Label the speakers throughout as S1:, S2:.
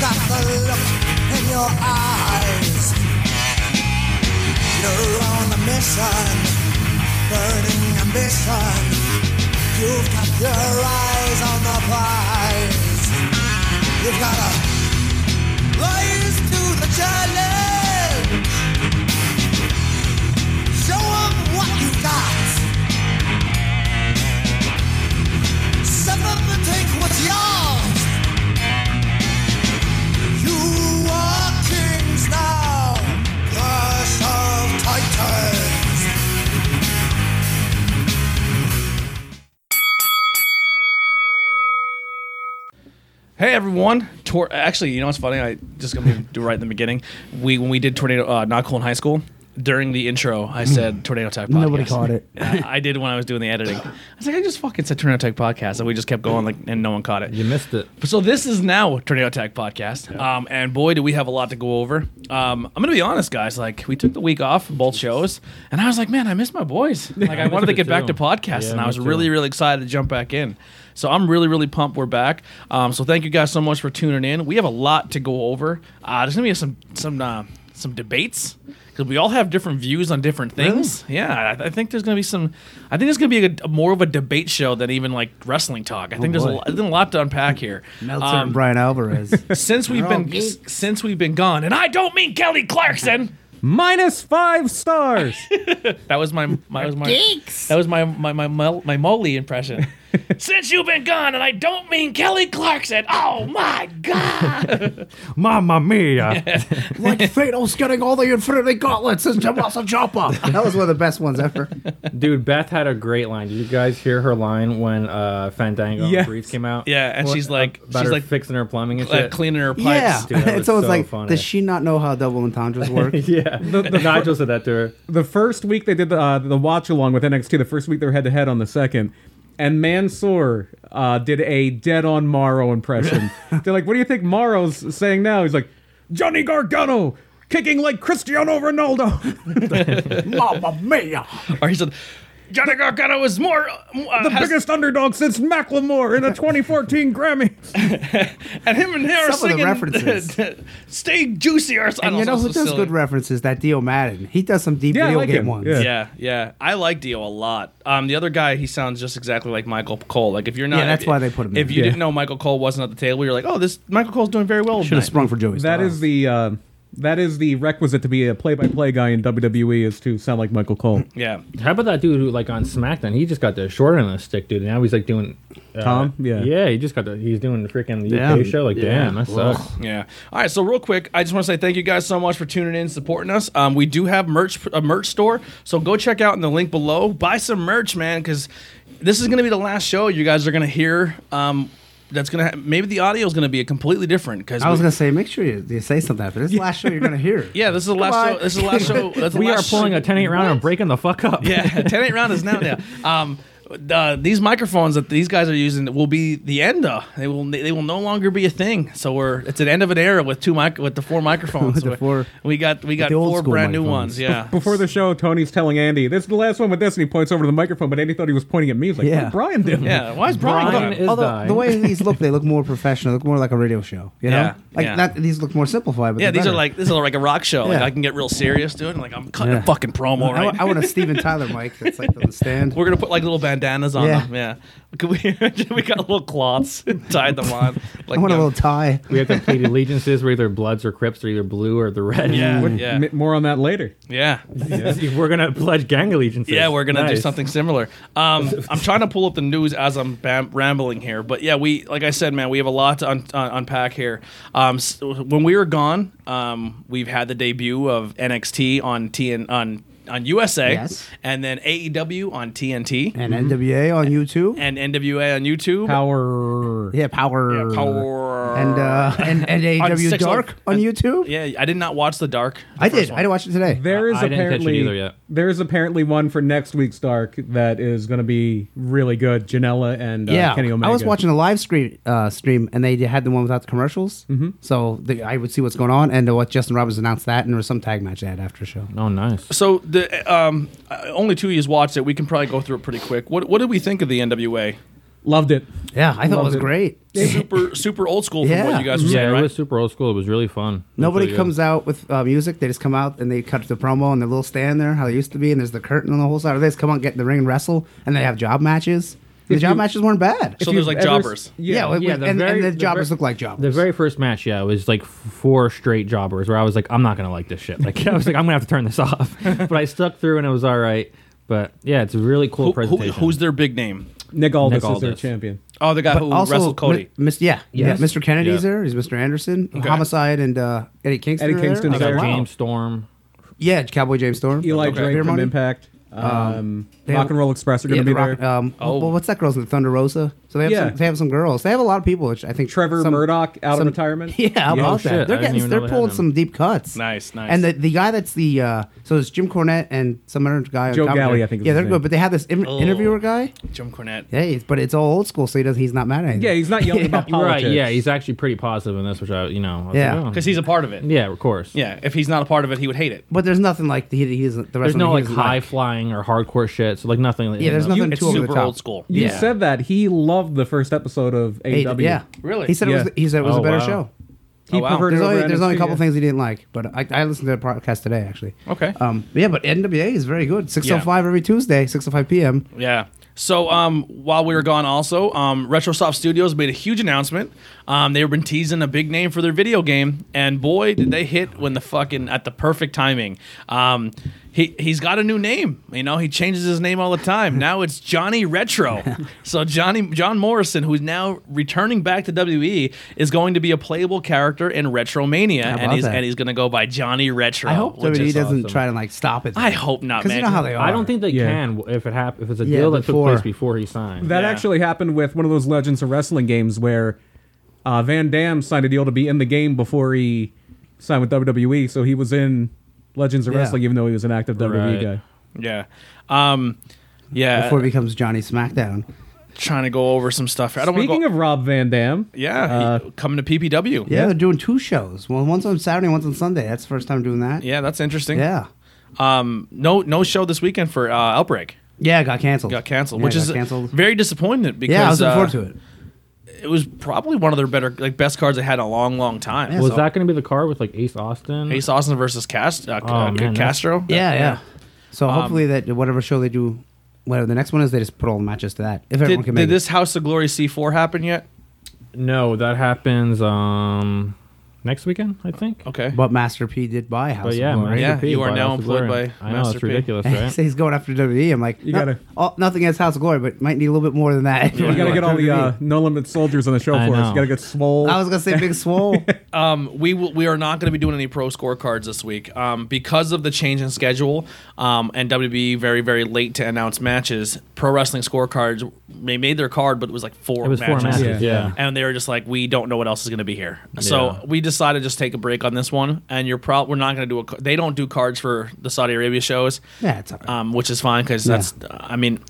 S1: got the look in your eyes. You're on a mission, burning ambition. You've got your eyes on the prize. You've got to rise to the challenge. Show 'em what you got. Step up and take what's yours. You are kings now, clash of titans.
S2: Hey everyone! Tor- actually, you know what's funny? I just gonna do right in the beginning. We when we did tornado uh, not cool in high school. During the intro, I said tornado tech. Podcast.
S3: Nobody caught it.
S2: I, I did when I was doing the editing. I was like, I just fucking said tornado tech podcast, and we just kept going like, and no one caught it.
S4: You missed it.
S2: So this is now Tornado Tech Podcast, um, and boy, do we have a lot to go over. Um, I'm gonna be honest, guys. Like we took the week off from both shows, and I was like, man, I miss my boys. Like I wanted to
S4: it
S2: get back to
S4: too.
S2: podcasts,
S4: Yeah,
S2: and I
S4: me
S2: was
S4: too.
S2: really, really excited to jump back in. So I'm really, really pumped. We're back. Um, so thank you guys so much for tuning in. We have a lot to go over. Uh, there's gonna be some some uh, some debates because we all have different views on different things. Yeah, I, I think there's gonna be some. I think there's gonna be a, a more of a debate show than even like wrestling talk. I think there's a,
S3: Oh, boy.
S2: lo- there's a lot to unpack here.
S3: Meltzer
S2: Um,
S3: and Brian Alvarez.
S2: since we've been since we've been gone, and I don't mean Kelly Clarkson.
S4: Minus five stars.
S2: That was my my was my that was my my my my, my Molly impression. since you've been gone, and I don't mean Kelly Clarkson. Oh my god!
S4: Mamma mia.
S3: like Fatal's getting all the Infinity Gauntlets and Tomasa Choppa. That was one of the best ones ever.
S5: Dude, Beth had a great line. Did you guys hear her line when uh, Fandango
S4: Yes.
S5: and Breeze came out?
S2: Yeah, and
S5: What-
S2: she's like-
S5: about
S2: she's
S5: her
S2: like-
S5: fixing her plumbing and
S2: Like
S5: shit.
S2: cleaning her
S3: Yeah,
S2: pipes.
S5: dude, that
S3: it's
S5: was
S3: always
S5: so
S3: like,
S5: funny.
S3: does she not know how double entendres work?
S5: yeah. Nigel said that to her.
S4: the first week they did the, uh, the watch along with NXT, the first week they were head to head on the second. And Mansoor uh, did a dead on Morrow impression. They're like, what do you think Morrow's saying now? He's like, Johnny Gargano kicking like Cristiano Ronaldo.
S3: Mamma mia!
S2: Or he said, Johnny Gargano was more uh,
S4: the
S2: has-
S4: biggest underdog since Macklemore in the 2014 Grammys.
S2: and him and him are
S3: Some of the
S2: singing,
S3: references.
S2: Stay juicy or something.
S3: And you know who
S2: so
S3: does
S2: silly.
S3: good references? That Dio Madden. He does some deep
S4: Yeah, I
S3: video
S4: like
S3: game
S4: him.
S3: ones.
S4: Yeah.
S2: Yeah, yeah. I like Dio a lot. Um, the other guy, he sounds just exactly like Michael Cole. Like if you're not,
S3: Yeah, that's
S2: if-
S3: why they put him in.
S2: If you
S4: Yeah.
S2: didn't know Michael Cole wasn't at the table, you're like, oh, this Michael Cole's doing very well.
S3: Should have
S2: tonight.
S3: sprung for Joey.
S4: That is the uh, that is the requisite to be a play-by-play guy in WWE is to sound like Michael Cole.
S2: Yeah,
S5: How about that dude who, like, on SmackDown, he just got the short end of the stick, dude. And now he's, like, doing. uh,
S4: Tom? Yeah.
S5: Yeah, he just got the. He's doing the freaking
S3: Damn.
S5: UK show. Like,
S3: Yeah.
S5: damn, that
S3: Ugh.
S5: sucks.
S2: yeah. All right, so real quick, I just want to say thank you guys so much for tuning in, supporting us. Um, we do have merch, a merch store, so go check out in the link below. Buy some merch, man, because this is gonna be the last show you guys are gonna hear. Um, that's gonna ha- maybe the audio is gonna be completely different because
S3: I was gonna say, make sure you, you say something after this. Last show you're gonna hear. it.
S2: Yeah, this is the last.
S3: on.
S2: Show, this is the last show. that's the
S5: We are
S2: last show-
S5: pulling a 10 8 round and breaking the fuck up.
S2: Yeah, 10 8 round is now. Yeah. Um, uh, these microphones that these guys are using will be the end of. They will they will no longer be a thing. So we're it's an end of an era with two mic with the four microphones.
S3: With the
S2: We-
S3: four-
S2: we got we got
S3: the old
S2: four
S3: school
S2: brand new
S3: microphones.
S2: ones. Yeah.
S4: Before the show, Tony's telling Andy, "This is the last one with this," and he points over to the microphone. But Andy thought he was pointing at me. He's like,
S3: Yeah.
S4: "What Brian did."
S2: yeah. Why is Brian?
S5: Brian
S2: gone?
S5: is
S3: Although
S5: dying.
S3: the way these look, they look more professional. Look more like a radio show. You know,
S2: Yeah,
S3: like
S2: yeah.
S3: not these look more simplified. But
S2: yeah, these
S3: they're
S2: are
S3: better.
S2: like this is like a rock show. Like
S3: Yeah.
S2: I can get real serious, dude. And like I'm cutting
S3: Yeah.
S2: a fucking promo
S3: I,
S2: right.
S3: want- I want a Steven Tyler mic that's like on the stand.
S2: We're gonna put like little bandanas on
S3: Yeah.
S2: them. Yeah. Could we we got little cloths tied them on. Like
S3: I want a
S2: young-
S3: little tie.
S5: We have to plead allegiances. We're either Bloods or Crips. They're either blue or the red.
S2: Yeah.
S4: What-
S2: Yeah.
S4: m- more on that later.
S2: Yeah.
S5: we're going to pledge gang allegiances.
S2: Yeah, we're gonna do
S5: Nice.
S2: something similar. Um, I'm trying to pull up the news as I'm bam- rambling here, but yeah, we like I said, man, we have a lot to un- uh, unpack here. Um, s when we were gone, um, we've had the debut of NXT on TN on on USA,
S3: Yes.
S2: and then AEW on TNT,
S3: And NWA on YouTube.
S2: and NWA on YouTube.
S4: Power.
S3: yeah, power.
S2: Power.
S3: And uh, and, and AW
S2: six oh-
S3: Dark on YouTube.
S2: yeah, I did not watch the Dark. the
S3: I
S2: first
S3: did.
S2: one.
S3: I did watch it today.
S4: There is
S5: I- I didn't catch it
S4: apparently
S5: either yet.
S4: there is apparently one for next week's Dark that is going to be really good. Janela and uh,
S3: yeah,
S4: Kenny Omega.
S3: I was watching a live screen uh, stream, and they had the one without the commercials. Mm-hmm. So the, I would see what's going on, and uh, what Justin Roberts announced that, and there was some tag match they had after the show.
S5: Oh, nice.
S2: So the um, uh, only two of you watched it. We can probably go through it pretty quick. What what did we think of the NWA?
S4: Loved it.
S3: Yeah, I thought it
S4: Loved
S3: was
S4: it.
S3: great.
S2: super super old school from
S3: Yeah.
S2: what you guys were
S5: Yeah,
S2: saying,
S5: it
S2: right?
S5: was super old school. It was really fun. It was
S3: Nobody
S5: really good.
S3: comes out with uh, music. They just come out and they cut the promo and the little stand there, how they used to be, and there's the curtain on the whole side. Or they just come out, get in the ring and wrestle, and they have job matches. And the
S4: If
S3: job
S4: you-
S3: matches weren't bad.
S2: so
S4: If
S2: there's
S4: you've
S2: like
S4: ever s-
S2: jobbers.
S3: yeah, we-
S5: yeah,
S3: we-
S5: the
S3: and,
S5: very-
S3: and the
S5: the
S3: jobbers
S5: very-
S3: look like jobbers.
S5: The very first match, yeah, was like four straight jobbers where I was like, I'm not gonna like this shit. Like I was like, I'm gonna have to turn this off. but I stuck through and it was all right. But yeah, it's a really cool
S2: Who, who,
S5: presentation.
S2: who's their big name?
S4: Nick Aldis, is their
S5: Aldis.
S4: champion.
S2: Oh, the guy who wrestled Cody.
S3: Mi- Mis- yeah,
S5: Yes.
S3: yeah, Mr. Kennedy's
S5: Yeah.
S3: there. He's Mr. Anderson, Homicide, and uh, Eddie Kingston.
S4: Eddie
S3: are there.
S4: Kingston's
S3: I was like,
S4: there.
S5: James
S3: wow.
S5: Storm?
S3: Yeah, Cowboy James Storm.
S4: Eli
S2: Okay.
S4: Drake
S3: Beer
S4: from
S3: money?
S4: Impact. Um,
S3: they
S4: Rock
S3: have-
S4: and Roll Express are going
S3: Yeah,
S4: to
S3: the
S4: be
S3: rock,
S4: there.
S3: um,
S2: Oh.
S3: well, what's that girl's name? Thunder Rosa. So they have
S4: Yeah.
S3: some, they have some girls. They have a lot of people, which I think
S4: Trevor
S3: uh, some-
S4: Murdoch out
S3: some-
S4: of retirement.
S3: Yeah, how about
S5: oh, shit. I
S3: that? They're
S5: didn't
S3: getting
S5: even
S3: they're
S5: know they had
S3: pulling
S5: them.
S3: some deep cuts.
S2: Nice, nice.
S3: And the, the guy that's the uh, so it's Jim Cornette and some other guy. on
S4: Joe
S3: commentary.
S4: Galli, I think is
S3: Yeah,
S4: his
S3: they're
S4: name.
S3: good, but they have this in-
S2: Oh.
S3: interviewer guy.
S2: Jim Cornette.
S3: Yeah, he's, but it's all old school, so he does. He's not mad at anything.
S4: Yeah, he's not yelling about
S5: You're
S4: politics.
S5: Right, yeah, he's actually pretty positive in this, which I you know I was
S3: Yeah.
S5: like, oh.
S2: Because he's a part of it. Yeah.
S5: Yeah, of course.
S2: If he's not a part of it, he would hate it.
S3: but there's nothing like the, he, he doesn't. The rest
S5: There's
S3: of
S5: no
S3: them he
S5: like
S3: doesn't
S5: high flying or hardcore shit. So like nothing.
S3: Yeah, there's nothing
S2: It's
S3: too over the
S2: super
S3: top.
S2: old school.
S4: You
S3: Yeah.
S4: said that he loved the first episode of
S3: Hey,
S4: AW.
S3: yeah,
S2: Really?
S3: He said it
S4: Yeah.
S3: was. He said it was
S5: Oh,
S3: a better
S5: wow.
S3: show.
S4: He
S2: Oh, wow.
S4: preferred
S3: There's
S4: it over
S3: only, there's only a
S4: NXT,
S3: couple
S4: yeah.
S3: things he didn't like, but I, I listened to the podcast today actually.
S2: Okay.
S3: Um. Yeah, but NWA is very good. Six oh five every Tuesday, six oh five p.m.
S2: Yeah. So um, while we were gone, also um, RetroSoft Studios made a huge announcement. Um, they've been teasing a big name for their video game, and boy, did they hit when the fucking at the perfect timing. Um, he he's got a new name. You know, he changes his name all the time. Now it's Johnny Retro. so Johnny John Morrison, who's now returning back to WWE, is going to be a playable character in Retromania,
S3: How
S2: and
S3: about
S2: he's
S3: that?
S2: and he's going to go by Johnny Retro.
S3: I hope
S2: which is
S3: WWE E doesn't
S2: awesome.
S3: try to like stop it.
S2: I hope not,
S3: because you
S2: man.
S3: know how they are.
S5: I don't think they
S4: Yeah.
S5: can if it hap- if it's a
S3: Yeah,
S5: deal that
S3: before.
S5: took place before he signed.
S4: That
S2: Yeah.
S4: actually happened with one of those Legends of Wrestling games where uh, Van Damme signed a deal to be in the game before he signed with WWE, so he was in Legends of
S3: Yeah.
S4: Wrestling even though he was an active WWE
S5: Right.
S4: guy.
S2: Yeah. Um, yeah.
S3: before it becomes Johnny SmackDown.
S2: trying to go over some stuff. here. I don't want to
S4: Speaking
S2: go.
S4: of Rob Van Damme,
S2: yeah, he- coming to PPW.
S3: Uh, Yeah, they're doing two shows. Well, one's on Saturday, one's on Sunday. That's the first time doing that.
S2: yeah, that's interesting.
S3: Yeah.
S2: Um, no, no show this weekend for uh, Outbreak.
S3: Yeah, it got canceled.
S2: Got canceled,
S3: Yeah,
S2: which
S3: it
S2: is
S3: got canceled.
S2: very disappointing because
S3: yeah, I was looking
S2: uh,
S3: forward to it.
S2: it. was probably one of their better, like, best cards they had in a long, long time.
S3: Yeah,
S5: was
S3: so-
S5: that going to be the card with like Ace Austin?
S2: Ace Austin versus Cast uh, uh,
S5: man, that's-
S2: Castro?
S3: Yeah, yeah. So hopefully that whatever show they do, whatever the next one is, they just put all the matches to that. If everyone
S2: Did,
S3: can
S2: did
S3: make
S2: this House of Glory C four happen yet?
S5: No, that happens um next weekend, I think.
S2: Okay.
S3: it. But Master P did buy House.
S5: But yeah,
S3: of Glory.
S5: Master
S2: Yeah,
S5: P
S2: you are
S5: by
S2: now
S5: House of
S2: employed
S5: Glory.
S2: by
S5: I know
S2: Master
S5: it's
S2: P.
S5: ridiculous,
S3: He
S5: right?
S3: says he's going after WWE. I'm like,
S4: You
S3: you
S4: gotta-
S3: gotta nothing against House of Glory, but might need a little bit more than that. if
S4: you got to
S3: want
S4: get all the
S3: WWE.
S4: uh, No Limit Soldiers on the show
S5: I
S4: for us.
S5: know.
S4: You got to get Swole.
S3: I was gonna say Big Swole.
S2: Um, we will, we are not going to be doing any pro scorecards this week um, because of the change in schedule um, and WB very very late to announce matches. Pro wrestling scorecards they made their card, but it was like four.
S5: It was four
S2: matches.
S5: matches,
S4: Yeah.
S5: yeah.
S2: And they were just like, we don't know what else is going to be here. So
S5: Yeah.
S2: we decided to just take a break on this one. And you're probably we're not going to do a. ca- They don't do cards for the Saudi Arabia shows.
S3: Yeah, it's all right.
S2: Um, which is fine because that's. I mean,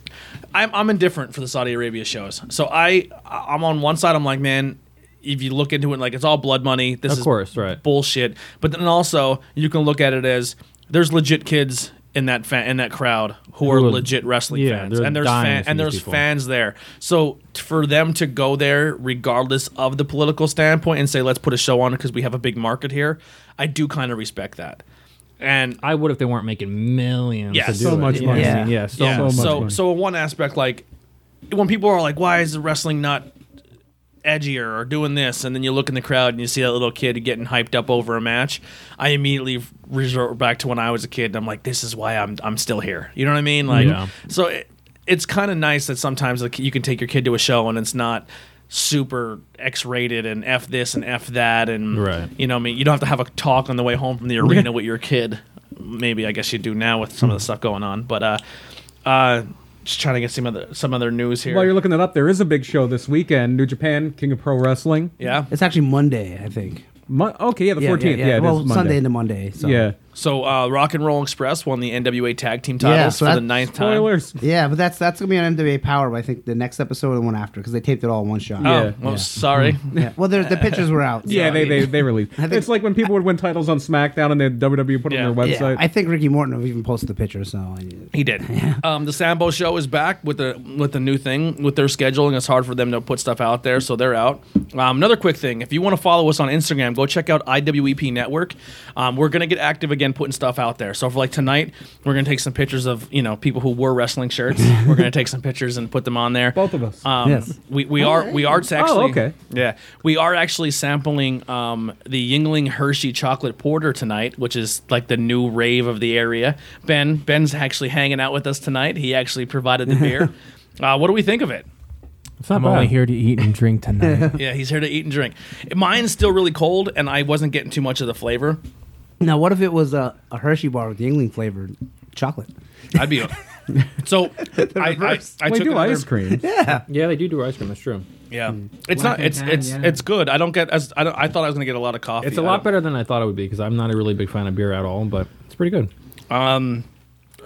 S2: I'm I'm indifferent for the Saudi Arabia shows. So I I'm on one side. I'm like, man, if you look into it, like it's all blood money. This
S5: Of
S2: is
S5: course, right.
S2: bullshit. But then also you can look at it as there's legit kids in that fa- in that crowd who are
S5: are-
S2: legit wrestling
S5: yeah,
S2: fans,
S5: they're
S2: and there's
S5: dying
S2: fan-
S5: to see
S2: and
S5: these
S2: there's
S5: people.
S2: fans there. So t- for them to go there, regardless of the political standpoint, and say let's put a show on because we have a big market here, I do kind of respect that. And
S5: I would if they weren't making millions.
S2: Yeah,
S5: to do
S2: so
S5: it,
S4: much
S5: you know what I
S3: money.
S5: mean? Yeah, so
S2: yeah.
S5: much
S2: so
S5: money.
S2: so in one aspect, like when people are like, "Why is wrestling not edgier or doing this?" and then you look in the crowd and you see that little kid getting hyped up over a match, I immediately resort back to when I was a kid. And I'm like, "This is why I'm I'm still here." You know what I mean? Like,
S5: Yeah.
S2: so it, it's kind of nice that sometimes like, you can take your kid to a show and it's not super x-rated and f this and f that and
S5: Right.
S2: you know what i mean you don't have to have a talk on the way home from the arena with your kid maybe i guess you do now with some of the stuff going on but uh uh just trying to get some other some other news here
S4: While you're looking that up, there is a big show this weekend: New Japan, King of Pro Wrestling.
S2: yeah
S3: it's actually Monday, I think.
S4: Mon- okay, yeah, the
S3: Yeah,
S4: 14th. Yeah,
S3: yeah, yeah.
S4: it is
S3: well,
S4: Monday.
S3: Sunday into Monday. So.
S4: Yeah.
S2: So uh, Rock and Roll Express won the NWA Tag Team titles
S3: Yeah, so
S2: for the
S3: that-
S2: ninth time.
S4: Spoilers.
S3: Yeah, but that's that's gonna be on NWA Power. But I think the next episode and one after because they taped it all in one shot.
S2: Oh,
S4: Yeah. Mm-hmm.
S2: well, sorry.
S3: Yeah. Well, there's- the pictures were out. so-
S4: Yeah, they they they released.
S3: think-
S4: it's like when people would win titles on SmackDown and then WWE put it
S2: Yeah.
S4: on their
S3: Yeah,
S4: website.
S3: I think Ricky Morton have even posted the picture. So
S2: He did. Um, the Sambo show is back with the with the new thing with their scheduling. It's hard for them to put stuff out there, so they're out. Um, another quick thing: if you want to follow us on Instagram, go check out IWEP Network. Um, we're gonna get active again, putting stuff out there. So for like tonight, we're gonna take some pictures of you know people who wore wrestling shirts. we're gonna take some pictures and put them on there.
S4: Both of us.
S2: Um,
S3: Yes.
S2: We, we are we are actually
S5: Oh,
S4: okay.
S2: yeah we are actually sampling um, the Yingling Hershey chocolate porter tonight, which is like the new rave of the area. Ben Ben's actually hanging out with us tonight. He actually provided the beer. uh, what do we think of it?
S5: It's not
S6: I'm
S5: bad.
S6: only here to eat and drink tonight.
S2: Yeah, he's here to eat and drink. Mine's still really cold, and I wasn't getting too much of the flavor.
S3: now, what if it was a, a Hershey bar with Yingling flavored chocolate?
S2: I'd be so. I, I, I
S4: we
S2: took
S4: do
S2: another-
S4: ice cream.
S5: Yeah, they do do ice cream. That's true.
S2: Yeah, it's not. It's
S5: Mm. Tan,
S2: it's
S5: yeah.
S2: it's good. I don't get as I, don't, I thought I was gonna get a lot of coffee.
S5: It's a
S2: I
S5: lot
S2: don't-
S5: better than I thought it would be because I'm not a really big fan of beer at all, but it's pretty good.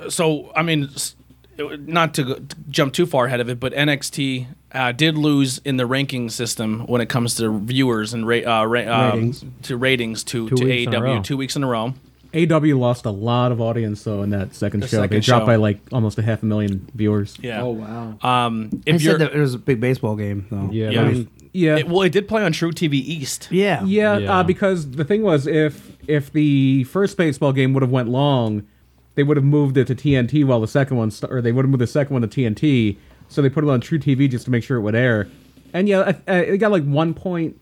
S2: so I mean, s- it- not to, go, to jump too far ahead of it, but NXT uh, did lose in the ranking system when it comes to viewers and ra- uh, ra- uh,
S3: Ratings.
S2: to ratings to
S5: Two
S2: to
S5: weeks in a
S2: AEW
S5: row.
S2: two weeks in a row.
S4: AW lost a lot of audience though in that second show.
S2: second
S4: they dropped
S2: show.
S4: by like almost a half a million viewers.
S2: Yeah.
S4: Oh, wow.
S2: Um,
S3: They
S2: if
S3: said
S2: you're
S3: that it was a big baseball game. So.
S5: Yeah,
S2: Yeah.
S5: that was-
S4: Yeah.
S2: it- well, it did play on True TV East.
S3: yeah,
S4: Yeah,
S5: Yeah.
S4: Uh, because the thing was, if if the first baseball game would have went long, they would have moved it to TNT while the second one, st- or they would have moved the second one to TNT. So they put it on True TV just to make sure it would air. And yeah, I- I- it got like one point,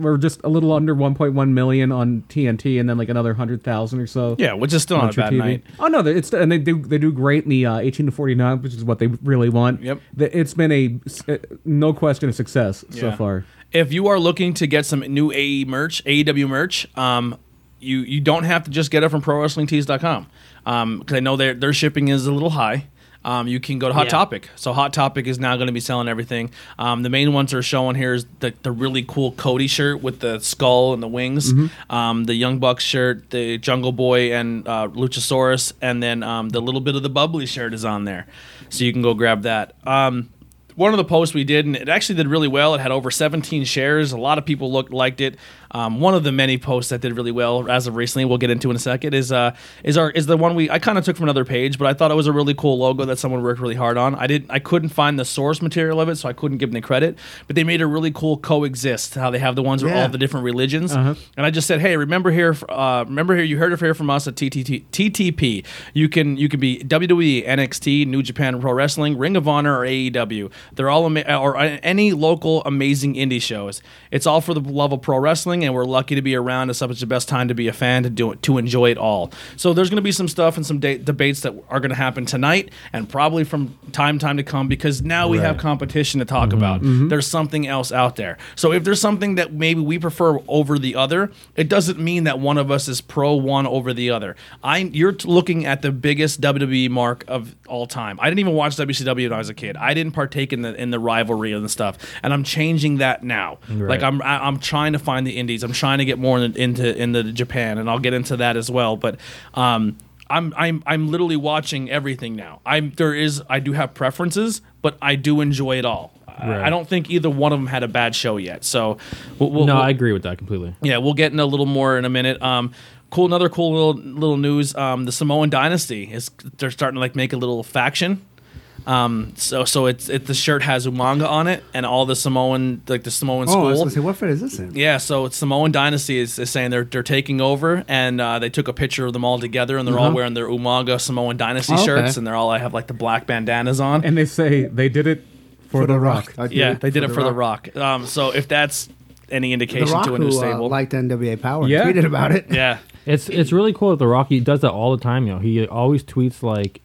S4: or just a little under 1.1 million on TNT, and then like another hundred thousand or so.
S2: Yeah, which is still not a
S4: True
S2: bad night.
S4: Oh no, they- it's and they do they do great in the uh, 18 to 49, which is what they really want.
S2: Yep.
S4: The- It's been a s- uh, no question of success so
S2: Yeah.
S4: far.
S2: If you are looking to get some new AE merch, AEW merch, um, you you don't have to just get it from ProWrestlingTees.com. Um, because I know their their shipping is a little high. Um, you can go to Hot
S5: Yeah.
S2: Topic. So Hot Topic is now going to be selling everything. Um, the main ones are showing here is the, the really cool Cody shirt with the skull and the wings,
S4: Mm-hmm.
S2: um, the Young Bucks shirt, the Jungle Boy and uh, Luchasaurus, and then um, the little bit of the bubbly shirt is on there. So you can go grab that. Um, one of the posts we did, and it actually did really well. It had over 17 shares. A lot of people looked liked it. Um, one of the many posts that did really well as of recently, we'll get into in a second, is uh is our is the one we I kind of took from another page, but I thought it was a really cool logo that someone worked really hard on. I didn't I couldn't find the source material of it, so I couldn't give them the credit. But they made a really cool coexist. How they have the ones with
S3: Yeah.
S2: all the different religions, and I just said, hey, remember here, uh, remember here, you heard it here from us at TTT, TTP. You can you can be E, WWE, NXT, New Japan Pro Wrestling, Ring of Honor, or AEW. They're all ama- or a- any local amazing indie shows. It's all for the love of pro wrestling, and we're lucky to be around at such the best time to be a fan to do it to enjoy it all. So there's going to be some stuff and some de- debates that are going to happen tonight, and probably from time time to come because now we have competition to talk about. There's something else out there. So if there's something that maybe we prefer over the other, it doesn't mean that one of us is pro one over the other. I you're t- looking at the biggest WWE mark of all time. I didn't even watch WCW when I was a kid. I didn't partake in the in the rivalry and the stuff. And I'm changing that now. Like I'm I, I'm trying to find the indies. I'm trying to get more in, into into Japan, and I'll get into that as well. But um, I'm I'm I'm literally watching everything now. I'm there is I do have preferences, but I do enjoy it all. I- I,
S5: Right.
S2: don't think either one of them had a bad show yet. So we'll, we'll,
S5: no,
S2: we'll-
S5: I agree with that completely.
S2: yeah, we'll get in a little more in a minute. Um, cool, another cool little little news. Um, the Samoan Dynasty is they're starting to like make a little faction. Um, so so it's it the shirt has Umanga on it and all the Samoan like the Samoan
S3: Oh, I was
S2: school.
S3: gonna say, what fit is this in?
S2: Yeah, so it's Samoan Dynasty is, is saying they're they're taking over, and uh, they took a picture of them all together, and they're all wearing their Umaga Samoan Dynasty
S3: Oh, okay.
S2: shirts, and they're all have like the black bandanas on.
S4: And they say they did it for, the, rock.
S3: I did
S2: yeah, they did it for the
S3: Rock.
S2: Rock. Um, so if that's any
S3: The
S2: indication
S3: Rock
S2: to a new
S3: who uh,
S2: stable,
S3: liked NWA Power, and
S4: Yeah.
S3: tweeted about it.
S2: yeah,
S5: It's it's really cool that The Rock he does that all the time, yo. He always tweets like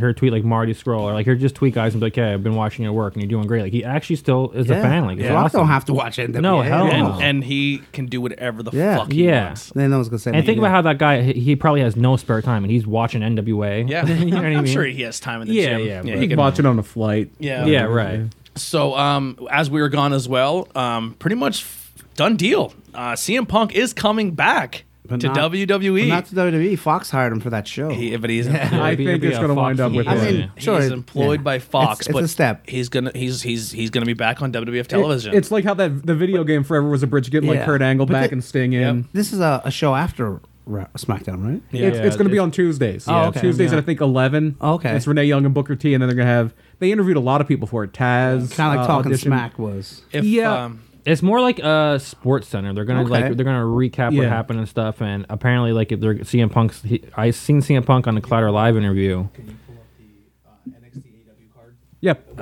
S5: her tweet like Marty Scroll or like her just tweet guys and be like, Hey, I've been watching your work and you're doing great. Like he actually still is a fan. Like it's
S3: the Rock
S5: awesome.
S3: don't have to watch NWA.
S5: No, hell
S3: at
S5: no.
S3: all.
S2: and, and he can do whatever the
S3: Oh. Yeah.
S2: fuck he
S5: Yeah.
S2: wants.
S3: Then I was gonna say.
S5: and
S3: that,
S5: think
S3: yeah.
S5: about how that guy he- he probably has no spare time and he's watching NWA.
S2: Yeah,
S5: you know what I
S2: I'm
S5: mean?
S2: sure he has time in the
S5: Yeah,
S2: gym.
S5: yeah,
S2: he
S5: but-
S2: can-
S4: Watching on a flight.
S2: yeah,
S5: yeah, right.
S2: So, um, as we were gone as well, um, pretty much f- done deal. Uh, CM Punk is coming back.
S3: But
S2: to
S3: not-
S2: WWE.
S3: Not to WWE. Fox hired him for that show.
S2: He- but he's
S4: I
S5: It'd be-
S4: think
S5: it'd be
S4: it's
S5: a
S4: gonna
S5: Fox
S4: wind up with
S5: heat.
S3: I
S5: Yeah.
S3: mean, sure,
S2: he's
S3: it-
S2: employed
S3: yeah.
S2: by Fox,
S3: It's, it's
S2: but
S3: a step.
S2: he's gonna he's he's he's gonna be back on WWF
S4: It-
S2: television.
S4: it's like how that the video game forever was a bridge getting like
S3: Yeah.
S4: Kurt Angle
S3: But
S4: back
S3: the-
S4: and Sting in.
S3: This is a, a show after Ra- SmackDown, right?
S5: Yeah,
S4: it's, it's going to be
S5: it's-
S4: on Tuesdays.
S5: Oh, okay.
S4: Tuesdays
S5: Yeah.
S4: at I think eleven.
S3: Okay.
S4: It's Renee Young and Booker T, and then they're going to have. They interviewed a lot of people for it.
S3: Kind
S4: Taz,
S3: of like
S4: uh,
S3: Talking
S4: audition.
S3: Smack was.
S2: if,
S4: yeah.
S2: um,
S5: It's more like a sports center. They're gonna
S3: Okay.
S5: like they're gonna recap
S4: Yeah.
S5: what happened and stuff. And apparently, like if they're CM Punk's. He, I seen CM Punk on the Collider Live interview.
S4: Yep.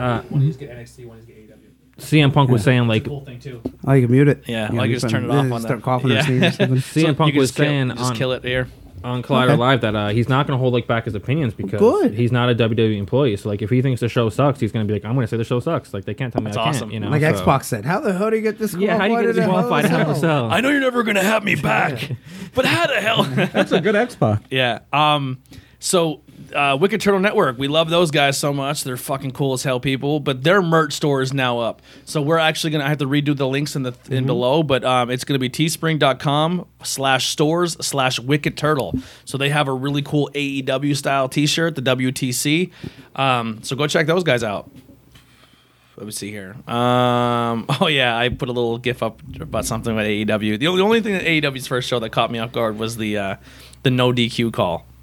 S5: CM Punk was saying like
S3: Oh, you can mute it.
S2: Yeah,
S3: you
S2: I
S3: can
S2: can just
S3: put-
S2: turn it
S3: yeah,
S2: off
S3: just
S2: on
S3: Start
S2: the-
S3: coughing
S2: yeah.
S3: or sneezing. or something.
S5: CM Punk
S2: you can
S5: was
S2: just kill-
S5: saying
S2: just
S5: on
S2: kill it here.
S5: on Collider
S3: Okay.
S5: Live that uh, he's not going to hold like back his opinions because
S3: Good.
S5: he's not a WWE employee. So like if he thinks the show sucks, he's going to be like, I'm going to say the show sucks. Like they can't tell me
S2: That's
S5: I can't.
S2: awesome.
S5: You know,
S3: Like
S5: so-
S3: Xbox said, how the hell do you get this?
S5: Yeah, how do you get disqualified out of the cell?
S2: I know you're never gonna have me back, but how the hell?
S4: That's a good Xbox.
S2: Yeah. Um. So, uh, Wicked Turtle Network, we love those guys so much. They're fucking cool as hell people. But their merch store is now up, so we're actually gonna have to redo the links in the in below. But um, it's gonna be teespring.com slash stores slash Wicked Turtle. So they have a really cool AEW style T-shirt, the WTC. Um, so go check those guys out. Let me see here. Um, oh yeah, I put a little gif up about something about AEW. The only, the only thing that AEW's first show that caught me off guard was the uh, the no DQ call.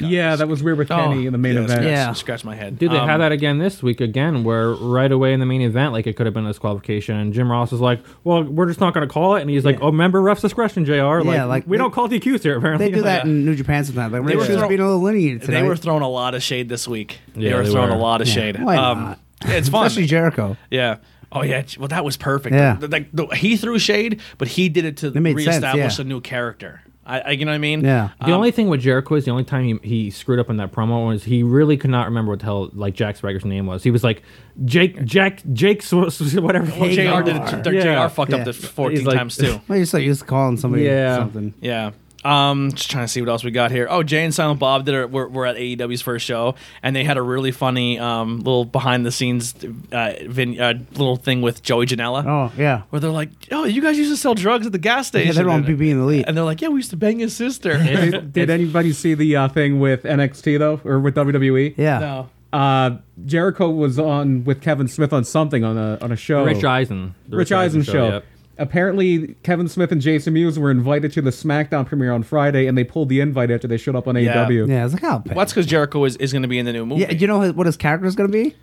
S4: Yeah, that was weird with Kenny in the main
S2: Oh, yeah,
S4: event.
S2: scratch-
S3: Yeah.
S2: scratch my head.
S5: Dude, they
S2: Um,
S5: had that again this week again, where right away in the main event, like it could have been a disqualification. And Jim Ross is like, "Well, we're just not going to call it." And he's like, "Oh, member ref's discretion, Jr. Like,
S3: like,
S5: we
S3: they-
S5: don't call DQs here. Apparently,
S3: They do that in New Japan sometimes. Like,
S2: were
S3: we're just
S2: throw-
S3: being a little linear today.
S2: They were throwing a lot of shade this week. they
S5: Yeah,
S2: were
S5: they
S2: throwing a
S5: were.
S2: lot of
S3: Yeah,
S2: shade. Um,
S3: why not?
S2: It's fun.
S3: especially Jericho.
S2: Yeah. Oh yeah. Well, that was perfect.
S3: Yeah.
S2: The- the- the- he threw shade, but he did it to
S3: It made sense,
S2: reestablish
S3: yeah.
S2: a new character. I, I, you know what I mean?
S3: Yeah.
S5: The only thing with Jericho is the only time he, he screwed up in that promo was he really could not remember what the hell like Jack Swagger's name was. He was like Jake Jack Jake Sw- Sw- whatever.
S2: Well, Jr. Um, did it.
S5: Yeah.
S2: Jr. fucked
S3: Yeah.
S2: up the fourteen
S5: He's like-
S2: times too.
S3: Well, you're so used to calling somebody
S5: Yeah.
S3: something.
S2: Yeah. Um, just trying to see what else we got here. Oh, Jay and Silent Bob did. A, were, were at AEW's first show, and they had a really funny um, little behind the scenes uh, vin- uh, little thing with Joey Janela.
S3: Oh yeah,
S2: Where they're like, "Oh, you guys used to sell drugs at the gas station."
S3: yeah, they're on
S2: and,
S3: BB and Elite.
S2: and they're like, "Yeah, we used to bang his sister."
S4: Did, did anybody see the uh, thing with NXT though, or with E? WWE?
S3: yeah,
S2: no.
S4: Uh, Jericho was on with Kevin Smith on something on a on a show.
S5: Rich Eisen. The
S4: Rich Eisen show.
S5: yep.
S4: Apparently, Kevin Smith and Jason Mewes were invited to the SmackDown premiere on Friday, and they pulled the invite after they showed up on E AEW.
S3: yeah. It's like how bad.
S2: Well, that's because Jericho is, is going to be in the new movie.
S3: yeah, you know his- what his character is going to be?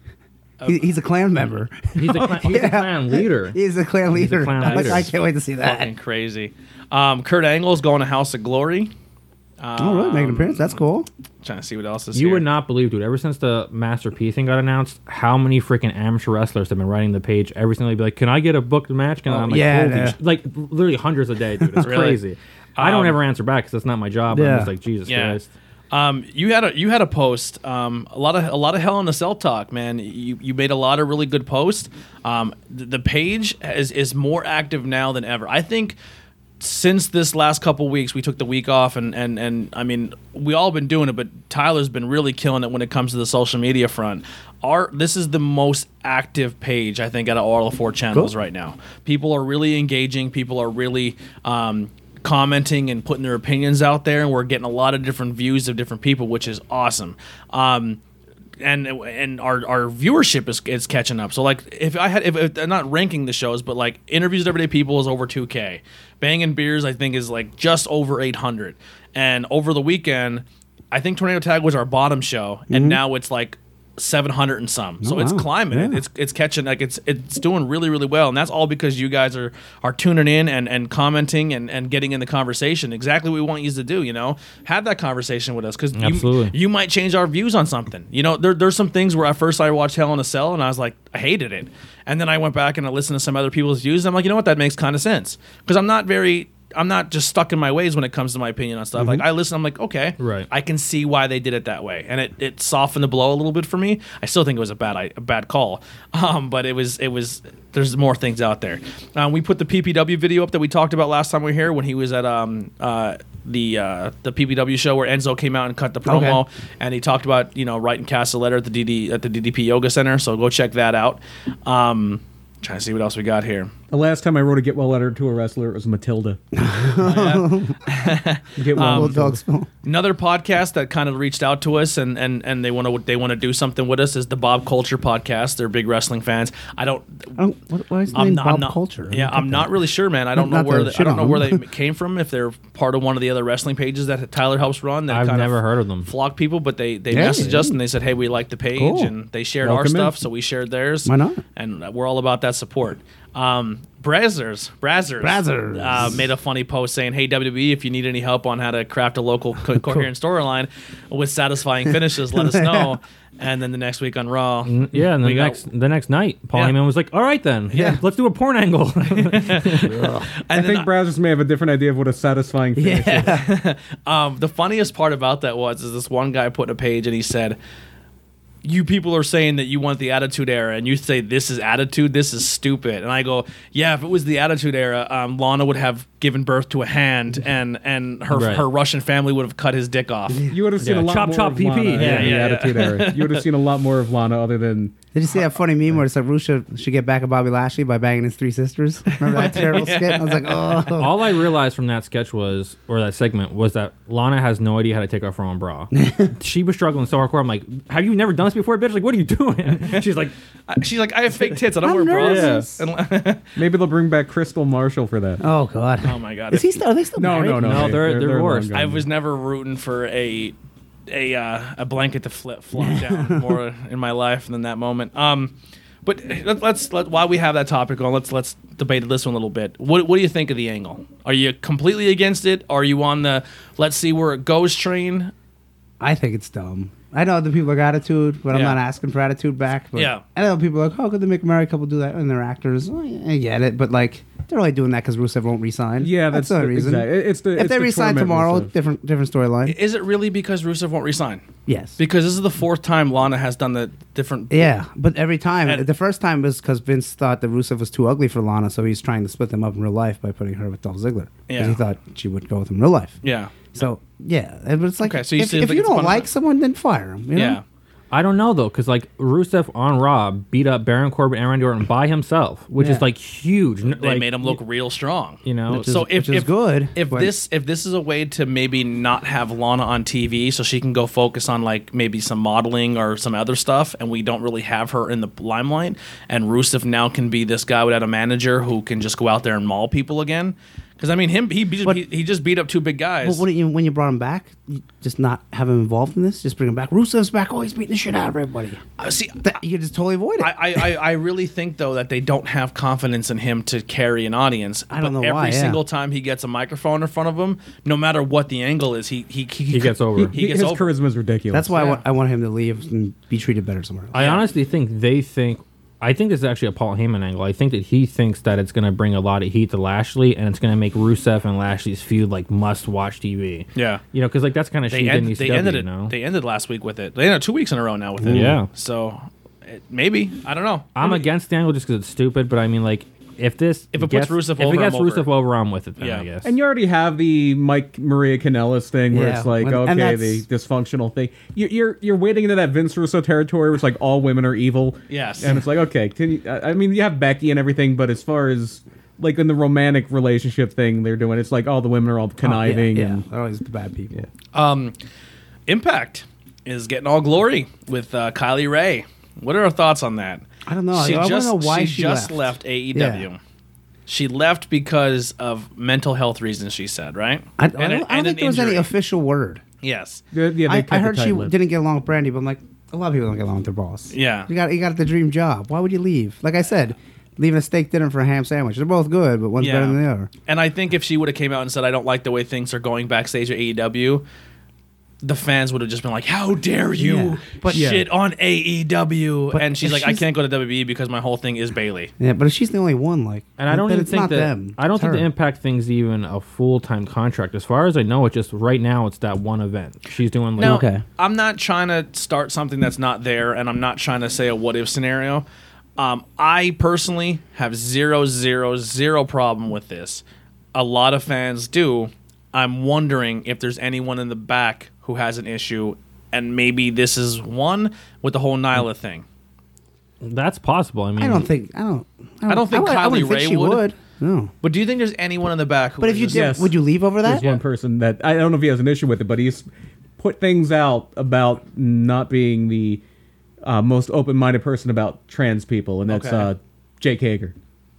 S3: He, he's a clan member.
S5: He's a, clan, he's a clan leader.
S3: He's a clan leader.
S5: clan
S3: I'm like,
S5: leader.
S3: I can't wait to see
S2: fucking
S3: that.
S2: crazy. Um, Kurt Angle's going to House of Glory. Uh,
S3: Oh, really?
S2: Um,
S3: Make an appearance. That's cool.
S2: Trying to see what else is.
S5: You
S2: here.
S5: would not believe, dude. Ever since the Master P thing got announced, how many freaking amateur wrestlers have been writing the page every single day? Be like, can I get a booked match? Can I? I'm like,
S3: yeah,
S5: holy
S3: yeah.
S5: sh- like literally hundreds a day, dude. It's
S2: Really?
S5: crazy. I don't
S2: Um,
S5: ever answer back because that's not my job.
S3: Yeah.
S5: I'm just like, Jesus Christ.
S2: Um, you had a you had a post. Um, a lot of a lot of hell in the cell talk, man. You you made a lot of really good posts. Um, the, the page is is more active now than ever. I think since this last couple weeks, we took the week off, and and and I mean, we all been doing it, but Tyler's been really killing it when it comes to the social media front. Our this is the most active page I think out of all the four channels right now. People are really engaging. People are really um, commenting and putting their opinions out there and we're getting a lot of different views of different people which is awesome um and and our our viewership is is catching up so like if i had if, if not ranking the shows but like interviews with everyday people is over 2k bang and beers i think is like just over 800 and over the weekend i think tornado tag was our bottom show and now it's like 700 and some so it's
S3: wow.
S2: climbing
S3: Yeah.
S2: it's it's it's catching like it's it's doing really really well and that's all because you guys are are tuning in and and commenting and and getting in the conversation exactly what we want you to do you know have that conversation with us because you,
S5: Absolutely.
S2: you might change our views on something you know there, there's some things where at first i watched hell in a cell and i was like i hated it and then i went back and i listened to some other people's views and i'm like you know what that makes kind of sense because i'm not very I'm not just stuck in my ways when it comes to my opinion on stuff. Like I listen, I'm like, okay,
S5: Right.
S2: I can see why they did it that way, and it, it softened the blow a little bit for me. I still think it was a bad I- a bad call, um, but it was it was. There's more things out there. Um, we put the PPW video up that we talked about last time we were here when he was at um, uh, the uh, the PPW show where Enzo came out and cut the promo,
S3: Okay.
S2: and he talked about you know writing cast a letter at the DD at the DDP Yoga Center. So go check that out. Um, trying to see what else we got here.
S4: The last time I wrote a get well letter to a wrestler, it was Matilda.
S2: um,
S4: get well.
S3: Old dog smell.
S2: Another podcast that kind of reached out to us and and and they want to they want to do something with us is the Bob Culture podcast. They're big wrestling fans. I don't.
S3: I don't- What, what is the
S2: I'm
S3: name?
S2: not,
S3: Bob
S2: I'm not-
S3: Culture.
S2: Yeah, I'm not really sure, man. I don't know
S3: Not to
S2: where the, I
S3: shit
S2: don't know
S3: on
S2: where they
S3: them.
S2: came from. If they're part of one of the other wrestling pages that Tyler helps run, that
S5: I've
S2: kind
S5: never heard of them.
S2: Flock people, but they they
S3: Yeah.
S2: messaged us and they said, "Hey, we like the page,"
S3: Cool.
S2: and they shared our
S4: Welcome in.
S2: stuff, so we shared theirs.
S3: Why not?
S2: And we're all about that support. Um, Brazzers, Brazzers,
S3: Brazzers.
S2: uh, made a funny post saying, "Hey WWE, if you need any help on how to craft a local co- coherent storyline with satisfying finishes, let us know." And then the next week on Raw,
S3: Mm,
S5: Yeah, and the
S2: we got-
S5: next the next night, Paul
S2: Yeah.
S5: Heyman was like, "All right then, yeah, let's do a porn angle."
S2: and
S4: I think browsers may have a different idea of what a satisfying finish is.
S2: Um, the funniest part about that was is this one guy put in a page and he said, "You people are saying that you want the Attitude Era, and you say this is attitude. This is stupid." And I go, "Yeah, if it was the Attitude Era, um, Lana would have given birth to a hand, and and her
S5: Right.
S2: her Russian family would have cut his dick off."
S4: You would have seen
S5: Yeah,
S4: a lot
S5: chop,
S4: more
S5: chop,
S4: of
S5: pee,
S4: Lana
S5: pee.
S4: in
S5: Yeah,
S4: the
S2: yeah, yeah.
S4: Attitude Era. You would have seen a lot more of Lana other than
S3: Did you see that funny meme where it's like Rusha should get back at Bobby Lashley by banging his three sisters? Remember that terrible skit? I was like, oh.
S5: All I realized from that sketch was, or that segment, was that Lana has no idea how to take off her own bra. she was struggling so hardcore. I'm like, "Have you never done this before, bitch? Like, what are you doing?" She's like,
S2: I- She's like, "I have fake tits. I don't
S3: I'm
S2: wear bras."
S3: nervous.
S2: And-
S4: maybe they'll bring back Crystal Marshall for that.
S3: Oh god.
S2: oh my god!
S3: Is he still? Are they still
S4: No,
S3: married?
S4: no, no.
S5: No, they're- they're divorced.
S4: long
S2: I
S4: gone.
S2: was never rooting for a a uh, a blanket to flip flop down more in my life than that moment. Um, but let, let's let while we have that topic on, let's let's debate this one a little bit. What what do you think of the angle? Are you completely against it? Are you on the let's see where it goes train?
S3: I think it's dumb. I know other people like attitude, but I'm
S2: Yeah.
S3: not asking for attitude back. But
S2: Yeah.
S3: I know people are like, oh, could the McMurray couple do that? And they're actors. Well, yeah, I get it, but like they're only doing that because Rusev won't resign.
S4: Yeah, that's
S3: the only
S4: the-
S3: reason.
S4: exact- it- it's the-
S3: if
S4: it's
S3: they
S4: the
S3: resign
S4: torment
S3: tomorrow,
S4: Rusev.
S3: different different storyline.
S2: Is it really because Rusev won't resign?
S3: Yes.
S2: Because this is the fourth time Lana has done the different.
S3: yeah, but every time
S2: And-
S3: the first time was because Vince thought that Rusev was too ugly for Lana, so he's trying to split them up in real life by putting her with Dolph Ziggler because
S2: Yeah.
S3: he thought she would go with him in real life.
S2: Yeah.
S3: So yeah, it was like
S2: Okay, so you
S3: if,
S2: still
S3: if
S2: think
S3: you
S2: it's
S3: don't
S2: punishment?
S3: like someone, then fire him. You know?
S2: Yeah.
S5: I don't know though, because like Rusev on Raw beat up Baron Corbin and Randy Orton by himself, which is
S3: Yeah.
S5: like huge. N-
S2: They
S5: like,
S2: made him look real strong.
S5: you know.
S3: is-
S2: so if,
S3: which is
S2: if
S3: good,
S2: if
S3: but-
S2: this if this is a way to maybe not have Lana on TV, so she can go focus on like maybe some modeling or some other stuff, and we don't really have her in the limelight, and Rusev now can be this guy without a manager who can just go out there and maul people again. Because I mean, him he beat- he, he just beat up two big guys.
S3: But wouldn't you, when you brought him back, you just not have him involved in this? Just bring him back. Rusev's back. Oh, he's beating the shit out of everybody.
S2: Uh, see,
S3: That, you could just totally avoid it.
S2: I, I, I- I really think though that they don't have confidence in him to carry an audience.
S3: I don't
S2: but
S3: know
S2: every
S3: why, yeah.
S2: single time he gets a microphone in front of him, no matter what the angle is, he he he,
S5: He gets over.
S2: He, gets
S4: His
S2: over.
S4: charisma is ridiculous.
S3: That's why I, want, I want him to leave and be treated better somewhere else.
S5: I honestly think they think. I think this is actually a Paul Heyman angle. I think that he thinks that it's going to bring a lot of heat to Lashley, and it's going to make Rusev and Lashley's feud like must-watch TV.
S2: Yeah.
S5: you know, because like that's kind of
S2: they,
S5: shit in
S2: end,
S5: ECW.
S2: they ended
S5: E you
S2: it.
S5: know?
S2: They ended last week with it. They ended two weeks in a row now with it.
S5: Yeah.
S2: So it, maybe I don't know.
S5: I'm against the angle just because it's stupid, but I mean, like, if this
S2: If it puts Rusev
S5: if
S2: over,
S5: it gets
S2: I'm over
S5: Rusev
S2: it.
S5: over, I'm with it. Then
S2: Yeah.
S5: I guess.
S4: And you already have the Mike Maria Kanellis thing where
S3: Yeah,
S4: it's like,
S3: and- and
S4: okay,
S3: that's-
S4: the dysfunctional thing. You, you're you're wading into that Vince Russo territory, where it's like all women are evil.
S2: Yes.
S4: and it's like, okay, can you, I I mean, you have Becky and everything, but as far as like in the romantic relationship thing they're doing, it's like all the women are all conniving.
S3: Oh, Yeah, yeah.
S4: And
S3: They're always the bad people.
S2: Um, Impact is getting all glory with uh, Kylie Ray. What are our thoughts on that?
S3: I don't know.
S2: She
S3: I wanna
S2: just,
S3: know why she
S2: just left,
S3: left.
S2: AEW. She left because of mental health reasons. She said, right?
S3: I, I don't,
S2: And
S3: I
S2: an-
S3: don't
S2: and an
S3: think there was any
S2: injury.
S3: official word.
S2: Yes.
S4: yeah, they
S3: I,
S4: kept
S3: I
S4: it
S3: heard she
S4: tight-lipped.
S3: didn't get along with Brandy, but I'm like, a lot of people don't get along with their boss.
S2: Yeah.
S3: You got you got the dream job. Why would you leave? Like I said, leaving a steak dinner for a ham sandwich. They're both good, but one's better than the other.
S2: And I think if she would have came out and said, "I don't like the way things are going backstage at AEW," the fans would have just been like, "How dare you
S3: Yeah. But-
S2: shit on AEW?"
S3: But
S2: and she's
S3: if
S2: like, "I
S3: she's-
S2: can't go to WWE because my whole thing is Bailey."
S3: Yeah, but if she's the only one, like,
S5: And I don't
S3: then
S5: even
S3: it's
S5: think
S3: not
S5: that
S3: them.
S5: I don't
S3: It's
S5: think the
S3: her.
S5: Impact thing's even a full time contract. As far as I know, it's just right now it's that one event she's doing. Like,
S2: Now,
S3: Okay.
S2: I'm not trying to start something that's not there, and I'm not trying to say a what if scenario. Um, I personally have zero, zero, zero problem with this. A lot of fans do. I'm wondering if there's anyone in the back who has an issue, and maybe this is one with the whole Nyla thing.
S5: That's possible. I mean,
S3: I don't think. I don't.
S2: I don't think
S3: would- I
S2: Kylie
S3: wouldn't
S2: Ray
S3: think she
S2: would.
S3: No.
S2: But do you think there's anyone in the back? Who
S3: But if
S2: would
S3: you
S2: just-
S3: did,
S4: Yes.
S3: would you leave over that?
S4: There's one person that I don't know if he has an issue with it, but he's put things out about not being the uh, most open-minded person about trans people, and that's
S2: Okay.
S4: uh, Jake Hager.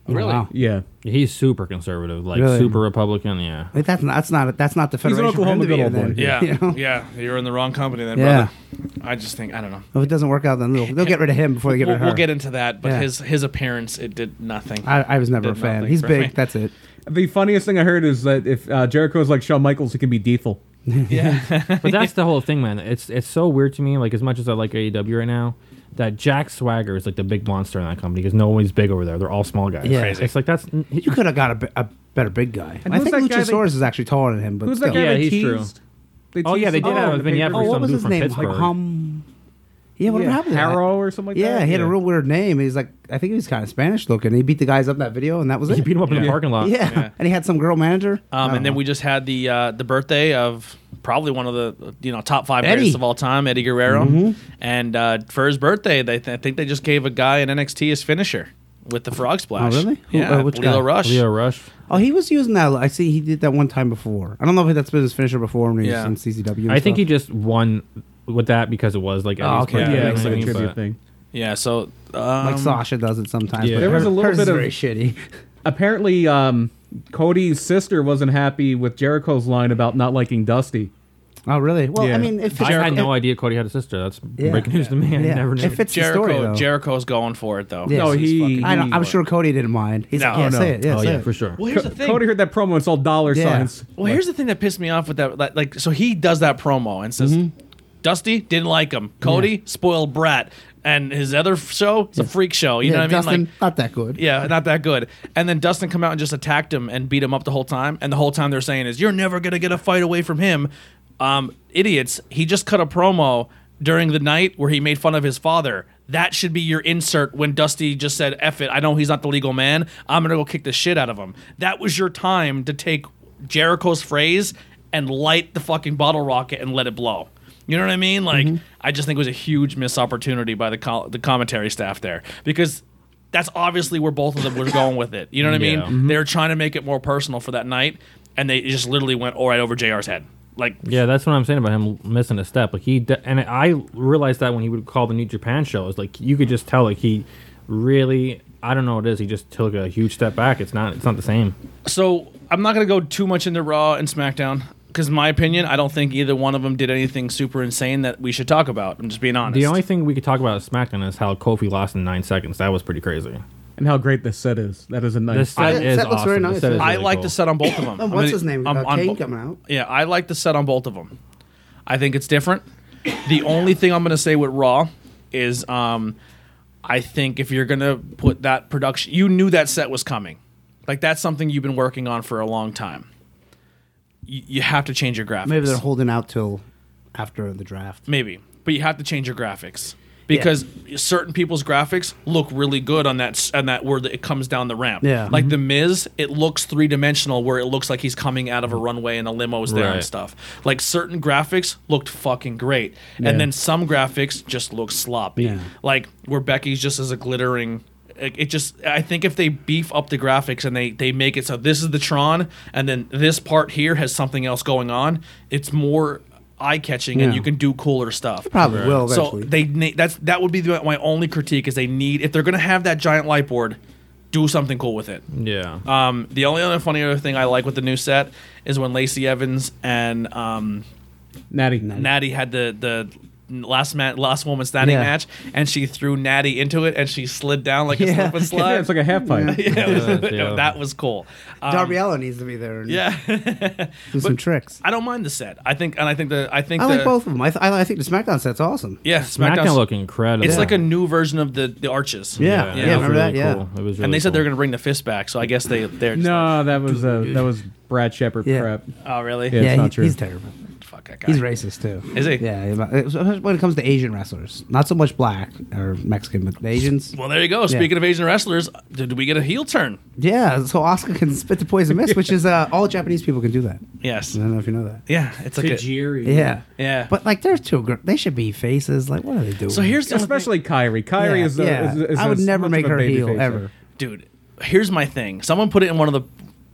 S2: really?
S3: Wow.
S4: Yeah,
S5: he's super conservative, like
S3: Really?
S5: super Republican. Yeah.
S3: Like, that's not. That's not. That's not the
S4: an
S3: federation. for him
S4: Oklahoma
S3: to be
S4: good
S3: in
S4: old
S3: then,
S4: boy.
S2: Yeah,
S3: you know?
S2: yeah. You're in the wrong company then,
S3: Yeah.
S2: brother. I just think I don't know.
S3: If it doesn't work out, then they'll, they'll get rid of him before they get
S2: We'll,
S3: rid of her.
S2: we'll get into that, but
S3: Yeah.
S2: his his appearance it did nothing.
S3: I, I was never a
S2: Did
S3: fan.
S2: nothing
S3: He's
S2: for
S3: big.
S2: me.
S3: That's it.
S4: the funniest thing I heard is that if uh, Jericho is like Shawn Michaels, he can be Deethel.
S2: yeah,
S5: But that's the whole thing, man. It's it's so weird to me. Like as much as I like AEW right now, that Jack Swagger is like the big monster in that company because no one's big over there. They're all small guys.
S3: Yeah.
S5: It's like that's he-
S3: You could have got a, be- a better big guy. I
S4: who's
S3: think
S4: that guy that-
S3: Luchasaurus is actually taller than him, but
S4: Who's
S3: still.
S4: that guy
S5: Yeah,
S4: that
S5: he's
S4: teased?
S5: true. Oh,
S4: teased
S5: yeah, they
S4: him
S5: did
S4: on
S5: have a
S4: the
S5: vignette
S4: pay-per-view.
S5: for
S3: what
S5: some
S3: was
S5: dude
S3: his
S5: from
S3: name?
S5: Pittsburgh.
S3: Like Hum. Yeah, whatever
S4: Yeah,
S3: happened to that?
S4: Harrow or something like
S3: yeah,
S4: that?
S3: he had a
S4: Yeah.
S3: real weird name. He's like, I think he was kind of Spanish looking. He beat the guys up in that video, and that was
S5: he
S3: it.
S5: beat him up in the
S2: Yeah.
S5: parking lot.
S3: yeah.
S2: Yeah.
S3: and he had some girl manager.
S2: um,
S3: I
S2: and
S3: don't
S2: then we just had the uh, the birthday of probably one of the you know top five
S3: Eddie. Mm-hmm.
S2: greatest of all time, Eddie Guerrero. And uh, for his birthday, they th- I think they just gave a guy in NXT his finisher with the frog splash.
S3: Oh, really? Who-
S2: Yeah,
S3: uh, which
S2: Lilo
S3: guy?
S2: Rush.
S5: Leo Rush.
S3: know. oh, he was using that. I see he did that one time before. I don't know if that's been his finisher before when he
S2: Yeah.
S3: was in CCW. and
S5: I think he
S3: stuff.
S5: just won with that because it was like Eddie's
S3: okay.
S5: birthday,
S2: Yeah,
S5: you know
S4: it's
S5: what I
S4: like a
S5: mean?
S4: tribute
S5: But-
S4: thing.
S2: Yeah, so um,
S3: like Sasha does it sometimes.
S5: yeah.
S3: But
S5: There
S4: was
S3: her-
S4: a little
S3: hers
S4: bit
S3: is
S4: of-
S3: very shitty.
S4: Apparently, um, Cody's sister wasn't happy with Jericho's line about not liking Dusty.
S3: Oh, really? Well,
S4: Yeah.
S3: I mean, if
S5: I had no
S3: if-
S5: idea Cody had a sister. That's
S3: Yeah.
S5: breaking news to me. I
S3: Yeah.
S5: never knew.
S3: If it's the
S2: Jericho.
S3: story, though.
S2: Jericho's going for it though.
S3: Yeah. No,
S2: He's
S4: he-
S2: fucking-
S3: I don't, I'm
S2: Well,
S3: sure Cody didn't mind. He's
S2: No.
S3: like, yeah,
S2: Oh,
S4: no.
S3: say it. Yeah,
S5: oh
S3: say
S5: yeah,
S3: it.
S5: for sure.
S2: here's the
S4: Co-
S2: thing.
S4: Cody heard that promo and saw dollar
S3: Yeah.
S4: signs.
S2: Well, here's the thing that pissed me off with that. Like, like so he does that promo and says,
S3: Mm-hmm.
S2: "Dusty didn't like him. Cody spoiled brat, and his other f- show it's a freak show. You
S3: yeah,
S2: know what
S3: Dustin,
S2: I mean? Like,
S3: not that good.
S2: yeah, not that good. And then Dustin come out and just attacked him and beat him up the whole time. And the whole time they're saying is, "You're never gonna get a fight away from him." Um, idiots. He just cut a promo during the night where he made fun of his father. That should be your insert when Dusty just said, "F it. I know he's not the legal man. I'm gonna go kick the shit out of him." That was your time to take Jericho's phrase and light the fucking bottle rocket and let it blow. You know what I mean? Like, I just think it was a huge missed opportunity by the col the commentary staff there because that's obviously where both of them were going with it. You know what I mean?
S5: Yeah. Mhm.
S2: They were trying to make it more personal for that night, and they just literally went all right over Jr's head. Like,
S5: Yeah, that's what I'm saying about him missing a step. Like he de- and I realized that when he would call the New Japan shows, like you could just tell like he really I don't know what it is. He just took a huge step back. It's not it's not the same.
S2: so I'm not gonna go too much into Raw and SmackDown because, my opinion, I don't think either one of them did anything super insane that we should talk about. I'm just being honest.
S5: The only thing we could talk about at SmackDown is how Kofi lost in nine seconds. That was pretty crazy.
S4: And how great this set is. That is a nice.
S5: This set
S3: that
S5: is
S3: looks
S5: awesome.
S3: very
S5: The
S3: nice.
S5: set is
S2: I
S5: really
S2: like
S5: cool.
S2: the set on both of them.
S3: what's his name? Uh, Kane coming out.
S2: Yeah, I like the set on both of them. I think it's different. The only thing I'm going to say with Raw is, um, I think if you're going to put that production, you knew that set was coming. Like that's something you've been working on for a long time. You, you have to change your graphics.
S3: Maybe they're holding out till after the draft.
S2: Maybe, but you have to change your graphics because certain people's graphics look really good on that s- on that where it comes down the ramp.
S3: Yeah. Mm-hmm.
S2: like the Miz, it looks three dimensional where it looks like he's coming out of a runway and a limo is there
S5: Right.
S2: and stuff. Like certain graphics looked fucking great, and then some graphics just look sloppy.
S3: Yeah.
S2: Like where Becky's just as a glittering. It it just, I think if they beef up the graphics and they, they make it so this is the Tron and then this part here has something else going on, it's more eye catching and
S3: Yeah.
S2: you can do cooler stuff.
S3: Probably will
S2: So
S3: eventually.
S2: they ne- that's that would be the, my only critique is they need if they're gonna have that giant light board, do something cool with it.
S5: Yeah.
S2: Um, the only other funny other thing I like with the new set is when Lacey Evans and um,
S4: Natty.
S2: Natty had the the last man last woman standing
S3: Yeah.
S2: match and she threw Natty into it and she slid down like a
S3: Yeah.
S2: slip and slide.
S4: Yeah, it's like a half pipe.
S2: Yeah, it was-
S5: Yeah.
S2: that was cool. Um,
S3: Darby Allin needs to be there and
S2: yeah,
S3: do some tricks.
S2: I don't mind the set. I think and I think the I think
S3: I
S2: the,
S3: like both of them. I, th- I, I think the SmackDown set's awesome.
S2: Yeah,
S5: SmackDown,
S2: SmackDown's-
S5: looked incredible.
S2: It's like a new version of the the arches.
S3: Yeah.
S5: it
S2: Yeah,
S5: was
S2: remember
S5: really
S3: that? Yeah.
S5: cool. It was really
S2: and they said
S5: cool.
S2: they're going to bring the fist back, so I guess they they're just
S4: No, that was uh, that was Brad Shepard
S3: Yeah.
S4: prep.
S2: like, oh really?
S4: Yeah. It's
S3: Yeah,
S4: not
S3: he-
S4: true.
S3: he's terrible.
S2: fuck that guy.
S3: He's racist too.
S2: Is he?
S3: Yeah. but- When it comes to Asian wrestlers, not so much black or Mexican, but the Asians.
S2: Well, there you go. Speaking of Asian wrestlers, did we get a heel turn?
S3: Yeah. So Oscar can spit the poison mist, which is uh, all Japanese people can do that.
S2: Yes.
S3: I don't know if you know that.
S2: Yeah, it's like a,
S3: Yeah.
S2: yeah.
S3: But like, they're too. Gr- they should be faces. Like, what are they doing?
S2: so here's the only thing-
S4: Especially Kyrie. Kyrie
S3: Yeah,
S4: is, a,
S3: yeah.
S4: is, a- is
S3: I would
S4: as
S3: never
S4: much
S3: make
S4: of a
S3: her heel
S4: babyface
S3: ever.
S2: dude here's my thing someone put it in one of the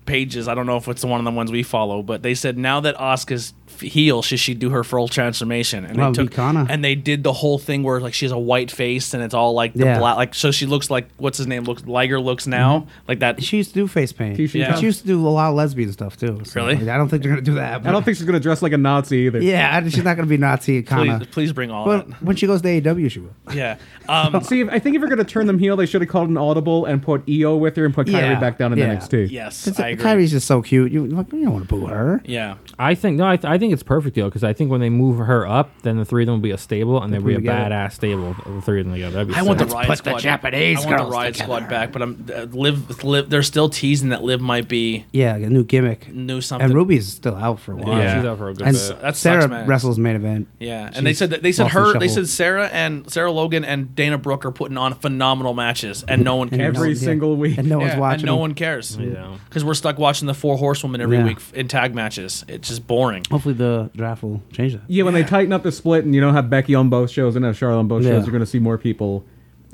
S2: pages i don't know if it's the one of the ones we follow but they said now that oscar's heel should she do her full transformation and
S3: Well,
S2: they took
S3: Vicana.
S2: and they did the whole thing where like she has a white face and it's all like the
S3: Yeah. Mm-hmm.
S2: black like so she looks like what's his name looks liger looks now like that
S3: She used to do face paint.
S4: Keisha
S2: Yeah. Cole.
S3: She used to do a lot of lesbian stuff too. So,
S2: Really?
S3: like, I don't think they're gonna do that.
S4: I don't think she's gonna dress like a Nazi either.
S3: Yeah, I- she's not gonna be Nazi kind
S2: please,
S3: of.
S2: please bring all
S3: But
S2: that
S3: when she goes to AEW, she will.
S2: yeah um
S4: See, if, I think if you're gonna turn them heel, they should have called an audible and put EO with her and put Kyrie
S3: Yeah.
S4: back down in
S3: Yeah.
S4: NXT.
S2: yes
S3: It's-
S2: i agree
S3: Kyrie's just so cute. You like, you don't want to boo her.
S2: yeah
S5: I think no, I, th- I think it's perfect though because I think when they move her up, then the three of them will be a stable, and they'll be a
S3: together.
S5: badass stable. The three of them together. That'd be
S2: I want the
S5: sick.
S2: riot
S3: put the
S2: squad.
S3: Japanese
S2: I want
S3: girls
S2: the riot
S3: together.
S2: squad back, but I'm uh, live. Live. They're still teasing that live might be
S3: Yeah, a new gimmick.
S2: new something.
S3: And Ruby's still out for a while.
S5: Yeah,
S2: Yeah.
S5: she's out for a good
S3: And
S5: bit.
S2: that sucks,
S3: Sarah
S2: man.
S3: wrestles main event.
S2: Yeah, and they
S3: She's
S2: said that they said
S3: lost the
S2: her, they
S3: shuffle.
S2: said Sarah and Sarah Logan and Dana Brooke are putting on phenomenal matches, and no one
S3: And
S2: cares.
S4: Every
S3: one's-
S4: single week.
S3: and no
S2: Yeah,
S3: one's watching.
S2: and no
S3: them.
S2: one cares.
S3: Mm.
S5: Yeah.
S2: because we're stuck watching the four horsewomen every
S3: Yeah.
S2: week in tag matches. It's just boring.
S3: Hopefully, the draft will change that.
S4: Yeah, when they tighten up the split and you don't have Becky on both shows and have Charlotte on both
S3: Yeah.
S4: shows, you're gonna see more people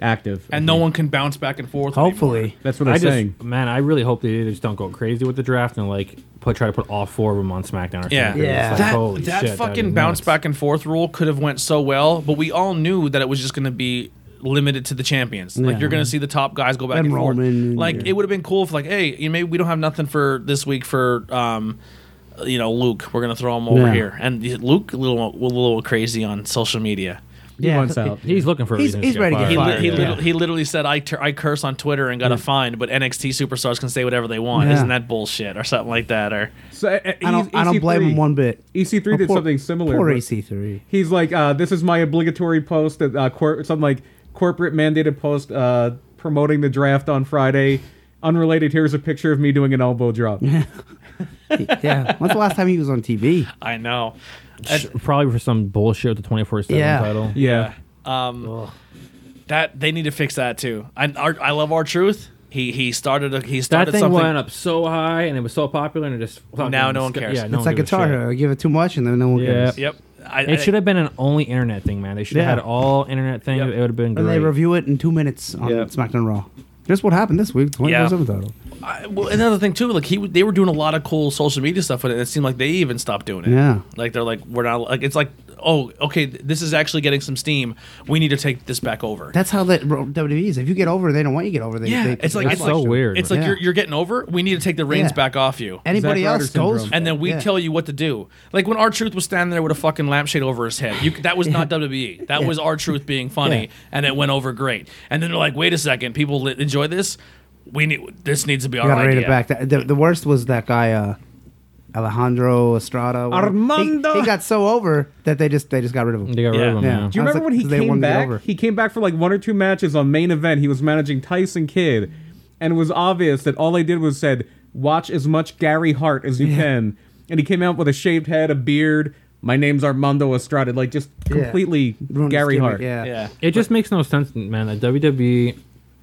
S4: active.
S2: And no one can bounce back and forth. anymore.
S3: Hopefully,
S4: that's what I'm
S5: I just,
S4: saying.
S5: man, I really hope they just don't go crazy with the draft and like put try to put all four of them on SmackDown. Or
S2: Yeah.
S5: something. It's
S3: Yeah.
S5: like,
S2: that,
S5: holy
S2: that
S5: shit, that'd be
S2: fucking bounce
S5: nuts.
S2: back and forth rule could have went so well, but we all knew that it was just going to be limited to the champions. Like
S3: Yeah.
S2: you're going to see the top guys go back
S3: And
S2: and, forth.
S3: Roman,
S2: Like
S3: yeah.
S2: it would have been cool if like, hey, you know, maybe we don't have nothing for this week for um, you know Luke. We're going to throw him over
S3: Yeah.
S2: here, and Luke a little a little crazy on social media.
S3: yeah,
S4: wants out.
S5: He's looking for a
S3: He's-
S5: reason.
S3: he's
S5: to get
S3: ready to get
S2: He,
S5: fired.
S2: li-
S3: fired,
S2: he,
S5: yeah.
S2: lit- he literally said, I, tur I curse on Twitter and got a fine, but NXT superstars can say whatever they want.
S3: Yeah.
S2: Isn't that bullshit? Or something like that. Or
S4: So, uh, uh,
S3: I don't. I don't
S4: EC3
S3: blame him one bit.
S4: EC3 E did
S3: Oh, Poor-
S4: something similar.
S3: Poor E
S4: but
S3: EC3.
S4: He's like, uh, this is my obligatory post that uh, cor- something like corporate mandated post uh, promoting the draft on Friday. Unrelated, here's a picture of me doing an elbow drop.
S3: yeah. When's the last time he was on TV?
S2: I know.
S5: Sh- probably for some bullshit with the twenty four seven
S3: Yeah.
S5: title.
S4: yeah.
S2: That they need to fix that too. I our, I love our truth. He he started a, he
S5: That
S2: started
S5: thing
S2: something.
S5: went up so high and it was so popular and it just fucking-
S2: Now no one cares.
S5: Yeah,
S3: it's
S5: no one
S3: like
S5: gives a
S3: Guitar
S5: shit.
S3: Hero. Give it too much, and then no one
S5: Yeah.
S3: cares.
S2: Yep. I,
S5: It
S2: I-
S5: should have been an only internet thing, man. They should have
S3: Yeah.
S5: had all internet thing.
S2: Yep.
S5: It would have been
S3: And
S5: great.
S3: they review it in two minutes on
S5: Yeah.
S3: SmackDown Raw. That's what happened this week. 24 7 title.
S2: I- well, another thing too. Like he w- they were doing a lot of cool social media stuff with it. and It seemed like they even stopped doing it.
S3: Yeah.
S2: Like they're like we're not like it's like oh okay th- this is actually getting some steam. We need to take this back over.
S3: That's how that WWE E is. If you get over, they don't want you to get over. They,
S2: yeah.
S3: they,
S2: it's like
S5: that's
S2: it's
S5: so
S2: like,
S5: weird.
S2: It's like
S3: Yeah.
S2: you're you're getting over. We need to take the reins
S3: Yeah.
S2: back off you.
S3: anybody
S4: Zack Ryder
S3: else goes.
S4: syndrome.
S2: and then we
S3: yeah.
S2: tell you what to do. Like when our truth was standing there with a fucking lampshade over his head. You, that was not WWE. That was our truth being funny,
S3: Yeah.
S2: and it went over great. And then they're like, "Wait a second, people li- enjoy this. We need this needs to be
S3: You
S2: our
S3: gotta rate
S2: idea."
S3: it back. That- The, the worst was that guy, uh, Alejandro Estrada. whatever.
S4: Armando!
S3: He, he got so over that they just they just got rid of him.
S5: they got rid
S2: Yeah.
S5: of him.
S3: Yeah.
S5: Yeah.
S4: Do you
S3: I was
S4: remember
S3: like,
S4: when he
S3: 'cause they
S4: came
S3: wanted it
S4: back?
S3: over.
S4: He came back for like one or two matches on main event. He was managing Tyson Kidd, and it was obvious that all they did was said, "Watch as much Gary Hart as you can." And he came out with a shaved head, a beard. My name's Armando Estrada, like just
S3: Yeah.
S4: completely
S3: Ruined his
S4: Gary
S3: gimmick,
S4: Hart.
S3: Yeah.
S2: Yeah.
S5: It just makes no sense, man. That WWE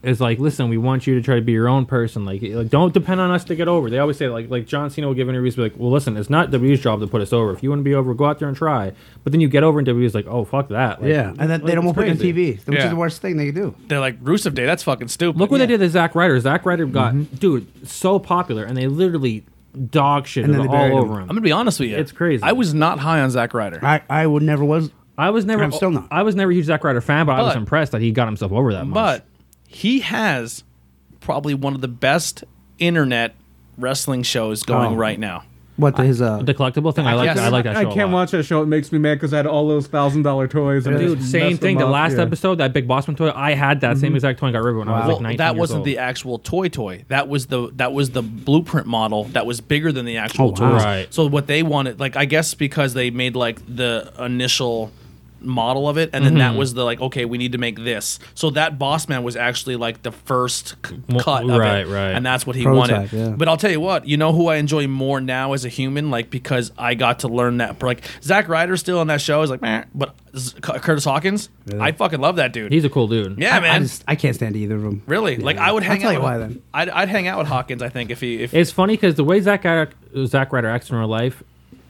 S5: is like, listen, we want you to try to be your own person. Like, like don't depend on us to get over. They always say like, like John Cena will give interviews, be like, well, listen, it's not WWE's job to put us over. If you want to be over, go out there and try. But then you get over, and WWE's like, oh fuck that. Like,
S3: Yeah. And then they
S5: like,
S3: don't
S5: it's
S3: want to put it on
S5: crazy.
S3: TV, which
S2: Yeah.
S3: is the worst thing they could do.
S2: They're like Rusev Day. That's fucking stupid.
S5: Look what they did to Zack Ryder. Zack Ryder got
S3: Mm-hmm.
S5: dude so popular, and they literally dog shit
S3: And then they
S5: all
S3: buried him.
S5: over him.
S2: I'm gonna be honest with you.
S5: It's crazy.
S2: I was not high on Zack Ryder.
S3: I, I would never was.
S5: I was never.
S3: I'm still not.
S5: I was never a huge Zack Ryder fan, but, I was
S2: But-
S5: impressed that he got himself over that much.
S2: But he has probably one of the best internet wrestling shows going
S3: Oh.
S2: right now.
S3: What his uh
S5: the collectible thing, I like.
S2: Yes.
S5: I like that show.
S4: I
S5: a
S4: can't
S5: lot.
S4: watch that show. It makes me mad because I had all those thousand dollar toys. And I
S5: Dude,
S4: just
S5: same
S4: messed
S5: thing.
S4: them
S5: The
S4: up.
S5: last
S4: Yeah.
S5: episode, that big Bossman toy, I had that same exact toy and got rid of it when I was
S2: Well,
S5: like 19
S2: that
S5: years
S2: wasn't
S5: old.
S2: the actual toy toy. That was the that was the blueprint model that was bigger than the actual
S3: Oh, wow.
S2: toys.
S5: Right.
S2: So what they wanted, like I guess because they made like the initial model of it, and then that
S5: Mm-hmm.
S2: was the like, okay, we need to make this. So that boss man was actually like the first c-
S5: Mo-
S2: cut of
S5: right,
S2: it,
S5: right.
S2: and that's what he
S3: Prototype,
S2: wanted.
S3: yeah.
S2: But I'll tell you what, you know who I enjoy more now as a human, like because I got to learn that. Like Zack Ryder still on that show is like, Meh. but Z- C- Curtis Hawkins, I fucking love that dude.
S5: He's a cool dude.
S2: yeah,
S3: I-
S2: man.
S3: I, just, I can't stand either of them.
S2: Really? Like I would
S3: I'll
S2: hang
S3: tell
S2: out.
S3: you
S2: with-
S3: why then.
S2: I'd, I'd hang out with Hawkins. I think if he if
S5: It's funny because the way Zack Ryder, Zack Ryder acts in real life,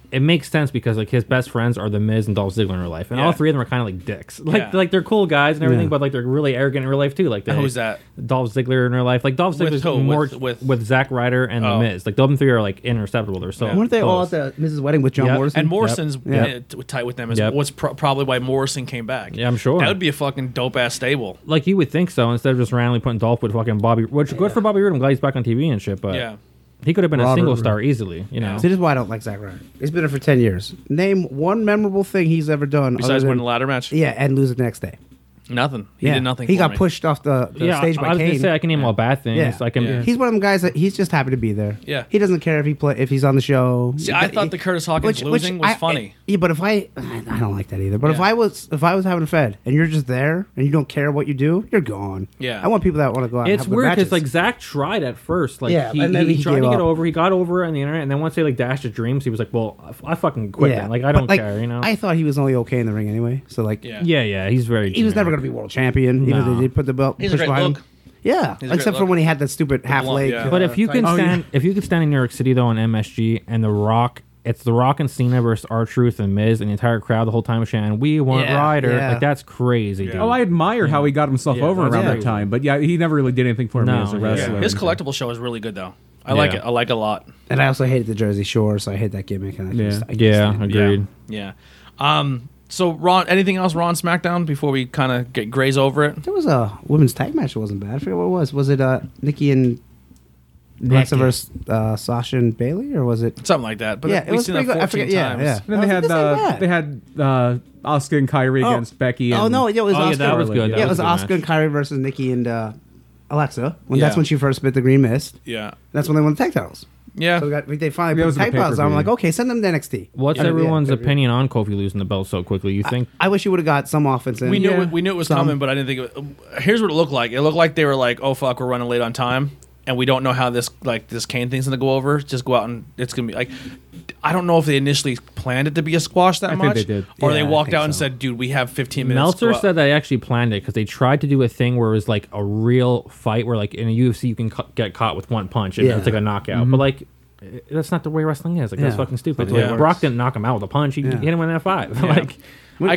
S5: it makes sense because like his best friends are the Miz and Dolph Ziggler in real life, and
S2: Yeah.
S5: all three of them are kind of like dicks. Like
S2: Yeah.
S5: like they're cool guys and everything,
S3: Yeah.
S5: but like they're really arrogant in real life too. Like they,
S2: Who's that?
S5: Dolph Ziggler in real life. Like Dolph
S2: With
S5: Ziggler's
S2: who?
S5: more
S2: With-
S5: with,
S2: with-
S5: with Zack Ryder and
S2: Oh.
S5: the Miz. Like them three are like interceptable. They're so
S3: Weren't they all at
S5: close.
S3: the Mrs. Wedding with John
S5: Yep.
S3: Morrison?
S2: and Morrison's
S3: Yep.
S2: uh, t- tight with them is
S5: Yep.
S2: what's pro- probably why Morrison came back.
S5: Yeah, I'm sure.
S2: that would be a fucking dope ass stable.
S5: like you would think so instead of just randomly putting Dolph with fucking Bobby, which good for Bobby Roode. I'm glad he's back on TV and shit, but
S2: Yeah.
S5: he could have been a
S3: Robert
S5: single
S3: Roode.
S5: star easily. You know,
S3: So this is why I don't like Zack Ryder. He's been there for ten years. Name one memorable thing he's ever done other
S2: Besides
S3: than-
S2: winning the ladder match,
S3: Yeah, and lose it the next day.
S2: nothing. He
S3: yeah.
S2: did nothing.
S3: He
S2: for
S3: got
S2: me.
S3: pushed off the, the
S5: yeah.
S3: stage
S5: I,
S3: by
S5: I was
S3: Kane.
S5: gonna say I can name all bad things.
S3: yeah.
S5: I can.
S2: Yeah.
S3: He's one of them guys that he's just happy to be there.
S2: Yeah.
S3: He doesn't care if he play if he's on the show.
S2: See, I thought the Curtis Hawkins losing was
S3: I- eh,
S2: funny.
S3: Yeah, but if I I don't like that either. But if
S2: Yeah.
S3: I was if I was having a fed and you're just there and you don't care what you do, you're gone.
S2: Yeah.
S3: I want people that want to go out. and
S5: It's
S3: have good
S5: weird
S3: matches.
S5: because like Zach tried at first, like
S3: Yeah,
S5: he,
S3: and then
S5: he,
S3: he
S5: tried to
S3: gave
S5: get
S3: up.
S5: over. He got over on the internet, and then once they like dashed his dreams, he was like, "Well, I f- I fucking quit. then. Like I
S3: but,
S5: don't care, you know."
S3: I thought he was only okay in the ring anyway. So like,
S2: Yeah.
S5: yeah, yeah, he's very.
S3: he was never going
S5: generic.
S3: to be world champion. Even
S5: No.
S3: if they did put the belt.
S2: He's a
S3: push
S2: great
S3: behind
S2: look.
S3: him. Yeah,
S2: He's a
S3: except
S2: great
S3: for
S2: look.
S3: when he had that stupid half
S2: blonde,
S3: leg.
S2: yeah.
S5: But
S3: uh,
S5: if you
S3: tight-
S5: can
S3: Oh, yeah.
S5: stand, if you can stand in New York City though, on MSG and The Rock, it's The Rock and Cena versus R Truth and Miz, and the entire crowd the whole time chanting, "We want
S3: Yeah,
S5: Ryder!"
S3: yeah.
S5: Like that's crazy, dude.
S4: Oh, I admire how he got himself
S5: Yeah,
S4: over
S5: that's
S4: around that
S5: crazy.
S4: time, but yeah, he never really did anything for me
S5: No,
S4: as a
S5: yeah.
S4: wrestler.
S2: Yeah.
S4: and
S2: His
S4: stuff.
S2: collectible show is really good though. I like
S5: Yeah.
S2: it. I like it a lot.
S3: and I also hated the Jersey Shore, so I hate that gimmick. And I
S4: Yeah.
S3: just, I just
S5: yeah,
S3: didn't.
S5: agreed.
S2: Yeah. Yeah. Um. So Ron, anything else Ron SmackDown before we kind of get graze over it?
S3: There was a women's tag match that wasn't bad. I forget what it was. Was it uh, Nikki and Alexa versus uh, Sasha and Bailey, or was it?
S2: Something like that. But
S3: yeah, it
S2: we've
S3: was
S2: seen
S3: pretty
S2: that
S3: good. I
S2: 14
S3: forget. Yeah,
S2: times.
S3: yeah.
S4: And then they
S3: I was like,
S4: had
S3: this ain't
S4: uh,
S3: bad.
S4: they had uh, Oscar and Kyrie
S3: Oh.
S4: against Becky. And
S3: oh no! Yeah, it was
S5: Oh, yeah,
S3: Oscar.
S5: that was good. That
S3: yeah, it was
S5: was a good
S3: Oscar
S5: match.
S3: and Kyrie versus Nikki and uh, Alexa. When
S2: Yeah.
S3: that's when she first bit the Green Mist.
S2: Yeah.
S3: That's when they won the tag titles.
S2: Yeah.
S3: So we got, they finally
S4: That
S3: put
S4: was
S3: the tag
S4: the
S3: titles. on. I'm
S4: pay-per-view.
S3: like, okay, send them to NXT.
S5: What's
S3: Yeah, yeah,
S5: everyone's
S3: yeah.
S5: opinion on Kofi losing the belt so quickly? You think?
S3: I wish you would have got some offense in.
S2: We knew
S4: Yeah.
S2: it, we knew it was
S3: Some.
S2: coming, but I didn't think. It, here's what it looked like. It looked like they were like, "Oh fuck, we're running late on time, and we don't know how this like this Kane thing's gonna go over. Just go out and it's gonna be like." I don't know if they initially planned it to be a squash that
S4: I think
S2: much,
S4: they did.
S2: or
S3: Yeah,
S2: they
S3: I
S2: walked
S3: think
S2: out and
S3: so.
S2: said, "Dude, we have 15 minutes."
S5: Meltzer
S2: Go out."
S5: said they actually planned it because they tried to do a thing where it was like a real fight, where like in a UFC you can cu- get caught with one punch and
S3: Yeah. Mm-hmm.
S5: it's like a knockout. But like, eh, that's not the way wrestling is. Like that's
S3: Yeah.
S5: fucking stupid.
S3: That's the way
S5: Like,
S3: it
S5: Brock
S3: works.
S5: didn't knock him out with a punch. He hit him with an F five. like,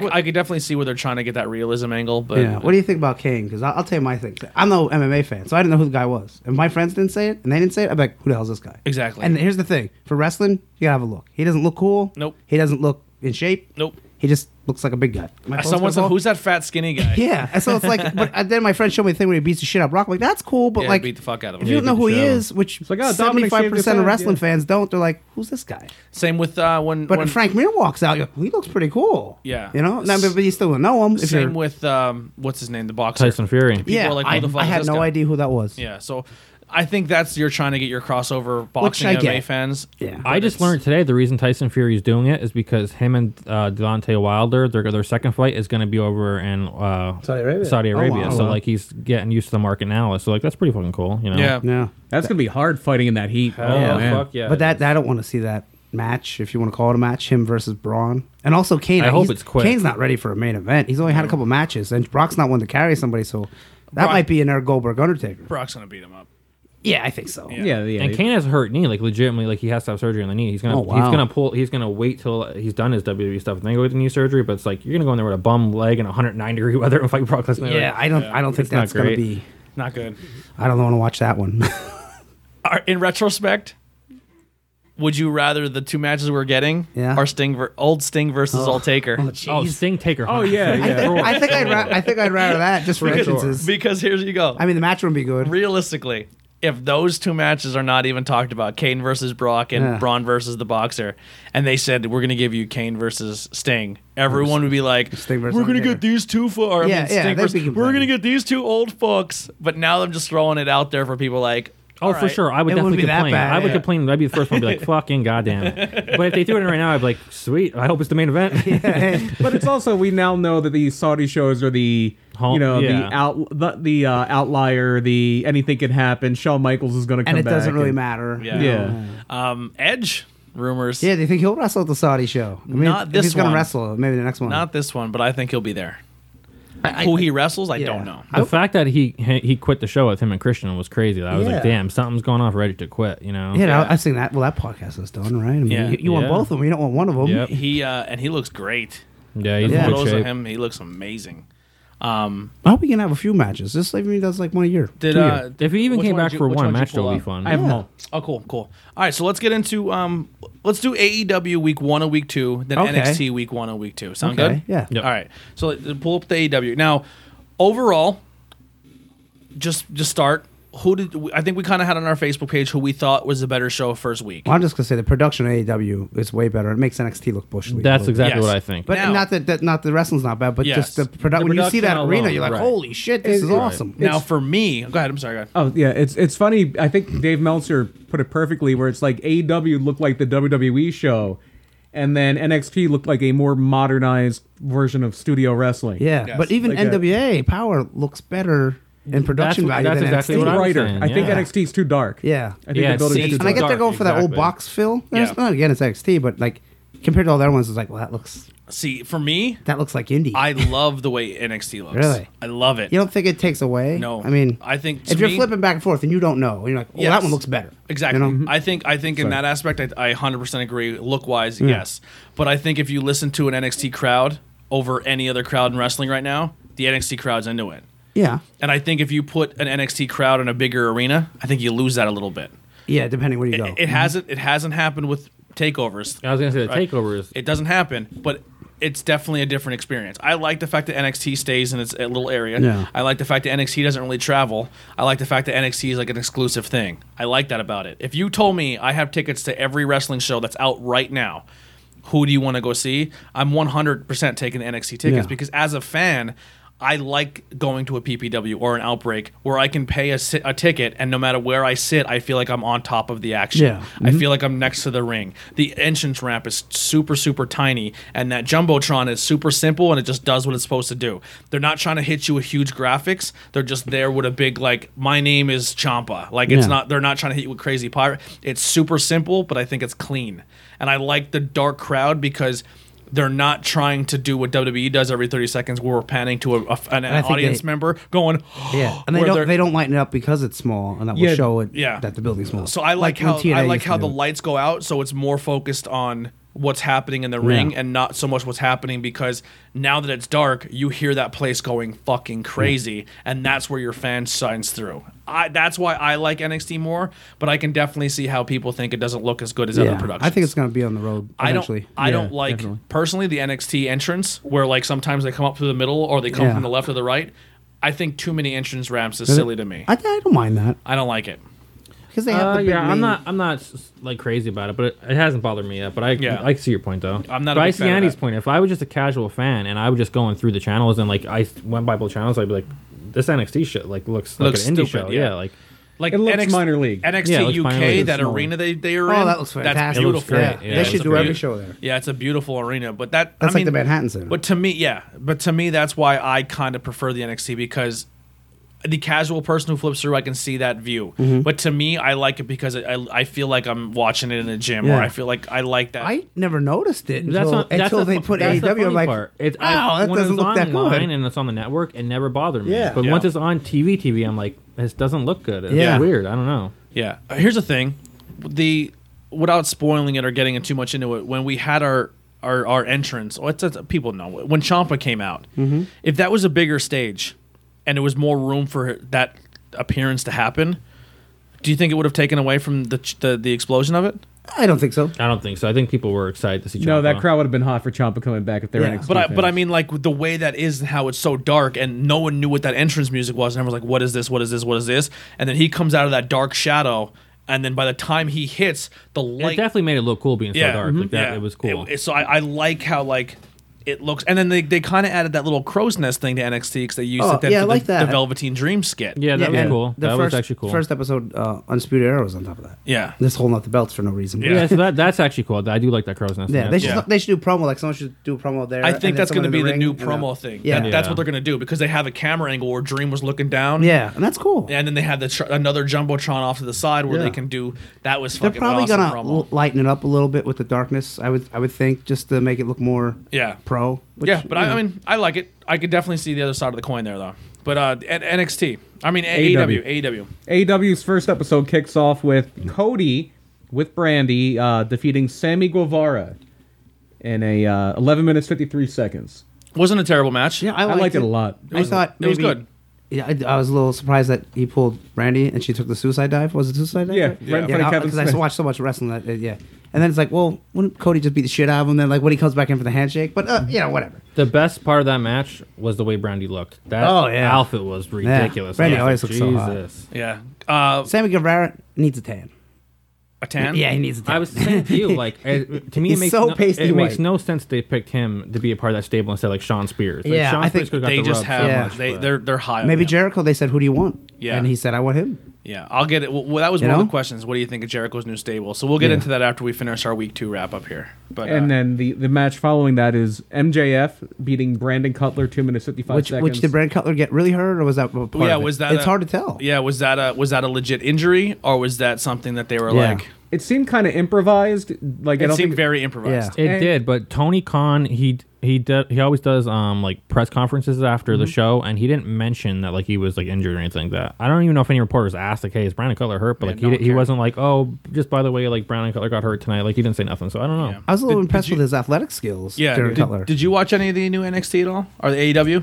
S2: I, I could definitely see where they're trying to get that realism angle, but
S3: Yeah. What do you think about Kane? Because I'll, I'll tell you my thing. I'm no MMA fan, so I didn't know who the guy was. And my friends didn't say it, and they didn't say it. I'm like, who the hell's this guy?
S2: Exactly.
S3: And here's the thing: for wrestling, you gotta have a look. He doesn't look cool.
S2: Nope.
S3: He doesn't look in shape.
S2: Nope.
S3: He just looks like a big guy. Am I close
S2: someone
S3: to
S2: said,
S3: that?
S2: "Who's that fat skinny guy?"
S3: Yeah, and so it's like, but and then my friend showed me the thing where he beats the shit out of Rock. I'm like, that's cool, but
S2: Yeah,
S3: like,
S2: beat the fuck out of
S3: if
S2: him.
S3: you don't know who he
S5: Yeah.
S3: is, which
S4: like, oh,
S3: seventy
S4: Dominic
S3: five
S4: saved his
S3: percent of
S4: ass,
S3: wrestling
S4: yeah.
S3: fans don't, they're like, who's this guy?
S2: Same with uh, when.
S3: But
S2: when,
S3: if Frank Mir walks out, you're like, he looks pretty cool.
S2: Yeah.
S3: you know, no, but, but you still don't know him. If you're,
S2: same with um, what's his name, the boxer
S5: Tyson Fury.
S2: people
S3: yeah,
S2: are like, who
S3: I,
S2: the fuck
S3: I
S2: is
S3: had
S2: this
S3: no
S2: guy?
S3: idea who that was.
S2: Yeah, so I think that's you're trying to get your crossover
S3: Which
S2: boxing
S3: I
S2: MMA
S3: get.
S2: fans.
S3: Yeah.
S5: I just learned today the reason Tyson Fury is doing it is because him and uh, Deontay Wilder, their, their second fight is going to be over in uh,
S3: Saudi Arabia.
S5: Saudi
S3: Oh,
S5: Arabia.
S3: wow.
S5: So like he's getting used to the market now. So like that's pretty fucking cool. You know.
S2: Yeah.
S3: yeah.
S4: that's gonna be hard fighting in that heat. Oh,
S5: Oh,
S4: man.
S5: fuck yeah.
S3: but that I don't want to see that match, if you want to call it a match, him versus Braun, and also Kane.
S5: I hope
S3: he's-
S5: it's quick.
S3: Kane's not ready for a main event. He's only had a couple matches, and Brock's not one to carry somebody, so that
S2: Brock-
S3: might be another Goldberg Undertaker.
S2: Brock's gonna beat him up.
S3: Yeah, I think so. Yeah.
S4: Yeah, yeah.
S5: And Kane has a hurt knee, like legitimately, like he has to have surgery on the knee. He's gonna
S3: Oh,
S5: he's
S3: wow.
S5: gonna pull he's gonna wait till he's done his WWE stuff and then go with the knee surgery. But it's like you're gonna go in there with a bum leg and 109 degree weather and fight Brock Lesnar.
S3: I don't. I don't think
S5: It's not
S3: that's gonna
S5: great. Oh,
S3: be.
S2: Not good.
S3: I don't want to watch that one.
S2: Are- In retrospect, would you rather the two matches we're getting
S3: Yeah.
S2: are Sting ver- old Sting versus old Taker?
S5: oh,
S3: Jeez.
S5: Sting Taker.
S4: Oh, yeah,
S3: I,
S4: yeah.
S3: think, I think I'd. Ra- I think I'd rather that just for instances.
S2: because here's you go.
S3: I mean, the match would be good.
S2: Realistically, if those two matches are not even talked about, Kane versus Brock and
S3: Yeah.
S2: Braun versus the Boxer, and they said we're gonna give you Kane versus Sting, everyone would be like,
S3: Sting versus
S2: "We're gonna
S3: Undertaker."
S2: get these two for, or, I
S3: Yeah,
S2: mean,
S3: yeah,
S2: Sting
S3: they'd
S2: versus-
S3: be
S2: we're gonna
S3: complaining.
S2: get these two old fucks." But now I'm just throwing it out there for people like,
S5: Oh, for
S2: right.
S5: sure. I would
S3: It wouldn't
S5: definitely
S3: be that
S5: complain.
S3: bad,
S5: I would
S3: yeah.
S5: complain. I'd be the first one to be like, fucking goddamn it. But if they do it right now, I'd be like, sweet. I hope it's the main event.
S4: but it's also we now know that these Saudi shows are the
S5: Home-
S4: you know
S5: yeah.
S4: the out the, the uh, outlier, the anything can happen. Shawn Michaels is going to come
S3: and it
S4: back
S3: doesn't really
S4: and-
S3: matter.
S2: Yeah.
S4: Yeah,
S2: Um, Edge rumors.
S3: Yeah, they think he'll wrestle at the Saudi show. I mean,
S2: Not
S3: if
S2: this
S3: he's going
S2: one.
S3: to wrestle. Maybe the next one.
S2: Not this one, but I think he'll be there. Who he wrestles, I
S3: yeah.
S2: don't know.
S5: The fact that he he quit the show with him and Christian was crazy. I was
S3: Yeah.
S5: like, damn, something's going off. Ready to quit, you know?
S3: yeah,
S2: Yeah.
S3: I've seen that. Well, that podcast is done, right? I mean,
S2: Yeah.
S3: you, you want
S5: Yeah.
S3: both of them. You don't want one of them.
S5: Yep.
S2: He uh, and he looks great.
S5: Yeah, he's
S3: Yeah.
S5: in good
S2: Photos of
S5: shape.
S2: him, he looks amazing. Um,
S3: I hope we can have a few matches. Just like he does like one a year.
S2: did
S3: two a
S2: uh,
S3: year.
S5: If he even
S2: which
S5: came
S2: one
S5: back
S2: did you-
S5: for
S2: which
S5: one
S2: did you
S5: match,
S2: pull
S5: that'll be
S2: up?
S5: fun.
S4: I have them all.
S2: Oh, cool, cool. All right, so let's get into um, let's do AEW week one and week two, then
S3: Okay.
S2: NXT week one and week two. Sound
S3: Okay,
S2: good?
S3: yeah.
S5: Yep.
S2: All right. So let- pull up the AEW now. Overall, just just start. Who did I think we kind of had on our Facebook page who we thought was the better show first week?
S3: Well, I'm just gonna say the production of AEW is way better. It makes NXT look bush league.
S5: That's
S3: Look-
S5: exactly
S2: Yes.
S5: what I think.
S3: But
S2: Now-
S3: not that, that not the wrestling's not bad, but
S2: Yes.
S3: just the,
S5: The
S3: produ- when you see that
S5: production
S3: arena,
S5: alone,
S3: you're like,
S5: right.
S3: holy shit, this
S4: It-
S3: is
S4: right.
S3: awesome.
S2: Now
S3: It's-
S2: for me, go ahead. I'm sorry. Go ahead.
S4: Oh yeah, it's it's funny. I think Dave Meltzer put it perfectly, where it's like AEW looked like the WWE show, and then NXT looked like a more modernized version of studio wrestling.
S3: yeah,
S2: Yes.
S3: but even
S4: Like a-
S3: NWA Power looks better in production
S5: uh, That's-
S3: value
S5: that's
S3: than
S5: exactly
S3: NXT.
S5: what
S4: It's
S5: I'm
S4: brighter.
S5: saying,
S4: I think
S5: yeah.
S4: NXT's too dark.
S3: Yeah,
S4: I think
S5: Yeah,
S4: they're building
S5: it
S4: it too
S5: seems
S3: and I
S4: dark.
S3: get they're
S5: dark,
S3: going for that old
S5: exactly.
S3: box fill. There's
S2: Yeah.
S3: not again, it's NXT, but like compared to all the other ones, it's like, well, that looks
S2: See, for me,
S3: that looks like indie.
S2: I love the way NXT looks.
S3: Really?
S2: I love it.
S3: you don't think it takes away?
S2: No.
S3: I mean,
S2: I think to
S3: if you're
S2: me-
S3: flipping back and forth and you don't know, you're like, oh,
S2: Yes.
S3: that one looks better.
S2: Exactly. Mm-hmm.
S3: You know?
S2: I think I think in that aspect, I, I 100% agree. Look wise, yes. But I think if you listen to an NXT crowd over any other crowd in wrestling right now, the NXT crowd's into it.
S3: Yeah,
S2: And I think if you put an NXT crowd in a bigger arena, I think you lose that a little bit.
S3: yeah. Depending where you
S2: It,
S3: go,
S2: it hasn't it hasn't happened with takeovers.
S5: I was gonna say the
S2: Right.
S5: takeover is
S2: It doesn't happen, but it's definitely a different experience. I like the fact that NXT stays in its uh, little area.
S3: Yeah.
S2: I like the fact that NXT doesn't really travel. I like the fact that NXT is like an exclusive thing. I like that about it. If you told me I have tickets to every wrestling show that's out right now, who do you want to go see? I'm 100% taking the NXT tickets
S3: Yeah.
S2: because as a fan, I like going to a PPW or an outbreak where I can pay a, si- a ticket and no matter where I sit, I feel like I'm on top of the action.
S3: Yeah.
S2: I feel like I'm next to the ring. The entrance ramp is super, super tiny, and that jumbotron is super simple, and it just does what it's supposed to do. They're not trying to hit you with huge graphics. They're just there with a big like, my name is Champa. Like it's
S3: Yeah.
S2: not. They're not trying to hit you with crazy pirate. It's super simple, but I think it's clean, and I like the dark crowd because. They're not trying to do what WWE does every 30 seconds, where we're panning to a, a- an,
S3: I think
S2: audience
S3: they-
S2: member going,
S3: yeah. And they
S2: where
S3: don't
S2: they're-
S3: they don't lighten it up because it's small, and that will
S4: Yeah,
S3: show it
S2: yeah.
S3: that the building's small.
S2: So I like,
S3: when
S2: how
S3: TNA
S2: I like
S3: used to
S2: how
S3: do
S2: the
S3: it.
S2: lights go out, so it's more focused on what's happening in the ring
S3: Yeah.
S2: and not so much what's happening because now that it's dark, you hear that place going fucking crazy, and that's where your fan shines through. I that's why I like NXT more, but I can definitely see how people think it doesn't look as good as
S3: yeah.
S2: other productions.
S3: I think it's going to be on the road
S2: I don't.
S3: eventually.
S2: I
S4: Yeah,
S2: don't like
S4: definitely.
S2: personally the NXT entrance where like sometimes they come up through the middle or they come
S3: Yeah.
S2: from the left or the right. I think too many entrance ramps is
S3: it-
S2: silly to me.
S3: I, I don't mind that
S2: I don't like it.
S3: because they have
S5: Uh,
S3: the big
S5: yeah, I'm
S3: name.
S5: not. I'm not s- like crazy about it, but it, it hasn't bothered me yet. But I,
S2: Yeah.
S5: I see your point though.
S2: I'm not a
S5: But I
S2: big
S5: see
S2: fan of
S5: Andy's
S2: that.
S5: point. If I was just a casual fan and I was just going through the channels and like I s- went by both channals, I'd be like, this NXT shit like looks,
S2: Looks
S5: like an indie
S2: stupid,
S5: show.
S2: yeah.
S5: Yeah, like
S2: Like
S4: It looks
S2: NXT
S4: minor league.
S2: NXT
S5: Yeah, it looks minor
S2: UK,
S5: league.
S2: that
S5: It's small.
S2: arena they they are in.
S3: Oh, that looks
S2: That's
S3: fantastic.
S5: It looks
S2: beautiful.
S5: great, yeah. They
S2: it's
S5: should
S2: a
S5: do every
S2: beau-
S3: show there.
S2: Yeah, it's a beautiful arena, but that I
S3: That's like
S2: mean,
S3: the Manhattan Center.
S2: But to me, yeah, but to me, that's why I kind of prefer the NXT because the casual person who flips through, I can see that view.
S5: Mm-hmm.
S2: But to me, I like it because I, I, I feel like I'm watching it in a gym, or
S3: Yeah.
S2: I feel like I like that.
S3: I never noticed it
S5: that's
S3: until,
S5: not that's
S3: until
S5: the
S3: they
S5: fu-
S3: put
S5: that's the
S3: AEW. I'm
S5: funny
S3: like,
S5: part. It's,
S3: wow,
S5: I,
S3: that
S5: when it
S3: doesn't
S5: was
S3: look that
S5: online
S3: good.
S5: And it's on the network. It never bothered me.
S3: Yeah.
S5: But
S2: Yeah.
S5: once it's on TV, TV, I'm like, this doesn't look good. It's
S3: Yeah.
S5: weird. I don't know.
S2: Yeah. Uh, Here's the thing, the without spoiling it or getting it too much into it, when we had our our, our entrance, well, it's, it's, people know when Champa came out. If that was a bigger stage, and there was more room for that appearance to happen, do you think it would have taken away from the ch- the, the explosion of it?
S3: I don't think so.
S5: I don't think so. I think people were excited to see.
S4: No, that
S5: Ciampa.
S4: crowd would have been hot for Ciampa coming back if they were
S3: Yeah.
S4: NXT.
S2: But I,
S4: fans.
S2: but I mean like with the way that is and how it's so dark and no one knew what that entrance music was and everyone's like what is this what is this what is this and then he comes out of that dark shadow and then by the time he hits the
S5: It
S2: light Mm-hmm.
S5: definitely made Mm-hmm. it look cool being so dark. Like that, it was cool.
S2: It- so I, I like how like it looks, and then they, they kind of added that little crow's nest thing to NXT because they used
S3: Oh,
S2: it that,
S3: yeah, I
S2: for the,
S3: like that.
S2: the Velveteen Dream skit.
S5: Yeah, that was
S3: and
S5: cool.
S3: The
S5: That
S3: first,
S5: was actually cool.
S3: First episode, uh, Undisputed Era was on top of that.
S2: yeah.
S3: This holding up the belts for no reason.
S5: yeah. so that that's actually cool. I do like that crow's nest.
S3: Yeah,
S5: thing.
S3: they should
S2: Yeah.
S3: they should do promo like someone should do a promo there.
S2: I
S3: and then
S2: think that's going
S3: someone
S2: to
S3: in
S2: be the
S3: ring,
S2: new
S3: you know.
S2: promo thing.
S3: Yeah,
S2: That- that's
S5: Yeah.
S2: what they're going to do because they have a camera angle where Dream was looking down.
S3: yeah, and that's cool.
S2: And then they have the tr- another jumbotron off to the side where
S3: Yeah.
S2: they can do that was
S3: They're
S2: fucking
S3: probably
S2: awesome
S3: gonna
S2: promo.
S3: l- lighten it up a little bit with the darkness. I would I would think just to make it look more
S2: Yeah.
S3: pro. which,
S2: yeah, but
S3: you
S2: I,
S3: know.
S2: I mean, I like it. I could definitely see the other side of the coin there, though. But uh, at NXT, I mean A- E
S4: AEW.
S5: E
S2: AEW, AEW.
S4: AW's E first episode kicks off with Cody with Brandy uh, defeating Sammy Guevara in a uh, 11 minutes 53 seconds.
S2: Wasn't a terrible match.
S3: yeah, I
S4: I
S3: liked,
S4: liked it a lot.
S3: I thought
S2: it was
S3: maybe-
S2: good.
S3: Yeah, I, I was a little surprised that he pulled Brandy and she took the suicide dive. Was it suicide dive?
S4: Yeah, right in front of Kevin
S3: Because I
S4: Smith.
S3: watched so much wrestling that uh, yeah, and then it's like, well, wouldn't Cody just beat the shit out of him? Then like when he comes back in for the handshake, but uh, you know whatever.
S5: The best part of that match was the way Brandy looked. That
S3: Oh, yeah.
S5: outfit was ridiculous.
S3: Brandy
S5: I was
S3: always looks so hot.
S2: Yeah, uh,
S3: Sammy Guevara needs a tan.
S2: a tan.
S3: Yeah, he needs a tan.
S5: I was saying to you, like, it, to me, it,
S3: He's
S5: makes,
S3: so
S5: no,
S3: pasty
S5: it makes
S3: white.
S5: no sense they picked him to be a part of that stable instead of, like, Sean Spears. Like,
S3: Yeah,
S5: Sean
S3: I think
S5: Spears could've got
S2: They
S5: the
S2: just
S5: rub
S2: have
S5: so
S3: yeah.
S5: much,
S2: they
S5: but-
S2: they're they're high. on
S3: Maybe
S2: him.
S3: Jericho. They said, "Who do you want?"
S2: Yeah.
S3: and he said, "I want him."
S2: Yeah, I'll get it. Well, that was
S3: You
S2: one of
S3: know?
S2: the questions. What do you think of Jericho's new stable? So we'll get into that after we finish our week two wrap up here. But uh,
S4: And then the, the match following that is MJF beating Brandon Cutler 2 minutes 55
S3: Which
S4: seconds.
S3: which did Brad Cutler get really hurt, or was that a part
S2: yeah,
S3: of it?
S2: was that
S3: It's
S2: a-
S3: hard to tell.
S2: Yeah, was that a was that a legit injury or was that something that they were
S3: Yeah.
S2: like?
S4: it seemed kind of improvised. Like I
S2: It
S4: don't
S2: seemed
S4: think
S2: very improvised.
S5: It
S4: And-
S5: did, but Tony Khan he he de- he always does um like press conferences after
S2: Mm-hmm.
S5: the show, and he didn't mention that like he was like injured or anything like that. I don't even know if any reporters asked like, "Hey, is Brandon Cutler hurt?" But like
S2: no
S5: he,
S2: one
S5: di- he
S2: cared.
S5: wasn't like, "Oh, just by the way, like Brandon Cutler got hurt tonight." Like he didn't say nothing, so I don't know.
S2: Yeah.
S3: I was a little impressed with his athletic skills.
S2: Yeah,
S3: Jared
S2: did,
S3: Cutler.
S2: did you watch any of the new NXT at all or the E AEW?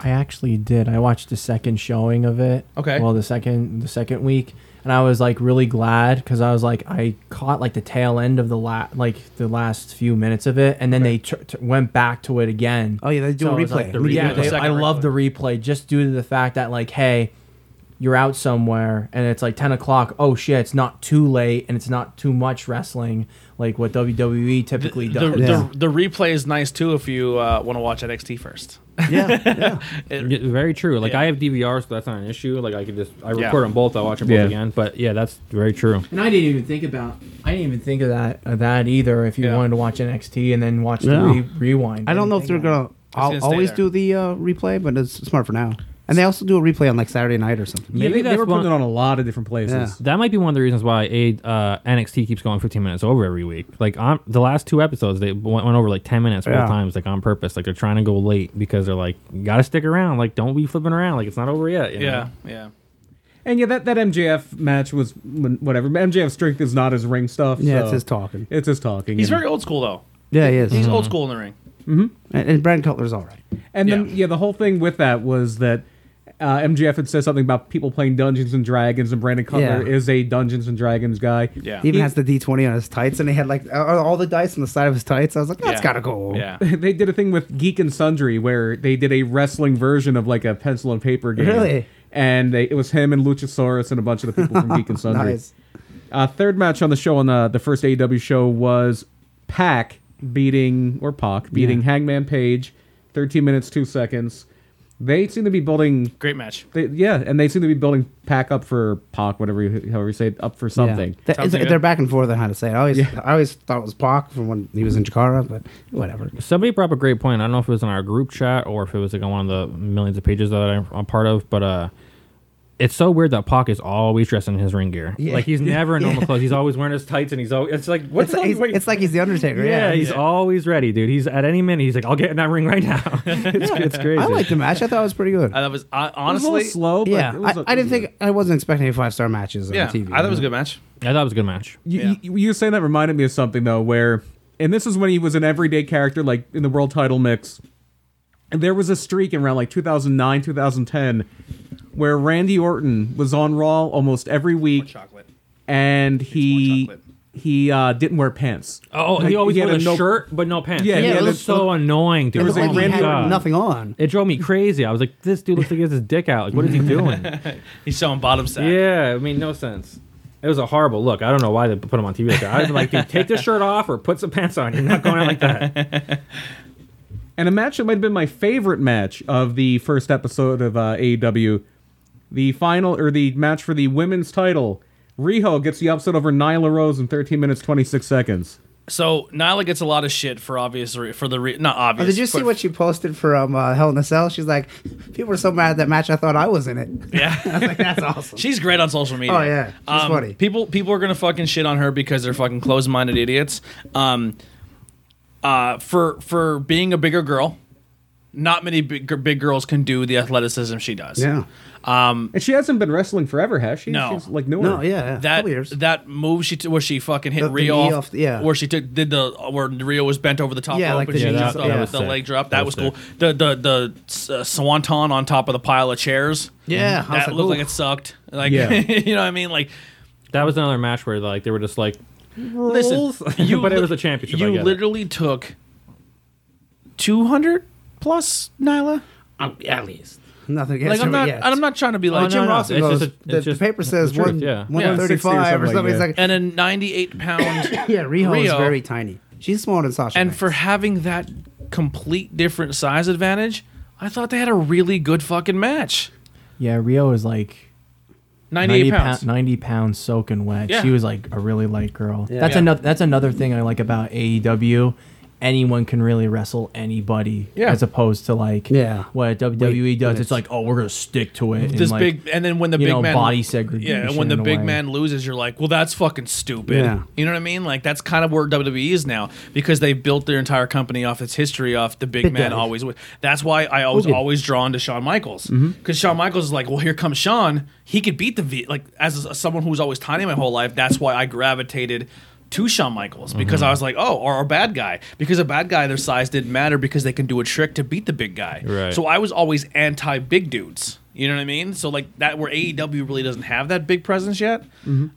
S6: I actually did. I watched the second showing of it.
S2: Okay.
S6: Well, the second the second week, and I was like really glad because I was like I caught like the tail end of the la- like the last few minutes of it, and then they tr- tr- went back to it again.
S3: Oh, yeah, they do a
S6: it was,
S3: replay.
S6: Like, the
S3: They do
S6: yeah,
S3: a
S6: they-
S2: second
S6: I love the replay just due to the fact that like hey. You're out somewhere and it's like 10 o'clock. Oh shit, it's not too late and it's not too much wrestling like what WWE typically
S2: The,
S6: does.
S3: Yeah.
S2: the, the replay is nice too if you uh, want to watch NXT first.
S3: yeah, yeah.
S5: Yeah, Very true. Like
S2: Yeah.
S5: I have DVR, so that's not an issue. Like I could just I
S2: Yeah.
S5: record on both. I watch them both
S4: Yeah.
S5: again. But yeah, that's very true.
S6: And I didn't even think about. I didn't even think of that of that either. If you
S2: Yeah.
S6: wanted to watch NXT and then watch
S3: Yeah.
S6: the re- rewind,
S3: I don't know if they're
S6: Didn't
S3: gonna,
S2: gonna
S3: al-
S2: stay
S3: always
S2: there.
S3: do the uh, replay, but it's smart for now. And they also do a replay on like Saturday night or something.
S4: Yeah,
S5: Maybe
S4: they, they
S5: that's
S4: were putting
S5: one-
S4: it on a lot of different places.
S3: Yeah.
S5: That might be one of the reasons why a uh, NXT keeps going 15 minutes over every week. Like on the last two episodes, they went, went over like 10 minutes both
S3: Yeah.
S5: times, like on purpose. Like they're trying to go late because they're like, you gotta stick around. Like don't be flipping around. Like it's not over yet. you know?
S2: Yeah, yeah.
S4: And yeah, that, that MJF match was wh- whatever. MJF's strength is not his ring stuff.
S3: Yeah,
S4: so
S3: it's his talking.
S4: It's his talking.
S2: He's
S4: and-
S2: very old school though.
S3: Yeah, he is.
S2: He's old school in the ring.
S3: And, and Brad Cutler's all right.
S4: And then
S2: Yeah.
S4: yeah, the whole thing with that was that uh, MJF had said something about people playing Dungeons and Dragons, and Brandon Cutler
S3: Yeah.
S4: is a Dungeons and Dragons guy.
S2: Yeah.
S3: He even
S4: He-
S3: has the D twenty on his tights, and he had like uh, all the dice on the side of his tights. I was like, that's
S2: Yeah.
S3: gotta go.
S2: Yeah.
S4: They did a thing with Geek and Sundry where they did a wrestling version of like a pencil and paper game.
S3: Really?
S4: And they, it was him and Luchasaurus and a bunch of the people from Geek and Sundry.
S3: Nice.
S4: Uh, third match on the show on uh, the, the first AEW show was Pac beating or Pac beating Hangman Page, 13 minutes two seconds. They seem to be building.
S2: Great match.
S4: They, yeah, and they seem to be building Pac up for Pac, whatever you, however you say it, up for something.
S3: That-
S2: Something
S3: they're
S2: good.
S3: back and forth on how to say it. I always, I always thought it was Pac from when he was in Jakarta, but whatever.
S5: Somebody brought up a great point. I don't know if it was in our group chat or if it was like on one of the millions of pages that I'm a part of, but uh, it's so weird that Pac is always dressed in his ring gear.
S3: Yeah.
S5: Like he's never in normal clothes. He's always wearing his tights, and he's always. It's like what's
S3: It's,
S5: the-
S3: it's,
S5: wait-
S3: it's like he's the Undertaker.
S5: Yeah,
S3: Yeah,
S5: he's always ready, dude. He's at any minute. He's like, I'll get in that ring right now. it's, it's crazy.
S3: I liked the match. I thought it was pretty good.
S2: Uh, that was I
S4: It was a little
S2: honestly.
S4: slow. But
S3: yeah,
S4: it
S3: I
S4: was
S3: I
S4: a-
S3: I didn't think I wasn't expecting any five star matches on
S2: Yeah,
S3: TV.
S2: I thought it was a good match.
S5: I thought it was a good match.
S4: You,
S2: Yeah.
S4: you, you saying that reminded me of something though, where and this is when he was an everyday character, like in the world title mix. And there was a streak in around like 2009, 2010, where Randy Orton was on Raw almost every week,
S2: Chocolate.
S4: and he
S2: chocolate.
S4: he uh, didn't wear pants.
S5: Oh,
S4: Like,
S5: he always
S4: he had
S5: wore a
S4: a no-
S5: shirt but no pants.
S4: Yeah,
S5: Yeah,
S4: he
S5: it
S4: had
S5: was
S4: a-
S5: so annoying, dude.
S3: It was
S5: Oh
S3: like he
S5: my
S3: had
S5: God.
S3: nothing on.
S5: It drove me crazy. I was like, this dude looks like he has his dick out. Like, what is he doing?
S2: He's selling bottom sack.
S5: yeah, I mean, no sense. It was a horrible look. I don't know why they put him on TV like that. I'd be like, dude, take this shirt off or put some pants on. You're not going out like that.
S4: And a match that might have been my favorite match of the first episode of uh, AEW, the final or the match for the women's title. Riho gets the upset over Nyla Rose in 13 minutes 26 seconds.
S2: So Nyla gets a lot of shit for obvious re- for the re- not obvious.
S3: Oh, did you see
S2: but-
S3: what she posted from uh, Hell in a Cell? She's like, people were so mad at that match, I thought I was in it. I
S2: Yeah.
S3: was like, that's awesome.
S2: She's great on social media. Um,
S3: Oh, yeah. She's funny.
S2: People people are gonna fucking shit on her because they're fucking closed minded idiots. Um, uh, for for being a bigger girl, not many big, big girls can do the athleticism she does.
S3: yeah.
S4: And she hasn't been wrestling forever, has she?
S2: No.
S4: She's like newer.
S3: No, yeah, yeah.
S2: That
S3: Couple years.
S2: that move she t- where she fucking hit
S3: The- the
S2: Rio
S3: knee
S2: off,
S3: off- yeah.
S2: where she took did the where Rio was bent over the top
S3: Yeah,
S2: rope
S3: like
S2: and
S3: the
S2: she
S3: knee
S2: just
S3: drop,
S2: the,
S3: yeah.
S2: the
S5: That was
S2: leg
S5: sick.
S2: drop that,
S5: That
S2: was
S5: was
S2: cool the the the s- uh, swanton on top of the pile of chairs
S3: Yeah, I was
S2: that
S3: like,
S2: looked like
S3: ooh.
S2: it sucked like
S4: Yeah.
S2: you know what I mean like
S5: That was another match where like they were just like,
S2: Listen, you
S5: but it
S2: li-
S5: was a championship. I
S2: You
S5: get it.
S2: literally took two hundred plus Nyla.
S3: at least. Nothing against
S2: Like I'm
S3: her,
S2: not,
S3: but yeah,
S2: I'm not trying to be like
S5: Oh, no,
S2: Jim
S5: no.
S2: Ross,
S5: It's
S3: goes,
S5: just a-
S3: the,
S5: it's just
S3: the paper says
S5: the truth,
S3: one,
S5: yeah.
S3: 135
S4: Yeah,
S3: or something.
S4: yeah.
S3: It's like,
S2: and a 98 pound.
S3: yeah, Riho is
S2: Rio.
S3: very tiny. She's smaller than Sasha.
S2: and
S3: Banks.
S2: for having that complete different size advantage, I thought they had a really good fucking match.
S6: Yeah, Rio is like
S2: 98
S6: 90
S2: pounds.
S6: pounds. 90 pounds soaking wet.
S2: Yeah.
S6: She was like a really light girl. That's
S2: Yeah.
S6: another that's another thing I like about AEW. Anyone can really wrestle anybody
S2: Yeah.
S6: as opposed to like
S3: Yeah.
S6: what WWE does.
S3: minutes.
S6: It's like, "Oh, we're going to stick to it." and,
S2: this
S6: like,
S2: big, and then when the
S6: you
S2: big
S6: know,
S2: man
S6: body segregation
S2: yeah, when the
S6: in a
S2: big
S6: way.
S2: man loses, you're like, well, that's fucking stupid.
S3: Yeah.
S2: You know what I mean? Like that's kind of where WWE is now because they built their entire company off its history off the big,
S3: Big
S2: man
S3: guy.
S2: always. wi- That's why I was
S3: Hogan.
S2: always drawn to Shawn Michaels because
S6: Mm-hmm.
S2: Shawn Michaels is like, well, here comes Shawn. He could beat the V. Like as a, someone who was always tiny my whole life, that's why I gravitated. To Shawn Michaels because
S6: Mm-hmm.
S2: I was like, oh, or a bad guy because a bad guy their size didn't matter because they can do a trick to beat the big guy.
S5: Right.
S2: So I was always anti big dudes. You know what I mean? So like that, where AEW really doesn't have that big presence yet,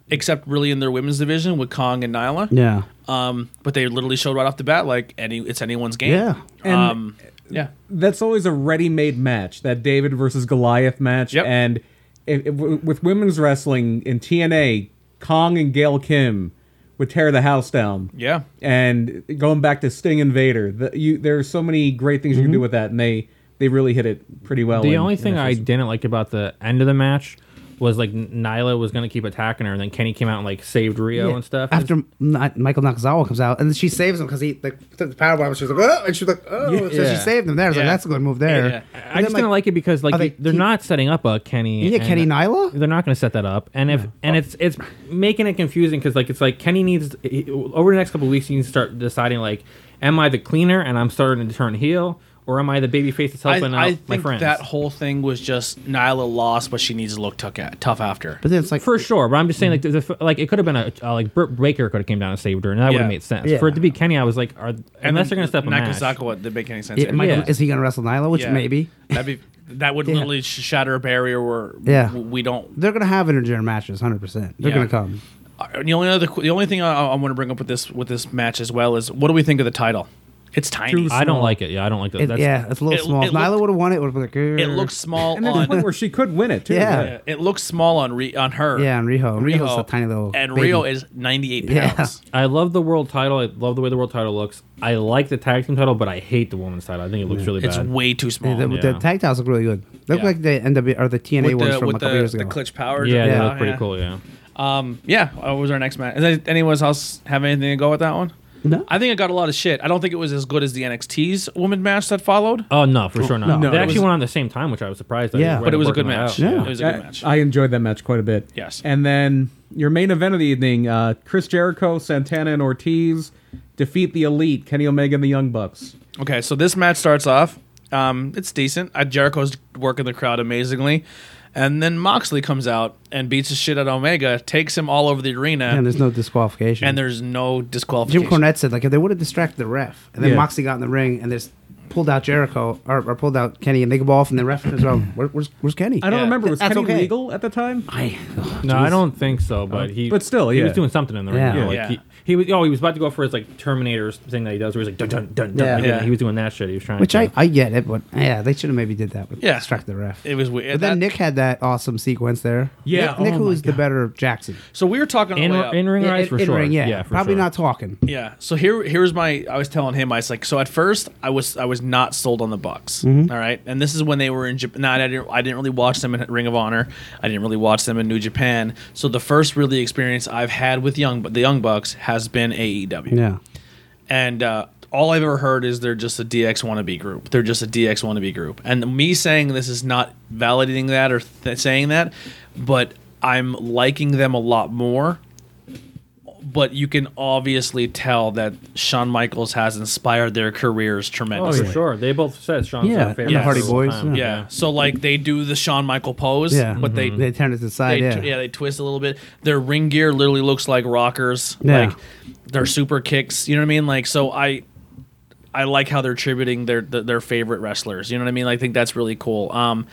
S2: except really in their women's division with Kong and Nyla.
S3: Mm-hmm. yeah,
S2: Um, but they literally showed right off the bat like any it's anyone's game.
S3: Yeah.
S4: And-
S2: um, yeah.
S4: that's always a ready-made match that david versus goliath match
S2: Yep.
S4: and if, if- with women's wrestling in tna kong and gail kim would tear the house down
S2: Yeah.
S4: and going back to sting and vader the, you, there are so many great things you
S3: Mm-hmm.
S4: can do with that and they they really hit it pretty well
S5: The
S4: in-
S5: only
S4: in
S5: thing
S4: the
S5: I
S4: first-
S5: didn't like about the end of the match was like N- Nyla was gonna keep attacking her, and then Kenny came out and like saved Rio and stuff.
S3: After M- Na- Michael Nakazawa comes out, and then she saves him because he like, took the power bomb. And she was like, oh, and she was like, oh, so she
S4: Yeah.
S3: saved him there. I was
S2: Yeah.
S3: like, that's a good move there.
S2: Yeah, yeah.
S3: And
S5: I
S3: then,
S5: just didn't like it because like
S3: are they
S5: they, are
S3: keep-
S5: not setting up a Kenny.
S3: Yeah,
S5: and-
S3: Kenny Nyla?
S5: They're not going to set that up, and if and it's it's making it confusing because like it's like Kenny needs he- over the next couple of weeks he needs to start deciding like, am I the cleaner and I'm starting to turn heel, or am I the baby face that's
S2: I,
S5: helping
S2: I
S5: out my
S2: think
S5: friends?
S2: that whole thing was just Nyla lost, but she needs to look tough, at, tough after.
S3: But then it's like, Mm-hmm.
S5: for sure, but I'm just saying like the, the- like it could have been a uh, like Britt Baker could have came down and saved her, and that would
S2: Yeah.
S5: have made sense.
S3: Yeah.
S5: For it to be Kenny, I was like, are, unless they're going to step a match,
S2: Nakazaka, what did make any sense?
S3: yeah, Michael,
S5: Yeah.
S3: is he gonna wrestle Nyla? Which
S2: Yeah.
S3: maybe
S2: that'd be that would literally sh- shatter a barrier where
S3: Yeah.
S2: we don't
S3: they're gonna have intergender matches, hundred percent. They're
S2: Yeah.
S3: gonna come.
S2: Uh, The only other, the only thing I, I want to bring up with this with this match as well is what do we think of the title? It's tiny.
S5: I don't like it. Yeah, I don't like that.
S3: It-
S5: That's,
S3: yeah, it's a little
S2: it-
S3: small.
S2: it
S3: If Nyla
S2: looked-
S3: would have won it. Would have been like,
S2: It looks small
S4: and there's a
S2: on.
S4: point where she could win it too
S3: Yeah.
S2: yeah, It looks small on Re, on her.
S3: Yeah, on Riho. Riho's
S2: Riho,
S3: a tiny little
S2: and
S3: baby.
S2: Rio is ninety eight
S3: Yeah.
S2: pounds.
S5: I love the world title. I love the way the world title looks. I like the tag team title, but I hate the women's title. I think it looks really
S2: It's
S5: bad.
S2: way too small.
S3: the, the
S5: yeah.
S3: tag titles look really good. Look
S2: Yeah.
S3: like the NW or the TNA
S2: with
S3: ones
S2: the,
S3: from a
S2: with
S3: couple
S2: the,
S3: years
S2: the
S3: ago.
S2: clutch power.
S5: yeah,
S3: Yeah.
S5: they look pretty cool. Yeah,
S2: Um, yeah, uh, what was our next match? Does any- anyone else have anything to go with that one?
S3: No.
S2: I think it got a lot of shit. I don't think it was as good as the NXT's women match that followed,
S5: Oh no, for sure not.
S4: No,
S5: they
S4: it
S5: actually
S4: was-
S5: went on the same time, which I was surprised. at.
S3: Yeah.
S5: They
S2: but it was a
S5: working
S2: good
S5: that
S2: match.
S5: out.
S3: Yeah.
S2: It was a
S4: I,
S2: good match.
S4: I enjoyed that match quite a bit.
S2: Yes.
S4: And then your main event of the evening: uh, Chris Jericho, Santana, and Ortiz defeat the Elite, Kenny Omega, and the Young Bucks.
S2: Okay, so this match starts off. Um, it's decent. Uh, Jericho's working the crowd amazingly. And then Moxley comes out and beats the shit out of Omega, takes him all over the arena,
S3: And
S2: and there's,
S3: there's no disqualification.
S2: no disqualification.
S3: Jim Cornette said like if they would have distracted the ref, and then
S4: Yeah.
S3: Moxie got in the ring, and there's pulled out Jericho or, or pulled out Kenny, and they go off, and the ref goes, "Oh, where, where's where's Kenny?"
S4: I don't
S2: Yeah.
S4: remember. Was
S3: That's
S4: Kenny
S3: okay.
S4: legal at the time?
S3: I- oh,
S5: No,
S3: jeez.
S5: I don't think so. But he,
S4: But still,
S5: he
S4: yeah.
S5: was doing something in the ring.
S3: Yeah.
S5: you know, like
S2: Yeah.
S5: he, he was. Oh, he was about to go for his like Terminator thing that he does, where he's like dun dun dun dun.
S3: Yeah.
S5: like,
S2: Yeah.
S5: He was doing that shit. He was trying.
S3: Which
S5: to,
S3: I, I get it, but yeah, they should have maybe did that. With
S2: Yeah.
S3: distract the ref.
S2: It was weird.
S3: but then Nick had that awesome sequence there.
S4: Yeah,
S3: Nick, Nick
S4: oh
S3: who
S4: my
S3: is the better Jackson?
S2: So we were talking on the
S5: in,
S2: way up.
S5: in ring eyes
S3: In-
S5: for
S3: in
S5: sure.
S3: ring, yeah,
S5: for
S3: probably
S5: sure.
S3: not talking.
S2: Yeah. So here, here's my. I was telling him, I was like, so at first, I was, I was not sold on the Bucks.
S3: Mm-hmm.
S2: all right, and this is when they were in Japan. No, I didn't, I didn't really watch them in Ring of Honor. I didn't really watch them in New Japan. So the first really experience I've had with young, the Young Bucks has been E AEW.
S3: Yeah,
S2: And uh, all I've ever heard is they're just a DX wannabe group. They're just a DX wannabe group. And me saying this is not validating that or th- saying that, but I'm liking them a lot more. But you can obviously tell that Shawn Michaels has inspired their careers
S5: Oh,
S2: tremendously.
S5: for sure. They both said Sean's
S3: Yeah,
S5: their
S3: and the
S5: favorite.
S2: Hardy
S5: wrestler
S3: Boys,
S5: of all time.
S3: yeah.
S2: Yeah. So like they do the Shawn Michael pose,
S3: yeah.
S2: but they
S3: Mm-hmm. they turned it to the side.
S2: they
S3: Yeah,
S2: tw- yeah, they twist a little bit. Their ring gear literally looks like rockers.
S3: Yeah.
S2: Like their super kicks. You know what I mean? Like so I I like how they're tributing their th- their favorite wrestlers. You know what I mean? I think that's really cool. Um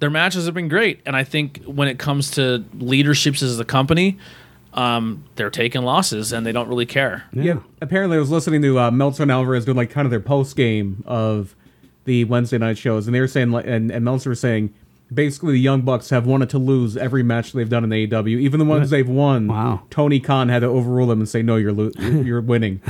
S2: their matches have been great and I think when it comes to leaderships as a company, um they're taking losses and they don't really care.
S4: Yeah. Apparently, I was listening to uh, Meltzer and Alvarez doing like kind of their post game of the Wednesday night shows, and they were saying, like, and, and Meltzer was saying, basically the Young Bucks have wanted to lose every match they've done in AEW, even the ones they've won.
S3: Wow.
S4: Tony Khan had to overrule them and say, no, you're lo- you're winning.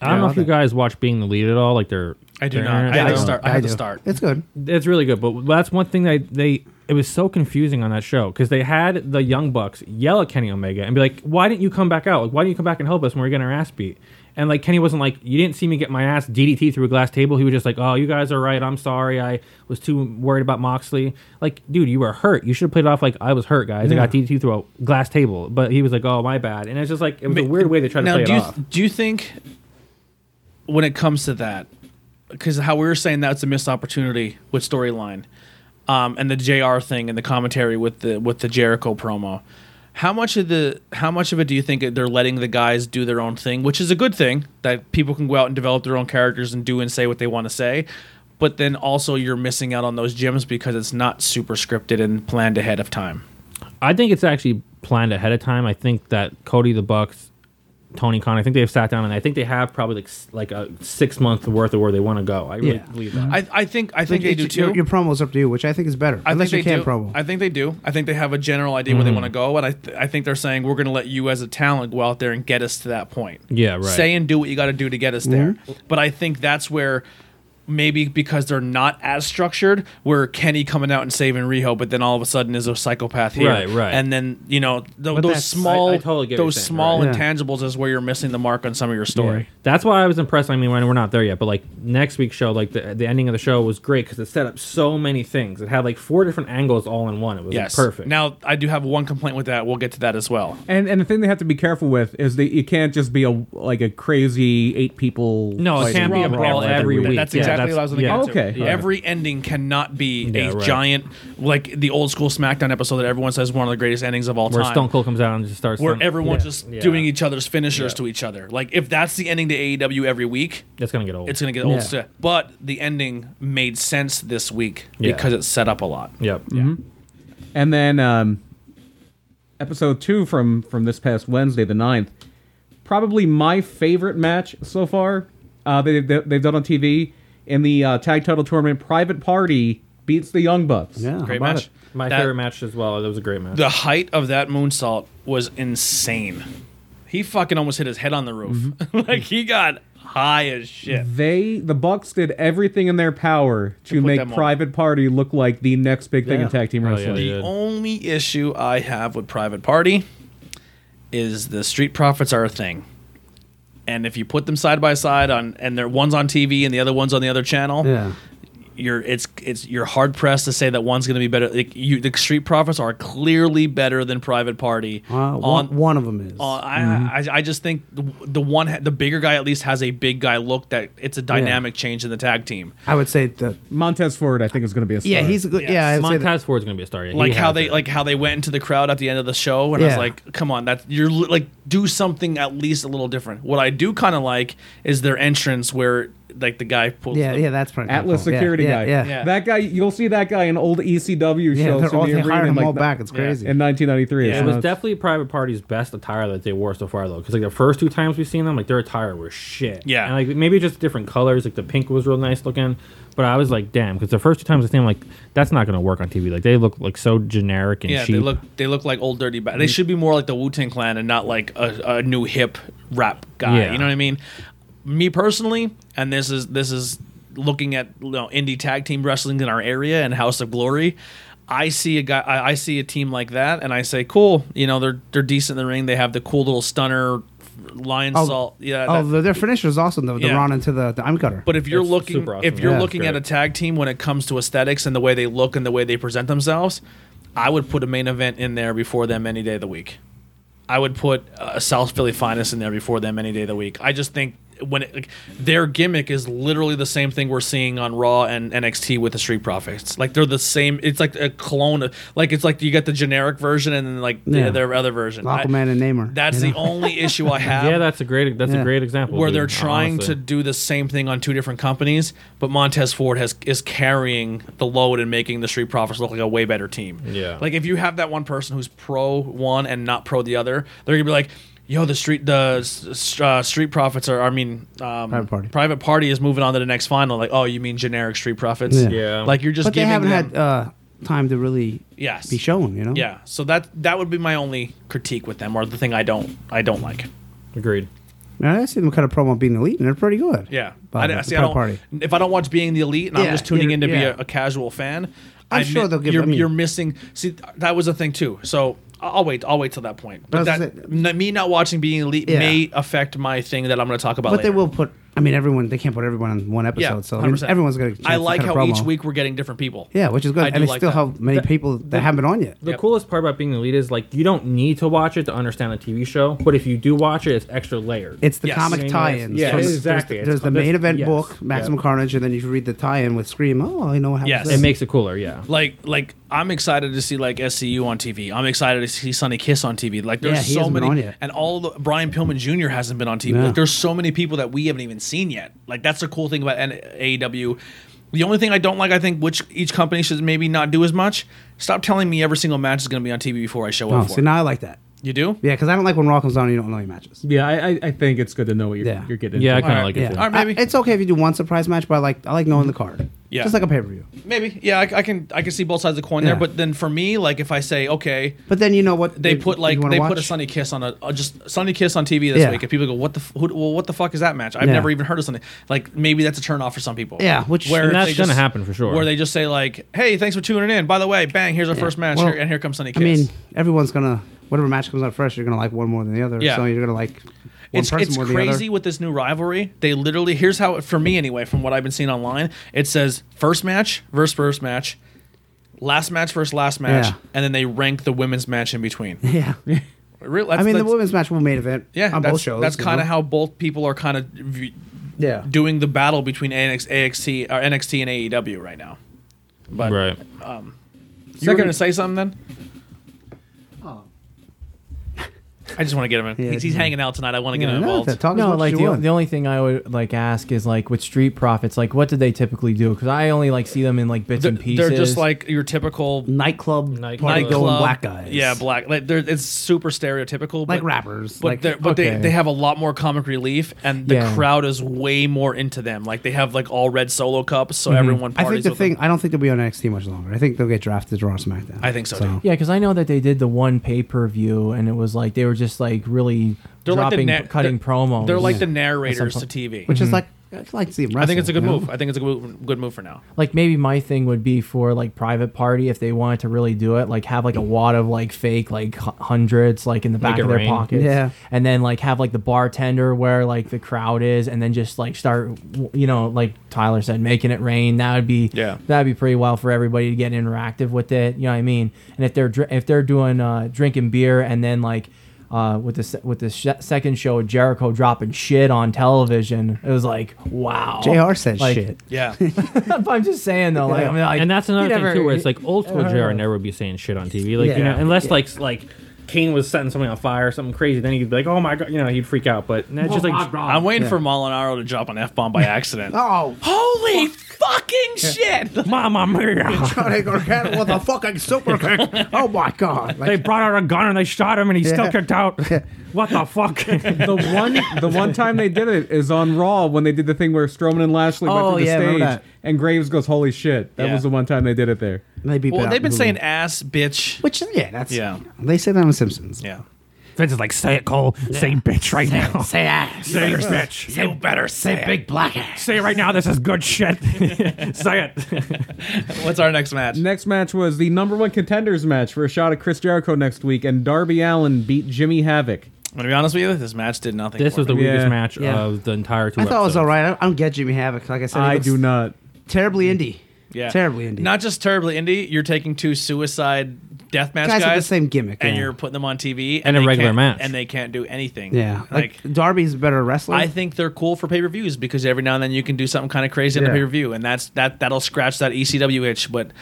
S5: I don't know if you guys watch Being the Lead at all. Like they're.
S2: I do
S5: they're-
S2: not. I
S5: Yeah.
S2: had to start I had to
S3: do.
S2: start.
S3: It's good.
S5: It's really good, but that's one thing they they it was so confusing on that show because they had the Young Bucks yell at Kenny Omega and be like, "Why didn't you come back out? Like, why didn't you come back and help us when we are getting our ass beat?" And like Kenny wasn't like, "You didn't see me get my ass DDT through a glass table." He was just like, "Oh, you guys are right. I'm sorry. I was too worried about Moxley." Like, dude, you were hurt. You should have played it off like I was hurt, guys. I got DDT through a glass table. But he was like, "Oh, my bad." And it's just like it was a weird way they tried to
S2: now,
S5: play it
S2: do you,
S5: off.
S2: Do you think when it comes to that, because how we were saying that's a missed opportunity with storyline, um, and the Jr. thing and the commentary with the with the Jericho promo, how much of the how much of it do you think they're letting the guys do their own thing, which is a good thing that people can go out and develop their own characters and do and say what they want to say. But then also you're missing out on those gems because it's not super scripted and planned ahead of time.
S5: I think it's actually planned ahead of time. I think that Cody the Bucks, Tony Khan, I think they've sat down and I think they have probably like s- like a six month worth of where they want to go. I really
S3: Yeah.
S5: believe that.
S2: I, I think I think they
S3: Mm-hmm.
S2: do
S3: It's-
S2: too.
S3: Your, your promo's up to you, which I think is better.
S2: I
S3: Unless
S2: think
S3: you
S2: they
S3: can't
S2: do.
S3: promo.
S2: I think they do. I think they have a general idea
S5: Mm.
S2: where they want to go, and I, th- I think they're saying we're going to let you as a talent go out there and get us to that point.
S5: Yeah, right. Mm-hmm.
S2: Say and do what you got to do to get us there. But I think that's where maybe because they're not as structured, where Kenny coming out and saving Riho, but then all of a sudden is a psychopath here,
S5: Right, right.
S2: And then you know th- those
S3: that's-
S2: small,
S5: I- I totally get what you're
S2: those
S5: saying,
S2: small
S3: right. Yeah.
S2: intangibles is where you're missing the mark on some of your story.
S5: That's why I was impressed. I mean, when we're not there yet, but like next week's show, like the, the ending of the show was great because it set up so many things. It had like four different angles all in one. It was like,
S2: Yes,
S5: perfect.
S2: Now I do have one complaint with that. We'll get to that as well.
S4: and and the thing they have to be careful with is that you can't just be a like a crazy eight people.
S5: No, it
S4: fighting
S5: can't be a
S4: brawl
S5: brawl every week.
S2: That's exactly
S5: Yeah, that's-
S2: what I was going to
S5: yeah.
S2: get to.
S4: Okay, all right.
S2: Every ending cannot be
S5: Yeah,
S2: a
S5: right.
S2: giant, like the old school SmackDown episode that everyone says is one of the greatest endings of all
S5: where
S2: time.
S5: Stone Cold comes out and just starts
S2: where
S5: throwing-
S2: everyone's
S5: Yeah.
S2: just
S5: Yeah.
S2: doing each other's finishers to each other. Like if that's the ending to AEW every week,
S5: It's gonna get old.
S2: it's going to get old.
S3: Yeah.
S2: stuff. But the ending made sense this week
S5: Yeah.
S2: because it's set up a lot.
S5: Yep.
S4: And then um, episode two from from this past Wednesday, the 9th, probably my favorite match so far uh, they, they, they've done on TV in the uh, tag title tournament. Private Party beats the Young Bucks.
S3: yeah, how
S2: Great
S3: about
S2: match.
S3: it?
S5: My
S2: That-
S5: favorite match as well. That was a great match.
S2: The height of that moonsault was insane. He fucking almost hit his head on the roof.
S5: Mm-hmm.
S2: like he got high as shit.
S4: They the Bucks did everything in their power to,
S2: put
S4: make
S2: them on.
S4: Private Party look like the next big thing
S3: Yeah.
S4: in tag team
S5: Hell Oh, yeah,
S4: wrestling.
S5: they
S2: The
S5: did.
S2: only issue I have with Private Party is the street profits are a thing. And if you put them side by side on and they're one's on TV and the other one's on the other channel,
S3: Yeah,
S2: you're it's it's you're hard pressed to say that one's going to be better. Like you, the street profits are clearly better than Private Party.
S3: uh, one,
S2: on-
S3: one of them is.
S2: uh, I, I I just think the, the one ha- the bigger guy at least has a big guy look that it's a dynamic change in the tag team.
S3: I would say the
S4: Montez Ford, I think, is going to be a star.
S3: yeah, he's a good.
S2: Yes.
S3: Yeah, I would say that-
S5: Montez Ford's gonna be a star. Yeah, he
S2: like how
S5: has
S2: they
S5: it.
S2: like how they went into the crowd at the end of the show and i was
S3: Yeah.
S2: like come on that you're li- like do something at least a little different what i do kind of like is their entrance where like the guy pulls.
S3: Yeah,
S2: the-
S3: yeah, that's pretty
S4: Atlas
S3: cool. Yeah,
S4: security
S3: yeah,
S4: guy.
S3: Yeah,
S2: Yeah.
S4: That guy, you'll see that guy in old ECW
S3: yeah.
S4: shows
S3: they're
S4: from
S3: all,
S4: the
S3: they
S4: arena
S3: hired
S4: in,
S3: him
S4: like
S3: all
S4: the-
S3: back. It's
S2: Yeah.
S3: crazy.
S4: in 1993.
S2: Yeah.
S5: It
S4: so
S5: was
S4: it's-
S5: definitely Private Party's best attire that they wore so far, though, because like the first two times we've seen them, like their attire were shit.
S2: Yeah.
S5: and like maybe just different colors. Like the pink was real nice looking, but I was like, damn, because the first two times I seen them, like that's not gonna work on TV. Like they look like so generic and
S2: Yeah,
S5: cheap.
S2: they look they look like old dirty bad. They should be more like the Wu Tang Clan and not like a, a new hip rap guy.
S5: Yeah.
S2: You know what I mean? Me personally, and this is this is looking at you know, indie tag team wrestling in our area and House of Glory. I see a guy. I, I see a team like that, and I say, "Cool, you know they're they're decent in the ring. They have the cool little stunner, lion salt. Yeah,
S3: Oh,
S2: uh, that-
S3: the, their finisher is awesome though. The
S2: Yeah.
S3: Ron into the, the arm cutter.
S2: But if you're
S5: It's
S2: looking,
S5: super awesome,
S2: if you're
S3: yeah.
S2: looking
S5: It's
S2: at
S5: great.
S2: a tag team when it comes to aesthetics and the way they look and the way they present themselves, I would put a main event in there before them any day of the week. I would put a South Philly Finest in there before them any day of the week. I just think when it, like, their gimmick is literally the same thing we're seeing on Raw and NXT with the Street Profits. Like they're the same. It's like a clone. Of, like it's like you got the generic version and then like
S3: Yeah.
S2: the, their other version. I-
S3: Aquaman and Namor.
S2: That's
S3: you
S2: the only issue I have
S5: yeah, that's a great that's
S3: Yeah.
S5: a great example.
S2: where
S5: dude,
S2: they're trying
S5: honestly.
S2: to do the same thing on two different companies, but Montez Ford has is carrying the load and making the Street Profits look like a way better team.
S5: Yeah.
S2: Like if you have that one person who's pro one and not pro the other, they're gonna be like, "Yo, the street the s- s- uh, Street Profits are. I mean, um,
S3: Private Party.
S2: Private Party is moving on to the next final. Like, oh, you mean generic Street Profits?
S3: Yeah.
S5: Yeah.
S2: Like you're just
S3: But they
S2: giving them.
S3: haven't had uh, time to really
S2: yes.
S3: be shown. You know.
S2: Yeah. So that that would be my only critique with them, or the thing I don't I don't like.
S5: agreed.
S3: Man, I see them cut a promo being elite, and they're pretty good.
S2: Yeah,
S3: By
S2: I,
S3: the-
S2: don't-
S3: the
S2: see, I
S3: Pride
S2: don't,
S3: party.
S2: If I don't watch Being the Elite and I'm
S3: Yeah,
S2: just tuning in to
S3: yeah.
S2: be a, a casual fan,
S3: I'm
S2: I
S3: sure they'll give-
S2: You're,
S3: I mean-
S2: you're missing. See, that was a thing too. So I- I'll wait. I'll wait till that point. But
S3: But I
S2: that,
S3: was
S2: n- me not watching Being Elite
S3: Yeah.
S2: may affect my thing that I'm going to talk about.
S3: But they
S2: later.
S3: will put. I mean, everyone. They can't put everyone on one episode.
S2: Yeah,
S3: so I mean,
S2: 100%.
S3: everyone's gonna.
S2: I like how each week we're getting different people.
S3: Yeah, which is good,
S2: I do
S3: and they
S2: like
S3: still
S2: that.
S3: have many
S5: That-
S3: people that haven't been on yet.
S5: The
S2: Yep.
S5: coolest part about being the lead is like you don't need to watch it to understand a TV show, but if you do watch it, it's extra layered.
S3: It's the
S2: Yes.
S3: comic
S5: Yeah,
S3: tie-ins.
S5: yeah,
S3: from- there's-
S5: exactly.
S3: There's,
S5: It's
S3: the
S5: called-
S3: main
S5: that's-
S3: event
S5: yes.
S3: book, Maximum
S5: Yeah.
S3: Carnage, and then you read the tie-in with Scream. Oh, I know what
S2: Yes.
S3: happens.
S5: it
S3: next.
S5: makes it cooler. Yeah,
S2: Like, like I'm excited to see like SCU on TV. I'm excited to see Sonny Kiss on TV. Like,
S3: Yeah,
S2: there's
S3: he
S2: so
S3: hasn't been
S2: many,
S3: on yet.
S2: and all the Brian Pillman Jr. hasn't been on TV.
S3: No.
S2: Like, there's so many people that we haven't even seen yet. Like, that's the cool thing about N- AEW. The only thing I don't like, I think, which each company should maybe not do as much. Stop telling me every single match is going to be on TV before I show
S3: Oh,
S2: up for
S3: see,
S2: it.
S3: now I like that.
S2: You do?
S3: Yeah, because I don't like when Raw comes on and you don't know your matches.
S4: yeah, I, I- I think it's good to know what you're,
S3: Yeah.
S4: you're getting.
S5: yeah, I
S4: into.
S5: kind of
S2: Alright,
S5: like
S3: Yeah,
S5: it. Too.
S2: Alright, maybe.
S3: I- it's okay if you do one surprise match, but I like I like knowing the card.
S2: Yeah.
S3: just like a pay-per-view.
S2: Maybe. Yeah, I, I can. I can see both sides of the coin there.
S3: Yeah.
S2: But then for me, like, if I say, okay,
S3: But then you know what
S2: they put like
S3: you wanna
S2: they
S3: watch?
S2: put a Sunny Kiss on a uh, just Sunny Kiss on TV this
S3: Yeah.
S2: week, and people go, "What the f- who, well, what the fuck is that match? I've
S3: Yeah.
S2: never even heard of Sunny." Like maybe that's a turn off for some people.
S3: Yeah, which-
S2: where
S3: And
S2: if
S5: that's
S2: they just-
S5: gonna happen for sure.
S2: Where they just say like, "Hey, thanks for tuning in. By the way, bang, here's our first match,
S3: Well,
S2: here, and here comes Sunny
S3: I
S2: Kiss."
S3: mean, everyone's gonna whatever match comes out first, you're gonna like one more than the other.
S2: Yeah.
S3: So you're gonna like one
S2: it's
S3: person
S2: it's
S3: more
S2: crazy
S3: than
S2: with this new rivalry. They literally here's how for me anyway, from what I've been seeing online, it says first match versus first match, last match versus last match,
S3: Yeah.
S2: and then they rank the women's match in between.
S3: the other. Yeah.
S2: Real-
S3: I
S2: that's-
S3: mean, the
S2: that's-
S3: women's match will main event.
S2: yeah,
S3: on
S2: that's,
S3: both shows.
S2: That's
S3: you
S2: kind of
S3: know?
S2: how both people are kind of
S3: Yeah.
S2: doing the battle between NX, AXT or NXT and AEW right now. But
S5: Right.
S2: you were
S4: Second-
S2: going to say something then? I just want to get him in.
S3: Oh. Yeah,
S2: he's, he's
S3: yeah.
S2: hanging out tonight. I want to get
S3: Yeah,
S2: him
S3: no,
S2: involved.
S3: that- talk as
S6: no,
S3: much as
S6: like
S3: you
S6: the,
S3: want.
S6: the only thing I would like ask is like with street profits, like what do they typically do? Because I only like see them in like bits
S2: they're,
S6: and pieces.
S2: they're just like your typical
S3: nightclub,
S5: Nightclub.
S3: party going
S2: nightclub-
S3: black guys.
S2: Yeah, black. Like they're, it's super stereotypical.
S3: Like
S2: but,
S3: rappers,
S2: But
S3: like-
S2: they're- but
S6: okay.
S2: they they have a lot more comic relief, and the
S6: Yeah.
S2: crowd is way more into them. Like they have like all red solo cups, so everyone.
S3: Mm-hmm. I
S2: Parties
S3: think the
S2: with them.
S3: thing. I don't think they'll be on NXT much longer. I think they'll get drafted to Raw or SmackDown.
S2: I think so, too.
S6: yeah, because I know that they did the one pay per view, and it was like they were just like really dropping,
S2: na-
S6: cutting
S2: they're-
S6: promos.
S2: They're like the
S6: At
S2: narrators
S6: some
S2: to
S6: point.
S2: TV.
S3: Which is like I'd like to see them.
S2: I think it's a
S3: wrestle,
S2: good
S3: you know?
S2: move. I think it's a good, good move for now.
S6: like maybe my thing would be for like private party if they wanted to really do it like have like a wad of like fake like hu- hundreds like in the back
S5: Make it
S6: of their
S5: rain.
S6: pockets
S3: Yeah.
S6: and then like have like the bartender where like the crowd is and then just like start w- you know like tyler said making it rain that would be
S2: Yeah.
S6: that'd be pretty well for everybody to get interactive with it you know what i mean and if they're dr- if they're doing uh drinking beer and then like uh, with the se- with the sh- second show, Jericho dropping shit on television, it was like wow.
S3: Jr. said
S6: Like,
S3: shit.
S2: Yeah.
S3: Oh,
S6: but I'm just saying though, like, I mean, like,
S5: and that's another
S6: you
S5: thing
S6: never-
S5: too, where it's like old school JR never would be saying shit on TV, like
S3: Yeah.
S5: you know, unless like like Kane was setting something on fire or something crazy, then he'd be like, "Oh my god!" You know, he'd freak out. But nah, it's just like
S2: I'm waiting for Molinaro to drop an F bomb by accident.
S3: Oh,
S2: Holy fucking shit!
S5: Mama Mia.
S3: Johnny Gargano with a fucking super kick. Oh my god! Like,
S5: brought out a gun and they shot him, and he
S3: Yeah.
S5: out. What the fuck?
S4: The one, the one time they did it is on Raw when they did the thing where Strowman and Lashley
S3: Oh,
S4: went to the
S3: yeah, I remember
S4: stage,
S3: that.
S4: and Graves goes, "Holy shit!" That
S2: Yeah.
S4: was the one time they did it there.
S3: maybe
S2: Well,
S3: better
S2: they've been
S3: Hulu.
S2: saying ass, bitch.
S3: which yeah, that's
S2: Yeah.
S3: They say that on Simpsons.
S2: Yeah.
S5: Vince is like, "Say it, Cole. Say bitch right now.
S3: Say ass.
S5: Say your bitch.
S2: You better say
S3: big black ass.
S5: Say it right now. This is good shit. Say it."
S2: What's our next match?
S4: Next match was the number one contenders match for a shot at Chris Jericho next week, and Darby Allen beat Jimmy Havoc.
S2: I'm gonna be honest with you. This match did nothing.
S5: This
S2: for
S5: was the
S2: me.
S5: weakest
S4: Yeah.
S5: match
S3: Yeah.
S5: of the entire two.
S3: I thought it was
S5: episodes.
S3: all right. I don't, I don't get Jimmy Havoc. Like I said, he
S4: I
S3: looks
S4: do not.
S3: terribly indie.
S2: yeah.
S3: terribly indie.
S2: Not just terribly indie. You're taking two suicide death match
S3: guys,
S2: guys,
S3: with the same gimmick.
S2: and
S3: yeah.
S2: you're putting them on TV
S5: And a
S2: they
S5: regular
S2: can't-
S5: match.
S2: and they can't do anything.
S3: yeah,
S2: like.
S3: like, Darby's a better wrestler.
S2: I think they're cool for pay per views because every now and then you can do something kind of crazy on
S4: Yeah.
S2: the pay per view, and that's that that'll scratch that ECW itch. But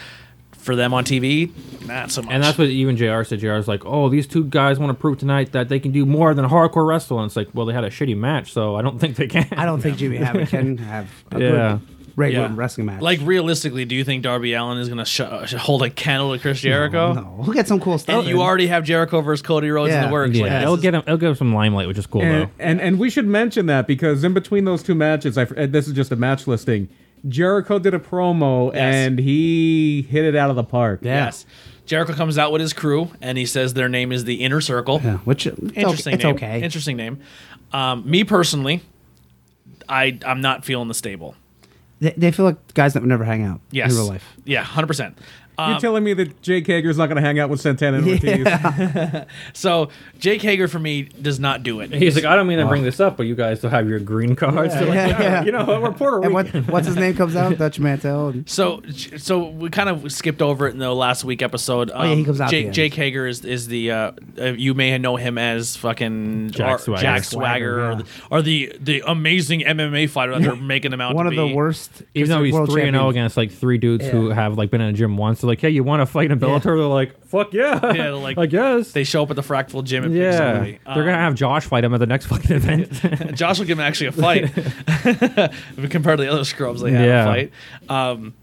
S2: for them on TV, not so much.
S5: And that's what even JR said. JR was like, oh, these two guys want to prove tonight that they can do more than hardcore wrestling. it's like, well, they had a shitty match, so I don't think they can.
S3: I don't think Jimmy Havoc can have a
S5: Yeah.
S3: good regular
S2: Yeah.
S3: wrestling match.
S2: Like realistically, do you think Darby Allen is gonna sh- uh, sh- hold a candle to Chris Jericho?
S3: no, he'll get some cool stuff.
S2: And Oh, you
S3: in.
S2: already have Jericho versus Cody Rhodes in
S3: Yeah.
S2: the works.
S5: Yeah,
S2: Like,
S5: it'll
S2: this is-
S5: get him. It'll give him some limelight, which is cool
S4: And,
S5: though.
S4: and and we should mention that because in between those two matches, I, and this is just a match listing. Jericho did a promo
S2: Yes.
S4: and he hit it out of the park.
S2: yes. Jericho comes out with his crew and he says their name is the Inner Circle.
S3: Yeah, which it's
S2: Interesting
S3: Okay. It's
S2: name.
S3: okay.
S2: Interesting name. Um, me personally, I I'm not feeling the stable.
S3: They, they feel like guys that would never hang out
S2: Yes.
S3: in real life.
S2: Yeah, hundred percent. Um,
S4: You're telling me that Jake Hager's not going to hang out with Santana and Ortiz?
S2: So Jake Hager for me does not do it.
S5: He's like, I don't mean to bring this up, but you guys still have your green cards. They're like,
S3: yeah,
S5: "Yeah,
S3: yeah.
S5: You know, what, we're Puerto
S3: And
S5: Rican.
S3: what, what's his name comes out? Dutch Mantel. And,
S2: So, so we kind of skipped over it in the last week episode. Um,
S3: Oh, yeah, he comes out at the
S2: Jake,
S3: end.
S2: Jake Hager is is the uh, uh, you may know him as fucking
S5: Jack
S2: or-
S5: Swagger.
S2: Jack
S5: Jack
S2: Swagger,
S3: Swagger,
S2: or,
S3: yeah.
S2: the, or the the amazing MMA fighter that they're making him out
S3: one
S2: to
S3: of the
S2: be.
S3: worst.
S5: Even though he's
S3: world
S5: three and oh zero
S3: champions.
S5: against like three dudes who
S3: Yeah.
S5: have like been in a gym once, they're like, hey, you want to fight in Bellator? They're like, fuck yeah,
S2: Yeah, like-
S5: I guess.
S2: They Um, show up at the Fractal Gym. And
S5: yeah,
S2: somebody.
S5: they're gonna have Josh fight him at the next fucking event.
S2: Um, Josh will give him actually a fight compared to the other scrubs they have
S5: Yeah.
S2: a fight. Um,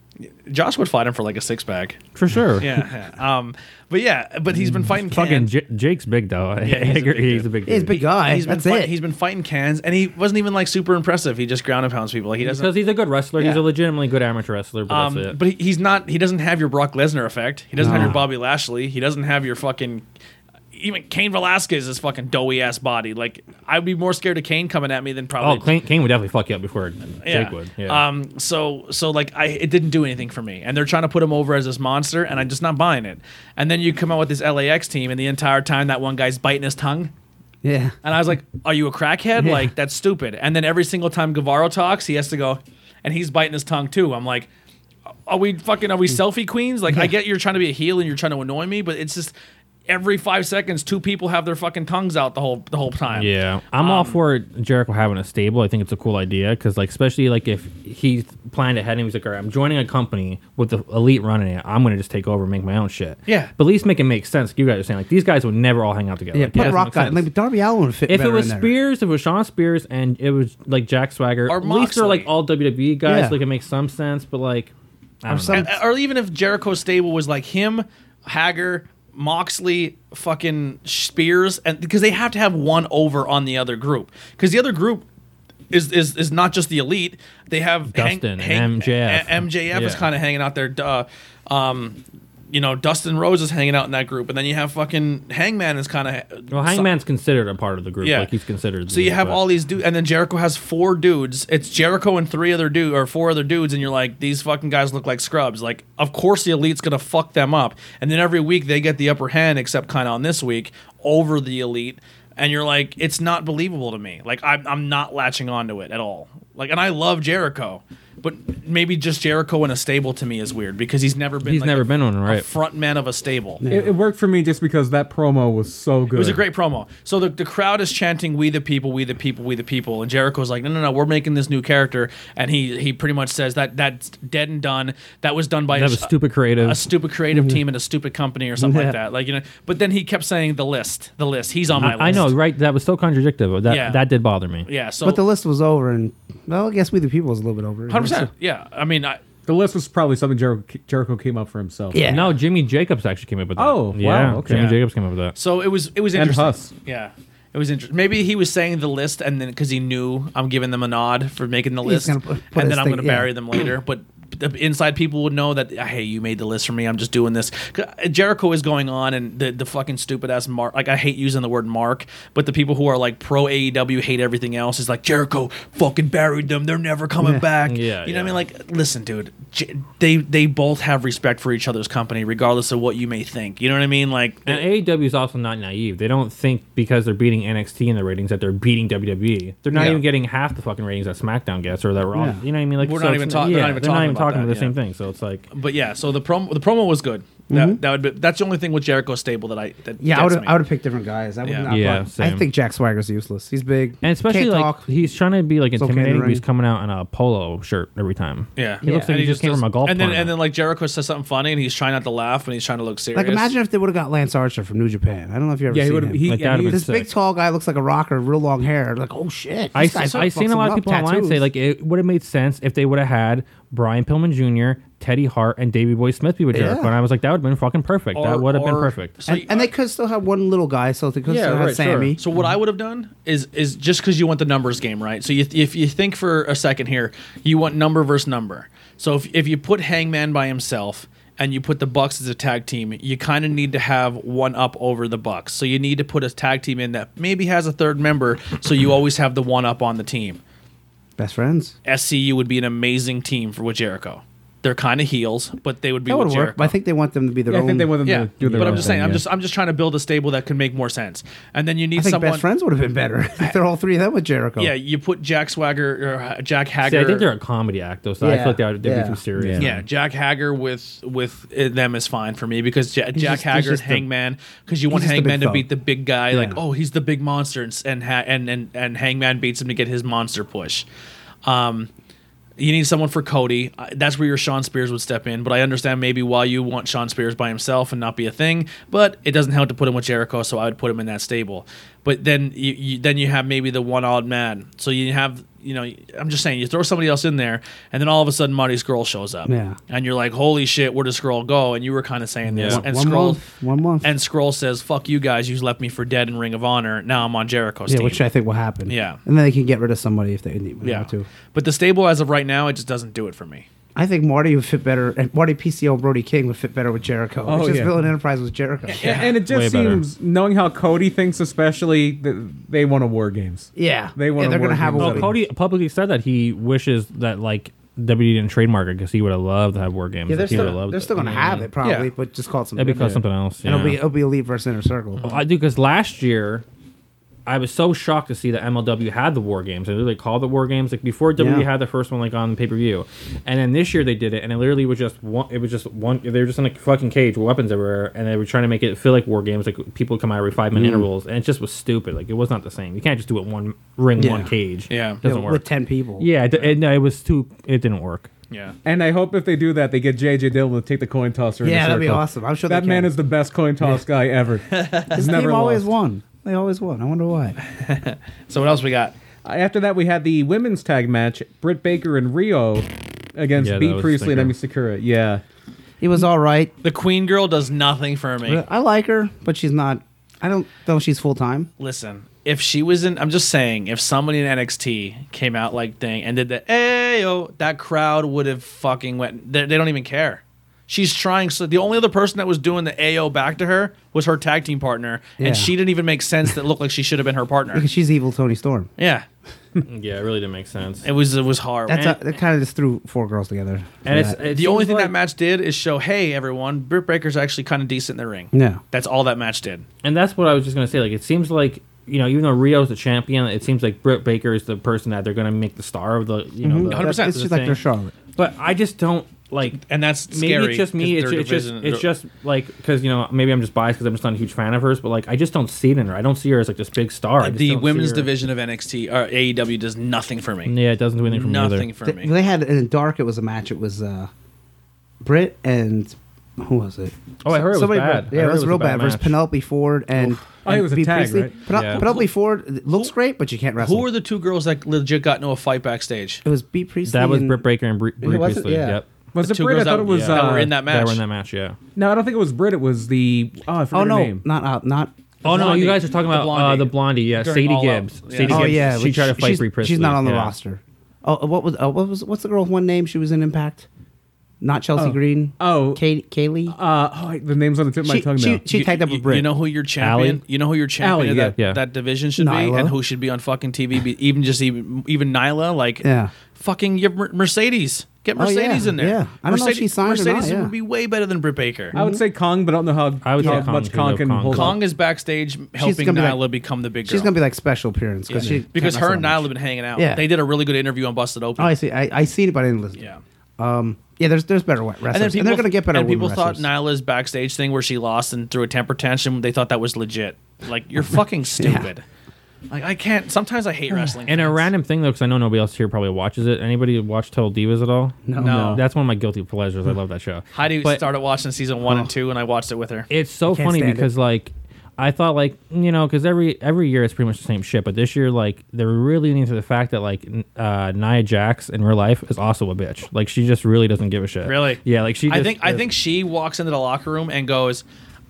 S2: Josh would fight him for like a six pack.
S5: For sure.
S2: Yeah. yeah. Um, but yeah, but he's been fighting
S5: Fucking
S2: Ken.
S5: J- Jake's big though.
S2: Yeah, he's a big
S5: he's
S2: dude.
S5: a big.
S3: He's a
S5: dude.
S3: big guy.
S2: He's been
S3: That's
S2: fight-
S3: it.
S2: He's been fighting cans, and he wasn't even like super impressive. He just ground and pounds people. Like he doesn't.
S5: because he's a good wrestler. He's
S3: Yeah.
S5: a legitimately good amateur wrestler, but
S2: um,
S5: that's it.
S2: but he, he's not. He doesn't have your Brock Lesnar effect. He doesn't have your Bobby Lashley. He doesn't have your fucking. Even Kane Velasquez is fucking doughy ass body. Like I'd be more scared of Kane coming at me than
S5: oh,
S2: probably.
S5: Kane, Kane would definitely fuck you up before
S2: yeah.
S5: Jake would. Yeah.
S2: Um. So so like I it didn't do anything for me, and they're trying to put him over as this monster, and I'm just not buying it. And then you come out with this LAX team, and the entire time that one guy's biting his tongue.
S3: yeah.
S2: And I was like, "Are you a crackhead? Like that's stupid." And then every single time Guevara talks, he has to go, and he's biting his tongue too. I'm like, "Are we fucking? Are we selfie queens? Like I get you're trying to be a heel and you're trying to annoy me, but it's just every five seconds, two people have their fucking tongues out the whole the whole time.
S5: Yeah, I'm
S2: Um,
S5: all for Jericho having a stable. I think it's a cool idea because, like, especially like if he planned ahead and he was like, "All right, I'm joining a company with the elite running it. I'm gonna just take over and make my own shit."
S2: Yeah.
S5: but at least make it make sense. like You guys are saying like these guys would never all hang out together.
S3: Yeah,
S5: Like, it
S3: put
S5: doesn't
S3: Rock
S5: make
S3: guy.
S5: sense.
S3: Like Darby Allen would fit
S5: if it
S3: better
S5: was
S3: in there.
S5: Spears, if it was Sean Spears, and it was like Jack Swagger,
S2: Or
S5: at least they're like
S2: Moxley.
S5: all WWE guys.
S3: Yeah.
S5: Like it makes some sense, but like, I don't know.
S3: some-
S2: Or even if Jericho stable was like him, Hager, Moxley, fucking Spears, and because they have to have one over on the other group, because the other group is is is not just the elite. They have
S5: Dustin and MJF.
S2: A- MJF is
S5: Yeah.
S2: kind of hanging out there. Duh. Um, you know, Dustin Rose is hanging out in that group, and then you have fucking Hangman is kind of
S5: Well, Hangman's considered a part of the group.
S2: Yeah.
S5: Like he's considered.
S2: So you
S5: the-
S2: have
S5: but-
S2: all these dudes, and then Jericho has four dudes. It's Jericho and three other dude or four other dudes, and you're like, these fucking guys look like scrubs. Like, of course the elite's gonna fuck them up, and then every week they get the upper hand, except kind of on this week over the elite, and you're like, it's not believable to me. Like I'm, I'm not latching onto it at all. Like, and I love Jericho, But maybe just Jericho in a stable to me is weird because he's never been.
S5: He's
S2: like,
S5: never
S2: a-
S5: been on,
S2: a
S5: right.
S2: front man of a stable.
S4: It, it worked for me just because that promo was so good.
S2: It was a great promo. So the, the crowd is chanting, "We the people, we the people, we the people," and Jericho's like, "No, no, no, we're making this new character," and he he pretty much says that that's dead and done. That was done by
S5: That
S2: a,
S5: was stupid Mm-hmm. creative.
S2: a stupid creative team and a stupid company or something
S3: Yeah.
S2: like that. Like you know, but then he kept saying the list, the list. He's on my list.
S5: I know, right? That was so contradictive. That
S2: Yeah.
S5: that did bother me.
S2: Yeah. So
S3: But the list was over, and well, I guess we the people was a little bit over.
S2: hundred percent. Yeah. I mean, I,
S4: The list was probably something Jericho, Jericho came up for himself.
S3: Yeah.
S5: No, Jimmy Jacobs actually came up with that.
S4: Oh, wow,
S5: yeah.
S4: okay.
S5: Jimmy
S2: Yeah.
S5: Jacobs came up with that.
S2: so it was it was
S4: And
S2: interesting.
S4: Huss.
S2: Yeah. It was interesting. Maybe he was saying the list, and then because he knew I'm giving them a nod for making the
S3: He's
S2: list,
S3: gonna put-
S2: and
S3: put his
S2: then I'm
S3: thing-
S2: going to
S3: yeah.
S2: bury them later. But the inside people would know that hey, you made the list for me. I'm just doing this. 'Cause uh, Jericho is going on, and the the fucking stupid ass Mark. Like I hate using the word Mark, but the people who are like pro AEW hate everything else. Is like Jericho fucking buried them. They're never coming back.
S5: Yeah,
S2: you know what I
S5: yeah.
S2: mean? Like listen, dude. J- they they both have respect for each other's company, regardless of what you may think. You know what I mean? Like
S5: And AEW is also not naive. They don't think because they're beating NXT in the ratings that they're beating WWE. They're not
S2: Yeah.
S5: even getting half the fucking ratings that SmackDown gets or that Raw.
S3: Yeah.
S5: You know what I mean? Like
S2: We're
S5: so
S2: not
S5: it's-
S2: even talk- they're
S5: yeah,
S2: not even
S5: they're not
S2: talking
S5: even
S2: about
S5: talking
S2: that,
S5: about the
S2: yeah.
S5: same thing. So it's like
S2: But yeah, so the promo the promo was good. That
S5: Mm-hmm.
S2: that would be that's the only thing with Jericho stable that I that
S3: Yeah, I
S2: gets
S3: would
S2: me.
S3: I would have picked different guys. I would
S2: Yeah.
S3: not.
S5: Yeah,
S3: but I
S5: same.
S3: think Jack Swagger's useless. He's big
S5: and especially
S3: Can't
S5: like
S3: talk.
S5: he's trying to be like
S3: okay in the
S5: intimidating. but he's
S3: ring.
S5: coming out in a polo shirt every time.
S2: yeah,
S5: he looks like
S2: And
S5: he just came
S2: does-
S5: from a golf
S2: And then
S5: tournament.
S2: and then like Jericho says something funny and he's trying not to laugh and he's trying to look serious.
S3: Like imagine if they would have got Lance Archer from New Japan. I don't know if you ever
S4: Yeah, he
S3: seen
S4: would have.
S3: him.
S4: He,
S5: Like,
S4: yeah,
S5: that'd
S4: he
S5: have
S4: was-
S3: this big
S5: sick.
S3: tall guy looks like a rocker, real long hair. Like oh shit,
S5: I,
S3: this guy
S5: I, have
S3: fucks
S5: seen a lot of
S3: him up,
S5: people online say
S3: tattoos.
S5: like it would have made sense if they would have had Brian Pillman Jr., Teddy Hart, and Davey Boy Smith be with
S3: Yeah.
S5: Jericho, and I was like, that would have been fucking perfect.
S2: Or-
S5: that would have been
S2: or-
S5: perfect.
S2: so
S3: and,
S2: you-
S3: and they could still have one little guy, so they could
S4: Yeah,
S3: still have
S4: right, sure.
S3: Sammy.
S2: So what I would have done is is just because you want the numbers game, right? So you, if you think for a second here, you want number versus number. So if if you put Hangman by himself and you put the Bucks as a tag team, you kind of need to have one up over the Bucks. So you need to put a tag team in that maybe has a third member, so you always have the one up on the team.
S3: Best friends.
S2: SCU would be an amazing team for with Jericho. They're kind of heels, but they would be
S3: That
S2: with
S3: would work.
S2: Jericho.
S3: But I think they want them to be their
S4: yeah, I
S3: own.
S4: think they wanted
S2: yeah,
S4: to do their
S2: but I'm
S4: own
S2: just saying,
S4: thing,
S2: I'm
S4: yeah.
S2: just I'm just trying to build a stable that could make more sense. And then you need
S3: I think
S2: someone.
S3: best friends would have been better. if they're all three of them with Jericho.
S2: Yeah, you put Jack Swagger or uh, Jack Hager.
S5: See, I think they're a comedy act though, so I
S3: Yeah.
S5: feel like they'd, they'd
S3: Yeah.
S5: be too serious.
S2: yeah, Jack Hager with with uh, them is fine for me because Ja- Jack
S3: just- he's
S2: Hager and
S3: just the-
S2: Hangman because you want
S3: just the big
S2: Hangman to
S3: fella.
S2: beat the big guy like
S3: Yeah.
S2: oh he's the big monster and s- and ha- and, and and Hangman beats him to get his monster push. Um, you need someone for Cody. Uh, That's where your Sean Spears would step in. But I understand maybe why you want Sean Spears by himself and not be a thing. But it doesn't help to put him with Jericho, so I would put him in that stable. But then you, you then you have maybe the one odd man. So you have you know I'm just saying you throw somebody else in there, and then all of a sudden Marty Scroll shows up.
S3: Yeah.
S2: And you're like, holy shit, where does Scroll go? And you were kind of saying this.
S5: Yeah.
S2: And
S3: One
S2: Scroll
S3: month, one month.
S2: And Scroll says, "Fuck you guys, you left me for dead in Ring of Honor. Now I'm on Jericho's
S3: Yeah,
S2: team."
S3: which I think will happen.
S2: Yeah.
S3: and then they can get rid of somebody if they need
S2: yeah.
S3: to.
S2: But the stable as of right now, it just doesn't do it for me.
S3: I think Marty would fit better, and Marty PCO Brody King would fit better with Jericho.
S4: Oh,
S3: it's just
S4: yeah.
S3: Villain Enterprise with Jericho. Yeah,
S4: And it just
S5: Way better.
S4: seems, knowing how Cody thinks, especially, th- they want to war games. They
S3: yeah,
S4: wanna
S3: they're gonna
S4: work
S3: have a
S4: him
S5: Well,
S4: Exactly.
S5: Cody publicly said that he wishes that like WWE didn't trademark it because he would have loved to have war games.
S3: Yeah, they're
S5: Like, he would've
S3: still
S5: loved
S3: they're
S5: it.
S3: still gonna
S2: Mm.
S5: You know what I
S3: have
S5: mean?
S3: it probably,
S2: Yeah.
S3: but just call it something.
S5: It'd be called
S3: different.
S5: something else.
S3: And it'll be
S5: yeah.
S3: it'll be Elite versus Inner Circle.
S5: I do because last year, I was so shocked to see that MLW had the War Games. They literally called the War Games like before WWE
S3: Yeah.
S5: had the first one like on pay per view, and then this year they did it, and it literally was just one. It was just one. They were just in a fucking cage with weapons everywhere, and they were trying to make it feel like War Games. Like people come out every five
S3: Mm.
S5: minute intervals, and it just was stupid. Like it was not the same. You can't just do it one ring,
S3: Yeah.
S5: one cage.
S2: Yeah.
S5: it doesn't
S3: Yeah,
S5: work.
S3: with ten people.
S5: yeah, it, it, no, it was too. It didn't work.
S2: Yeah.
S4: And I hope if they do that, they get JJ Dillon to take the coin tosser. in
S3: Yeah,
S4: the
S3: that'd be
S4: circle.
S3: awesome. I'm sure
S4: that
S3: they
S4: man
S3: can.
S4: is the best coin toss guy ever. He's
S3: His
S4: never
S3: team always
S4: lost.
S3: won. They always won. I wonder why.
S2: So what else we got?
S4: After that, we had the women's tag match: Britt Baker and Rio against
S5: Yeah, that
S4: B
S5: was
S4: Priestley and
S5: sicker.
S4: Emi Sakura. Yeah,
S3: It was all right.
S2: The Queen Girl does nothing for me.
S3: I like her, but she's not. I don't know. if She's full time.
S2: Listen, if she was in, I'm just saying, if somebody in NXT came out like thing and did the ayo, that crowd would have fucking went. They, they don't even care. She's trying. So the only other person that was doing the ayo back to her was her tag team partner,
S3: Yeah.
S2: and she didn't even make sense. That looked like she should have been her partner.
S3: Because she's evil Tony Storm.
S2: Yeah,
S5: Yeah, it really didn't make sense.
S2: it was it was hard.
S3: That's
S2: And-
S3: a, that kind of just threw four girls together.
S5: And it's, it
S2: the only
S5: seems
S2: thing
S5: like-
S2: that match did is show, hey everyone, Britt Baker's actually kind of decent in the ring.
S3: Yeah.
S2: that's all that match did.
S5: and that's what I was just gonna say. Like, it seems like you know, even though Rio's the champion, it seems like Britt Baker is the person that they're going to make the star of the, you know, the-
S2: 100%.
S3: It's
S5: the
S3: just like
S5: thing.
S3: they're Charlotte.
S5: But I just don't like.
S2: And that's
S5: Maybe
S2: scary
S5: it's just me.
S2: 'cause
S5: It's,
S2: their
S5: it's just
S2: division-
S5: it's just like because you know maybe I'm just biased because I'm just not a huge fan of hers. But like I just don't see it in her. I don't see her as like this big star. I just
S2: the
S5: don't see
S2: women's
S5: her-
S2: division of NXT or AEW does nothing for me.
S5: Yeah, it doesn't do anything for me either.
S2: Nothing for
S3: They,
S2: me.
S3: they had in dark. It was a match. It was uh, Britt and who was it?
S5: Oh, I heard it was
S3: Somebody-
S5: bad. I
S3: Yeah,
S5: heard
S3: it was real bad. Versus
S5: match.
S3: Penelope Ford and
S4: Oh, it was a
S3: Bea
S4: tag,
S3: Priestley.
S4: right?
S3: Penel-
S5: Yeah.
S3: Penelope Ford looks great, but you can't wrestle.
S2: Who are the two girls that legit got into a fight backstage?
S3: it was Bea Priestley.
S5: That was
S3: and-
S5: Britt Baker and Brie, Brie
S3: was it?
S5: Priestley.
S3: Yeah.
S5: Yep.
S4: Was
S2: The
S4: it
S2: two
S4: Brit? I
S2: girls
S4: thought
S2: that-
S4: it was.
S2: that
S4: Uh,
S2: were in that
S5: They were
S2: match.
S5: in that match. Yeah.
S4: No, I don't think it was Brit. It was the. Oh, I forgot
S3: Oh
S4: her
S3: no,
S4: name.
S3: not uh, not.
S5: Oh no,
S2: Blondie.
S5: you guys are talking
S2: The
S5: about
S2: Blondie.
S5: uh, the blondie. Yeah,
S2: During
S5: Sadie
S2: All Out.
S5: Gibbs.
S2: Yeah.
S5: Sadie
S2: Oh,
S3: Oh
S5: Gibbs.
S3: yeah,
S5: she
S3: which-
S5: tried to fight
S3: she's,
S5: Brie Priestley.
S3: She's not on the
S5: yeah.
S3: roster. Oh, what was oh, what was what's the girl with one name? She was in Impact. Not Chelsea Green.
S4: Oh.
S3: Kay, Kaylee.
S4: Uh, oh, I- the name's on the tip of my
S3: she
S4: tongue now.
S3: she, she tagged up
S2: you,
S3: with Britt.
S2: you know who your champion?
S5: Ally?
S2: You know who your champion
S4: Ally,
S2: of that,
S4: yeah.
S5: Yeah.
S2: that division should be,
S3: Nyla.
S2: and who should be on fucking TV? Be, even just even even Nyla, like
S3: Yeah.
S2: fucking your Mer- Mercedes. Get
S3: Oh, yeah,
S2: Mercedes in there.
S3: yeah. I don't know if
S2: Mercedes,
S3: she signed or not,
S2: Mercedes
S3: yeah.
S2: would be way better than Britt Baker.
S4: I would say Kong, but I don't know how,
S5: I would
S4: how
S5: say Kong,
S4: much
S5: too,
S4: Kong
S5: though.
S4: can
S5: Kong-
S4: hold
S2: Kong
S4: up.
S2: is backstage helping
S3: gonna be
S2: Nyla
S3: like-
S2: become the big girl.
S3: She's gonna be like special appearance because she can't
S2: because her
S3: wrestle
S2: and
S3: that
S2: Nyla
S3: much.
S2: have been hanging out.
S3: Yeah.
S2: They did a really good interview on Busted Open.
S3: Oh, I see. I, I seen it, but I didn't listen.
S2: yeah.
S3: Um. Yeah. There's there's better wa- wrestlers, and, they're gonna get better.
S2: And people
S3: women
S2: thought
S3: wrestlers.
S2: Nyla's backstage thing where she lost and threw a temper tantrum, they thought that was legit. Like you're fucking stupid. Like I can't. Sometimes I hate wrestling.
S5: And a
S2: fans.
S5: random thing though, because I know nobody else here probably watches it. Anybody watch Total Divas at all?
S3: No.
S2: No.
S5: That's one of my guilty pleasures. I love that show.
S2: Heidi
S5: But-
S2: started watching season
S3: Oh.
S2: one and two, and I watched it with her.
S5: It's so
S3: can't
S5: funny
S3: stand it.
S5: because like I thought like you know because every every year it's pretty much the same shit, but this year like they're really leaning to the fact that like n- uh, Nia Jax in real life is also a bitch. Like she just really doesn't give a shit.
S2: Really?
S5: Yeah. Like she.
S2: I
S5: just
S2: think I
S5: is-
S2: think she walks into the locker room and goes,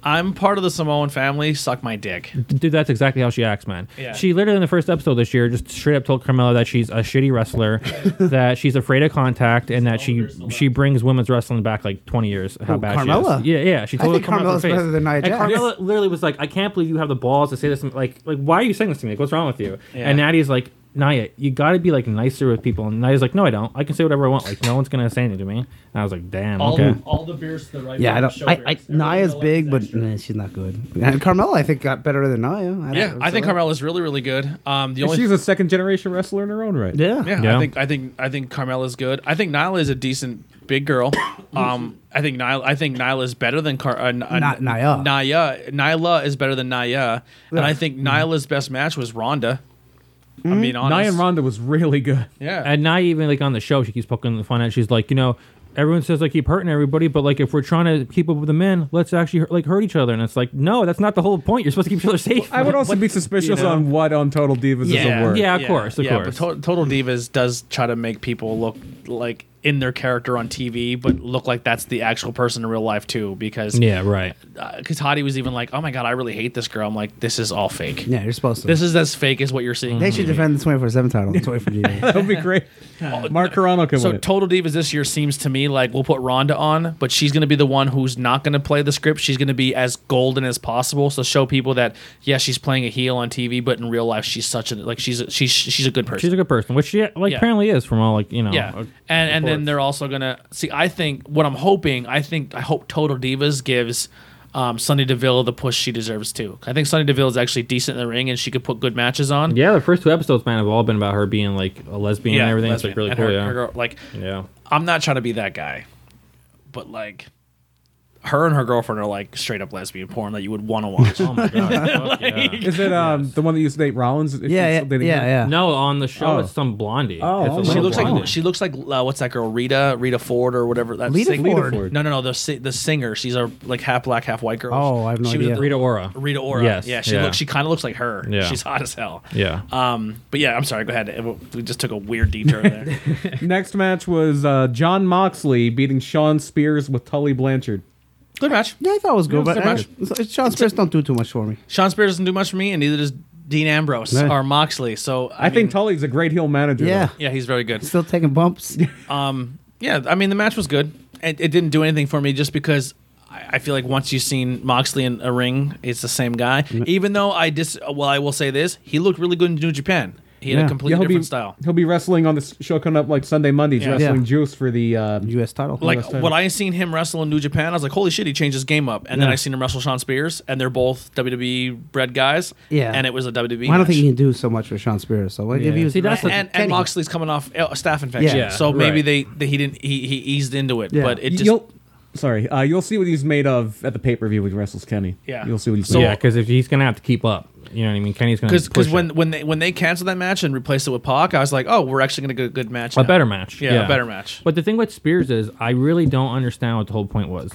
S2: "I'm part of the Samoan family. Suck my dick."
S5: Dude, that's exactly how she acts, man.
S2: Yeah.
S5: She literally in the first episode this year just straight up told Carmella that she's a shitty wrestler, that she's afraid of contact, and that she she brings women's wrestling back like twenty years. How
S3: Who,
S5: bad
S3: Carmella?
S5: she is. Yeah, yeah. She
S3: I
S5: told
S3: think
S5: Carmella to her
S3: Carmella's
S5: face.
S3: better than Nia
S5: And
S3: Jax.
S5: Carmella literally was like, "I can't believe you have the balls to say this. to me. Like, like why are you saying this to me? Like, what's wrong with you?"
S2: Yeah.
S5: And Natty's like, "Nia, you got to be like nicer with people." And Nia's like, "No, I don't. I can say whatever I want. Like, no one's gonna say anything to me." And I was like, "Damn,
S2: All,
S5: okay."
S2: the, all the beers to the right.
S3: Yeah, I
S2: of
S3: don't.
S2: the
S3: I,
S2: shoulders.
S3: I,
S2: Everything
S3: Naya's
S2: else
S3: big,
S2: is
S3: but
S2: extra.
S3: nah, she's not good. And Carmella, I think, got better than Naya. I don't-
S2: yeah, I think
S3: so-
S2: Carmella's really really good. Um, the only
S4: She's a second generation wrestler in her own right.
S3: Yeah.
S2: Yeah, I
S5: Yeah.
S2: think I think I think Carmella's good. I think Nyla is a decent big girl. Um, I think Nyla I think Nyla is better than Car. Uh,
S3: Not Nia.
S2: Naya. Nyla is better than Naya, and I think Nyla's best match was Ronda. I'm being honest.
S4: Nia and Ronda was really good.
S2: Yeah.
S5: And now even like on the show, she keeps poking the fun at. it. She's like, you know, everyone says I keep hurting everybody, but like if we're trying to keep up with the men, let's actually like hurt each other. And it's like, no, that's not the whole point. You're supposed to keep each other safe.
S4: I would also be suspicious
S5: know?
S4: on what on Total Divas is a word.
S5: Yeah, of course, of
S2: yeah,
S5: course.
S2: But to- Total Divas does try to make people look like in their character on TV, but look like that's the actual person in real life too. Because
S5: yeah, right.
S2: because Hadi was even like, "Oh my god, I really hate this girl." I'm like, "This is all fake.
S3: Yeah, Mm-hmm. you're supposed to.
S2: This is as fake as what you're seeing."
S3: they
S2: on
S3: should
S2: TV.
S3: defend the 24 7 title. 24
S4: That would be great. Mark Carano could
S2: So
S4: win it.
S2: Total Divas this year seems to me like we'll put Ronda on, but she's going to be the one who's not going to play the script. She's going to be as golden as possible, so show people that yeah, she's playing a heel on TV, but in real life she's such a like she's a, she's she's a good person.
S5: She's a good person, which she like
S2: Yeah.
S5: apparently is from all like you know.
S2: yeah,
S5: uh,
S2: and and then they're also gonna see. I think what I'm hoping, I think I hope Total Divas gives um, Sunny Deville the push she deserves too. I think Sunny Deville is actually decent in the ring, and she could put good matches on.
S5: yeah. The first two episodes, man, have all been about her being like a lesbian
S2: Yeah,
S5: and everything.
S2: lesbian.
S5: It's like really
S2: And
S5: cool.
S2: her-
S5: yeah.
S2: her girl- like
S5: yeah.
S2: I'm not trying to be that guy, but like, her and her girlfriend are like straight up lesbian porn that you would want to watch.
S5: Oh my god. fuck yeah.
S4: Is it um, the one that used to date Rollins? Is she
S3: Yeah,
S4: still
S3: yeah,
S4: dating him?
S3: yeah, yeah.
S5: No, on the show,
S4: Oh.
S5: it's some blondie.
S4: Oh,
S5: It's a
S4: oh,
S5: little
S2: she looks
S5: blondie.
S2: like she looks like uh, what's that girl Rita Rita Ford or whatever that
S3: Lita
S2: sing-
S3: Ford.
S4: Ford.
S2: No, no, no, the si- the singer. She's a like half black, half white girl.
S3: Oh, I have no
S2: she was
S3: idea.
S2: at the-
S5: Rita Ora.
S2: Rita Ora.
S5: Yes,
S2: Yeah, she
S5: yeah.
S2: looks. She kind of looks like her.
S5: Yeah.
S2: She's hot as hell.
S5: Yeah.
S2: Um. But yeah, I'm sorry. Go ahead. It- We just took a weird detour there.
S4: Next match was uh, John Moxley beating Sean Spears with Tully Blanchard.
S2: Good match.
S3: Yeah, I thought it was good,
S2: was
S3: but
S2: a match.
S3: uh, Sean Spears don't do too much for me.
S2: Sean Spears doesn't do much for me, and neither does Dean Ambrose
S3: No.
S2: or Moxley. So
S4: I, think
S2: mean,
S4: Tully's a great heel manager.
S3: Yeah.
S4: though.
S2: yeah, he's very good.
S3: Still taking bumps.
S2: Yeah, I mean the match was good. It, it didn't do anything for me just because I, I feel like once you've seen Moxley in
S3: Mm-hmm.
S2: a ring, it's the same guy. Even though I dis, well, I will say this: he looked really good in New Japan. He had
S3: Yeah.
S2: a completely
S4: he'll
S2: different
S4: be,
S2: style.
S4: He'll be wrestling on this show coming up like Sunday, Mondays,
S2: Yeah.
S4: wrestling
S3: Yeah.
S4: Juice for the. Uh,
S3: U.S. title.
S2: Like
S4: title.
S2: when I seen him wrestle in New Japan, I was like, "Holy shit, he changed his game up!" And then I seen him wrestle Sean Spears, and they're both WWE bred guys.
S3: Yeah.
S2: and it was a WWE.
S3: Well, I don't
S2: match.
S3: think he can do so much for Sean Spears. So like, if he
S4: Yeah.
S3: was
S5: See, that's the-
S2: and, and Moxley's coming off a staff infection,
S3: Yeah.
S2: so maybe
S5: Right.
S2: they, they he didn't he, he eased into it,
S3: Yeah.
S2: but it just
S4: you'll, sorry, uh, you'll see what he's made of at the pay per view with wrestles Kenny.
S2: Yeah.
S4: you'll see what he's.
S2: So-
S4: made
S5: yeah,
S4: of.
S5: because if he's gonna have to keep up, you know what I mean. Kenny's gonna
S2: because
S5: because
S2: when when they when they canceled that match and replaced it with Pac, I was like, oh, we're actually gonna get a good match,
S5: a
S2: now.
S5: better match.
S2: Yeah, a better match.
S5: But the thing with Spears is, I really don't understand what the whole point was.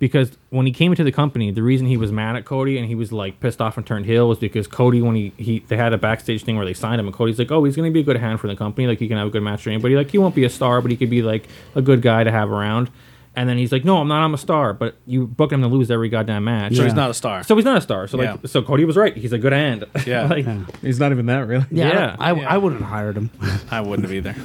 S5: Because when he came into the company, the reason he was mad at Cody and he was like pissed off and turned heel was because Cody, when he, he they had a backstage thing where they signed him, and Cody's like, "Oh, he's gonna be a good hand for the company. Like he can have a good match for anybody. Like he won't be a star, but he could be like a good guy to have around." And then he's like, "No, I'm not. I'm a star." But you book him to lose every goddamn match.
S2: So he's
S3: Yeah.
S2: not a star.
S5: So he's not a star. So like,
S2: Yeah.
S5: so Cody was right. He's a good hand.
S2: Yeah.
S5: like,
S4: he's not even that really.
S3: yeah, I don't-
S5: yeah.
S3: I, I wouldn't have hired him.
S2: I wouldn't have either.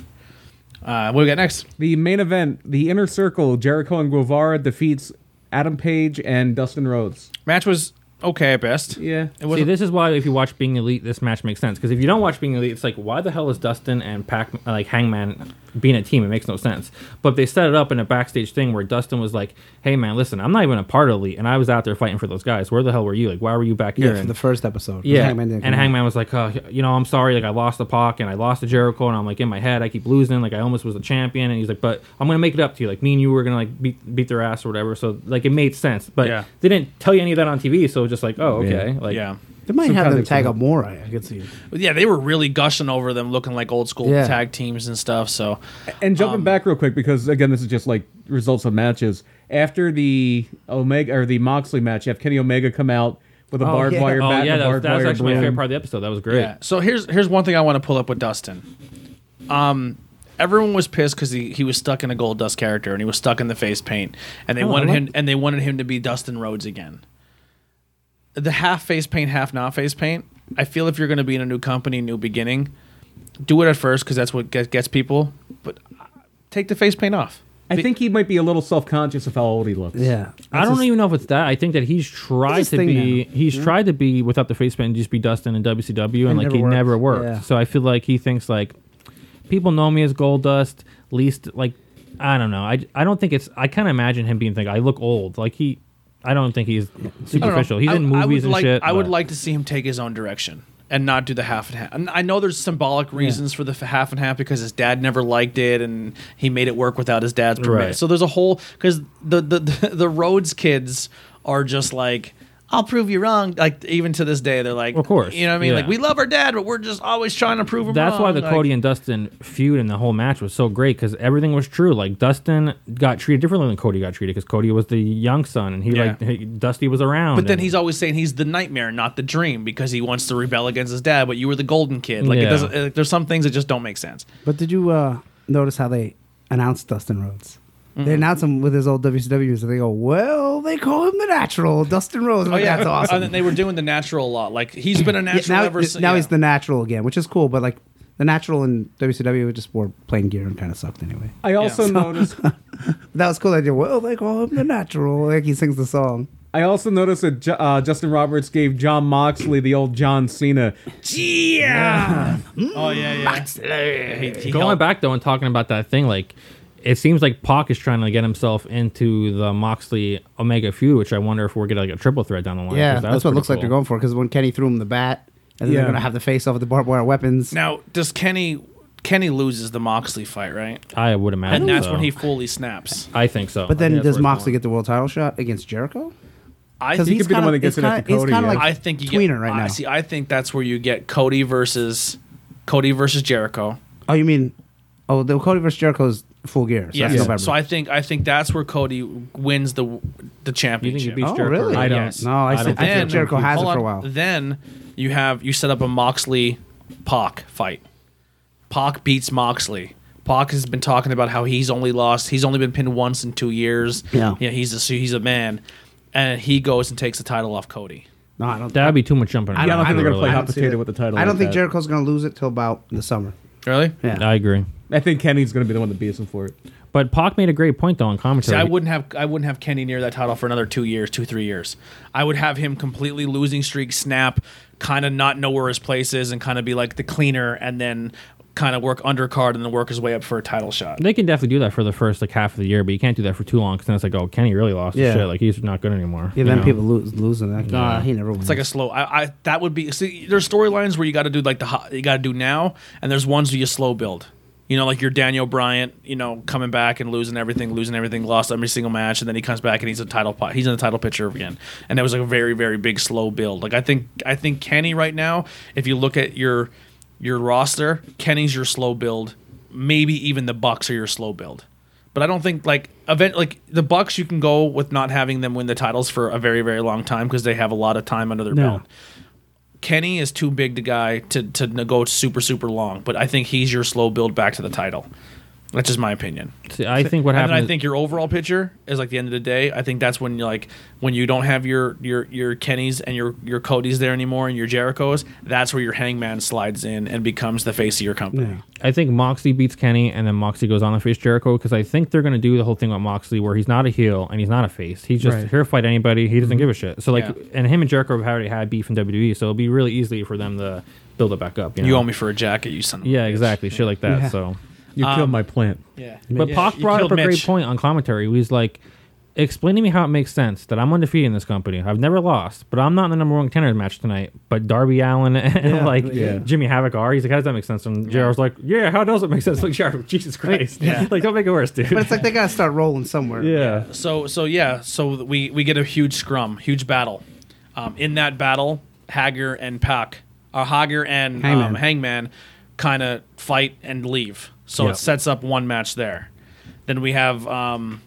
S2: Uh, what do we got next?
S4: The main event, the inner circle, Jericho and Guevara defeats Adam Page and Dustin Rhodes.
S2: Match was okay at best.
S4: Yeah.
S2: it
S5: See,
S2: was.
S5: this is why if you watch Being Elite, this match makes sense. Because if you don't watch Being Elite, it's like, why the hell is Dustin and Pac, like Hangman, being a team? It makes no sense. But they set it up in a backstage thing where Dustin was like, "Hey man, listen, I'm not even a part of Elite, and I was out there fighting for those guys. Where the hell were you? Like, why were you back here?"
S3: Yeah, for
S5: And-
S3: the first episode.
S5: yeah,
S3: Hangman didn't
S5: and
S3: come
S5: Hangman was like, uh, you know, I'm sorry, like I lost the Pac and I lost the Jericho, and I'm like in my head, I keep losing, like I almost was a champion, and he's like, but I'm gonna make it up to you, like me and you were gonna like beat beat their ass or whatever, so like it made sense, but
S2: Yeah.
S5: they didn't tell you any of that on TV, so it was just like, oh okay, like
S2: yeah,
S3: in. They might
S4: Some
S3: have
S4: kind
S3: them
S4: of-
S3: tag up more. I, I could see.
S2: yeah, they were really gushing over them, looking like old school
S3: Yeah.
S2: tag teams and stuff. So
S4: And
S5: Um,
S4: jumping back real quick because again, this is just like results of matches. After the Omega or the Moxley match, you have Kenny Omega come out with a barbed
S3: yeah.
S4: wire
S5: Oh
S4: bat
S5: yeah,
S4: and a
S5: that was,
S4: barbed
S5: that was
S4: wire
S5: actually my
S4: broom.
S5: favorite part of the episode. That was great.
S2: Yeah. So here's here's one thing I want to pull up with Dustin. Um, everyone was pissed because he, he was stuck in a gold dust character and he was stuck in the face paint, and they wanted
S3: I
S2: him and they wanted him to be Dustin Rhodes again. The half face paint, half not face paint. I feel if you're going to be in a new company, new beginning, do it at first because that's what get, gets people. But uh, take the face paint off.
S4: I think he might be a little self conscious of how old he looks.
S3: Yeah,
S5: I don't even know if it's that. I think that he's tried
S3: his
S5: to
S3: thing
S5: be he's
S2: Hmm?
S5: tried to be without the face paint and just be Dustin in WCW and,
S3: It
S5: like
S3: never
S5: he
S3: worked.
S5: never worked.
S3: Yeah.
S5: So I feel like he thinks like people know me as Gold Dust. Least like I don't know. I, I don't think it's. I can't imagine him being like I look old. Like he, I don't think he's
S2: I don't know.
S5: superficial. He's
S2: I-
S5: in
S2: I would
S5: movies and
S2: like-
S5: shit.
S2: I would
S5: but-
S2: like to see him take his own direction and not do the half and half. And I know there's symbolic reasons for the f- half and half because his dad never liked it and he made it work without his dad's permit.
S5: Right.
S2: So there's a whole because the, the the the Rhodes kids are just like. I'll prove you wrong. Like even to this day, they're like,
S5: Of course.
S2: you know what I mean.
S5: Yeah.
S2: Like we love our dad, but we're just always trying to prove him
S5: That's
S2: wrong.
S5: why the
S2: Like,
S5: Cody and Dustin feud and the whole match was so great because everything was true. Like Dustin got treated differently than Cody got treated because Cody was the young son and he
S2: Yeah.
S5: like he- Dusty was around.
S2: But then
S5: and-
S2: he's always saying he's the nightmare, not the dream, because he wants to rebel against his dad. But you were the golden kid. Like it
S5: Yeah.
S2: doesn't. Like, there's some things that just don't make sense.
S3: But did you uh, notice how they announced Dustin Rhodes?
S2: Mm-hmm.
S3: They announced him with his old WCW, so they go, "Well, they call him the Natural Dustin Rhodes." I'm like, that's awesome.
S2: And Oh, then they were doing the natural a lot. Like he's been a
S3: Yeah,
S2: natural
S3: now
S2: ever
S3: th-
S2: since.
S3: now
S2: yeah.
S3: he's the Natural again, which is cool. But like the Natural in WCW just wore plain gear and kind of sucked anyway.
S4: I also
S2: Yeah.
S4: noticed
S3: But that was cool. They did well. They call him the Natural. Like he sings the song.
S4: I also noticed that Ju- uh, Justin Roberts gave John Moxley the old John Cena.
S2: Oh yeah, yeah. He, he
S5: going
S2: helped.
S5: back though and talking about that thing like it seems like Pac is trying to get himself into the Moxley Omega feud, which I wonder if we're getting like a triple threat down the line. 'cause
S3: Yeah,
S5: that was
S3: that's what it
S5: pretty
S3: looks like
S5: cool.
S3: they're going for. Because when Kenny threw him the bat, and then
S4: Yeah.
S3: they're gonna have the face off with the barbed wire weapons.
S2: Now does Kenny? Kenny loses the Moxley fight, right?
S5: I would imagine,
S2: And that's
S5: so.
S2: when he fully snaps.
S5: I think so.
S3: but
S5: I think
S3: then
S5: that's
S3: does
S5: where it's
S3: Moxley
S5: going.
S3: get the world title shot against Jericho?
S2: I
S3: Because
S2: think.
S3: he's
S4: could be the
S3: kind
S4: one that
S3: of
S4: gets
S3: he's
S4: it after
S3: kind of
S4: Cody, yeah.
S3: like
S2: I think you get,
S3: tweener right
S2: I
S3: now.
S2: see. I think that's where you get Cody versus Cody versus Jericho.
S3: Oh, you mean oh the Cody versus Jericho's full gear? So
S2: yes.
S3: that's November.
S2: So I think I think that's where Cody wins the the
S5: You think he
S2: championship.
S5: beats
S3: Oh,
S5: Jericho?
S3: really?
S5: right?
S3: I
S2: don't.
S5: Yes.
S3: no, I,
S5: don't
S3: think, I
S5: think
S3: think
S5: so.
S3: Jericho has it
S2: hold
S3: for a
S2: on.
S3: while.
S2: Then you have you set up a Moxley Pac fight. Pac beats Moxley. Pac has been talking about how he's only lost, he's only been pinned once in two years.
S3: Yeah.
S2: yeah, he's a he's a man, and he goes and takes the title off Cody.
S3: No, I don't.
S5: That'd be too much jumping.
S3: I
S4: Yeah, I don't
S5: around,
S4: think they're going to
S5: really.
S4: play
S3: I
S4: hot
S3: don't see
S4: potato
S3: that.
S4: with the title.
S3: I don't
S4: like
S3: think
S4: that.
S3: Jericho's gonna lose it till about the summer.
S2: Really?
S3: Yeah,
S5: I agree.
S4: I think Kenny's going to be the one that beats him for it.
S5: But Pac made a great point though on
S2: See,
S5: commentary.
S2: I wouldn't have I wouldn't have Kenny near that title for another two years, two three years. I would have him completely losing streak snap, kind of not know where his place is and kind of be like the cleaner and then kind of work undercard and then work his way up for a title shot.
S5: They can definitely do that for the first like half of the year, but you can't do that for too long because then it's like, oh, Kenny really lost his
S3: Yeah.
S5: shit. Like he's not good anymore.
S3: Yeah,
S5: you
S3: then
S5: know?
S3: people lose losing that. Nah, he never wins.
S2: It's like a slow. I, I that would be. See, there's storylines where you got to do like the hot, you got to do now, and there's ones where you slow build. You know, like your Daniel Bryant, you know, coming back and losing everything, losing everything, lost every single match, and then he comes back and he's a title pot. He's in the title picture again, and that was like a very, very big slow build. Like I think, I think Kenny right now, if you look at your your roster, Kenny's your slow build. Maybe even the Bucks are your slow build. But I don't think like event like the Bucks you can go with not having them win the titles for a very very long time because they have a lot of time under their
S3: No.
S2: belt. Kenny is too big the guy to to go super super long, but I think he's your slow build back to the title. That's just my opinion.
S5: See, I think what
S2: And
S5: happened.
S2: then I
S5: is-
S2: think your overall picture is like the end of the day. I think that's when you like when you don't have your your your Kennys and your your Codys there anymore and your Jerichos. That's where your Hangman slides in and becomes the face of your company.
S5: I think Moxley beats Kenny, and then Moxley goes on to face Jericho because I think they're gonna do the whole thing with Moxley where he's not a heel and he's not a face. He's just
S4: Right.
S5: here to fight anybody. He
S3: Mm-hmm.
S5: doesn't give a shit. So like,
S2: Yeah.
S5: and him and Jericho have already had beef in WWE, so it'll be really easy for them to build it back up. You, know?
S2: You owe me for a jacket, you son. Of a
S5: Yeah,
S2: bitch.
S5: exactly. Shit like that.
S3: Yeah.
S5: So,
S4: You
S5: Um,
S4: killed my plant.
S2: Yeah.
S5: but
S2: Yeah,
S5: Pac
S2: you
S5: brought up
S2: killed
S5: a great
S2: Mitch.
S5: point on commentary. He was like, "Explain to me how it makes sense that I'm undefeated in this company. I've never lost, but I'm not in the number one contenders match tonight. But Darby Allen and like
S4: Yeah.
S5: Jimmy Havoc are. He's like, how does that make sense? And Jr. was like, yeah, how does it make sense? Like, Jr. Jesus Christ, like don't make it worse, dude.
S3: but it's like they gotta start rolling somewhere.
S4: Yeah.
S2: So so yeah, so we we get a huge scrum, huge battle. Um, in that battle, Hager and Pac, or Hager and Hangman, um,
S3: Hangman.
S2: Hangman kind of fight and leave. So
S5: Yeah.
S2: it sets up one match there. Then we have um,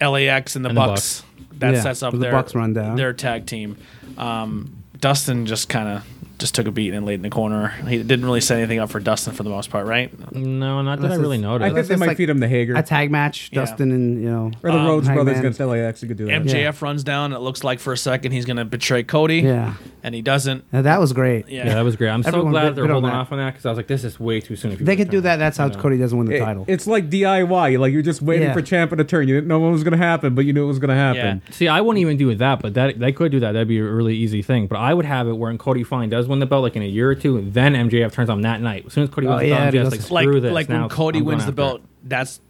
S2: LAX and the
S5: And the
S2: Bucks. That
S3: Yeah,
S2: sets up
S3: the
S2: their
S3: Bucks run down.
S2: their tag team. Um, Dustin just kind of just took a beat and laid in the corner. He didn't really set anything up for Dustin for the most part, right?
S5: no, not that I
S3: Unless
S5: really
S3: it's-
S5: noticed.
S4: I think
S3: Unless
S4: they
S3: it's
S4: might
S3: like
S4: feed him the Hager.
S3: A oh, tag match,
S2: Yeah.
S3: Dustin and you know.
S4: or the Rhodes brothers
S3: Hangman.
S4: against LAX. You could do that.
S2: MJF runs down. It looks like for a second he's going to betray Cody.
S3: Yeah.
S2: And he doesn't.
S3: Now, that was great.
S2: Yeah.
S5: yeah, that was great. I'm so
S3: Everyone
S5: glad
S3: bit-
S5: they're
S3: bit on
S5: holding
S3: that.
S5: off on that because I was like, this is way too soon. If you
S3: They
S5: put
S3: could do
S5: down.
S3: that. That's how Cody doesn't win the
S4: It-
S3: title.
S4: it's like DIY. Like you're just waiting
S3: Yeah.
S4: for Champa to turn. You didn't know what was gonna happen, but you knew it was gonna happen.
S5: See, I wouldn't even do it that, but that they could do that. That'd be a really easy thing. But I would have it where when Cody Fine does win the belt, like in a year or two, and then MJF turns on that night. As soon as Cody
S3: Oh,
S5: wins the
S3: yeah,
S5: belt, MJF's
S3: because-
S5: like
S2: like
S5: screw this.
S2: like
S5: now
S2: when Cody
S5: I'm going
S2: wins the
S5: after
S2: belt, that's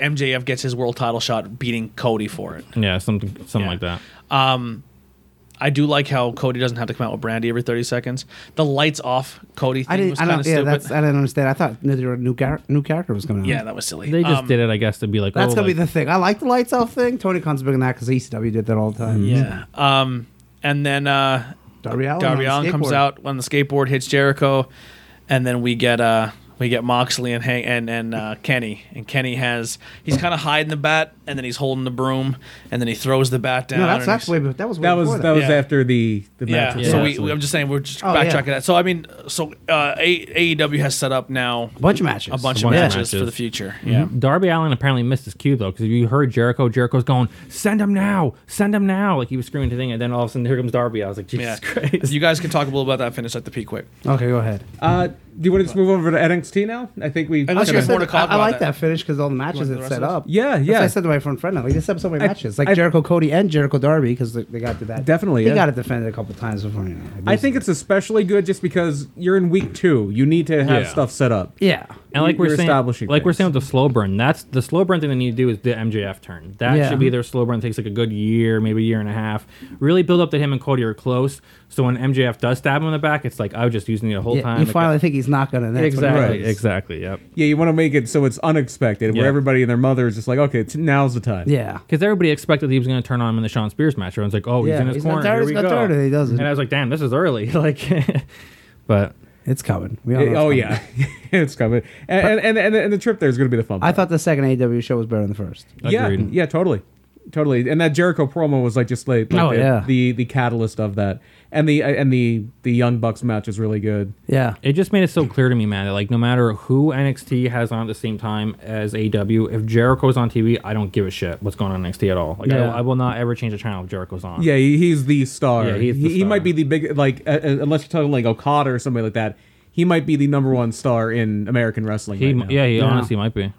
S2: MJF gets his world title shot, beating Cody for it.
S5: it. Yeah, something, something like that.
S2: I do like how Cody doesn't have to come out with Brandy every thirty seconds. The lights off Cody thing
S3: I
S2: was
S3: didn't. I
S2: kind
S3: don't.
S2: of
S3: Yeah,
S2: stupid.
S3: that's. I didn't understand. I thought new new, char- new character was coming out.
S2: yeah, that was silly.
S5: They just
S2: Um,
S5: did it, I guess, to be like,
S3: That's
S5: oh,
S3: gonna
S5: like,
S3: be the thing. I like the lights off thing. Tony Khan's big on that because ECW did that all the time.
S2: Yeah. Um, and then uh,
S3: Darby Allin
S2: Darby
S3: Oh, on
S2: Allin
S3: the
S2: comes
S3: skateboard.
S2: out on the skateboard, hits Jericho, and then we get uh we get Moxley and Hang- and and uh, Kenny, and Kenny has he's kind of hiding the bat, and then he's holding the broom, and then he throws the bat down.
S3: No, that's
S2: and
S3: that's
S2: he's-
S3: way. That was way
S4: That was
S3: before
S4: that was
S2: Yeah.
S4: after the the match.
S2: Yeah.
S4: was
S5: Yeah.
S2: So
S4: done.
S2: we, we, I'm just saying we're just
S3: Oh, yeah.
S2: backtracking that. So I mean, so uh, a- AEW has set up now
S3: a bunch Mm-hmm. of matches.
S2: a bunch of
S5: A bunch of
S2: matches,
S5: matches.
S2: for the future. Yeah.
S5: Darby Allen apparently missed his cue though, because if you heard Jericho, Jericho's going, "Send him now, send him now!" Like he was screaming the thing, and then all of a sudden, here comes Darby. I was like,
S2: Yeah.
S5: Jesus Christ!
S2: You guys can talk a little about that finish at the P quick.
S3: Okay, go ahead.
S4: Uh, do you want to just move over to NXT now? I think we.
S2: Unless you
S3: Like I,
S2: guys more
S3: said,
S2: to talk
S3: I, I
S2: about
S3: like
S2: that.
S3: that finish because all the matches
S2: do the
S3: it's
S2: rest
S3: set
S2: of this?
S3: up.
S4: Yeah,
S3: That's
S4: yeah.
S3: what I said to my friend friend. Like they set up so many
S4: I-
S3: matches, like
S4: I-
S3: Jericho Cody and Jericho Darby because they, they got to that.
S4: Definitely,
S3: he
S4: yeah.
S3: got it defended a couple times before. You know,
S4: I think it's especially good just because you're in week two. You need to have
S5: Yeah.
S4: stuff set up.
S3: yeah.
S5: And like
S4: You're
S5: we're saying, like
S4: establishing
S5: we're
S4: things.
S5: saying with the slow burn, that's the slow burn thing they need to do is the MJF turn. That
S3: Yeah.
S5: should be their slow burn. It takes like a good year, maybe a year and a half. Really build up that him and Cody are close. So when MJF does stab him in the back, it's like I was just using you the whole
S3: Yeah,
S5: time.
S3: you
S5: Like,
S3: finally think he's not gonna. That's what it
S5: exactly,
S3: is.
S5: exactly, yep.
S4: Yeah, you want to make it so it's unexpected, where
S5: Yeah.
S4: everybody and their mother is just like, okay, t- now's the time.
S3: Yeah.
S5: Because everybody expected he was going to turn on him in the Sean Spears match. Everyone's like, "Oh, he's
S3: Yeah,
S5: in his
S3: he's gonna
S5: corner.
S3: turn,
S5: Here
S3: he's
S5: we
S3: gonna
S5: go."
S3: turn, and he doesn't.
S5: And I was like, "Damn, this is early." Like, but
S3: It's coming. We all know
S4: It-
S3: it's
S4: oh
S3: coming.
S4: yeah, it's coming. And and, and and the trip there is going to be the fun.
S3: I
S4: part.
S3: thought the second AEW show was better than the first.
S4: Yeah,
S5: Agreed.
S4: yeah, totally, totally. And that Jericho promo was like just like, like
S3: Oh,
S4: the,
S3: yeah.
S4: the the catalyst of that. And the and the the Young Bucks match is really good.
S3: Yeah.
S5: it just made it so clear to me, man, that like no matter who NXT has on at the same time as AW, if Jericho's on TV, I don't give a shit what's going on in NXT at all. Like,
S3: Yeah.
S5: I, I will not ever change a channel if Jericho's on.
S4: Yeah, he, he's the star.
S5: Yeah, he's the
S4: he, he might
S5: star.
S4: be the big like uh, uh, unless you're talking like Okada or somebody like that. He might be the number one star in American wrestling.
S5: he,
S4: right now.
S5: yeah, he
S3: Yeah.
S5: honestly might be.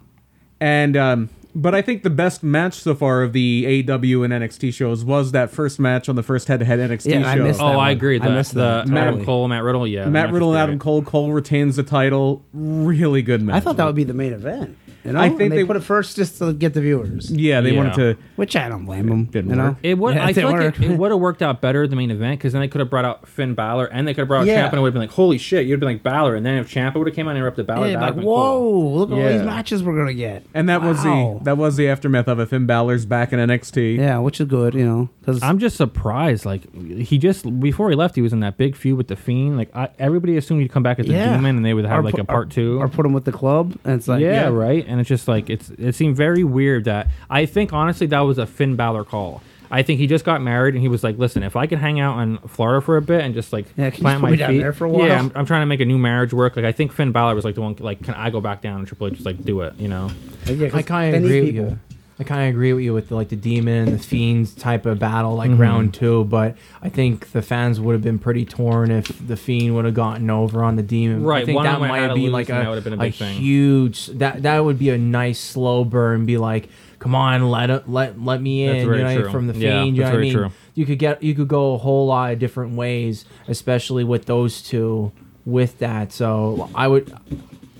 S4: And um, But I think the best match so far of the AEW and NXT shows was that first match on the first head-to-head NXT
S3: Yeah, I
S4: show.
S3: missed
S5: Oh,
S3: that
S5: I
S3: one.
S5: agree.
S3: I
S5: The,
S3: missed
S5: the
S3: that
S5: Adam
S4: totally.
S5: Cole, Matt Riddle, yeah. the
S4: Matt
S5: match
S4: Riddle
S5: was
S4: and
S5: great.
S4: Adam Cole. Cole retains the title. Really good match.
S3: I thought that would be the main event. You know,
S4: I
S3: I
S4: think
S3: think they,
S4: they-
S3: put it first just to get the viewers,
S4: Yeah, they
S5: Yeah.
S4: wanted to.
S3: which I don't blame them.
S4: Didn't
S3: you know?
S4: work.
S5: It would.
S3: Yeah,
S5: I feel
S3: didn't
S5: like
S3: work.
S5: it, would have worked out better at the main event because then they could have brought out Finn Balor and they could have brought out
S3: Yeah.
S5: Champa and it would have been like, holy shit, you'd have been like Balor, and then if Champa would have came out and interrupted Balor,
S3: Yeah,
S5: that
S3: like,
S5: would have been
S3: whoa!
S5: cool.
S3: Look at all
S5: Yeah.
S3: these matches we're gonna get,
S4: And that was
S3: Wow.
S4: the that was the aftermath of it. Finn Balor's back in NXT.
S3: yeah, which is good, you know, because
S5: I'm just surprised. Like he just before he left, he was in that big feud with the Fiend. Like I, everybody assumed he'd come back as a
S3: Yeah.
S5: demon, and they would have
S3: Or
S5: like
S3: pu-
S5: a part two.
S3: or put them with the club, and it's like,
S5: yeah, right. And it's just like it's it seemed very weird that I think honestly that was a Finn Balor call. I think he just got married and he was like, "Listen, if I could hang out in Florida for a bit and just like
S3: Yeah, can you
S5: plant
S3: put
S5: my
S3: me
S5: feet
S3: down there for a while?"
S5: yeah, I'm, I'm trying to make a new marriage work." Like I think Finn Balor was like the one like, "Can I go back down?" And Triple H was like, "Do it," you know.
S3: yeah 'cause
S6: I kind
S3: they
S6: of
S3: need
S6: agree with
S3: people.
S6: you. I kind of agree with you with the, like the demon, the fiends type of battle, like
S3: Mm-hmm.
S6: round two. But I think the fans would have been pretty torn if the fiend would have gotten over on the demon.
S5: Right,
S6: I think
S5: one of
S6: that
S5: them had
S6: might
S5: to
S6: be
S5: lose
S6: like
S5: and
S6: a,
S5: that would have been a
S6: a
S5: big thing.
S6: huge that that would be a nice slow burn. Be like, come on, let it, let let me in.
S5: That's very
S6: you know,
S5: true.
S6: from the fiend.
S5: Yeah,
S6: you know
S5: that's
S6: what I
S5: very
S6: mean?
S5: true.
S6: You could get you could go a whole lot of different ways, especially with those two. With that, so I would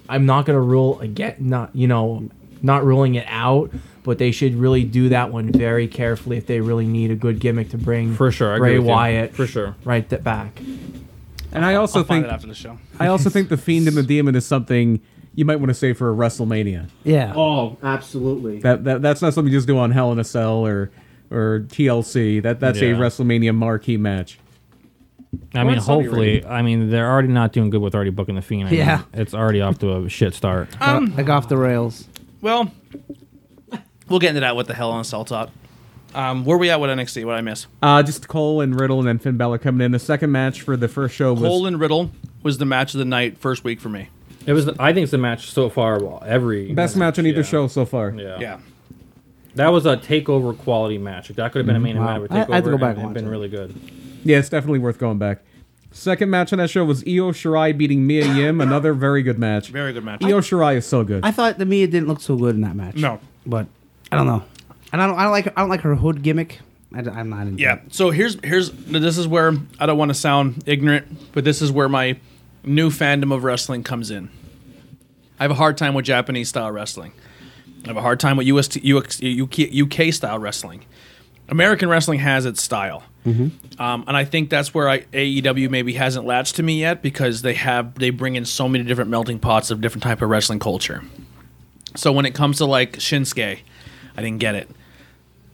S6: I'm not gonna rule again. Not you know, not ruling it out, but they should really do that one very carefully if they really need a good gimmick to bring
S5: For sure, I agree
S6: Bray
S5: with you.
S6: Wyatt
S5: For sure.
S6: right th- back.
S4: And I also
S2: I'll find
S4: think
S2: it after the show.
S4: I also think the Fiend and the Demon is something you might want to save for a WrestleMania.
S3: Yeah,
S6: Oh, absolutely.
S4: That, that that's not something you just do on Hell in a Cell or or TLC. That that's a
S5: Yeah.
S4: WrestleMania marquee match.
S5: I mean,
S4: it's already
S5: hopefully. I mean, they're already not doing good with already booking the Fiend. I mean,
S3: Yeah.
S5: it's already off to a shit start.
S3: like off the rails.
S2: Well, we'll get into that with the hell on a cell talk. Um, where we at with NXT? What I miss?
S4: Uh, just Cole and Riddle and then Finn Balor coming in. The second match for the first show was
S2: Cole and Riddle was the match of the night, first week for me.
S5: It was. I think it's the match so far. Well, every
S4: best match on either
S5: yeah.
S4: show so far.
S5: Yeah.
S2: Yeah.
S5: that was a takeover quality match. Like, That could have been a main
S3: Mm-hmm. Wow.
S5: event. with
S3: I- I have to
S5: takeover
S3: go back
S5: and
S3: and
S5: it'd been
S3: watch it.
S5: really good.
S4: Yeah, it's definitely worth going back. Second match on that show was Io Shirai beating Mia Yim. Another very good match.
S2: Very good match.
S4: Io Shirai is so good.
S3: I thought the Mia didn't look so good in that match.
S2: No.
S3: but I don't know, and I don't, I don't like I don't like her hood gimmick. I, am not into
S2: Yeah.
S3: it.
S2: So here's here's this is where I don't want to sound ignorant, but this is where my new fandom of wrestling comes in. I have a hard time with Japanese style wrestling. I have a hard time with US, UX, UK, UK style wrestling. American wrestling has its style, um, and I think that's where I, AEW maybe hasn't latched to me yet because they have they bring in so many different melting pots of different type of wrestling culture. So when it comes to like Shinsuke, I didn't get it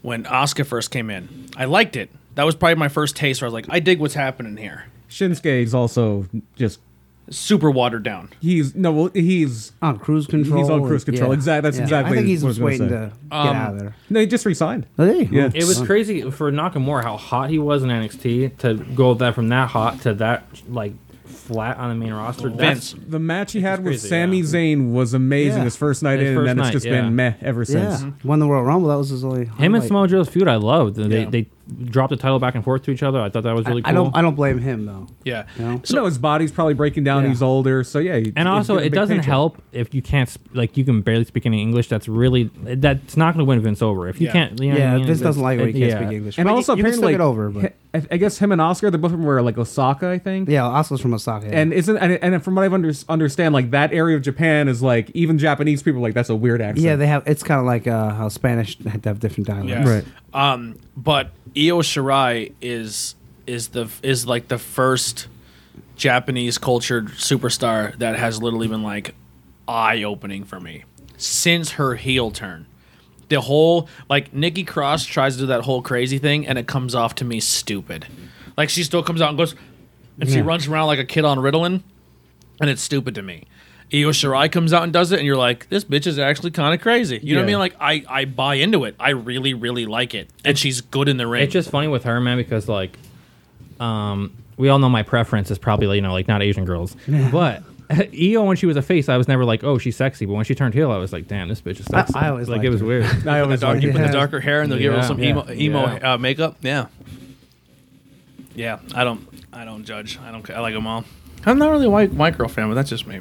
S2: when Oscar first came in. I liked it. That was probably my first taste where I was like, I dig what's happening here.
S4: Shinsuke is also just
S2: Super watered down.
S4: he's no well he's um,
S3: On cruise control.
S4: He's on cruise
S3: and-
S4: control. Exact- that's exactly
S3: I think he's
S4: what I was
S3: just
S4: gonna
S3: waiting to
S4: say.
S3: get out of there.
S4: no he just resigned.
S3: Oh, there you go.
S4: Yeah.
S5: It was crazy for Nakamura how hot he was in NXT to go that from that hot to that like flat on the main roster. That's,
S2: Vince.
S4: The match he had with
S5: crazy,
S4: Sami
S5: yeah.
S4: Zayn was amazing
S3: Yeah.
S4: his first night
S5: His
S4: in,
S5: first
S4: and then
S5: night,
S4: it's just
S5: yeah.
S4: been meh ever
S3: Yeah, Mm-hmm.
S4: since.
S3: won the Royal Rumble. That was his only.
S5: him and
S3: highlight.
S5: Samoa Joe's feud. I loved. They
S2: Yeah.
S5: they dropped the title back and forth to each other. I thought that was really cool.
S3: I don't. I don't blame him though.
S2: Yeah.
S3: No.
S4: So no, his body's probably breaking down.
S3: Yeah.
S4: He's older, so yeah. he- he's
S5: and also,
S4: getting a
S5: it
S4: big
S5: doesn't
S4: paycheck.
S5: help if you can't sp- like you can barely speak any English. That's really that's not going to win Vince over. If you
S2: Yeah.
S5: can't, you know what I
S3: Yeah,
S5: mean?
S3: Vince doesn't
S5: It's-
S3: like when he
S5: it-
S3: can't
S5: yeah.
S3: speak English.
S4: And
S3: But
S4: also,
S3: you, you can
S4: apparently,
S3: still get over. But.
S4: he- I I guess him and Oscar, they're both from where like Osaka, I think.
S3: yeah, Oscar's from Osaka.
S4: And isn't and, and from what I've under, understand, like that area of Japan is like even Japanese people are like that's a weird accent.
S3: yeah, they have. It's kind of like uh, how Spanish had to have different dialects.
S2: Yeah.
S4: Right.
S2: Um, but Io Shirai is is the is like the first Japanese cultured superstar that has literally been like eye opening for me since her heel turn. The whole like Nikki Cross tries to do that whole crazy thing and it comes off to me stupid. Like she still comes out and goes and she
S3: Yeah.
S2: runs around like a kid on Ritalin and it's stupid to me. Io Shirai comes out and does it, and you're like, this bitch is actually kind of crazy. You know
S4: Yeah.
S2: what I mean? Like, I, I buy into it. I really, really like it. And she's good in the ring.
S5: It's just funny with her, man, because like, um, we all know my preference is probably you know like not Asian girls, but. Io, when she was a face, I was never like, "Oh, she's sexy." But when she turned heel, I was like, "Damn, this bitch is sexy."
S3: I always
S5: like
S3: liked
S5: it was
S3: her.
S5: weird.
S4: I always
S2: dark, you
S4: argue.
S2: put the
S3: Yeah.
S2: darker hair, and they'll give her
S5: Yeah.
S2: some
S5: Yeah.
S2: emo, emo
S5: Yeah.
S2: Uh, makeup. Yeah. Yeah, I don't, I don't judge. I don't. ca- I like them all. I'm not really a white, white girl fan, but that's just me.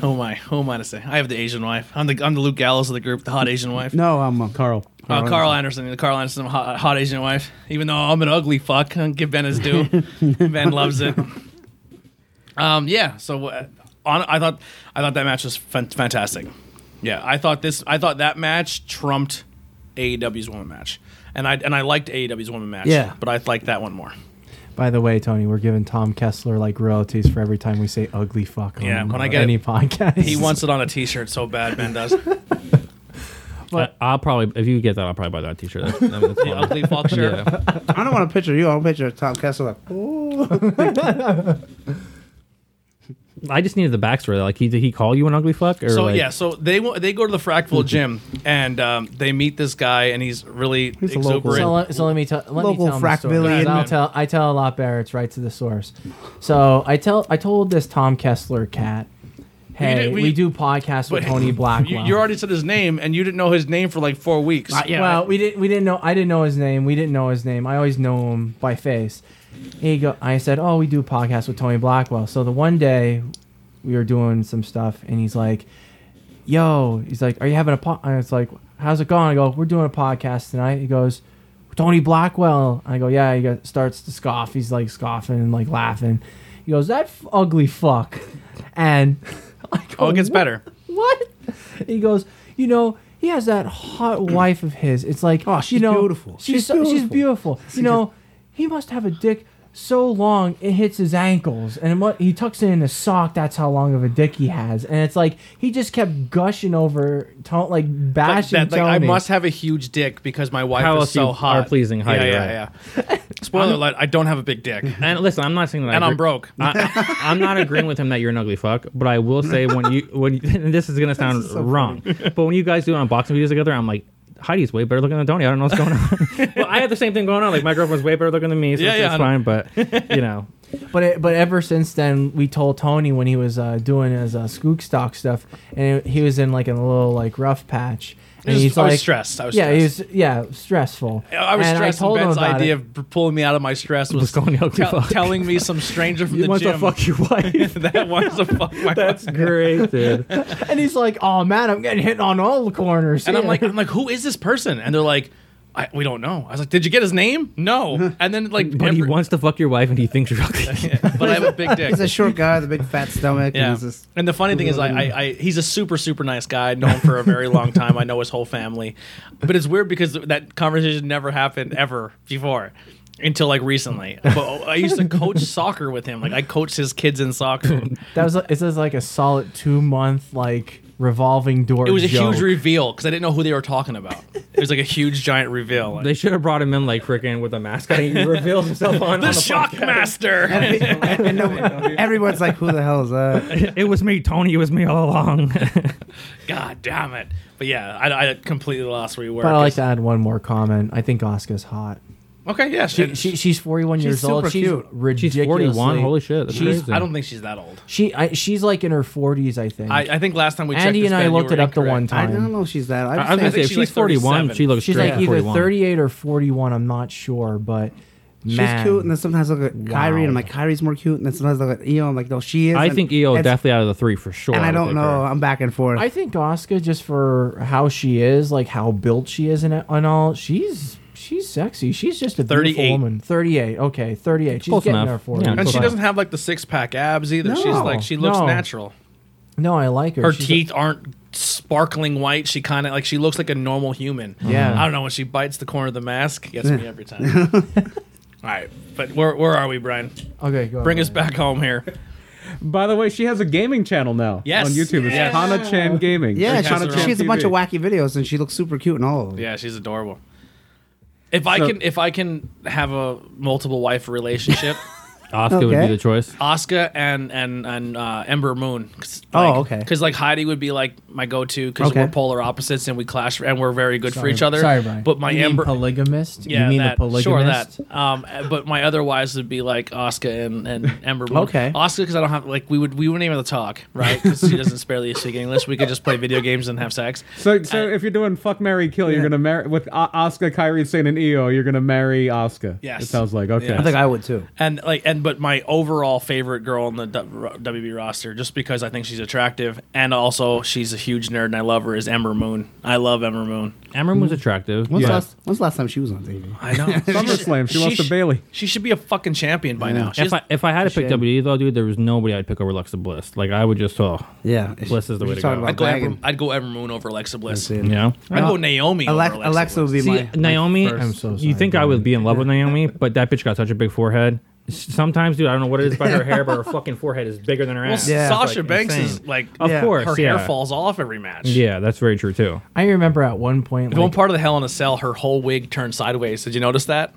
S2: Who am I? Who am I to say? I have the Asian wife. I'm the I'm the Luke Gallows of the group, the hot Asian wife.
S3: No, I'm uh, Carl.
S5: Oh,
S2: Uh, Carl Anderson, the Carl Anderson hot, hot Asian wife. Even though I'm an ugly fuck, I'll give Ben his due. ben loves it. Um, yeah. So uh, on, I thought I thought that match was fan- fantastic. Yeah, I thought this. I thought that match trumped AEW's women match, and I and I liked AEW's women match.
S6: Yeah.
S2: but I liked that one more.
S6: By the way, Tony, we're giving Tom Kessler like royalties for every time we say ugly fuck on
S2: Yeah, when I get
S6: any
S2: it,
S6: podcast.
S2: He wants it on a T-shirt so bad. Ben does.
S5: But I, will probably if you get that, I'll probably buy that T-shirt. That's, that- that's fine.
S2: ugly fuck shirt.
S5: Yeah.
S3: I don't want to picture you. I want to picture Tom Kessler like, oh.
S5: I just needed the backstory. Like he did he call you an ugly fuck or
S2: So
S5: like,
S2: yeah, so they wa- they go to the Fractal gym and um, they meet this guy and he's really
S3: He's a local.
S2: exuberant.
S6: So, let, so let me tell. Let
S3: Local
S6: me tell him the story,
S3: frackvillian.
S6: 'cause I'll tell. I tell a lot better. It's right to the source. So I tell. I told this Tom Kessler cat. Hey,
S2: did- we-
S6: we, do podcasts with
S2: But-
S6: Tony
S2: You,
S6: Blackwell.
S2: you already said his name, and you didn't know his name for like four weeks.
S6: well, we didn't. We didn't know. I didn't know his name. We didn't know his name. I always know him by face. He go. I said, "Oh, we do a podcast with Tony Blackwell." So the one day we were doing some stuff, and he's like, "Yo," he's like, "Are you having a pod?" I was like, "How's it going?" I go, "We're doing a podcast tonight." He goes, "Tony Blackwell." I go, "Yeah." He go, starts to scoff. He's like scoffing and like laughing. He goes, "That f- ugly fuck," and I go,
S2: oh, it gets
S6: "What?"
S2: better.
S6: what? He goes, you know, he has that hot wife of his. It's like,
S3: Oh, she's
S6: you know,
S3: beautiful.
S6: She's
S3: She's
S6: so- she's
S3: beautiful.
S6: beautiful. You know, he must have a dick so long it hits his ankles, and what he tucks it in a sock. That's how long of a dick he has, and it's like he just kept gushing over, Ton
S2: Like,
S6: like bashing
S2: that, like,
S6: Tony.
S2: I must have a huge dick because my wife
S5: How
S2: is
S5: else
S2: so
S5: you
S2: hot.
S5: are pleasing Heidi,
S2: yeah, yeah,
S5: right.
S2: yeah. Spoiler alert: I don't have a big dick,
S5: And listen, I'm not saying that. I
S2: and I'm
S5: agree-
S2: broke.
S5: I, I, am not agreeing with him that you're an ugly fuck, but I will say when you when you- and this is gonna sound wrong, but when you guys do unboxing videos together, I'm like. Heidi's way better looking than Tony. I don't know what's going on. well, I have the same thing going on. Like my girlfriend's way better looking than me, so
S2: Yeah,
S5: it's,
S2: yeah,
S5: it's
S2: I
S5: fine. But you know,
S6: But it, but ever since then, we told Tony when he was uh, doing his uh, skook stock stuff, and he was in like a little like rough patch. And
S2: was-
S6: he's
S2: I was
S6: like,
S2: stressed. I was
S6: yeah,
S2: stressed.
S6: he was yeah stressful.
S2: I was
S6: And
S2: stressed. and
S6: told him
S2: Ben's
S6: about
S2: idea
S6: it.
S2: of p- pulling me out of my stress was,
S5: going to ugly
S2: tell-
S5: fuck.
S2: telling me some stranger from
S5: you
S2: the
S5: want
S2: gym
S5: to fuck your wife?
S2: that wants to fuck my
S5: That's great, dude.
S6: And he's like, "Oh man, I'm getting hit on all the corners."
S2: And I'm
S6: here."
S2: like, I'm like, who is this person? And they're like, I, we don't know. I was like, did you get his name? No. And then like,
S5: But he
S2: every-
S5: wants to fuck your wife, and he thinks you're ugly.
S2: but I have a big dick.
S3: He's a short guy with a big fat stomach.
S2: Yeah.
S3: And he's just,
S2: and the funny thing is, I, I, I, he's a super, super nice guy. I've known him for a very long time. I know his whole family. But it's weird because that conversation never happened ever before until like recently. But I used to coach soccer with him. Like I coached his kids in soccer.
S6: that was it says like a solid two month like revolving door.
S2: It was a
S6: joke.
S2: huge reveal because I didn't know who they were talking about. It was like a huge, giant reveal. Like,
S5: They should have brought him in like freaking with a mask on. He reveals himself on.
S2: the
S5: on
S2: shock master.
S3: and no, everyone's like, who the hell is that?
S5: It was me, Tony. It was me all along.
S2: God damn it. But yeah, I, I completely lost where you were.
S6: But I like to add one more comment. I think Oscar's hot.
S2: Okay, yeah.
S6: She, she she's 41 years old.
S3: super
S6: She's
S3: cute.
S5: She's
S6: ridiculous.
S5: 41. Holy shit. That's
S2: she's,
S5: crazy.
S2: I don't think she's that old.
S6: She I, she's like in her 40s, I think.
S2: I, I think last time we checked
S6: Andy
S2: this,
S6: and I
S2: Ben, you
S6: looked
S2: were
S6: it up the
S2: incorrect.
S6: one
S3: I
S6: time.
S3: don't know. if She's that.
S5: I was
S3: I
S5: gonna
S3: was
S5: say
S2: think
S5: if
S2: she's
S5: she's
S2: like
S5: 41,
S2: 37.
S5: she looks
S6: She's
S5: straight
S6: like
S5: for
S6: either
S5: 41.
S6: 38 or 41. I'm not sure, but
S3: She's
S6: man.
S3: cute, and then sometimes I look at Kyrie, and I'm
S6: Wow.
S3: like, Kyrie's more cute, and then sometimes I look at EO, I'm like, no, she is.
S5: I
S3: and
S5: think EO is
S3: it's-
S5: definitely out of the three for sure.
S3: And I
S5: would
S3: don't
S5: take
S3: know.
S5: her.
S3: I'm back and forth.
S6: I think Oscar just for how she is, like how built she is, and and all. She's she's sexy. She's just a beautiful
S2: 38.
S6: woman. Thirty-eight. Okay, thirty-eight. She's
S5: Close
S6: getting
S5: enough.
S6: there for
S5: Yeah.
S6: yeah.
S2: And she
S5: Bye-bye.
S2: doesn't have like the six pack abs either. She's
S6: No,
S2: like she looks
S6: no.
S2: natural.
S6: No, I like her.
S2: Her
S6: She's a-
S2: teeth aren't sparkling white. She kind of like she looks like a normal human.
S6: Yeah.
S2: I don't know when she bites the corner of the mask, gets me every time. All right, but where where are we, Brian?
S6: okay, go
S2: Bring
S6: ahead.
S2: us back home here.
S4: By the way, she has a gaming channel now
S2: Yes.
S4: on YouTube. It's
S2: Yes.
S4: Hana Chan Gaming.
S3: yeah,
S4: Or
S3: she,
S2: has
S4: Hana
S2: her
S3: she
S4: Chan
S3: has a bunch of
S4: TV.
S3: wacky videos, and she looks super cute and all. of them.
S2: Yeah, she's adorable. If I
S4: So-
S2: can if I can have a multiple wife relationship,
S5: Oscar would be
S3: Okay.
S5: the choice.
S2: Oscar and and and uh, Ember Moon. Cause,
S3: Oh, okay.
S2: Because like Heidi would be like my go-to because
S3: Okay.
S2: we're polar opposites and we clash and we're very good for
S6: Sorry-
S2: each other.
S6: Sorry, Brian.
S2: But my
S6: You mean
S2: Amber,
S6: polygamist.
S2: yeah,
S6: you mean
S2: that,
S6: a polygamist.
S2: sure that. Um, but my other wives would be like Oscar and, and Ember Moon.
S3: Okay.
S2: Oscar because I don't have like we would we wouldn't even have to talk right because she doesn't barely speak English. We could just play video games and have sex.
S4: So, so if you're doing fuck Mary Kill, you're gonna marry with Oscar, Kyrie, Saint, and EO. You're gonna marry Oscar.
S2: Yes.
S4: It sounds like okay.
S2: Yeah.
S3: I think I would too.
S2: And like and and but my overall favorite girl on the W- WB roster, just because I think she's attractive and also she's a huge nerd and I love her, is Ember Moon. I love Ember Moon.
S5: Amram was attractive.
S3: When's,
S5: but-
S3: the last, when's the last time she was on TV?
S2: I know.
S4: SummerSlam, she lost to
S2: sh-
S4: Bayley.
S2: She should be a fucking champion by now. She
S5: If I, if I had to pick
S6: shame.
S5: WWE though, dude, there was nobody I'd pick over Alexa Bliss. Like I would just oh
S3: Yeah,
S5: Bliss is the
S3: We
S5: way
S3: should
S5: to
S3: talk
S5: go.
S3: about
S2: I'd go,
S3: Dragon.
S2: Ember, I'd go Ember Moon over Alexa Bliss.
S3: That's
S5: you
S3: it.
S5: know.
S2: I'd go Naomi
S3: Alex-
S2: over Alexa,
S3: Alexa would
S2: Bliss.
S3: be
S5: See,
S3: my
S5: Naomi,
S6: I'm so
S5: you
S6: sorry,
S5: think I would be in love with Naomi, but that bitch got such a big forehead. Sometimes, dude, I don't know what it is about her hair, but her fucking forehead is bigger than her
S2: Well,
S5: ass.
S3: Yeah.
S5: It's,
S2: Sasha
S5: like,
S2: Banks
S5: insane.
S2: is like,
S5: of
S3: Yeah.
S5: course,
S2: her
S5: yeah.
S2: hair falls off every match.
S5: Yeah, that's very true too.
S6: I remember at one point,
S2: One
S6: like,
S2: part of the Hell in a Cell, her whole wig turned sideways. Did you notice that?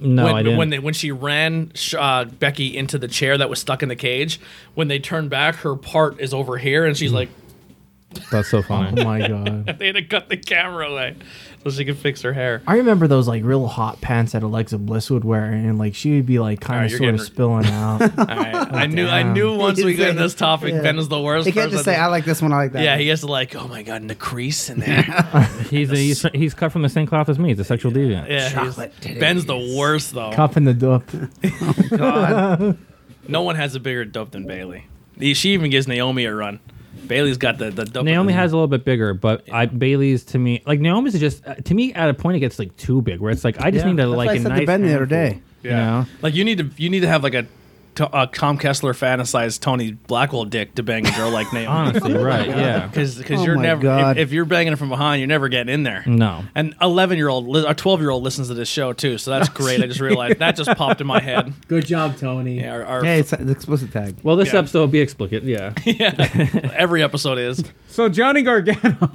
S5: No,
S2: when,
S5: I didn't.
S2: When, they, when she ran sh- uh, Becky into the chair that was stuck in the cage, when they turned back, her part is over here, and she's like,
S5: that's so funny.
S6: oh my god.
S2: they had to cut the camera away so she could fix her hair.
S6: I remember those like real hot pants that Alexa Bliss would wear, and like she would be like kind
S2: Alright, you're
S6: of sort of
S2: getting-
S6: spilling out.
S2: All right. I knew I knew once we got in this topic, Ben is the worst
S3: He
S2: person.
S3: can't just say I like this one, I like that.
S2: yeah,
S3: one."
S2: he has to like, oh my god, and the crease in there.
S5: he's, he's he's cut from the same cloth as me. He's a sexual deviant.
S2: Yeah, he's-
S3: Chocolate titties.
S2: Ben's the worst though.
S6: Cup in the dup.
S2: No one has a bigger dope than Bailey. She even gives Naomi a run. Bailey's got the the dope.
S5: Naomi has a little bit bigger, but I Bailey's to me like Naomi's is just uh, to me at a point it gets like too big where it's like I just need to
S3: That's
S5: like
S3: what I
S5: a
S3: said
S5: nice
S3: to Ben the other day.
S5: You know?
S2: Like you need to you need to have like a, to- a Tom Kessler fantasized Tony Blackwell dick to bang a girl like Naomi.
S5: Honestly, right? Yeah.
S2: Because because
S3: Oh
S2: you're
S3: my
S2: never if,
S3: God.
S2: if you're banging it from behind, you're never getting in there.
S5: No.
S2: An 11 year old, a 12 year old listens to this show too, so that's great. I just realized that just popped in my head.
S7: Good job, Tony.
S2: Yeah, our, our-
S3: Hey, it's the explicit tag.
S5: Well, this
S2: Yeah.
S5: episode will be explicit. Yeah.
S2: every episode is.
S4: So Johnny Gargano,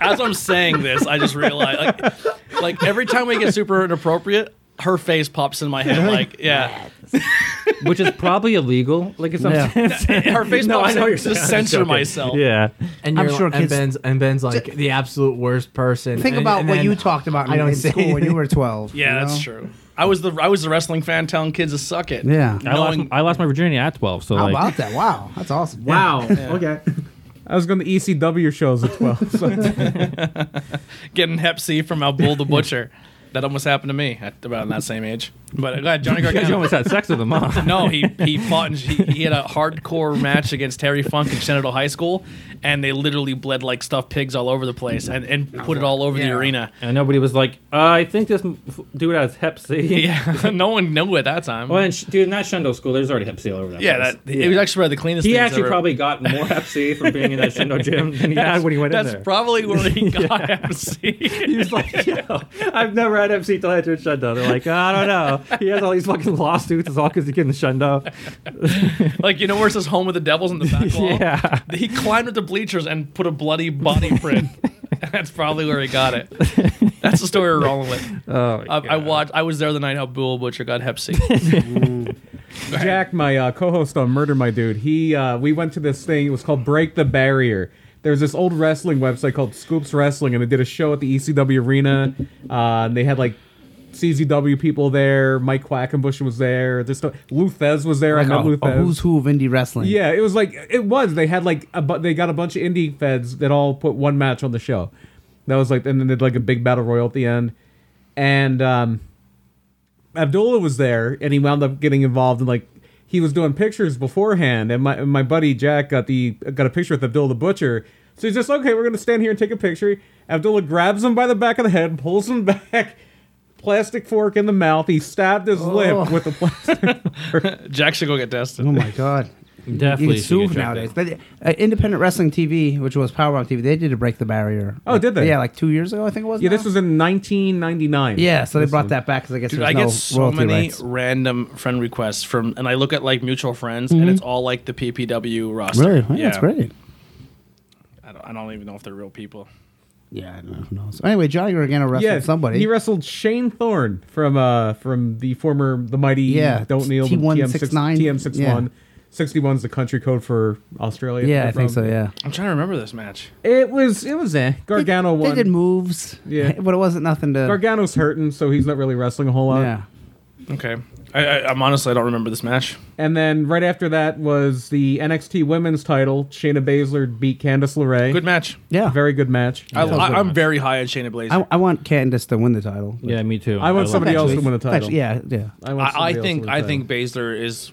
S2: As I'm saying this, I just realized like, like every time we get super inappropriate, her face pops in my head. Like, yeah,
S5: which is probably illegal. Like it's
S3: Yeah.
S2: her face
S5: No,
S2: pops.
S5: I know
S2: in,
S5: you're
S2: just
S5: saying- I'm
S2: censor
S5: joking.
S2: myself.
S5: yeah.
S6: And
S3: I'm
S6: you're,
S3: sure
S6: and
S3: kids-
S6: Ben's and Ben's like the absolute worst person.
S3: Think
S6: And-
S3: about
S6: and
S3: what
S6: then-
S3: you talked about in,
S6: I don't
S3: in
S6: say
S3: school when you were 12.
S2: Yeah,
S3: you
S2: that's
S3: know?
S2: true. I was the I was the wrestling fan telling kids to suck it.
S3: Yeah.
S5: I lost,
S2: Knowing-
S5: I lost my virginity at 12, so
S3: How
S5: like,
S3: about that? Wow, that's awesome.
S7: Wow. Okay.
S4: I was going to ECW shows at twelve. So
S2: getting Hep C from Abdul the Butcher. That almost happened to me at about that same age. But go ahead, Johnny
S5: you
S2: Gargano.
S5: almost had sex with him, huh?
S2: No, he he fought. And he, he had a hardcore match against Terry Funk in Shenandoah High School, and they literally bled like stuffed pigs all over the place and, and put it all over the arena.
S5: And nobody was like, uh, I think this m- f- dude has Hep C.
S2: Yeah, no one knew at that time.
S5: Well, and sh- dude, not Shundo school. There's already Hep C all over that.
S2: yeah,
S5: place.
S2: that it was actually probably the cleanest.
S5: He
S2: things
S5: actually
S2: ever.
S5: probably got more Hep C from being in that Shundo gym than he had when he went in
S2: That's
S5: there.
S2: probably where he got Hep
S5: he
S2: C.
S5: was like, yo, I've never had Hep C till I entered Shundo. They're like,
S6: "Oh,
S5: I don't know. He has all these fucking lawsuits. It's all because he came to Shundo.
S2: like you know where it says "Home of the Devils" in the back wall.
S5: Yeah.
S2: he climbed up the bleachers and put a bloody body print. That's probably where he got it. That's the story we're rolling with.
S5: Oh,
S2: I, I watched. I was there the night Abdul Butcher got Hep C.
S4: Jack, my uh, co-host on Murder My Dude, he uh, we went to this thing. It was called Break the Barrier. There's this old wrestling website called Scoops Wrestling, and they did a show at the ECW arena. Uh, and they had like CZW people there. Mike Quackenbush was there. This Lou Thez was there. I
S3: Like
S4: met Lou
S3: a, a
S4: Thez.
S3: Oh, who's who of indie wrestling.
S4: Yeah, it was like it was. They had like a bu- they got a bunch of indie feds that all put one match on the show. That was like, and then they did like a big battle royal at the end. And um, Abdullah was there, and he wound up getting involved in like he was doing pictures beforehand. And my my buddy Jack got the got a picture with Abdullah the Butcher. So he's just okay. We're gonna stand here and take a picture. Abdullah grabs him by the back of the head, pulls him back. Plastic fork in the mouth. He stabbed his lip with the plastic.
S2: Jack should go get tested.
S3: Oh my god. You
S5: Definitely.
S3: can sue nowadays. But uh, independent wrestling TV, which was Power Bomb TV, they did a break the barrier.
S4: Oh, did they?
S3: Yeah, like two years ago, I think it was.
S4: Yeah,
S3: now.
S4: this was in 1999.
S3: Yeah, so they brought that back because I guess
S2: Dude,
S3: there's
S2: I
S3: no
S2: get so
S3: royalty
S2: many
S3: rights.
S2: random friend requests from, and I look at like mutual friends, and it's all like the PPW roster.
S3: Mm-hmm. Really? Yeah, That's great.
S2: I don't, I don't even know if they're real people.
S3: Yeah, I don't know. Who knows? Anyway, Johnny Gargano wrestled somebody.
S4: He wrestled Shane Thorne from uh from the former the mighty
S3: Yeah,
S4: Don't Kneel
S3: T1
S4: TM
S3: 69.
S4: TM six one. 61's the country code for Australia.
S3: yeah, I
S4: They're
S3: think so.
S4: from.
S3: Yeah,
S2: I'm trying to remember this match.
S4: It was it was eh. Gargano
S3: they,
S4: won.
S3: They did moves.
S4: Yeah.
S3: but it wasn't nothing to.
S4: Gargano's hurting, so he's not really wrestling a whole lot.
S3: yeah,
S2: Okay, I I, I, I'm honestly, I don't remember this match.
S4: And then right after that was the NXT Women's Title. Shayna Baszler beat Candice LeRae.
S2: Good match.
S3: Yeah.
S4: Very good match.
S2: I,
S4: I,
S5: was a good
S2: I, am
S5: match.
S2: very high on Shayna Blazer.
S3: I, I want Candice to win the title.
S5: Yeah, me too.
S4: want
S5: love
S4: somebody
S5: it.
S4: else to win a title.
S3: Actually, yeah, yeah.
S4: want
S2: I, I
S4: somebody else to win
S2: think
S4: a
S2: I
S4: title.
S2: think Baszler is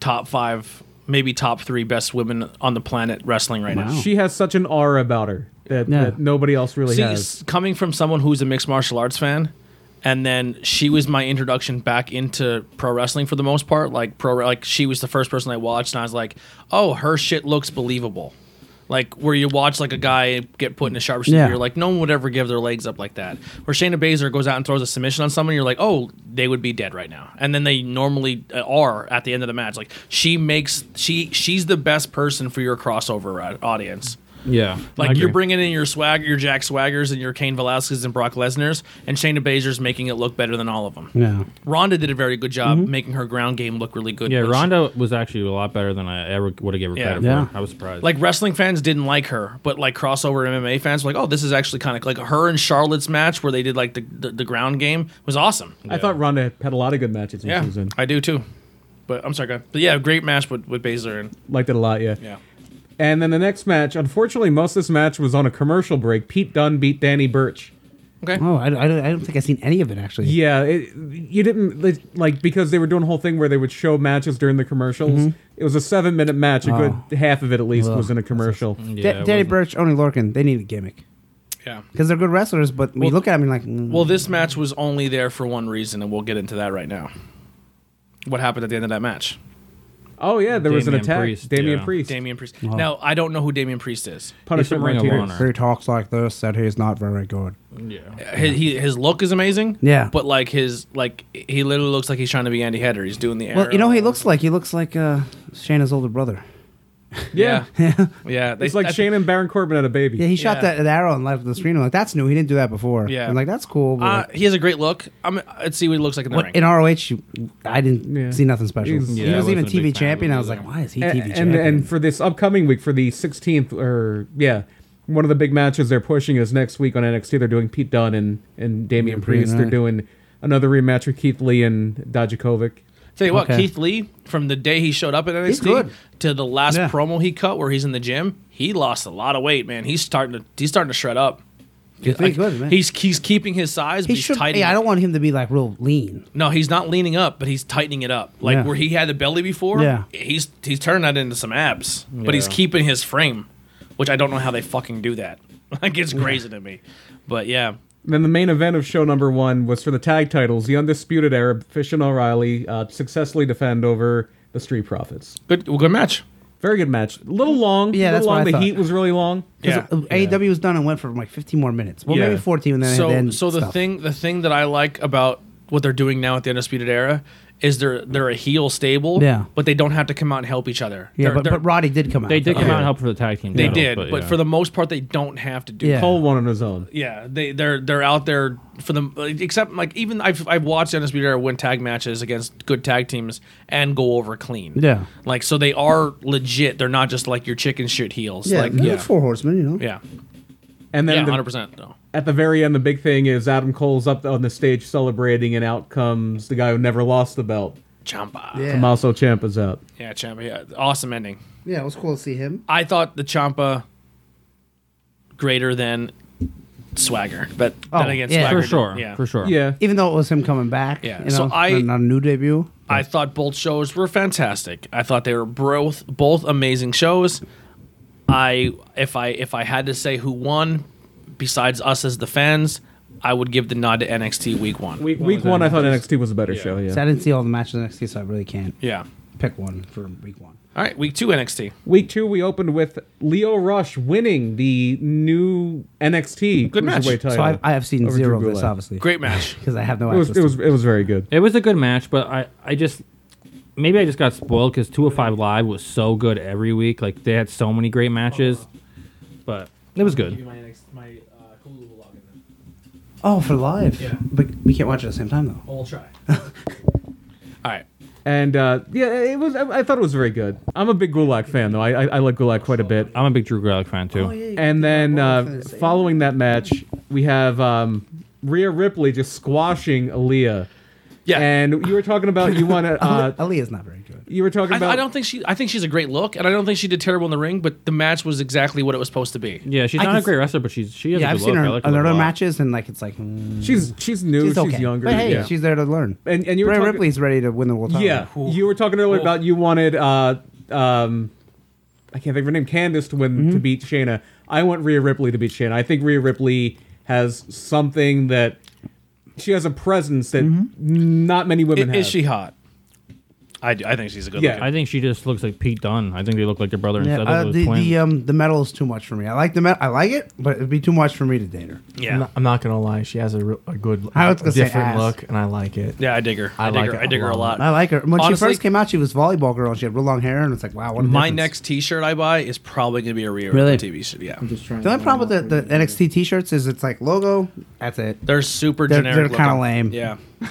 S2: top five, maybe top three best women on the planet wrestling right now.
S4: she has such an aura about her that,
S3: Yeah.
S4: that nobody else really
S2: See,
S4: has.
S2: s- coming from someone who's a mixed martial arts fan, and then she was my introduction back into pro wrestling for the most part. Like pro, like she was the first person I watched, and I was like, oh, her shit looks believable. Like where you watch like a guy get put in a sharp
S3: Yeah.
S2: you're like no one would ever give their legs up like that. Where Shayna Baszler goes out and throws a submission on someone, you're like, oh, they would be dead right now. And then they normally uh, are at the end of the match. Like she makes she she's the best person for your crossover uh, audience.
S5: Yeah, I
S2: Like you're
S5: agree.
S2: bringing in your swagger, your Jack Swaggers and your Kane Velasquez and Brock Lesnar's, and Shayna Baszler's making it look better than all of them.
S3: Yeah.
S2: Ronda did a very good job making her ground game look really good.
S5: Mm-hmm. Yeah,
S2: which-
S5: Ronda was actually a lot better than I ever would have given her
S2: Yeah.
S5: credit
S3: Yeah.
S5: for. I was surprised.
S2: Like wrestling fans didn't like her, but like crossover MMA fans were like, oh, this is actually kind of like her and Charlotte's match where they did like the the, the ground game was awesome.
S4: I thought Ronda had a lot of good matches when
S2: Yeah,
S4: she was in.
S2: I do too. But I'm sorry, go ahead. but yeah, great match with with Baszler and
S4: Liked it a lot, yeah.
S2: yeah.
S4: And then the next match, unfortunately, most of this match was on a commercial break. Pete Dunne beat Danny Birch.
S2: Okay.
S3: Oh, I, I, don't- I don't think I've seen any of it actually.
S4: Yeah, it, you didn't like- like because they were doing a whole thing where they would show matches during the commercials.
S5: Mm-hmm.
S4: It was a seven minute match. A
S5: Ah.
S4: good half of it, at least, was in a commercial.
S5: yeah,
S3: Da-
S5: it
S3: Danny
S5: wasn't-
S3: Birch, Oni Lorcan, they need a gimmick
S2: Yeah.
S3: because they're good wrestlers, but we look at them and like, mm,
S2: Well, this match was only there for one reason, and we'll get into that right now. What happened at the end of that match?
S4: Oh yeah, there was an
S5: Damian
S4: attack.
S5: Priest,
S4: Damian
S5: yeah.
S4: Priest.
S2: Damian Priest. Now I don't know who Damian Priest is.
S4: Punishment
S5: He's from Ring of
S4: Martinez.
S5: Honor.
S3: he talks like this that he's not very good.
S5: Yeah.
S2: His, he, his look is amazing.
S3: Yeah.
S2: but like his like he literally looks like he's trying to be Andy Header. He's doing the air.
S3: Well, you know who he looks like? He looks like uh, Shayna's older brother.
S2: Yeah, yeah. They,
S4: It's like
S2: I-
S4: Shane and Baron Corbin had a baby.
S3: Yeah, he shot
S2: Yeah.
S3: that an arrow and left the screen. I'm like, that's new. He didn't do that before.
S2: Yeah.
S3: I'm like, that's cool. But
S2: Uh,
S3: like,
S2: he has a great look. I'm. Let's see what he looks like in the
S3: what,
S2: ring.
S3: in ROH, you- I didn't
S4: Yeah.
S3: see nothing special.
S4: He's-
S5: Yeah,
S3: he
S5: I
S3: was even
S5: wasn't a
S3: TV
S5: big fan
S3: champion.
S5: of
S3: I
S5: him
S3: was like,
S5: either.
S3: why is he
S4: and,
S3: TV
S4: and,
S3: champion?
S4: and for this upcoming week, for the 16th, or yeah, one of the big matches they're pushing is next week on NXT. They're doing Pete Dunne and, and Damian
S3: Priest,
S4: Priest. They're
S3: right.
S4: doing another rematch with Keith Lee and Dijakovic.
S2: Tell you what,
S3: Okay.
S2: Keith Lee, from the day he showed up at NXT
S3: good.
S2: to the last
S3: Yeah.
S2: promo he cut where he's in the gym, he lost a lot of weight, man. He's starting to he's starting to shred up.
S3: Good thing, good, man.
S2: He's he's keeping his size, but
S3: he
S2: he's
S3: should.
S2: tightening.
S3: Yeah, I don't want him to be like real lean.
S2: No, he's not leaning up, but he's tightening it up. Like
S3: Yeah.
S2: where he had the belly before,
S3: Yeah.
S2: he's he's turned that into some abs, but he's
S5: Yeah.
S2: keeping his frame, which I don't know how they fucking do that. Like it's crazy to me. But yeah,
S4: Then the main event of show number one was for the tag titles. The Undisputed Arab, Fish and O'Reilly, uh, successfully defend over the Street Profits.
S2: good well, good match.
S4: Very good match. A little long.
S3: Yeah,
S4: little
S3: that's what
S4: long.
S3: I
S4: the
S3: thought.
S4: heat was really long.
S2: Yeah.
S3: Uh, AEW was done and went for like 15 more minutes. Well,
S4: Yeah.
S3: maybe 14, and then
S2: So
S3: then
S2: so the
S3: stuff.
S2: thing the thing that I like about what they're doing now at the Undisputed Era is they're they're a heel stable,
S3: Yeah.
S2: but they don't have to come out and help each other.
S3: Yeah,
S2: They're-
S3: but,
S2: they're-
S3: but Roddy did come out.
S5: They did
S3: though.
S5: come out and help for the tag team.
S2: they
S5: titles,
S2: did, but,
S5: yeah.
S2: for the most part, they don't have to do.
S3: Yeah.
S4: Cole won on his own.
S2: Yeah, they they're they're out there for them. like, Except like even I've I've watched Undisputed Era win tag matches against good tag teams and go over clean.
S3: Yeah.
S2: like so they are legit. They're not just like your chicken shit heels.
S3: Yeah,
S2: like,
S3: they're
S2: yeah,
S3: four horsemen, you know.
S2: yeah,
S4: And then
S2: yeah,
S4: the-
S2: hundred percent though.
S4: at the very end, the big thing is Adam Cole's up on the stage celebrating, and out comes the guy who never lost the belt.
S2: Champa, yeah,
S3: Yeah.
S4: Tommaso Ciampa's out.
S2: Champa, yeah, awesome ending.
S3: Yeah, it was cool to see him.
S2: I thought the Champa greater than Swagger, but
S3: Oh,
S2: then again,
S3: yeah.
S2: Swagger
S5: for
S2: did-
S5: sure,
S2: yeah,
S5: for sure.
S4: Yeah.
S3: Even though it was him coming back.
S2: Yeah,
S3: You know,
S2: so I-
S3: on a new debut.
S2: I thought both shows were fantastic. I thought they were both both amazing shows. I if I if I had to say who won, besides us as the fans, I would give the nod to NXT Week One.
S4: Week, week one, I thought NXT was a better show. Yeah.
S3: So I didn't see all the matches in NXT, so I really can't
S2: yeah.
S3: pick one for week one.
S2: All right, Week Two NXT.
S4: Week two, we opened with Leo Rush winning the new NXT
S2: Good match.
S4: Cruiserweight title.
S3: So I, I have seen
S4: Oh, over
S3: zero of
S4: Drew
S3: this,
S4: Gulak.
S3: obviously.
S2: Great match.
S3: Because I have no
S4: It was,
S3: access.
S4: it was it was very good.
S5: It was a good match, but I, I just maybe I just got spoiled because 205 Live was so good every week. Like they had so many great matches, but it was good.
S4: uh,
S3: oh, for
S4: Mm.
S3: live. Yeah. But we can't watch it at the same time, though.
S2: All try. All right.
S4: And uh, yeah, it was. I, I thought it was very good. I'm a big Gulak fan, though. I I, I like Gulak quite a bit.
S5: I'm a big Drew Gulak fan
S3: Oh,
S4: Oh,
S5: too.
S4: And then uh, following that match, we have um, Rhea Ripley just squashing Aaliyah.
S2: Yeah.
S4: And you were talking about you want to. Uh,
S3: Ali is not very good.
S4: you were talking about.
S2: I, I don't think she. I think she's a great look, and I don't think she did terrible in the ring. But the match was exactly what it was supposed to be.
S5: Yeah, she's
S3: I
S5: not
S3: can
S5: a great wrestler, but she's she has
S3: Yeah,
S5: a good
S3: I've seen
S5: look.
S3: her
S5: I
S3: in
S5: like her a
S3: other
S5: lot.
S3: matches and like it's like mm,
S4: She's she's new. She's,
S3: she's okay.
S4: younger.
S3: But hey,
S4: yeah.
S3: she's there to learn.
S4: And- and you were
S3: Ray
S4: talking-
S3: Ripley's ready to win the world title.
S4: Yeah, you were talking earlier
S2: Oof.
S4: about you wanted uh, um, I can't think of her name, Candice to win
S3: Mm-hmm.
S4: to beat Shayna. I want Rhea Ripley to beat Shayna. I think Rhea Ripley has something that she has a presence that
S3: Mm-hmm.
S4: not many
S2: I-
S4: women
S2: Is,
S4: have.
S2: she hot? I, do- I think she's a good
S4: Yeah.
S2: looking.
S5: I think she just looks like Pete Dunne. I think they look like their brother
S3: Yeah,
S5: instead
S3: uh,
S5: of
S3: the
S5: the twins.
S3: the um the medal is too much for me. I like the medal. I like it, but it'd be too much for me to date her.
S2: Yeah,
S6: I'm, not, I'm not gonna lie, she has a, re- a good,
S3: I was
S6: a
S3: gonna say
S6: different
S3: ass.
S6: look, and I like it.
S2: yeah, I dig her. I,
S6: I
S2: dig
S6: like
S2: her.
S6: it
S2: I dig
S6: a
S2: her a lot.
S6: lot.
S3: I like her. When she
S2: Honestly-
S3: first came out, she was volleyball girl. and She had real long hair, and it's like wow, what a
S2: My
S3: difference.
S2: next T-shirt I buy is probably gonna be a Rhea
S6: Really?
S2: Ripley TV shirt. Yeah,
S7: I'm just trying.
S3: The only
S7: to
S3: problem
S7: line
S3: with
S7: up
S3: the,
S7: for
S3: the
S7: you.
S3: NXT T-shirts is it's like logo. That's it.
S2: they're super
S3: They're-
S2: generic.
S3: they're kinda
S2: looking.
S3: lame.
S2: Yeah,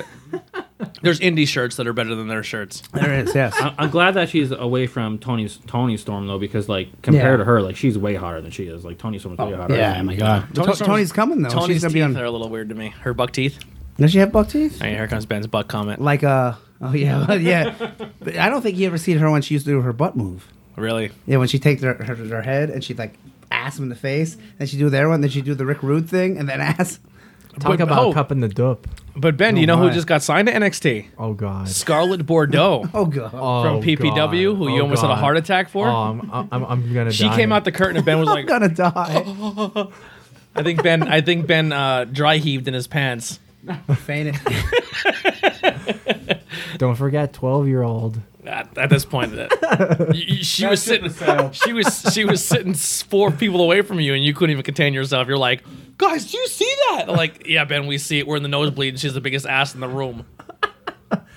S2: there's indie shirts that are better than their shirts.
S3: There it is. Yes.
S5: I- I'm glad that she's away from Tony's Tony Storm though, because like compared
S3: Yeah.
S5: to her, like she's way hotter than she is. Like Tony Storm's
S2: Oh,
S5: way hotter.
S3: yeah.
S5: than-
S3: my god.
S2: Tony
S3: Tony's,
S2: Storm's-
S3: Tony's coming though.
S2: Tony's
S3: She's gonna
S2: teeth
S3: be on.
S2: are a little weird to me. Her buck teeth.
S3: Does she have buck teeth?
S2: All right, here comes Ben's buck comment.
S3: Like uh oh yeah yeah. But I don't think you ever seen her when she used to do her butt move.
S2: Really?
S3: Yeah, when she takes her, her, her head and she like ass him in the face, and she do the other one, then she do the Rick Rude thing, and then ass.
S6: Talk
S2: But-
S6: about
S2: oh.
S6: cupping the dupe.
S2: But Ben, do you
S6: Oh,
S2: know who
S6: my.
S2: just got signed to NXT?
S6: Oh god.
S2: Scarlett Bordeaux.
S3: Oh god.
S6: Oh,
S2: From PPW, who you
S6: Oh,
S2: almost had a
S6: God.
S2: heart attack for?
S6: Oh, I'm, I'm, I'm gonna.
S2: She
S6: die.
S2: came out the curtain and Ben was
S3: I'm
S2: like,
S3: gonna die.
S2: I think Ben, I think Ben uh, dry heaved in his pants.
S3: Fainted.
S6: Don't forget, twelve year old.
S2: At, at this point, that- y- y- she was sitting, she was she was sitting s- four people away from you, and you couldn't even contain yourself. You're like, guys, do you see that? They're like, yeah, Ben, we see it. We're in the nosebleed, and she's the biggest ass in the room.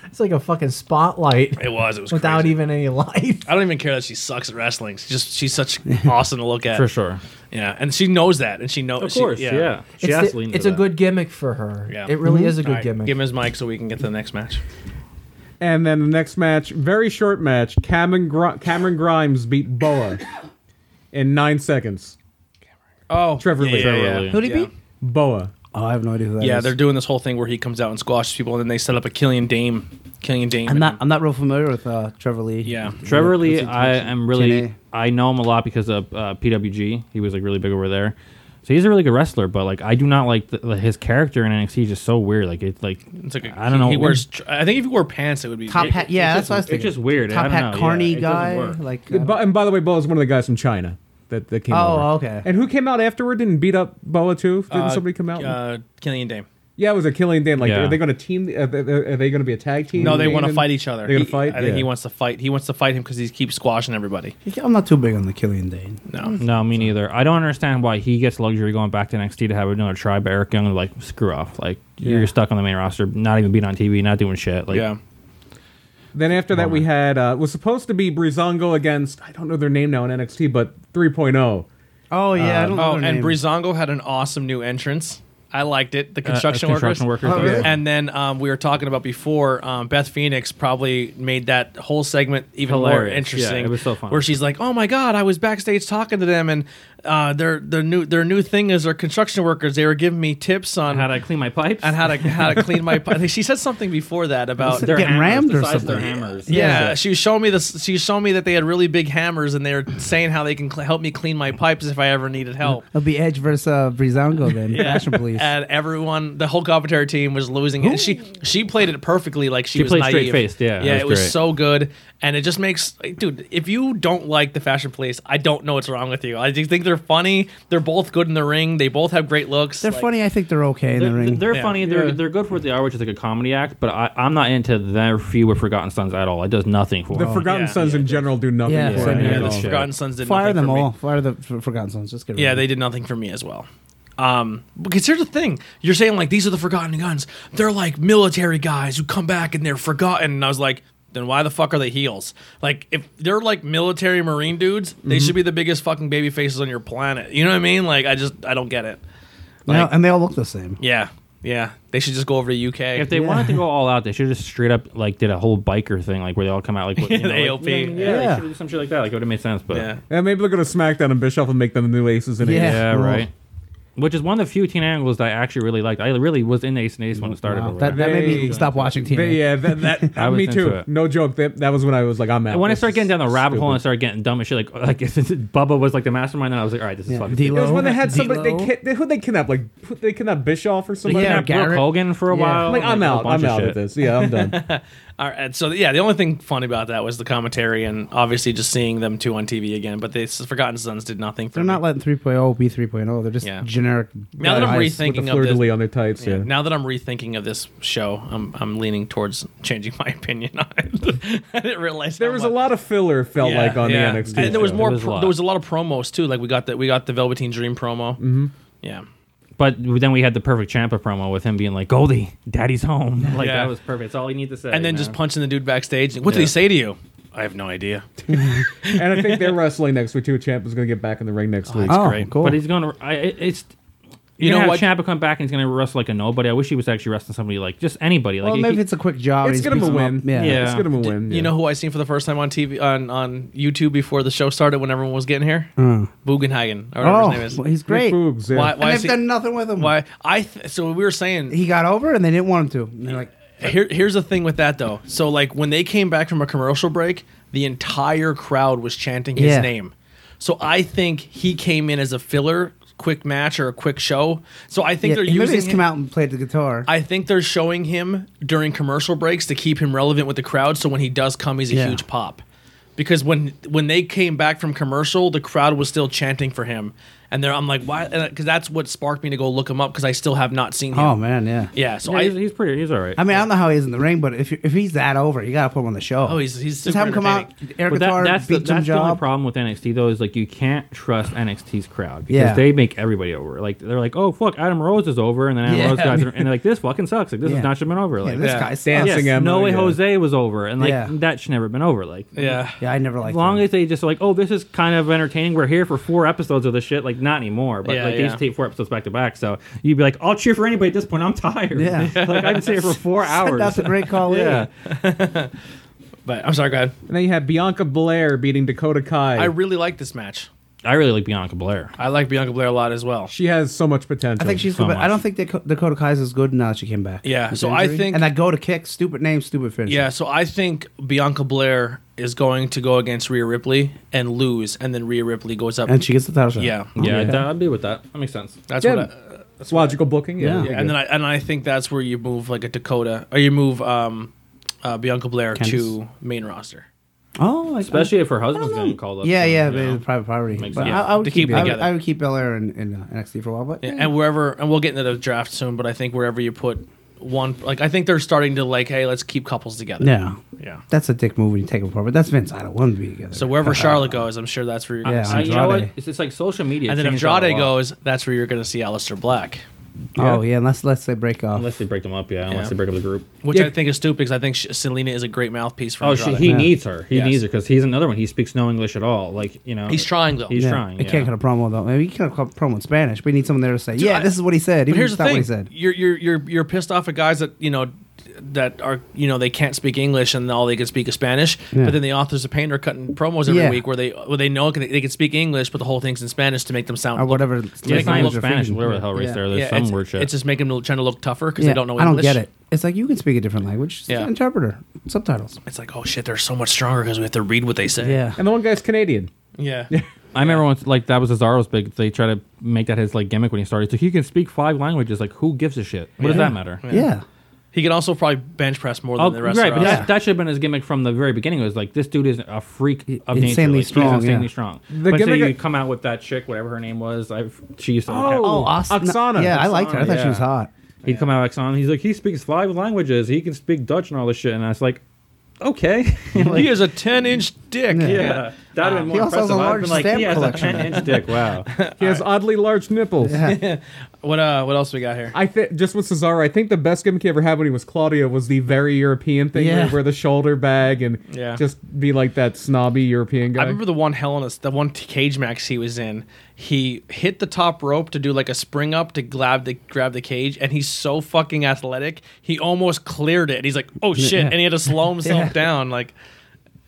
S6: It's like a fucking spotlight
S2: It was, it was
S6: without
S2: crazy.
S6: even any light.
S2: I don't even care that she sucks at wrestling. She's just she's such awesome to look at.
S5: for sure.
S2: Yeah, and she knows that, and she knows.
S5: Of course, yeah. She
S6: it's
S5: has
S6: the-
S5: to lean
S6: it's
S5: into
S6: a
S5: that. Mhm.
S6: good gimmick for her.
S2: Yeah.
S6: It really is a good
S2: All right,
S6: gimmick.
S2: give him his mic so we can get to the next match.
S4: and then the next match, very short match. Cameron Gr- Cameron Grimes beat Boa in nine seconds.
S2: Oh,
S4: Trevor Lee.
S5: Trevor
S2: yeah,
S5: Lee.
S2: yeah.
S5: Who'd
S3: he
S2: Yeah.
S3: beat?
S4: Boa.
S3: oh, I have no idea who that
S2: Yeah,
S3: is.
S2: they're doing this whole thing where he comes out and squashes people, and then they set up a Killian Dame, Killian Dame.
S3: I'm
S2: and-
S3: not. I'm not real familiar with uh, Trevor Lee.
S2: Yeah.
S5: Trevor Lee,
S3: Constitution.
S5: I am really
S3: TNA.
S5: I know him a lot because of uh, PWG. He was like really big over there, so he's a really good wrestler. But like I do not like the, the- his character in NXT. Is just so weird. Like it's like
S2: It's like a,
S5: I don't know.
S2: He wears. tr- I think if he wore pants, it would be
S3: Top
S2: it-
S3: hat. Yeah, that's
S5: just-
S3: what I was
S5: it's
S3: thinking.
S5: just weird. I
S3: Top
S5: don't
S3: hat,
S5: know.
S3: corny
S5: Yeah, it doesn't
S3: guy.
S5: work.
S3: Like.
S6: uh,
S4: Bu- and by the way, Boa is one of the guys from China that, that came over.
S3: Oh, okay.
S4: And who came out afterward and beat up Boa too? Didn't
S2: Uh,
S4: somebody come out?
S2: Uh, Killian Dame.
S4: yeah, it was a Killian Dan. Like,
S5: Yeah.
S4: are they going to team? Are they, are they going to be a tag team?
S2: No, they want to
S4: And-
S2: fight each other.
S4: They're gonna
S2: He-
S4: fight?
S2: I think he
S4: Yeah.
S2: wants to fight. He wants to fight him because he keeps squashing everybody.
S3: I'm not too big on the Killian Dane.
S2: No,
S5: No, me neither. I don't understand why he gets luxury going back to NXT to have another try by Eric Young. Like screw off. Like you're stuck on the main roster, not even being on TV, not doing shit. Like
S2: yeah.
S4: Then after that, we had uh, was supposed to be Brizongo against I don't know their name now in NXT, but 3.0.
S3: Oh yeah, I don't know.
S2: Oh,
S3: their
S2: and
S3: name.
S2: Brizongo had an awesome new entrance. I liked it. The construction,
S5: Uh, construction
S2: workers.
S5: workers,
S3: Oh, yeah. really?
S2: And then um, we were talking about before. Um, Beth Phoenix probably made that whole segment even more
S5: Hilarious. Yeah,
S2: interesting.
S5: it was so fun.
S2: Where she's like, "Oh my god, I was backstage talking to them, and uh, their their new their new thing is their construction workers. They were giving me tips on
S5: how to clean my pipes.
S2: on how to how to clean my. I think she said something before that about
S3: They're Getting
S5: hammers,
S3: rammed or
S5: the size of their
S3: something.
S5: hammers.
S2: yeah, she was showing me this. She was showing me that they had really big hammers, and they were saying how they can cl- help me clean my pipes if I ever needed help.
S3: It'll be Edge versus uh, Brizongo then. Fashion Police.
S2: And everyone, the whole commentary team was losing it. And she she played it perfectly, like she,
S5: She
S2: was
S5: played
S2: naive.
S5: straight-faced, yeah,
S2: yeah,
S5: it was
S2: it was
S5: great.
S2: so good, and it just makes, like, dude. If you don't like the Fashion Police, I don't know what's wrong with you. I just think they're funny. They're both good in the ring. They both have great looks.
S3: They're
S2: Like,
S3: funny. I think they're okay in the
S5: They're,
S3: ring.
S5: they're
S2: Yeah.
S5: funny. They're
S4: Yeah.
S5: they're good for what they are, which is like a comedy act. But I, I'm not into their feud with Forgotten Sons at all. It does nothing for
S4: The
S5: me.
S4: Forgotten
S2: yeah.
S4: Sons in general do nothing
S3: Yeah,
S4: for
S3: same
S4: me at
S5: here. Oh. Yeah,
S4: all.
S5: that's true.
S2: Forgotten Sons did
S3: Fire
S2: nothing
S3: them
S2: for me.
S3: all. Fire the for, Forgotten Sons. Just get rid
S2: Yeah,
S3: of them.
S2: they did nothing for me as well. Um, because here's the thing: you're saying like these are the forgotten guns. They're like military guys who come back and they're forgotten. And I was like, then why the fuck are they heels? Like if they're like military marine dudes, they should be the biggest fucking baby faces on your planet. You know what I mean? Like I just I don't get it.
S3: No,
S2: Like-
S3: and they all look the same.
S2: Yeah, yeah. They should just go over to UK.
S5: If they wanted to go all out, they should have just straight up like did a whole biker thing, like where they all come out like with, you know,
S2: The
S5: like-
S2: AOP.
S5: Yeah, yeah,
S3: Yeah.
S5: They should have some shit like that. Like it would have made sense. But
S2: yeah.
S4: And maybe they'll go to SmackDown and Bischoff and make them the new aces in
S3: Yeah.
S4: it.
S5: Yeah,
S3: Well,
S5: right. which is one of the few teen angles that I actually really liked. I really was in Ace and Ace when it started.
S3: Wow,
S5: over
S3: that, that made
S4: They-
S3: me stop watching TV.
S4: They-
S5: uh,
S4: yeah, that, that
S5: I was
S4: me
S5: into
S4: too.
S5: it.
S4: No joke. That, that was when I was like, I'm out.
S5: And when I
S4: This
S5: started getting
S4: is
S5: down the rabbit hole and I
S4: stupid.
S5: started getting dumb as shit, like like Bubba was like the mastermind, and I was like, all right, this is
S3: Yeah,
S5: fucking.
S3: D-Lo.
S5: stupid.
S4: It was when they had somebody. They,
S3: D-Lo.
S4: kid, they who they kidnapped? Like who- they kidnapped Bischoff or
S5: They
S4: somebody.
S5: kidnapped Brooke
S3: Garrett.
S5: Hogan for a
S3: Yeah.
S5: while.
S4: Like I'm
S5: a
S4: out.
S5: bunch
S4: I'm out
S5: shit.
S4: of this. Yeah, I'm done.
S2: All right, so yeah, the only thing funny about that was the commentary and obviously just seeing them two on TV again. But the Forgotten Sons did nothing for
S3: They're
S2: me.
S3: not letting 3.0 be 3.0. They're just
S2: Yeah.
S3: generic.
S2: now that I'm
S3: guys.
S4: With the
S2: rethinking
S4: fleur
S2: of
S4: de
S2: this,
S4: lis on their tights. Yeah.
S2: yeah, now that I'm rethinking of this show, I'm I'm leaning towards changing my opinion on it. I didn't realize
S4: There was a lot of filler. it Felt like on the NXT.
S2: And there was
S4: show.
S2: more.
S5: There was a
S2: pro-
S5: lot.
S2: there was a lot of promos too. Like we got the we got the Velveteen Dream promo. Mm-hmm. Yeah.
S5: But then we had the perfect Champa promo with him being like, "Goldie, Daddy's home." Like
S2: Yeah.
S5: that was perfect. That's all you need to say.
S2: and then
S5: man.
S2: just punching the dude backstage. What did he
S5: Yeah.
S2: say to you? I have no idea.
S4: and I think they're wrestling next week too. Champ is going to get back in the ring next week.
S3: Oh,
S2: great.
S3: cool.
S5: But he's gonna. I, it- it's. You
S2: know
S5: know
S2: what?
S5: what? Champa come back and he's gonna wrestle like a nobody. I wish he was actually wrestling somebody like just anybody. Like
S3: well,
S5: he-
S3: maybe it's a quick job.
S4: It's
S3: He
S4: gonna
S3: beats them
S4: be a win.
S3: up. Yeah.
S5: Yeah.
S4: It's going to win.
S2: You
S4: yeah.
S2: know who I seen for the first time on TV on, on YouTube before the show started when everyone was getting here? Bugenhagen or whatever
S3: Oh,
S2: his name is.
S3: well, he's great. And
S4: Boogs, yeah.
S2: Why? Why?
S3: they've
S2: Is he,
S3: done nothing with him.
S2: why? I. Th- so we were saying
S3: He got over and they didn't want him to. And they're like,
S2: Here, here's the thing with that though. So like when they came back from a commercial break, the entire crowd was chanting his
S3: Yeah.
S2: name. So I think he came in as a filler, quick match or a quick show. So I think
S3: yeah,
S2: they're
S3: he maybe
S2: using.
S3: just
S2: him-
S3: come out and played the guitar.
S2: I think they're showing him during commercial breaks to keep him relevant with the crowd. So when he does come, he's a
S3: Yeah.
S2: huge pop. Because when when they came back from commercial, the crowd was still chanting for him, and there I'm like, why? Because that's what sparked me to go look him up because I still have not seen him.
S3: oh, man, yeah.
S2: yeah. So
S5: yeah,
S2: I,
S5: he's, he's pretty. He's all right.
S3: I mean, I don't know how he is in the ring, but if you- if he's that over, you got to put him on the show.
S2: Oh, he's- he's
S3: just have him
S2: super
S3: come out, air
S5: But that-
S3: guitar,
S5: that's the,
S3: beat some
S5: that's the only
S3: job.
S5: problem with NXT though is like you can't trust NXT's crowd because
S3: Yeah.
S5: they make everybody over. Like they're like, oh fuck, Adam Rose is over, and then Adam
S3: Yeah.
S5: Rose guys, are, and they're like, this fucking sucks. Like this
S3: Yeah.
S5: has not should have been over.
S3: Yeah,
S5: Like
S3: this
S2: Yeah.
S3: guy sucks.
S4: Dancing
S5: yes,
S4: Emma,
S5: no way,
S4: yeah.
S5: Jose was over, and like
S3: Yeah.
S5: that should never been over. Like
S2: yeah.
S3: Yeah, I never liked
S5: As long
S3: him.
S5: as they just like, oh, this is kind of entertaining. We're here for four episodes of this shit. Like, not anymore. But
S2: Yeah,
S5: like, they
S2: yeah.
S5: used to take four episodes back to back. So you'd be like, I'll cheer for anybody at this point. I'm tired.
S3: Yeah.
S5: like I've been sitting here for four hours.
S3: That's a great call.
S5: yeah.
S3: yeah.
S2: But I'm sorry, go ahead.
S4: And then you had Bianca Blair beating Dakota Kai.
S2: I really like this match.
S5: I really like Bianca Blair.
S2: I like Bianca Blair a lot as well.
S4: she has so much potential.
S3: I think she's
S5: so
S3: good, but I
S5: much.
S3: don't think Dak- Dakota Kai is good now that she came back.
S2: Yeah,
S3: With
S2: so
S3: the
S2: I
S3: injury.
S2: think-
S3: and that go to kick, stupid name, stupid finish.
S2: Yeah, so I think Bianca Blair is going to go against Rhea Ripley and lose, and then Rhea Ripley goes up.
S3: and she gets the title shot.
S2: yeah,
S5: Yeah, I'd, I'd be with that. That makes sense.
S2: that's
S4: Yeah.
S2: what. I,
S4: it's logical booking. Yeah.
S3: Yeah.
S4: you're
S2: and
S4: good.
S2: then I and I think that's where you move like a Dakota, or you move um, uh, Bianca Blair to
S3: Candice.
S2: main roster.
S3: Oh, I,
S5: Especially if her husband's getting called up.
S3: Yeah,
S5: soon,
S3: yeah,
S5: you know?
S3: but private property.
S5: Makes
S3: But
S5: sense.
S3: I, I would
S2: To
S3: keep,
S2: keep it
S3: I would,
S2: together.
S3: I would keep Belair in, in uh, NXT for a while, but
S2: Yeah, and wherever, and we'll get into the draft soon, but I think wherever you put one, like I think they're starting to like, hey, let's keep couples together.
S3: yeah,
S2: yeah.
S3: that's a dick move when you take him apart. But that's Vince. I don't want them to be together.
S2: So wherever Charlotte goes, I'm sure that's where you're. Gonna
S3: Yeah.
S5: I-
S2: see.
S5: you know what?
S3: Andrade.
S5: It's just like social media.
S2: And then if
S5: changed all
S2: Andrade
S5: a lot.
S2: goes, that's where you're going to see Alistair Black.
S3: oh yeah, unless let's say break off.
S5: unless they break them up, yeah, unless
S2: Yeah.
S5: they break up the group.
S2: Which
S4: Yeah.
S2: I think is stupid because I think sh- Selena is a great mouthpiece for.
S5: Oh, she,
S2: Andrade.
S5: he needs her. He
S2: Yes.
S5: needs her because he's another one. He speaks no English at all. Like you know,
S2: He's trying, though.
S5: He's
S3: yeah.
S5: trying.
S3: He
S5: yeah.
S3: can't cut a promo though. Maybe he can cut a promo in Spanish. But you need someone there to say, "Yeah,
S2: I-
S3: this is what he said."
S2: But
S3: Even
S2: here's
S3: if
S2: the
S3: it's not
S2: thing:
S3: What he said.
S2: you're you're you're you're pissed off at guys that you know that are you know they can't speak English and all they can speak is Spanish.
S3: Yeah.
S2: But then the authors of pain are cutting promos every
S3: Yeah.
S2: week where they where they know they can speak English, but the whole thing's in Spanish to make them sound
S3: Or whatever.
S5: Yeah, it's not even
S3: language they're
S5: Spanish.
S3: speaking.
S5: Whatever the hell race
S3: Yeah.
S5: there. There's
S2: Yeah,
S5: some
S2: it's,
S5: weird shit.
S2: It's just making them trying to look tougher because
S3: Yeah,
S2: they don't know.
S3: I don't
S2: English.
S3: get it. It's like you can speak a different language. Just
S2: Yeah.
S3: interpreter, subtitles.
S2: It's like oh shit, they're so much stronger because we have to read what they say.
S4: and the one guy's Canadian.
S2: yeah.
S5: I remember once, like that was Cesaro's big. They try to make that his like gimmick when he started. So he can speak five languages. Like who gives a shit? What does that matter?
S3: yeah. yeah.
S2: He can also probably bench press more than
S5: Oh,
S2: the rest.
S5: right,
S2: of
S5: but
S2: us.
S5: that, that should have been his gimmick from the very beginning. It was like this dude is a freak of nature.
S3: Insanely
S5: Like, he's
S3: strong,
S5: insanely
S3: yeah.
S5: strong.
S4: The
S5: but so
S4: gimmick-
S5: you come out with that chick, whatever her name was. I've, she used to.
S4: Oh,
S3: uh,
S4: Oksana.
S3: Yeah, I liked her. I thought
S5: yeah.
S3: she was hot.
S5: he'd come out like on. He's like he speaks five languages. He can speak Dutch and all this shit. And I was like, okay. Like,
S2: he is a ten inch dick.
S3: Yeah. Uh,
S5: yeah, that'd have been more
S3: He also has
S5: impressive.
S3: a
S5: I'd
S3: large
S5: been like,
S3: stamp
S5: he has
S3: collection.
S5: a ten-inch dick. Wow.
S4: He has oddly large nipples.
S2: What uh? What else we got here?
S4: I think just with Cesaro, I think the best gimmick he ever had when he was Claudio was the very European thing where
S3: Yeah.
S4: he'd wear the shoulder bag and
S2: Yeah.
S4: just be like that snobby European guy.
S2: I remember the one Hell in a the one cage max he was in. He hit the top rope to do like a spring up to grab the grab the cage, and he's so fucking athletic. He almost cleared it. And he's like, "Oh shit!" And he had to slow himself down. Like,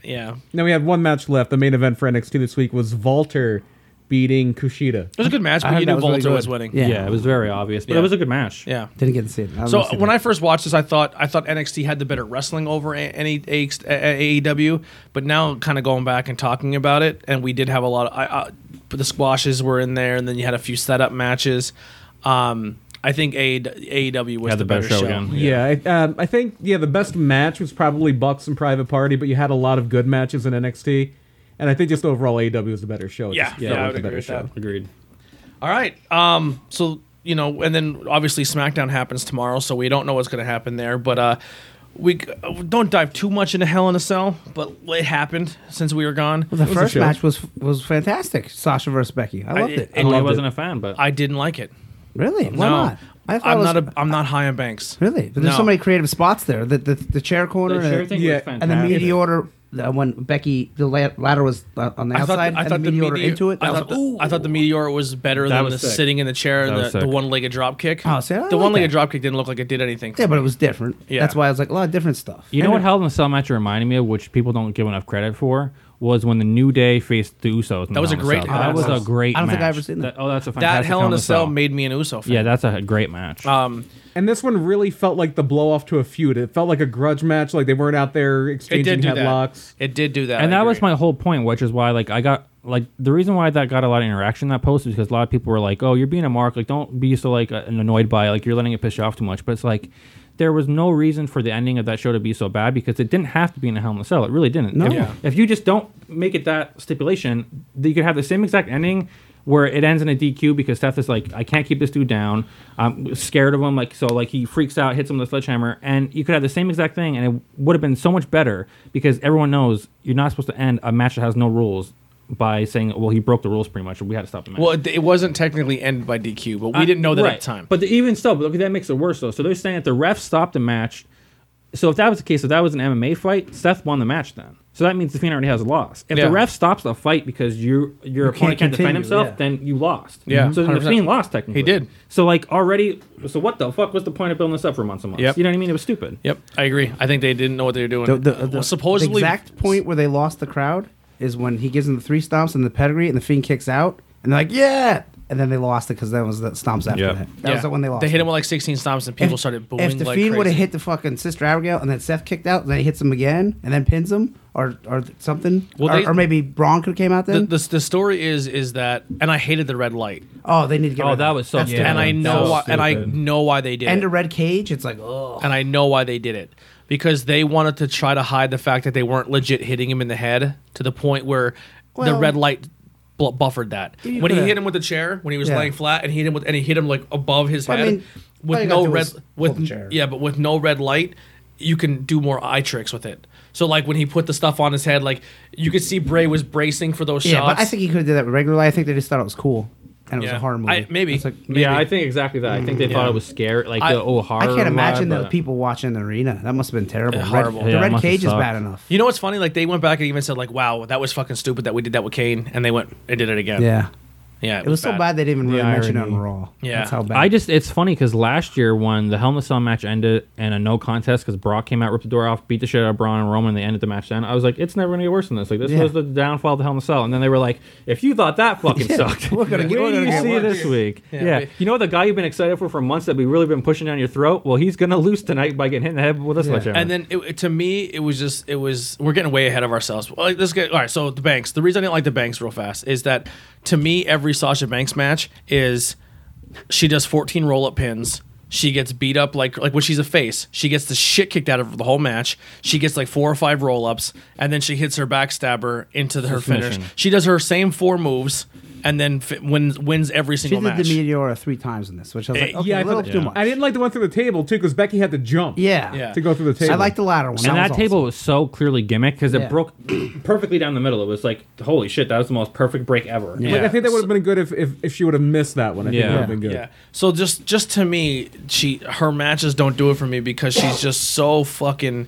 S2: yeah,
S4: Now we had one match left. The main event for NXT this week was Walter beating Kushida.
S2: was a good match,
S3: I
S2: but
S3: heard
S2: you
S3: that
S2: knew
S3: was really
S2: Volto was
S3: good.
S2: winning.
S3: Yeah.
S5: Yeah. it was very obvious, but
S2: Yeah.
S5: it was a good match.
S2: yeah.
S3: Didn't get to see it. I
S2: So when I first watched this, I thought I thought NXT had the better wrestling over A- any A- A- AEW, but now kind of going back and talking about it, and we did have a lot of I, I, but the squashes were in there, and then you had a few setup matches. Um, I think A- AEW was
S5: Had
S2: the, better show.
S5: again.
S4: Yeah, I, um, I think yeah the best match was probably Bucks and Private Party, but you had a lot of good matches in NXT, and I think just overall AEW was the better show. It
S2: Yeah,
S4: just
S2: yeah,
S4: felt
S2: I
S4: like
S2: would
S4: the
S2: agree
S4: better
S2: with that.
S5: Agreed.
S2: All right. Um, so you know, and then obviously SmackDown happens tomorrow, so we don't know what's going to happen there. But uh, we c- don't dive too much into Hell in a Cell, but it happened since we were gone.
S3: the first
S4: show.
S3: match was was fantastic. Sasha versus Becky. I loved it.
S2: it-
S5: I
S2: Loved
S5: wasn't a fan, but
S2: I didn't like it.
S3: Really? Why
S2: no,
S3: not? I thought
S2: I'm
S3: it was,
S2: not. A, I'm not high on Banks.
S3: really. But there's
S2: No.
S3: so many creative spots there. The the, the chair corner
S5: The chair
S3: and,
S5: thing
S4: yeah,
S5: was
S4: and
S3: and the
S5: fantastic.
S3: meteor. Uh, when Becky the la- ladder was uh, on the
S2: I thought,
S3: outside,
S2: I
S3: and
S2: thought
S3: the meteor
S2: meteor-
S3: into it.
S2: I
S3: I was
S2: thought,
S3: like,
S2: the, I thought the meteor was better than
S5: was
S2: the
S5: sick.
S2: sitting in the chair
S5: That
S2: and
S5: was
S2: the, the
S5: sick.
S2: one-legged drop kick.
S3: Oh, see, I like
S2: the one-legged
S3: that.
S2: drop kick didn't look like it did anything.
S3: yeah, but it was different.
S2: Yeah.
S3: That's why I was like, a lot of different stuff.
S5: You know what Hell in a Cell match reminded me of, which people don't give enough credit for, was when the New Day faced the Usos. in
S2: That was
S5: Hell
S2: a
S5: in
S2: great-
S5: Cell.
S2: I
S5: That was a
S3: was-
S5: great.
S3: I don't think I
S5: match.
S3: ever seen that.
S5: Oh, that's a fantastic.
S2: that Hell in a Cell made me an Uso fan.
S5: Yeah, that's a great match.
S2: Um,
S4: And this one really felt like the blow off to a feud. It felt like a grudge match. Like they weren't out there
S2: it
S4: exchanging
S2: did do
S4: headlocks.
S2: that. It did do that.
S5: and
S2: I
S5: that was
S2: agree.
S5: my whole point, which is why like I got like the reason why that got a lot of interaction that post is because a lot of people were like, "Oh, you're being a mark. Like, don't be so like uh, annoyed by it. like you're letting it piss you off too much." But it's like there was no reason for the ending of that show to be so bad because it didn't have to be in a Hell in a Cell. It really didn't.
S3: No.
S5: If,
S3: Yeah.
S5: if you just don't make it that stipulation, that you could have the same exact ending. Where it ends in a DQ because Seth is like, I can't keep this dude down. I'm scared of him. Like so, like he freaks out, hits him with a sledgehammer, and you could have the same exact thing, and it would have been so much better because everyone knows you're not supposed to end a match that has no rules by saying, well, he broke the rules pretty much, and we had to stop the match.
S2: Well, it, it wasn't technically ended by DQ, Uh, but we didn't know that at the time.
S5: But the, even still, but look, that makes it worse though. So they're saying that the ref stopped the match. So if that was the case, if that was an MMA fight, Seth won the match then. So that means the Fiend already has lost. If
S2: Yeah.
S5: the ref stops the fight because you your opponent can't defend
S3: continue,
S5: himself,
S3: yeah.
S5: then you lost.
S2: Yeah,
S5: So the
S2: 100%.
S5: Fiend lost technically.
S2: He did.
S5: So like already, so what the fuck was the point of building this up for months and months?
S2: Yep.
S5: You know what I mean? It was stupid.
S2: yep, I agree. I think they didn't know what they were doing.
S3: The, the, the-
S2: Well, supposedly,
S3: the exact point where they lost the crowd is when he gives them the three stomps and the pedigree, and the fiend kicks out, and they're like, "Yeah!" And then they lost it because that was the stomps after
S5: Yeah.
S3: that. That
S2: yeah,
S3: was the one they lost.
S2: They hit him with like 16 stomps, and people
S3: If-
S2: started booing.
S3: If the
S2: like
S3: fiend would have
S2: crazy.
S3: hit the fucking sister Abigail, and then Seth kicked out, and then he hits him again, and then pins him, or or something,
S2: Well,
S3: or,
S2: they-
S3: or maybe Braun could have came out
S2: the,
S3: then.
S2: the, the story is is that, and I hated the red light,
S3: oh, they need to get.
S5: Oh,
S3: rid of
S5: that was so
S3: That's
S5: stupid. Yeah,
S2: and I
S5: that's
S2: know
S5: so
S2: why, and I
S5: stupid.
S2: know why they did.
S3: and
S2: it.
S3: a red cage. It's like oh,
S2: and I know why they did it because they wanted to try to hide the fact that they weren't legit hitting him in the head to the point where the
S3: Well-
S2: red light bl- buffered that.
S3: You
S2: When he
S3: could've-
S2: hit him with the chair, when he was
S3: Yeah.
S2: laying flat, and he hit him with and he hit him like above his
S3: I
S2: head
S3: mean, all
S2: with
S3: you gotta
S2: no
S3: do
S2: red
S3: is
S2: with
S3: hold the chair.
S2: yeah, but with no red light, you can do more eye tricks with it. So like when he put the stuff on his head, like you could see Bray was bracing for those
S3: yeah.
S2: shots.
S3: But I think he could have did that regularly. I think they just thought it was cool, and it was
S2: Yeah.
S3: a horror movie.
S2: I- maybe.
S3: It's like,
S5: Yeah, I think exactly that. I think they thought it was scary, like
S2: I-
S5: the oh horror.
S3: Mm, I can't imagine
S5: vibe,
S3: the
S5: but-
S3: people watching the arena. That must have been terrible. Red-
S2: horrible.
S5: Yeah, it
S3: the red
S5: must have
S3: cage is
S5: sucked.
S3: bad enough.
S2: you know what's funny? Like they went back and even said like, "Wow, that was fucking stupid that we did that with Kane," and they went and did it again.
S3: Yeah.
S2: yeah.
S3: It was so bad they didn't even really mention it on
S5: irony.
S3: Raw.
S2: Yeah.
S3: That's how bad.
S5: I just it's funny because last year when the Hell in a Cell match ended in a no contest because Brock came out, ripped the door off, beat the shit out of Braun and Roman, and they ended the match. Then I was like, it's never gonna get worse than this. Like this
S3: Yeah.
S5: was the downfall of the Hell in a Cell. And then they were like, if you thought that fucking sucked,
S3: We're gonna get- we're
S5: where
S3: gonna
S5: do you
S3: get
S5: see
S3: worse.
S5: this week?
S2: Yeah.
S5: Yeah,
S2: We-
S5: you know the guy you've been excited for for months that we really been pushing down your throat. Well, he's gonna lose tonight by getting hit in the head with a sledgehammer.
S2: And then it, it- to me, it was just it was we're getting way ahead of ourselves. Like this guy, all right. So the Banks. The reason I didn't like the Banks real fast is that to me, every Sasha Banks match is she does 14 roll up pins. She gets beat up like like when she's a face. She gets the shit kicked out of her the whole match. She gets like four or five roll ups, and then she hits her backstabber into the, her finish.
S5: Submission.
S2: She does her same four moves, and then fi- wins wins every
S3: she
S2: single
S3: did
S2: match.
S3: the meteor three times in this, which I was like, okay,
S4: yeah, I,
S3: a little
S4: thought-
S3: too much.
S4: I didn't like the one through the table too because Becky had to jump.
S3: Yeah.
S2: Yeah.
S4: to go through the table.
S3: I like the latter one.
S5: And that,
S3: was
S5: table
S3: awesome.
S5: was so clearly gimmick because
S3: Yeah.
S5: it broke perfectly down the middle. It was like, holy shit, that was the most perfect break ever.
S4: Like I think that would have been good if, if, if she would have missed that one. I think
S5: Yeah.
S4: it would have been good.
S2: Yeah. So just just to me, she her matches don't do it for me because she's just so fucking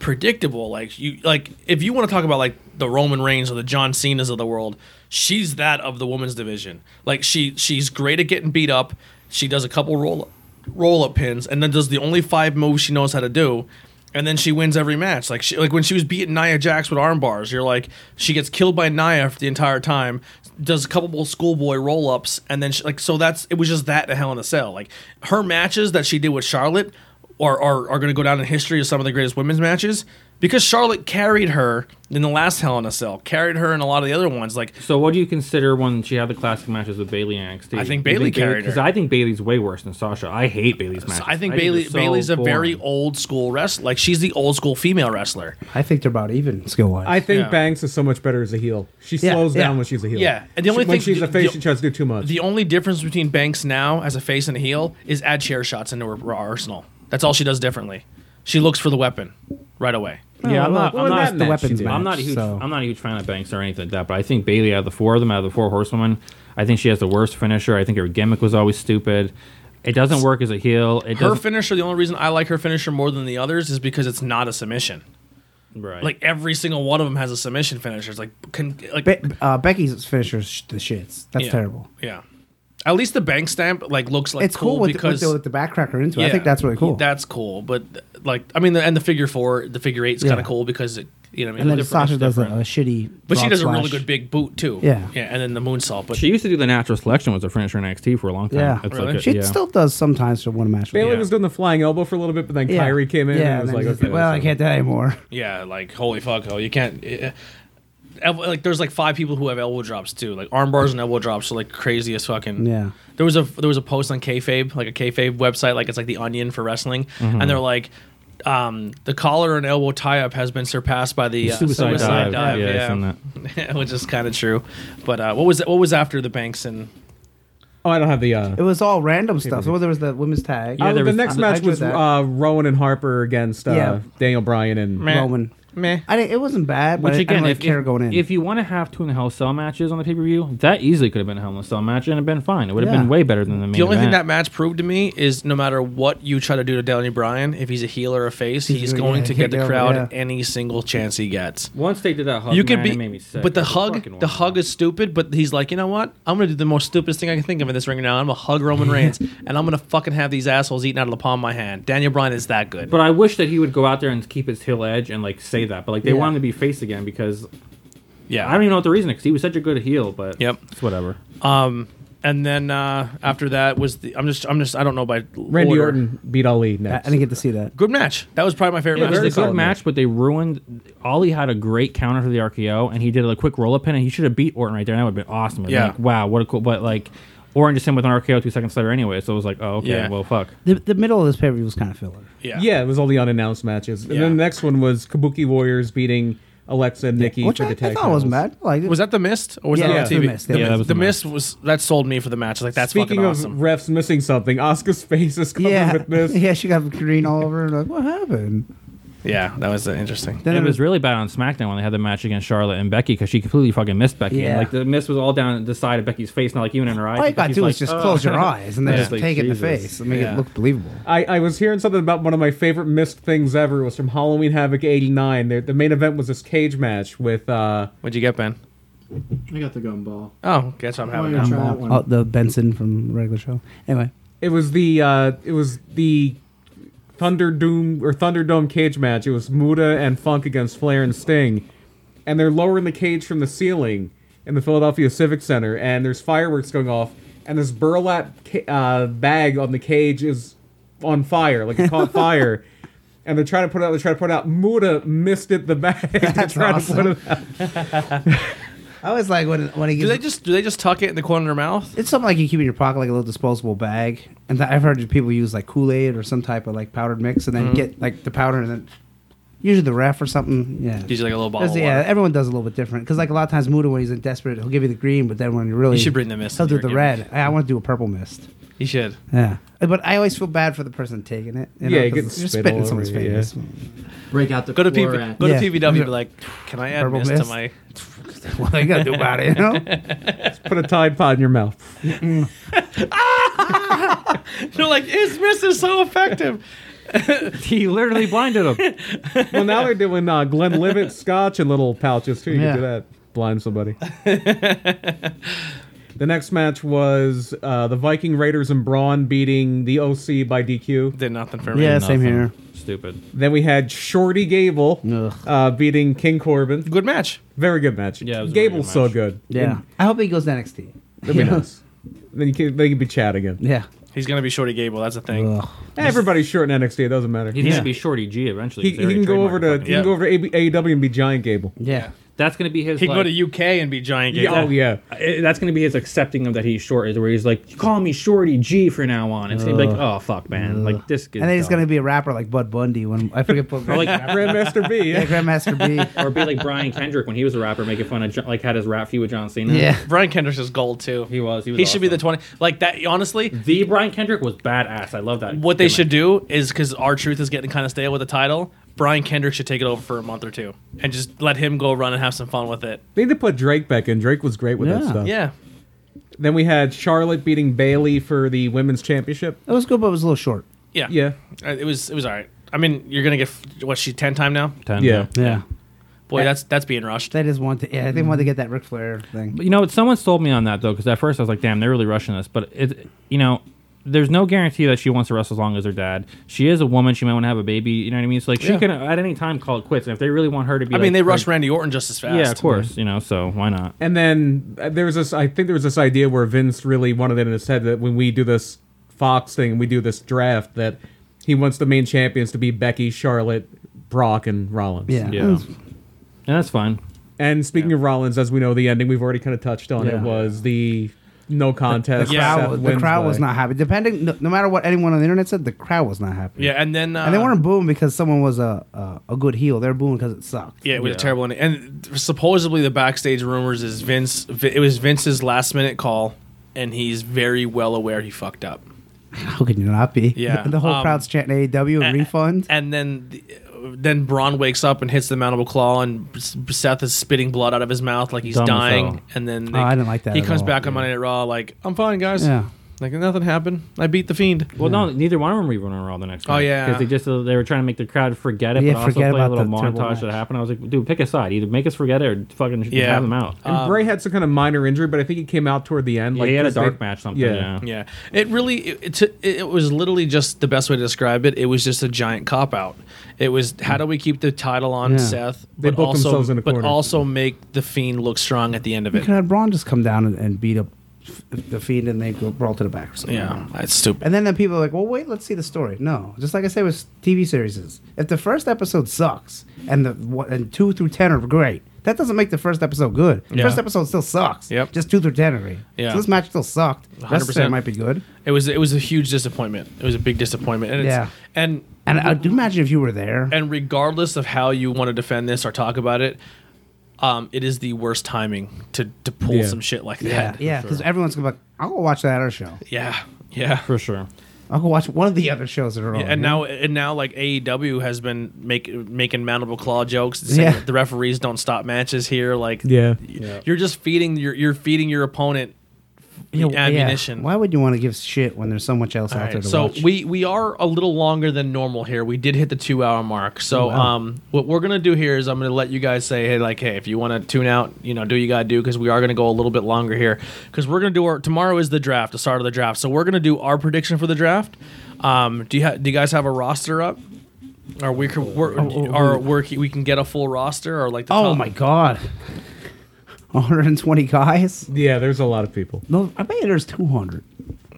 S2: predictable. Like you like if you want to talk about like the Roman Reigns or the John Cena's of the world, she's that of the women's division. Like she she's great at getting beat up. She does a couple roll roll up pins and then does the only five moves she knows how to do. and then she wins every match. Like she, like when she was beating Nia Jax with arm bars, you're like she gets killed by Nia for the entire time, does a couple schoolboy roll ups, and then she, like so that's it was just that to Hell in a Cell. Like her matches that she did with Charlotte are are, are going to go down in history as some of the greatest women's matches because Charlotte carried her in the last Hell in a Cell, carried her in a lot of the other ones. Like
S5: So what do you consider when she had the classic matches with Bailey and NXT?
S2: I think Bayley carried her.
S5: because I think Bailey's way worse than Sasha. I hate Bailey's matches.
S2: I think
S5: they're
S2: Bailey
S5: so
S2: Bailey's a very
S5: boring.
S2: old school wrestler. Like she's the old school female wrestler.
S3: I think they're about even skill wise.
S4: I think
S2: Yeah.
S4: Banks is so much better as a heel. She
S3: Yeah,
S4: slows
S3: yeah.
S4: down when she's a heel.
S2: Yeah, and the
S4: She-
S2: only
S4: when
S2: thing-
S4: she's a
S2: the-
S4: face,
S2: the-
S4: she tries to do too much.
S2: The only difference between Banks now as a face and a heel is add chair shots into her her arsenal. That's all she does differently. She looks for the weapon right away.
S5: Yeah, I'm not.
S4: well,
S5: I'm
S4: in
S5: not
S4: that
S5: the
S4: match
S5: weapons.
S4: she
S3: weapons
S4: did.
S3: match.
S5: I'm not a huge.
S3: so-
S5: I'm not a huge fan of Banks or anything like that. But I think Bailey, out of the four of them, out of the four horsewomen, I think she has the worst finisher. I think her gimmick was always stupid. It doesn't work as a heel. It
S2: Her
S5: doesn't.
S2: finisher, the only reason I like her finisher more than the others is because it's not a submission.
S5: right.
S2: Like every single one of them has a submission finisher. It's like can like
S3: Be- uh, Becky's finisher's sh- the shits. That's
S2: yeah.
S3: terrible.
S2: Yeah. At least the bank stamp like looks like
S3: It's cool, with, the, with,
S2: because
S3: the, with the backcracker into it. I
S2: Yeah.
S3: think that's really cool.
S2: That's cool, but like I mean, the, and the figure four, the figure eight is
S3: Yeah.
S2: kind of cool because it, you know, what I mean,
S3: and then
S2: it's different-
S3: Sasha
S2: it's
S3: does a, a
S2: different.
S3: shitty.
S2: but she
S3: frog
S2: does a really
S3: splash.
S2: good big boot too.
S3: Yeah.
S2: yeah, and then the moonsault. But
S5: she used to do the natural selection was a finisher in NXT for a long time.
S3: Yeah.
S5: It's
S2: Really?
S5: like a,
S3: She
S5: yeah.
S3: still does sometimes for one match.
S4: Bailey
S2: Yeah.
S4: was doing the flying elbow for a little bit, but then
S3: Yeah.
S4: Kyrie came in
S3: Yeah,
S4: and was
S3: then
S4: like,
S3: just
S4: okay,
S3: well, I can't do that anymore.
S2: yeah, like holy fuck, oh, you can't. eh, eh, like there's like five people who have elbow drops too, like arm bars and elbow drops are like crazy as fucking.
S3: Yeah.
S2: There was a there was a post on kayfabe, like a kayfabe website, like it's like the Onion for wrestling, and they're like. Um, the collar and elbow tie up has been surpassed by the uh, suicide, dive,
S5: Yeah, I seen
S2: yeah,
S5: that.
S2: which is kind of true. But uh, what was what was after the Banks and
S4: oh, I don't have the. Uh,
S3: It was all random stuff. So there was the women's tag.
S5: Yeah,
S4: uh,
S5: there
S4: the
S5: was-
S4: next
S3: I
S4: match
S3: enjoyed
S4: was
S3: that.
S4: uh, Rowan and Harper against uh,
S3: Yeah.
S4: Daniel Bryan and
S2: Meh.
S3: Roman.
S2: meh?
S3: I didn't, it wasn't bad, but
S5: Which
S3: I- I
S5: again,
S3: don't really
S5: if,
S3: care
S5: if,
S3: going in.
S5: if you want to have two in the Hell in a Cell matches on the pay per view, that easily could have been a Hell in a Cell match and it'd been fine. It would have
S3: Yeah.
S5: been way better than the main.
S2: The only thing that
S5: event.
S2: match proved to me is no matter what you try to do to Daniel Bryan, if he's a heel or a face, he's,
S3: gonna-
S2: going
S3: yeah,
S2: to
S3: he'll
S2: get the
S3: get over,
S2: crowd
S3: yeah.
S2: any single chance he gets.
S5: once they did that hug,
S2: you could
S5: man,
S2: be,
S5: it made me sick.
S2: but the
S5: I was fucking
S2: hug, the
S5: watching
S2: hug
S5: that.
S2: is stupid. But he's like, you know what? I'm gonna do the most stupidest thing I can think of in this ring now. I'm gonna hug Roman Reigns, and I'm gonna fucking have these assholes eating out of the palm of my hand. Daniel Bryan is that good.
S5: But I wish that he would go out there and keep his heel edge and like say that. But like they
S3: Yeah.
S5: want him to be face again because
S2: yeah,
S5: I don't even know what the reason is. 'cause He was such a good heel, but
S2: Yep.
S5: it's whatever.
S2: Um, and then uh, after that was the. I'm just, I'm just, I don't know by
S4: Randy
S2: order.
S4: Orton beat Ali
S3: I, I
S4: next.
S3: didn't get to see that.
S2: Good match. That was probably my favorite match.
S5: It was
S2: of
S5: a
S4: very
S2: the
S5: good
S2: card.
S4: solid
S5: match, but they ruined. Ollie had a great counter for the RKO, and he did a quick roll up pin, and he should have beat Orton right there, and that would have been awesome. It'd been
S2: Yeah.
S5: like, wow, what a cool. But like, Orton just him with an RKO two seconds later anyway, so it was like, oh okay,
S2: Yeah.
S5: well fuck.
S3: The, the middle of this pay per view was kind of filler.
S2: Yeah.
S4: yeah, it was all the unannounced matches. And
S2: Yeah.
S4: then the next one was Kabuki Warriors beating Alexa and Nikki
S3: Which
S4: for
S3: I,
S4: the
S3: I
S4: tag
S3: thought it wasn't
S4: titles.
S3: bad. Like,
S2: Was that the mist or was
S3: Yeah,
S2: that
S4: yeah,
S2: on
S4: The
S2: TV?
S3: Mist, The
S5: Mist. that was
S2: the
S5: The
S2: mist was that sold me for the match. Like that's
S4: Speaking
S2: fucking
S4: of
S2: awesome.
S4: refs missing something, Oscar's face is covered
S3: yeah,
S4: with this.
S3: yeah, she got green all over. And like, what happened?
S2: yeah, that was uh, interesting.
S3: Then
S5: it was really bad on SmackDown when they had the match against Charlotte and Becky because she completely fucking missed Becky. And,
S3: Yeah.
S5: like the miss was all down the side of Becky's face, not like even in her eyes.
S3: all you got to
S5: Becky's
S3: do
S5: like,
S3: is just
S5: "Oh."
S3: close your eyes and then
S5: Yeah.
S3: just
S5: Like,
S3: take it in the
S5: Jesus.
S3: face and make
S2: Yeah.
S3: it look believable.
S4: I, I was hearing something about one of my favorite missed things ever was from Halloween Havoc 89. The, the main event was this cage match with uh,
S2: What'd you get, Ben?
S7: I got the gumball.
S2: Oh, guess I'm
S7: Oh,
S2: having
S7: yeah.
S2: now.
S7: Try that one.
S3: Oh, the Benson from regular show. Anyway,
S4: It was the uh, it was the Thunder Doom or Thunderdome cage match. It was Muda and Funk against Flair and Sting, and they're lowering the cage from the ceiling in the Philadelphia Civic Center, and there's fireworks going off, and this burlap ca- uh, bag on the cage is on fire, like it caught fire. And they're trying to put it out. They're trying to put it out. Muda missed it. The bag. That's
S3: awesome. I was like, when when he
S2: Do
S3: gives,
S2: they just do they just tuck it in the corner of their mouth?
S3: it's something like you keep in your pocket, like a little disposable bag. And th- I've heard people use like Kool Aid or some type of like powdered mix, and then
S2: Mm-hmm.
S3: get like the powder and then usually the ref or something. Yeah.
S2: Usually like a little bottle.
S3: There's-
S2: of
S3: yeah,
S2: water.
S3: everyone does a little bit different because, like, a lot of times, Muda, when he's in desperate, he'll give you the green, but then when you really
S2: You should bring the mist
S3: he'll
S2: in
S3: do
S2: your
S3: the
S2: gimmick.
S3: red. I, I want to do a purple mist.
S2: You should.
S3: Yeah, but I always feel bad for the person taking it. You know,
S4: Yeah, it
S3: 'cause
S4: gets
S3: you're
S4: spit
S3: spitting
S4: all
S3: in someone's
S4: over you,
S3: face.
S7: Break out the
S2: Go to
S7: floor
S2: PV,
S7: at-
S2: go
S3: Yeah.
S2: to PVW. Be like, can I add
S3: Purple
S2: mist, to
S3: mist?
S2: my?
S3: what are you gonna do about it? You know,
S4: put a Tide Pod in your mouth.
S2: They're like, his mist is so effective.
S5: He literally blinded him.
S4: well, now they're doing uh, Glenn Scotch, and little pouches too. You
S3: Yeah.
S4: can do that. Blind somebody. The next match was uh, the Viking Raiders and Braun beating the OC by DQ.
S2: Did nothing for me.
S3: Yeah, same
S5: Nothing.
S3: here.
S5: Stupid.
S4: Then we had Shorty Gable
S3: Ugh.
S4: uh, beating King Corbin.
S2: Good match.
S4: Very good match.
S5: Yeah, it was a very good
S4: Gable's so
S5: match.
S4: good.
S3: Yeah, I hope he goes to NXT.
S4: That'd be nice. Then you can, they can be Chad again.
S3: Yeah.
S2: He's gonna be Shorty Gable. That's a thing.
S3: Ugh.
S4: Everybody's short in NXT. It doesn't matter.
S5: He's
S4: He,
S5: gonna be Shorty G eventually.
S4: he
S5: 'cause they already
S4: can go over
S5: trademarked
S4: to
S5: the
S4: he
S5: fucking-
S4: can go over to AB AEW E and be Giant Gable.
S3: Yeah.
S5: That's gonna be his.
S2: He can go
S5: like-
S2: to UK and be Giant Gable.
S4: Oh yeah.
S5: Uh, that's gonna be his accepting of that he's short is where he's like, call me Shorty G for now on. It's gonna be like, oh fuck, man, like this.
S3: And then he's gonna be a rapper like Bud Bundy when I forget. Bud
S5: or
S3: Bundy.
S5: like
S4: Grandmaster B.
S3: yeah,
S4: Yeah.
S3: Grandmaster B.
S5: or be like Brian Kendrick when he was a rapper making fun of Jo- like had his rap feud with John Cena.
S3: Yeah.
S2: Brian Kendrick's is gold too.
S5: he was. He, was
S2: He should be the
S5: awesome.
S2: twenty. Like that. Honestly,
S5: the Brian Kendrick was badass. I love that.
S2: what they
S5: gimmick.
S2: should do is because our truth is getting kind of stale with the title. Brian Kendrick should take it over for a month or two and just let him go run and have some fun with it.
S4: They need to put Drake back in. Drake was great with that
S3: Yeah.
S4: stuff.
S2: Yeah.
S4: Then we had Charlotte beating Bailey for the women's championship.
S3: It was good, but it was a little short.
S2: Yeah.
S4: Yeah.
S2: Uh, It was. It was all right. I mean, you're gonna get f- what she ten time now.
S5: Ten,
S4: Yeah.
S3: Yeah.
S2: Boy, that's that's being rushed.
S3: They just want to. Yeah, they wanted to get that Ric Flair thing.
S5: But you know, what? someone sold me on that though, because at first I was like, "Damn, they're really rushing this." But it, you know, there's no guarantee that she wants to wrestle as long as her dad. She is a woman; she might want to have a baby. You know what I mean? So like, she
S2: Yeah.
S5: can at any time call it quits. And if they really want her to be,
S2: I mean,
S5: like,
S2: they rushed
S5: like-
S2: Randy Orton just as fast.
S5: Yeah, of course. You know, so why not?
S4: And then uh, there was this. I think there was this idea where Vince really wanted it in his head that when we do this Fox thing, we do this draft that he wants the main champions to be Becky, Charlotte, Brock, and Rollins.
S3: Yeah.
S5: Yeah, and that's fine.
S4: And speaking of Rollins, as we know, the ending we've already kind of touched on. It
S3: Yeah.
S4: was the no contest.
S2: the
S4: Seth
S2: crowd-
S3: Crowd- the
S4: wins
S3: crowd was
S4: by-
S3: not happy. Depending, no, no matter what anyone on the internet said, the crowd was not happy.
S2: Yeah, and then uh,
S3: and they weren't booing because someone was a a, a good heel. They're booing because it sucked.
S2: Yeah, it was
S5: Yeah.
S2: a terrible ending. And supposedly the backstage rumors is Vince. Vi- It was Vince's last minute call, and he's very well aware he fucked up.
S3: How could you not be?
S2: Yeah.
S3: the, whole
S2: Um,
S3: crowd's chanting AEW and refund.
S2: And then, the- then Braun wakes up and hits the Mountable Claw, and S- Seth is spitting blood out of his mouth like he's
S5: Dumb as hell.
S2: dying. And then they-
S3: Oh, I didn't like that
S2: He
S3: at
S2: comes
S3: all.
S2: back on Monday Night Raw like, "I'm fine, guys.
S3: Yeah.
S2: Like nothing happened. I beat the Fiend."
S5: Well, no, neither one of them were even on Raw the next.
S2: Oh, yeah.
S5: because they just uh, they were trying to make the crowd forget it,
S3: Yeah,
S5: but also
S3: forget
S5: play a
S3: about
S5: little
S3: the terrible
S5: montage that
S3: match.
S5: happened. I was like, dude, pick a side. Either make us forget it or fucking
S2: Yeah.
S5: have them out.
S4: And Bray had some kind of minor injury, but I think he came out toward the end.
S5: like, he had a
S4: 'cause they-
S5: dark match, something.
S4: yeah.
S5: Yeah.
S2: Yeah, it really it, it, it was literally just the best way to describe it. It was just a giant cop out. It was how do we keep the title on
S3: Yeah.
S2: Seth,
S4: They
S2: but
S4: booked
S2: also
S4: themselves in a
S2: but
S4: corner.
S2: also make the Fiend look strong at the end of
S3: You
S2: it.
S3: could have Braun just come down and, and beat up the Fiend and they go brawl to the back or something.
S2: Yeah, that's stupid.
S3: And then the people are like, well, wait, let's see the story. No, just like I said with TV series, is if the first episode sucks and the one- and two through ten are great, that doesn't make the first episode good. The
S2: Yeah.
S3: First episode still sucks.
S2: Yep.
S3: Just two through ten are great.
S2: Yeah.
S3: So this match still sucked. Rest of
S2: 100%.
S3: it might be good.
S2: It was it was a huge disappointment. It was a big disappointment. And it's,
S3: Yeah.
S2: and
S3: And uh, I do imagine if you were there.
S2: and regardless of how you want to defend this or talk about it, um, it is the worst timing to to pull
S4: Yeah.
S2: some shit like
S3: yeah,
S2: that.
S3: yeah, because everyone's gonna be like, I'll go watch that other show.
S2: yeah, yeah.
S5: for sure.
S3: I'll go watch one of the other shows that are on.
S2: Yeah, and
S3: you
S2: now
S3: know?
S2: and now like AEW has been make, making mountable claw jokes saying
S3: Yeah.
S2: that the referees don't stop matches here like
S4: Yeah.
S2: you're just feeding your you're feeding your opponent
S3: You know, yeah.
S2: ammunition
S3: Why would you want to give shit when there's so much else
S2: All
S3: out there
S2: right,
S3: to
S2: so
S3: watch?
S2: we we are a little longer than normal here we did hit the two hour mark
S3: Oh,
S2: so um what we're gonna do here is i'm gonna let you guys say hey like hey if you want to tune out you know do what you gotta do because we are gonna go a little bit longer here because we're gonna do our tomorrow is the draft the start of the draft so we're gonna do our prediction for the draft um do you ha- do you guys have a roster up or we can we're, or we're, we can get a full roster or like the
S3: Oh
S2: top-
S3: my god. 120 guys?
S4: Yeah, there's a lot of people.
S3: No, I bet there's 200.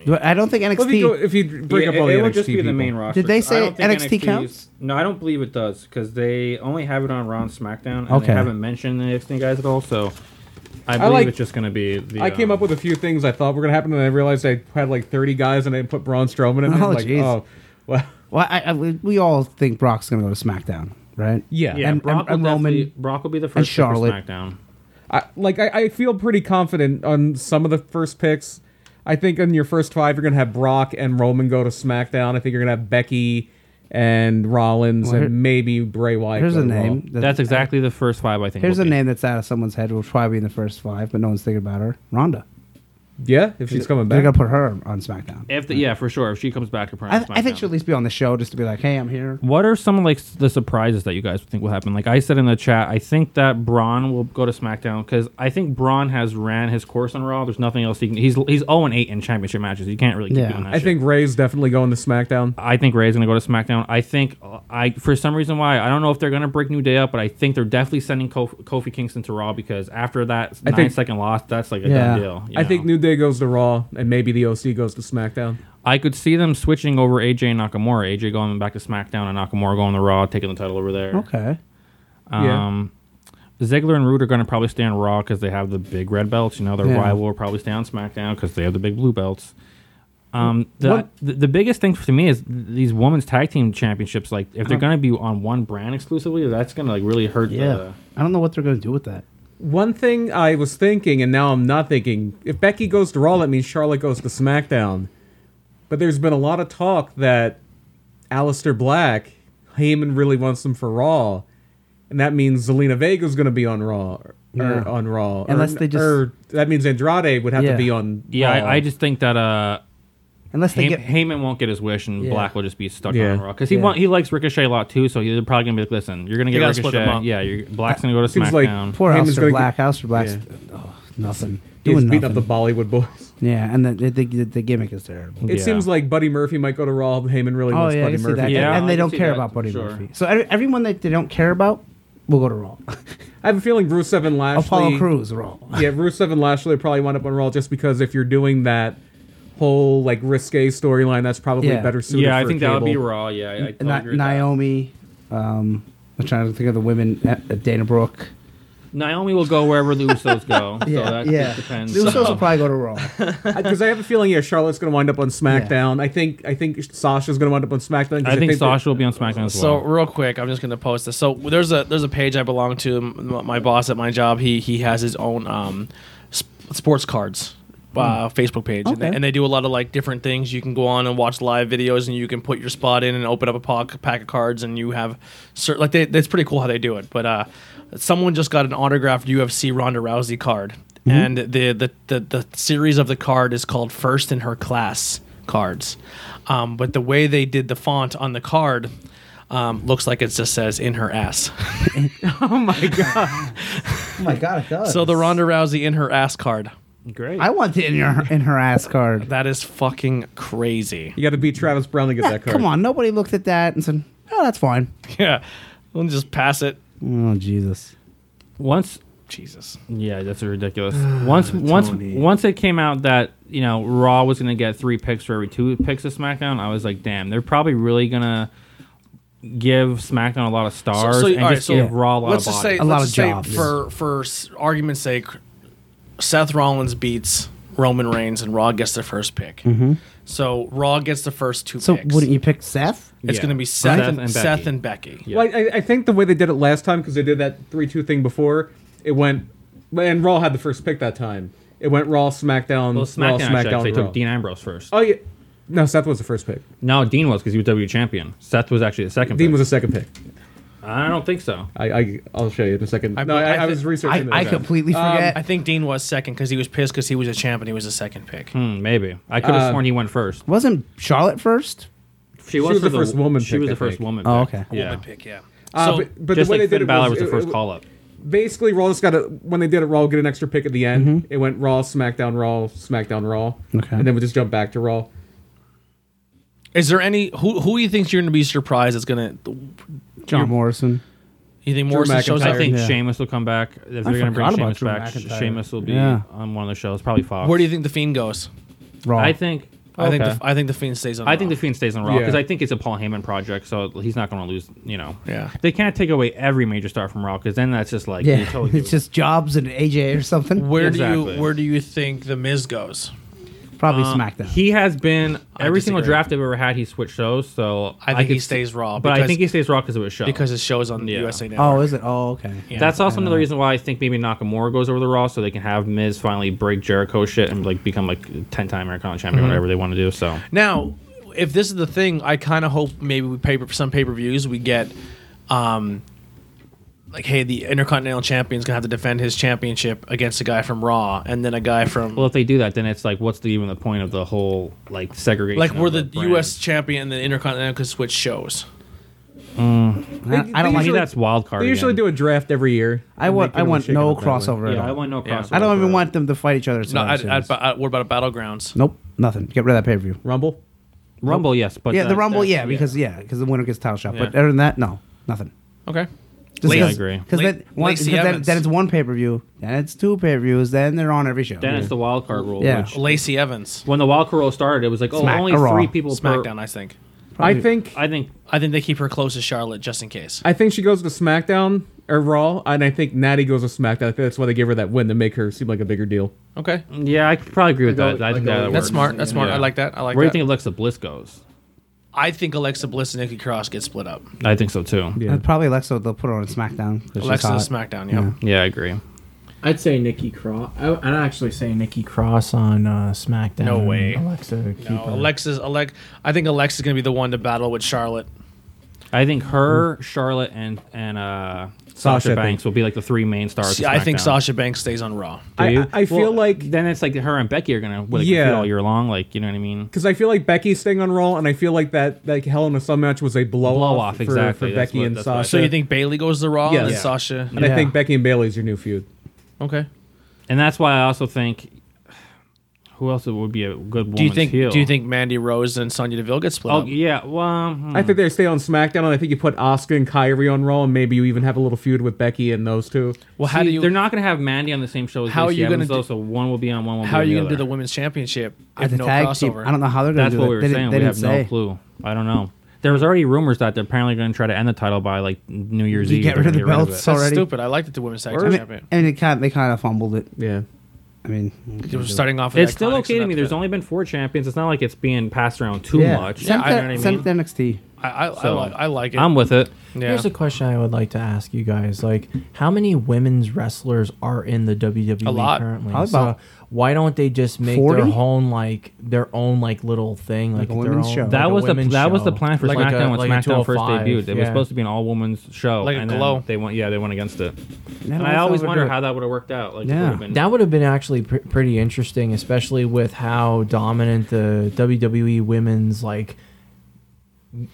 S3: Do I I don't think
S4: Well, if, you go,
S3: NXT.
S4: if you break up all the
S5: it
S4: NXT
S5: would just be the
S4: people.
S5: main roster.
S3: Did they
S5: I
S3: say
S5: don't think
S3: NXT counts?
S5: No, I don't believe it does because they only have it on Raw and SmackDown, and they
S3: Okay.
S5: haven't mentioned the NXT guys at all. So I believe
S4: like-
S5: it's just going to be. The,
S4: I came
S5: um,
S4: up with a few things I thought were gonna happen, and I realized I had like 30 guys, and I put Braun Strowman in.
S3: Oh,
S4: like,
S3: jeez.
S4: oh, well,
S3: Well, I, I, we all think Brock's going to go to SmackDown, right?
S4: yeah.
S5: Yeah,
S3: and-
S5: um, Brock,
S3: and
S5: will
S3: Roman
S5: definitely- Brock will be the first pick for
S3: Charlotte.
S5: SmackDown.
S4: I, like I, I feel pretty confident on some of the first picks. I think in your first five, you're gonna have Brock and Roman go to SmackDown. I think you're gonna have Becky and Rollins,
S3: Well, here-
S4: and maybe Bray Wyatt.
S3: Here's
S4: go
S3: a
S4: to Raw.
S3: name. that-
S5: That's exactly the first five I think.
S3: Here's
S5: will
S3: a
S5: be.
S3: name that's out of someone's head. Will probably be in the first five, but no one's thinking about her. Ronda.
S4: Yeah, if she's coming
S3: They're
S4: back.
S3: gonna put her on SmackDown.
S5: If the, yeah, for sure. If she comes back to Prime,
S3: I, I think
S5: SmackDown.
S3: she'll at least be on the show just to be like, hey, I'm here.
S5: What are some like the surprises that you guys think will happen? Like I said in the chat, I think that Braun will go to SmackDown because I think Braun has ran his course on Raw. There's nothing else he can. He's he's 0 and 8 in championship matches. You can't really keep
S3: Yeah.
S5: doing that.
S4: I
S5: shit.
S4: think Ray's definitely going to SmackDown.
S5: I think Ray's gonna go to SmackDown. I think uh, I for some reason why I don't know if they're gonna break New Day up, but I think they're definitely sending Kofi, Kofi Kingston to Raw because after that
S4: I
S5: nine second
S4: think-
S5: loss, that's like a
S3: Yeah.
S5: done deal. you
S4: I think
S5: know?
S4: New Day goes to Raw, and maybe the OC goes to SmackDown.
S5: I could see them switching over AJ and Nakamura. AJ going back to SmackDown and Nakamura going to Raw, taking the title over there.
S3: Okay.
S4: Yeah.
S5: Um, Ziggler and Root are going to probably stay on Raw because they have the big red belts. You know, their
S3: Yeah.
S5: rival will probably stay on SmackDown because they have the big blue belts. Um, the,
S3: What-
S5: the the biggest thing to me is these women's tag team championships. Like, if they're going to be on one brand exclusively, that's going to like really hurt. The,
S3: I don't know what they're gonna do with that.
S4: One thing I was thinking, and now I'm not thinking, if Becky goes to Raw, that means Charlotte goes to SmackDown. But there's been a lot of talk that Aleister Black, Heyman really wants them for Raw, and that means Zelina Vega's going to be on Raw. Or,
S3: Yeah.
S4: on Raw. Or-
S3: Unless they just-
S4: or that means Andrade would have
S3: Yeah.
S4: to be on.
S5: yeah,
S4: Raw.
S5: I, I just think that uh,
S3: Unless they
S5: Hey-
S3: get
S5: Heyman won't get his wish, and
S3: Yeah.
S5: Black will just be stuck
S4: Yeah.
S5: on Raw because he
S3: Yeah.
S5: want, he likes Ricochet a lot too. So they're probably gonna be like, "Listen, you're gonna
S2: They
S5: get
S2: gotta split them
S5: Ricochet.
S2: up.
S5: Yeah, you're, Black's gonna go to
S4: Seems like
S5: SmackDown.
S3: poor
S4: Heyman's
S3: Alistair
S4: gonna
S3: Black.
S4: get-
S3: Alistair Black's
S4: Yeah.
S3: oh, nothing.
S4: He's
S3: Doing
S4: beating
S3: nothing.
S4: up the Bollywood boys.
S3: yeah, and the, the, the, the gimmick is terrible.
S4: It
S5: Yeah.
S4: seems like Buddy Murphy might go to Raw. Heyman really
S3: Oh
S4: wants
S3: yeah, I
S4: Buddy
S3: can see
S4: Murphy.
S3: that.
S5: Yeah,
S3: and
S5: I
S3: they
S5: can
S3: don't
S5: see
S3: care
S5: that,
S3: about Buddy
S5: sure.
S3: Murphy. So every- everyone that they don't care about will go to Raw.
S4: I have a feeling Rusev and Lashley.
S3: Apollo Crews Raw.
S4: yeah, Rusev and Lashley probably wind up on Raw just because if you're doing that whole like risque storyline, that's probably
S3: Yeah.
S4: better suited.
S5: yeah, I
S4: for
S5: think that would be
S4: cable.
S5: Raw. Yeah, I, I totally
S3: Ni-
S5: agree with that.
S3: Naomi. Um, I'm trying to think of the women. Uh, Dana Brooke.
S5: Naomi will go wherever the Usos go. so that just depends.
S3: The Usos
S5: So-
S3: will probably go to Raw.
S4: because I have a feeling yeah, Charlotte's going to wind up on SmackDown. I think I think Sasha's going to wind up on SmackDown. 'cause
S5: I think
S4: that-
S5: Sasha will be on SmackDown as
S2: So
S5: well.
S2: real quick, I'm just gonna post this. So there's a there's a page I belong to. M- My boss at my job, he he has his own um, sp- sports cards. Uh,
S5: Hmm.
S2: Facebook page and, they,
S3: Okay.
S2: and they do a lot of like different things. You can go on and watch live videos, and you can put your spot in and open up a pack, pack of cards, and you have certain like they, that's pretty cool how they do it. But uh, someone just got an autographed UFC Ronda Rousey card,
S5: Mm-hmm.
S2: and the, the the the series of the card is called First in Her Class cards. Um, but the way they did the font on the card um, looks like it just says in her ass.
S3: oh my god, it does.
S2: so the Ronda Rousey in her ass card.
S5: Great.
S3: I want the in your in her ass card.
S2: That is fucking crazy.
S4: You got to beat Travis Brown to get that card.
S3: Come on, nobody looked at that and said, "Oh, that's fine."
S2: Yeah. We'll just pass it.
S3: Oh Jesus.
S5: once,
S2: Jesus.
S5: yeah, that's ridiculous. once, once,
S7: Tony.
S5: once it came out that you know Raw was gonna get three picks for every two picks of SmackDown, I was like, damn, they're probably really gonna give SmackDown a lot of stars and
S2: all right,
S5: just give Raw a lot
S2: let's
S5: of
S2: just
S5: bodies.
S2: say,
S3: A lot
S2: let's
S3: of
S2: just
S3: jobs.
S2: say for for s- argument's sake, Seth Rollins beats Roman Reigns and Raw gets their first pick. So Raw gets the first two
S3: Mm-hmm. So
S2: picks.
S3: wouldn't you pick Seth?
S2: it's
S5: Yeah.
S2: going to be Seth,
S5: Seth
S2: and,
S5: and
S2: Seth
S5: Becky.
S2: and Becky.
S5: Yeah.
S4: Well, I, I think the way they did it last time because they did that three-two thing before, it went and Raw had the first pick that time. It went Raw, SmackDown,
S5: Well,
S4: Raw,
S5: SmackDown, actually,
S4: SmackDown.
S5: they
S4: Raw.
S5: took Dean Ambrose first.
S4: Oh yeah, no, Seth was the first pick.
S5: No, Dean was because he was W champion. Seth was actually the second.
S4: Dean
S5: pick.
S4: was the second pick.
S5: I don't think so.
S4: I, I I'll show you in a second.
S2: I-
S4: no,
S2: I
S4: I, I,
S2: thi-
S4: was
S3: I,
S4: researching.
S3: I
S4: that.
S3: completely forget.
S2: Um, I think Dean was second because he was pissed because he was a champ and he was the second pick.
S5: Hmm, maybe I could have sworn he went first.
S3: Wasn't Charlotte first?
S5: She
S4: was
S5: for
S4: the first woman
S5: She
S4: pick,
S5: was
S4: I
S5: the first
S4: think.
S5: woman.
S3: Oh,
S5: pick.
S3: okay.
S5: Yeah.
S2: Woman pick, yeah.
S4: Uh,
S5: so,
S4: but- but the
S5: just
S4: way
S5: like
S4: they did
S5: Finn
S4: it
S5: Balor
S4: was-
S5: was, the
S4: it-
S5: first
S4: it-
S5: call up.
S4: Basically, Raw just got a when they did it. Raw get an extra pick at the end.
S5: Mm-hmm.
S4: It went Raw, SmackDown, Raw, SmackDown, Raw.
S3: Okay.
S4: and then we just jump back to Raw.
S2: Is there any who who you think you're going to be surprised is going to
S3: John Morrison.
S2: you think Morrison
S4: McIntyre.
S2: shows
S5: I
S2: up?
S5: think
S3: yeah.
S5: Sheamus will come back. If they're
S3: I
S5: going to bring
S3: forgot about
S5: Sheamus
S3: Drew
S5: back,
S3: McIntyre.
S5: Sheamus will be
S3: Yeah.
S5: on one of the shows, probably Fox.
S2: Where do you think the Fiend goes?
S3: Raw.
S5: I think.
S2: I think
S5: okay.
S2: the, I think the Fiend stays on.
S5: I think
S2: Raw.
S5: the Fiend stays on Raw because
S4: Yeah.
S5: I think it's a Paul Heyman project, so he's not going to lose. You know,
S2: Yeah.
S5: They can't take away every major star from Raw because then that's just like
S3: yeah,
S5: you totally
S3: it's just Jobs and AJ or something.
S2: Where do
S5: Exactly.
S2: you where do you think the Miz goes?
S3: Probably
S5: Uh,
S3: SmackDown.
S5: He has been
S2: I
S5: every single
S2: disagree.
S5: draft they've ever had. He switched shows, so
S2: I think he
S5: could
S2: stays
S5: see-
S2: Raw
S5: But I
S2: because-
S5: think he stays Raw because it was show.
S2: Because his show's on the
S5: Yeah.
S2: USA Network.
S3: oh, is it? Oh, okay.
S2: Yeah.
S5: that's also another reason why I think maybe Nakamura goes over the Raw, so they can have Miz finally break Jericho shit and like become like ten time Intercontinental champion, or whatever they want to do. So
S2: Now, if this is the thing, I kind of hope maybe we pay for some pay per views. We get um, like, hey, the Intercontinental Champion's gonna have to defend his championship against a guy from Raw, and then a guy from
S5: Well, if they do that, then it's like, what's the even the point of the whole like segregation?
S2: like we're
S5: of
S2: the
S5: brand?
S2: U.S. champion, and the Intercontinental could switch shows.
S3: I, I don't
S5: I
S3: like.
S5: mean, that's wild card.
S4: They usually
S5: again.
S4: do a draft every year.
S3: I want.
S4: They
S3: I
S4: can
S3: want
S4: shake it
S3: no
S4: up that way.
S3: crossover at
S5: Yeah,
S3: all.
S5: I want no crossover.
S3: I don't
S5: at all.
S3: even want them to fight each other. at
S2: No,
S3: Survivor
S2: I'd, I'd,
S3: Series.
S2: bu- I- what about battlegrounds?
S3: nope, nothing. Get rid of that pay per view.
S4: Rumble.
S5: Rumble. Yes, but
S3: Yeah, the
S5: that-
S3: Rumble.
S5: that-
S3: Yeah, because yeah, because the winner gets title shot. But
S2: Yeah.
S3: other than that, no, nothing.
S2: Okay,
S3: Just
S2: Lacey-
S5: I agree.
S3: Because
S2: Lac-
S3: then, one- 'cause
S2: Lacey
S3: then,
S2: Evans.
S3: then it's one pay per view, then it's two pay per views, then they're on every show.
S5: then it's the wild card rule.
S3: Yeah.
S5: Which,
S2: Lacey Evans,
S5: when the wild card rule started, it was like, oh,
S3: Smack-
S5: only
S3: or Raw.
S5: three people.
S2: SmackDown.
S5: Per,
S2: I think.
S4: I think
S5: I think
S2: I think they keep her close to Charlotte just in case.
S4: I think she goes to SmackDown or Raw, and I think Natty goes to SmackDown. I think that's why they gave her that win to make her seem like a bigger deal.
S2: Okay,
S5: Yeah, I could probably agree with
S7: Like
S5: that. I,
S7: all-
S5: think
S7: like all-
S5: that
S7: That's
S5: works.
S2: that's smart. That's smart.
S5: Yeah.
S2: I like that. I like
S5: Where do you
S2: that.
S5: think Alexa Bliss goes?
S2: I think Alexa Bliss and Nikki Cross get split up.
S5: I think so too. Yeah,
S3: And probably Alexa. They'll put her on SmackDown. 'cause she's
S2: Alexa
S3: hot.
S2: SmackDown. Yeah.
S5: I agree.
S7: I'd say Nikki Cross. I, I'd actually say Nikki Cross on uh, SmackDown.
S2: No way.
S7: Alexa, keep
S2: No, Alexa's Alex. I think Alexa's gonna be the one to battle with Charlotte.
S5: I think her, Charlotte, and and uh,
S4: Mm-hmm. Sasha,
S5: Sasha,
S4: I think.
S5: Banks will be like the three main stars.
S2: See,
S5: of
S2: I think
S5: SmackDown.
S2: Sasha Banks stays on Raw.
S5: Do
S4: I-
S5: you?
S4: I- I feel
S5: Well,
S4: like-
S5: then it's like her and Becky are gonna like,
S4: Yeah.
S5: compete all year long. Like you know what I mean?
S4: Because I feel like Becky's staying on Raw, and I feel like that that Hell in a Cell match was a blow,
S5: Blow
S4: off,
S5: off,
S4: for,
S5: exactly.
S4: for
S5: That's
S4: Becky
S5: what-
S4: and
S5: that's what I
S4: Sasha.
S2: So you think Bailey goes to Raw and then
S4: Yeah.
S2: Sasha?
S4: And I
S6: Yeah.
S4: think Becky and Bailey's your new feud.
S2: Okay.
S5: And that's why I also think who else would be a good woman?
S2: Do you think Do you think Mandy Rose and Sonya Deville get split
S5: Oh
S2: up?
S5: yeah. Well, hmm.
S4: I think they stay on SmackDown, and I think you put Oscar and Kyrie on Raw, and maybe you even have a little feud with Becky and those two.
S2: Well, how do
S5: They're
S2: you
S5: not gonna have Mandy on the same show as
S2: How are
S5: Lacey
S2: you gonna
S5: Evans,
S2: do-
S5: though, so one will be on one. Will
S2: How are
S5: be
S2: you
S5: on
S2: gonna do
S5: the
S2: the
S5: other.
S2: women's championship
S3: At
S2: if
S3: the
S2: no
S3: tag
S2: crossover?
S3: team. I don't know how they're going
S5: That's
S3: to do
S5: what
S3: it.
S5: we were
S3: they didn't,
S5: saying.
S3: they
S5: we
S3: didn't
S5: have
S3: say.
S5: no clue. I don't know. There was already rumors that they're apparently going to try to end the title by like New Year's
S3: You
S5: Eve.
S3: get
S5: They're
S3: rid of
S5: gonna
S3: the
S5: get
S3: belts
S5: it.
S2: That's
S3: already.
S2: stupid. I like that the women's tag
S3: I
S2: team
S3: mean,
S2: champion.
S3: I mean, it kind of, they kind of fumbled it.
S4: Yeah,
S3: I mean,
S2: It was starting off. with
S5: It's still
S2: Iconics
S5: okay to
S2: and
S5: me.
S2: that-
S5: There's only been four champions. It's not like it's being passed around too
S3: yeah.
S5: much.
S3: Send,
S5: I know
S3: that-
S5: what I
S3: send
S5: mean.
S3: it to NXT.
S2: I, I, I,
S5: So-
S2: like, I like it.
S5: I'm with it.
S2: yeah.
S6: Here's a question I would like to ask you guys: Like, how many women's wrestlers are in the WWE
S2: A lot.
S6: currently?
S3: Probably
S6: So
S3: about
S6: why don't they just make
S3: 40?
S6: their own like their own like little thing, like,
S3: Like a
S6: their
S3: women's
S6: own-
S3: show.
S6: like
S5: That
S6: a
S5: was the
S6: women's
S5: that was the
S6: show.
S5: plan for
S6: Like a-
S5: SmackDown when
S6: like a
S5: SmackDown first
S6: 205,
S5: debuted. It was
S6: yeah.
S5: supposed to be an all women's show.
S2: Like a
S5: and then
S2: glow.
S5: They went yeah they went against it.
S3: Yeah, no,
S5: And I
S3: that's
S5: always
S3: how they
S5: wonder
S3: do it.
S5: how that would have worked out. Like if it
S3: Yeah.
S5: would've been-
S6: That would have been actually pr- pretty interesting, especially with how dominant the WWE women's like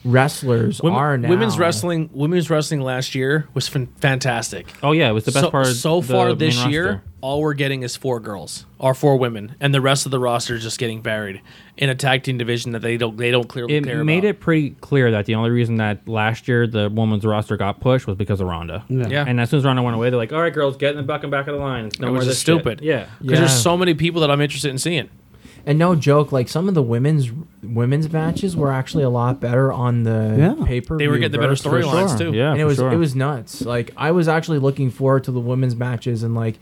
S6: wrestlers
S2: Women-
S6: are now.
S2: Women's wrestling. Women's wrestling last year was fan- fantastic.
S5: oh yeah, it was the best
S2: so,
S5: part. of
S2: so
S5: the
S2: far
S5: main
S2: this
S5: roster.
S2: year, all we're getting is four girls or four women, and the rest of the roster is just getting buried in a tag team division that they don't they don't clearly
S5: it
S2: care
S5: made
S2: about.
S5: it pretty clear that the only reason that last year the women's roster got pushed was because of Ronda.
S2: Yeah.
S5: And as soon as Ronda went away, they're like, "All right, girls, get in the back and back of the line." It's no
S2: It
S5: more
S2: was
S5: this
S2: just stupid.
S5: Shit. Yeah.
S2: because
S6: Yeah.
S2: there's so many people that I'm interested in seeing.
S6: And no joke, like some of the women's women's matches were actually a lot better on the
S3: Yeah.
S6: paper.
S2: They were getting the better storylines too.
S5: Yeah.
S6: and it
S5: for
S6: was
S5: sure.
S6: it was nuts. Like I was actually looking forward to the women's matches and like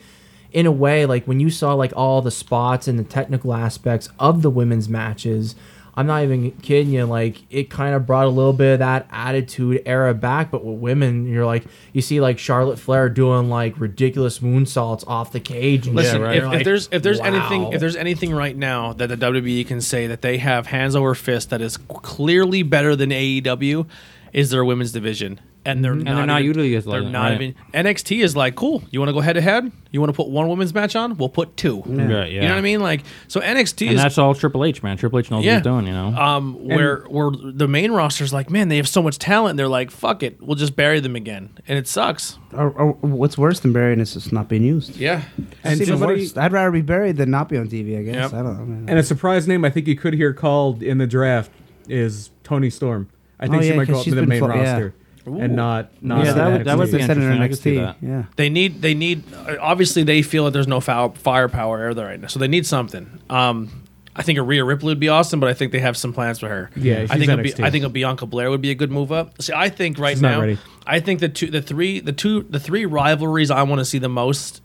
S6: in a way like when you saw like all the spots and the technical aspects of the women's matches, I'm not even kidding you like it kind of brought a little bit of that attitude era back but with women you're like you see like Charlotte Flair doing like ridiculous moonsaults off the cage and
S2: Listen,
S6: shit.
S2: if,
S6: You're
S2: if
S6: like,
S2: there's if there's anything
S6: wow.
S2: if there's anything right now that the WWE can say that they have hands over fist that is clearly better than AEW, is their women's division, and they're not
S5: Mm-hmm. they're not
S2: even-
S5: utilizing
S2: they're
S5: it,
S2: not
S5: right.
S2: even NXT is like cool. You want to go head to head? You want to put one women's match on? We'll put two.
S5: Right,
S2: You know
S5: yeah.
S2: what I mean? Like so NXT
S5: and
S2: is
S5: that's all Triple H, man. Triple H knows what he's doing. You know.
S2: Um, where where the main roster's like, man, they have so much talent. and They're like, fuck it, we'll just bury them again, and it sucks.
S3: Or, or what's worse than burying is just not being used.
S2: Yeah,
S3: It's even
S4: somebody-
S3: worse. I'd rather be buried than not be on TV. I guess
S2: Yep.
S3: I don't know. man.
S4: and a surprise name I think you could hear called in the draft is Tony Storm. I think
S3: Oh,
S4: she
S3: yeah,
S4: might
S3: 'cause
S4: go up to
S3: she's
S4: the
S3: been
S4: main
S3: fl- yeah.
S4: roster and not not.
S5: Yeah,
S4: on
S5: that would- that
S4: NXT.
S5: would be
S3: They said it in
S5: interesting. I could see
S3: NXT,
S5: that.
S3: Yeah.
S2: They need they need obviously they feel that there's no foul, firepower there right now, so they need something. Um, I think a Rhea Ripley would be awesome, but I think they have some plans for her. I
S4: Yeah, she's
S2: think a Bi-
S4: NXT.
S2: I think a Bianca Blair would be a good move up. See, I think right
S4: She's not
S2: now,
S4: ready.
S2: I think the two the three the two the three rivalries I want to see the most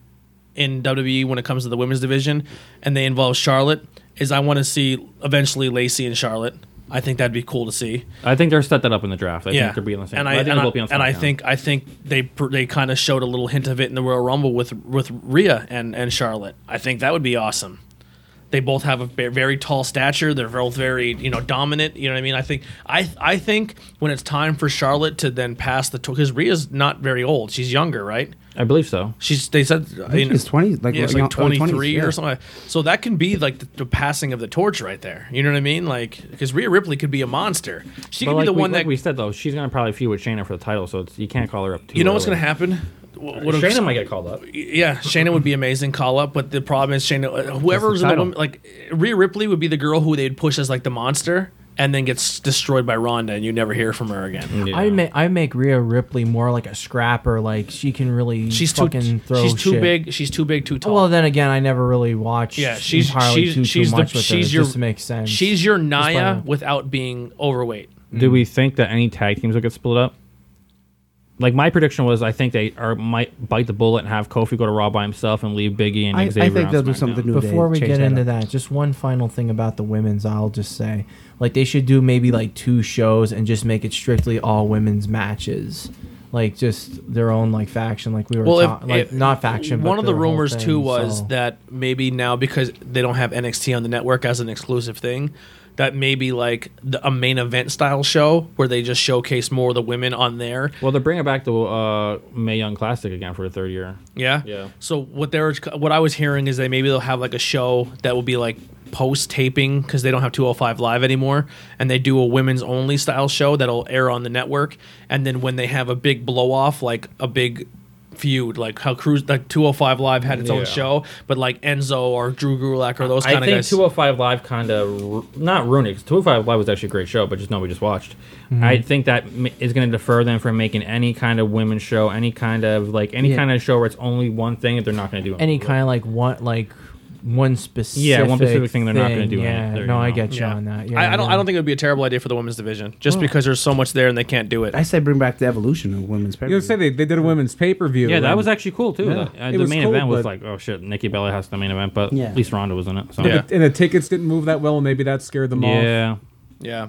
S2: in WWE when it comes to the women's division, and they involve Charlotte. Is I want to see eventually Lacey and Charlotte. I think that'd be cool to see.
S5: I think they're set that up in the draft. I
S2: Yeah,
S5: think they're being on the same.
S2: and
S5: I,
S2: I,
S5: think
S2: and,
S5: they'll
S2: I,
S5: be on
S2: and I
S5: SmackDown.
S2: think I think they pr- they kind of showed a little hint of it in the Royal Rumble with with Rhea and and Charlotte. I think that would be awesome. They both have a ve- very tall stature. They're both very, you know, dominant. You know what I mean? I think I I think when it's time for Charlotte to then pass the torch, because Rhea's not very old. She's younger, right?
S5: I believe so.
S2: She's they said I mean,
S3: she's 20, like,
S2: yeah, it's
S3: young-
S2: like
S3: early
S2: 23
S3: 20s, yeah.
S2: or something. So that can be like the, the passing of the torch right there. You know what I mean? Like because Rhea Ripley could be a monster. She
S5: But
S2: could
S5: like,
S2: be the
S5: we,
S2: one
S5: like
S2: that
S5: we said though, she's gonna probably feud with Shayna for the title, so it's, you can't call her up. Too
S2: you know what's
S5: early.
S2: gonna happen. What, what
S5: Shayna might get called up.
S2: yeah, Shayna would be amazing call up, but the problem is Shayna, uh, whoever's in the
S3: title.
S2: woman, like Rhea Ripley would be the girl who they'd push as like the monster, and then gets destroyed by Ronda, and you never hear from her again.
S5: Yeah.
S6: I make I make Rhea Ripley more like a scrapper. Like she can really
S2: She's too,
S6: fucking throw.
S2: she's too
S6: shit.
S2: big. She's too big, too tall.
S6: Well, then again, I never really watched.
S2: yeah, she's
S6: entirely
S2: she's
S6: too,
S2: she's
S6: too
S2: the
S6: much with
S2: she's
S6: her,
S2: your
S6: just to make sense.
S2: She's your
S6: by
S2: Naya
S6: her.
S2: without being overweight.
S5: Do we think that any tag teams will get split up? Like my prediction was, I think they are might bite the bullet and have Kofi go to Raw by himself and leave Biggie and
S3: I, I
S5: Xavier.
S3: think
S5: on
S3: they'll do
S5: SmackDown.
S3: something new.
S6: Before we get into that, just one final thing about the women's, I'll just say, like they should do maybe like two shows and just make it strictly all women's matches, like just their own like faction, like we were,
S2: Well, if,
S6: ta- like
S2: if-
S6: not faction.
S2: One
S6: but
S2: of the
S6: their whole
S2: rumors
S6: thing,
S2: too was
S6: so-
S2: that maybe now because they don't have NXT on the network as an exclusive thing, that maybe like the, a main event style show where they just showcase more of the women on there.
S5: Well, they're bringing back the uh, May Young Classic again for the third year.
S2: Yeah.
S5: Yeah.
S2: So what they're what I was hearing is they maybe they'll have like a show that will be like post taping because they don't have 205 live anymore and they do a women's only style show that'll air on the network and then when they have a big blow off like a big feud like how cruise like 205 live had its
S5: Yeah.
S2: own show but like enzo or drew gulak or those
S5: I
S2: kind of
S5: think
S2: guys
S5: 205 Live kind of ru- not ruined it. 'cause 205 Live was actually a great show, but just nobody just watched.
S4: Mm-hmm.
S5: I think that m- is going to defer them from making any kind of women's show, any kind of like any
S6: Yeah.
S5: kind of show where it's only one thing that they're not going to do.
S6: any kind of like one like one specific
S5: Yeah, one specific thing they're not gonna do in it.
S6: Yeah,
S5: There you
S6: no, I
S5: go.
S6: get you
S2: Yeah.
S6: on that. Yeah,
S2: I, I don't.
S6: yeah.
S2: I don't think it would be a terrible idea for the women's division, just because there's so much there and they can't do it.
S3: I say bring back the evolution of women's
S4: You know, say they, they did a women's pay per view.
S5: Yeah, that was actually cool too.
S4: Yeah.
S5: The, uh,
S4: It
S5: the
S4: was
S5: main
S4: cool,
S5: event was
S4: but-
S5: like, oh shit, Nikki Bella has the main event, but
S3: Yeah.
S5: at least Ronda was in it. So.
S2: Yeah.
S4: and the tickets didn't move that well. Maybe that scared them off.
S5: Yeah.
S2: yeah,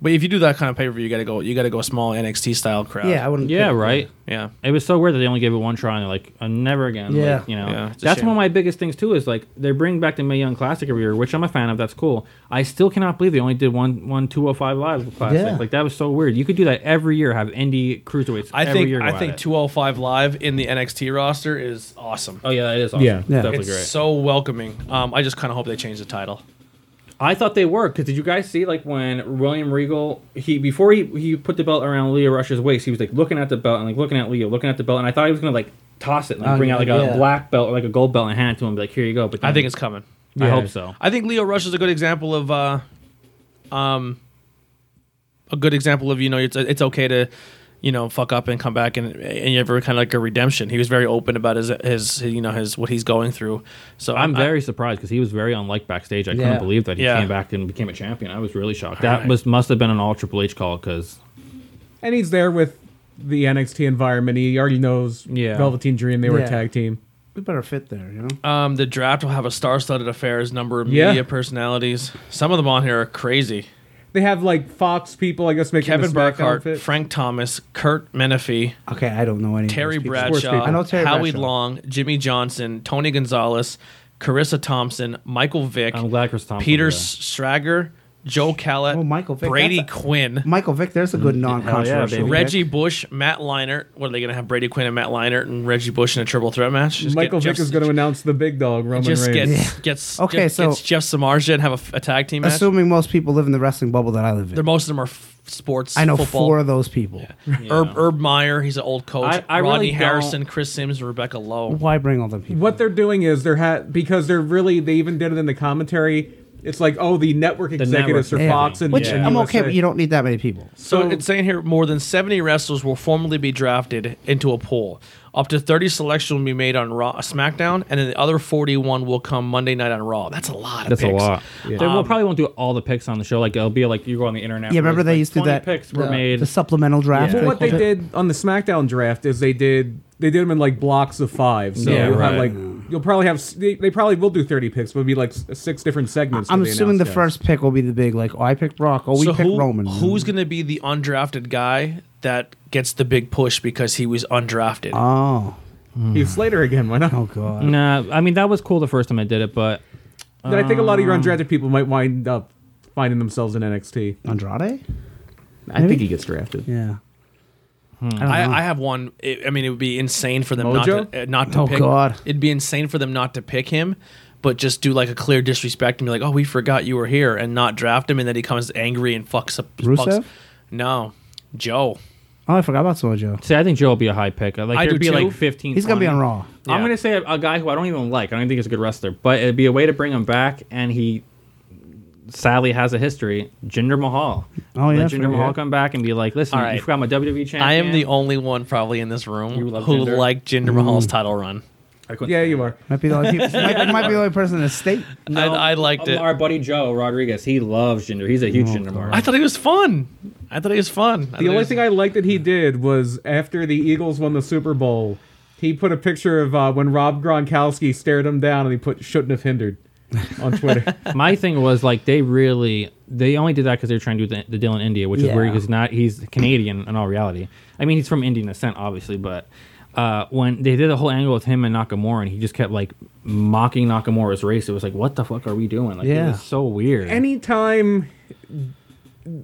S2: but if you do that kind of pay per view, you gotta go. You gotta go small NXT style crowd.
S3: Yeah, I wouldn't.
S5: Yeah, right.
S2: yeah.
S5: It was so weird that they only gave it one try and they're like, uh, never again.
S3: Yeah.
S5: Like, you know,
S2: Yeah, it's a
S5: that's
S2: shame.
S5: one of my biggest things too is like they bring back the Mae Young Classic every year, which I'm a fan of. That's cool. I still cannot believe they only did one one 205 Live Classic.
S3: Yeah.
S5: Like that was so weird. You could do that every year, have indie cruiserweights.
S2: I
S5: every
S2: think
S5: Year go
S2: I
S5: at
S2: think
S5: it.
S2: 205 live in the NXT roster is awesome.
S5: Oh yeah, that is awesome.
S4: Yeah.
S5: It's
S4: Yeah.
S5: definitely
S2: it's
S5: great.
S2: so welcoming. Um, I just kind of hope they change the title.
S5: I thought they were because did you guys see like when William Regal he before he he put the belt around Leah Rush's waist he was like looking at the belt and like looking at Leah looking at the belt and I thought he was gonna like toss it and like,
S3: Oh,
S5: bring out like
S3: yeah,
S5: a
S3: yeah.
S5: black belt or like a gold belt and hand it to him and be like here you go but
S2: I
S5: then-
S2: think it's coming.
S5: I hope so
S2: I think Leo Rush is a good example of, uh, um, a good example of you know it's it's okay to, you know, fuck up and come back and and you ever kind of like a redemption. He was very open about his his you know his what he's going through. So
S5: I'm
S2: I-
S5: very surprised because he was very unlike backstage I
S3: Yeah.
S5: couldn't believe that he
S2: Yeah.
S5: came back and became a champion I was really shocked that
S2: Alright.
S5: was must have been an all Triple H call because
S4: And he's there with the NXT environment. He already knows
S5: Yeah.
S4: Velveteen Dream. They were
S3: Yeah.
S4: a tag team.
S3: We better fit there, you know.
S2: Um, the draft will have a star-studded affair as number of
S4: Yeah.
S2: media personalities. Some of them on here are crazy.
S4: They have like Fox people, I guess, making
S2: Kevin
S4: the SmackDown
S2: Burkhart,
S4: fit.
S2: Frank Thomas, Kurt Menefee,
S3: Okay, I don't know any. of
S2: Terry
S3: those people.
S2: Bradshaw,
S3: I know Terry
S2: Howie
S3: Bradshaw.
S2: Long, Jimmy Johnson, Tony Gonzalez, Carissa Thompson, Michael Vick,
S5: I'm glad Chris Thompson
S2: Peter
S5: was
S2: Strager, Joe Callett,
S3: Oh, Michael Vick,
S2: Brady
S3: that's a-
S2: Quinn,
S3: Michael Vick, there's a good non-controversial.
S5: baby.
S3: pick.
S2: Reggie Bush, Matt Leinart. What are they going to have? Brady Quinn and Matt Leinart and Reggie Bush in a triple threat match? Just
S4: Michael
S2: get
S4: Vick
S2: Jeff-
S4: is going to announce the big dog Roman
S2: just
S4: Reigns.
S2: gets gets
S3: Okay,
S2: gets-
S3: so-
S2: gets Jeff Samarja and have a f- a, tag team match.
S3: Assuming most people live in the wrestling bubble that I live
S2: They're-
S3: in,
S2: most of them are f- sports.
S3: I know
S2: football.
S3: four of those people.
S2: Herb, Herb Meyer, he's an old coach.
S5: I- I really
S2: Rodney
S5: don't-
S2: Harrison, Chris Sims, Rebecca Lowe.
S3: Why bring all them people?
S4: what they're doing is they're ha- because they're really they even did it in the commentary. It's like oh the network executives
S5: network
S4: are
S5: thing.
S4: Fox and,
S3: Which
S4: and
S3: I'm
S4: USA.
S3: okay, but you don't need that many people.
S2: So, it's saying here more than 70 wrestlers will formally be drafted into a pool. Up to 30 selections will be made on Raw, SmackDown, and then the other 41 will come Monday night on Raw. That's a lot. Of
S5: That's
S2: picks. Um,
S5: a lot. They will probably won't do all the picks on the show. Like it'll be like you go on the internet.
S3: Yeah,
S5: and
S3: remember
S5: it's
S3: they
S5: like
S3: used to do
S5: 20
S3: that.
S5: Picks were
S3: the,
S5: made.
S3: The supplemental draft.
S5: Yeah.
S4: Well, what they
S3: called it.
S4: did on the SmackDown draft is they did they did them in like blocks of five. So
S5: Yeah,
S4: you'll have like
S5: right.
S4: you'll probably have s- they, they probably will do 30 picks, but it'll be like s- six different segments.
S3: I'm
S4: where they
S3: assuming the
S4: announce guys.
S3: first pick will be the big like. Oh, I picked Brock. Oh, we
S2: so
S3: picked
S2: who,
S3: Roman.
S2: who's going to be the undrafted guy that gets the big push because he was undrafted?
S3: Oh,
S4: Heath Slater again. Why not?
S3: oh god.
S5: Mm. Nah, I mean that was cool the first time I did it, but
S4: Then I think a lot of your undrafted people might wind up finding themselves in NXT.
S3: Andrade?
S4: I think he gets drafted.
S3: Yeah.
S2: I,
S3: Uh-huh.
S2: I, have one. It, I mean, it would be insane for them
S4: Mojo?
S2: not to, uh, not to
S3: Oh,
S2: pick.
S3: God.
S2: It'd be insane for them not to pick him, but just do like a clear disrespect and be like, "Oh, we forgot you were here," and not draft him, and then he comes angry and fucks up.
S3: Rusev?
S2: Fucks. No, Joe.
S3: Oh, I forgot about Samoa Joe.
S5: See, I think Joe will be a high pick. Like
S2: I
S5: there'd
S2: do
S5: be
S2: too.
S5: like 15.
S3: He's gonna be
S5: 20.
S3: on Raw.
S2: Yeah.
S5: I'm gonna say a, a guy who I don't even like. I don't think he's a good wrestler, but it'd be a way to bring him back. And he sadly has a history. Jinder Mahal.
S3: Oh,
S5: Let
S3: yeah,
S5: Jinder
S3: for-
S5: Mahal
S3: yeah.
S5: come back and be like, listen,
S2: All right.
S5: you forgot my WWE champion.
S2: I am the only one probably in this room
S5: You love
S2: who
S5: Jinder?
S2: liked Jinder Mahal's title run.
S4: Yeah, you are.
S3: Might be the only people, might, might be the only person in the state.
S2: I, I liked it.
S5: Um, Our buddy Joe Rodriguez. He loves Jinder. He's a huge
S3: Oh,
S5: Jinder Mahal.
S2: I thought he was fun. I thought he was fun.
S4: The only thing I liked that he did was after the Eagles won the Super Bowl, he put a picture of uh, when Rob Gronkowski stared him down, and he put "shouldn't have hindered" on Twitter.
S5: my thing was like they really they only did that because they were trying to do the, the deal in India, which is
S3: Yeah.
S5: where he's not he's Canadian in all reality. I mean, he's from Indian descent, obviously, but uh, when they did the whole angle with him and Nakamura, and he just kept like mocking Nakamura's race, it was like, what the fuck are we doing? Like,
S3: Yeah.
S5: it was so weird.
S4: anytime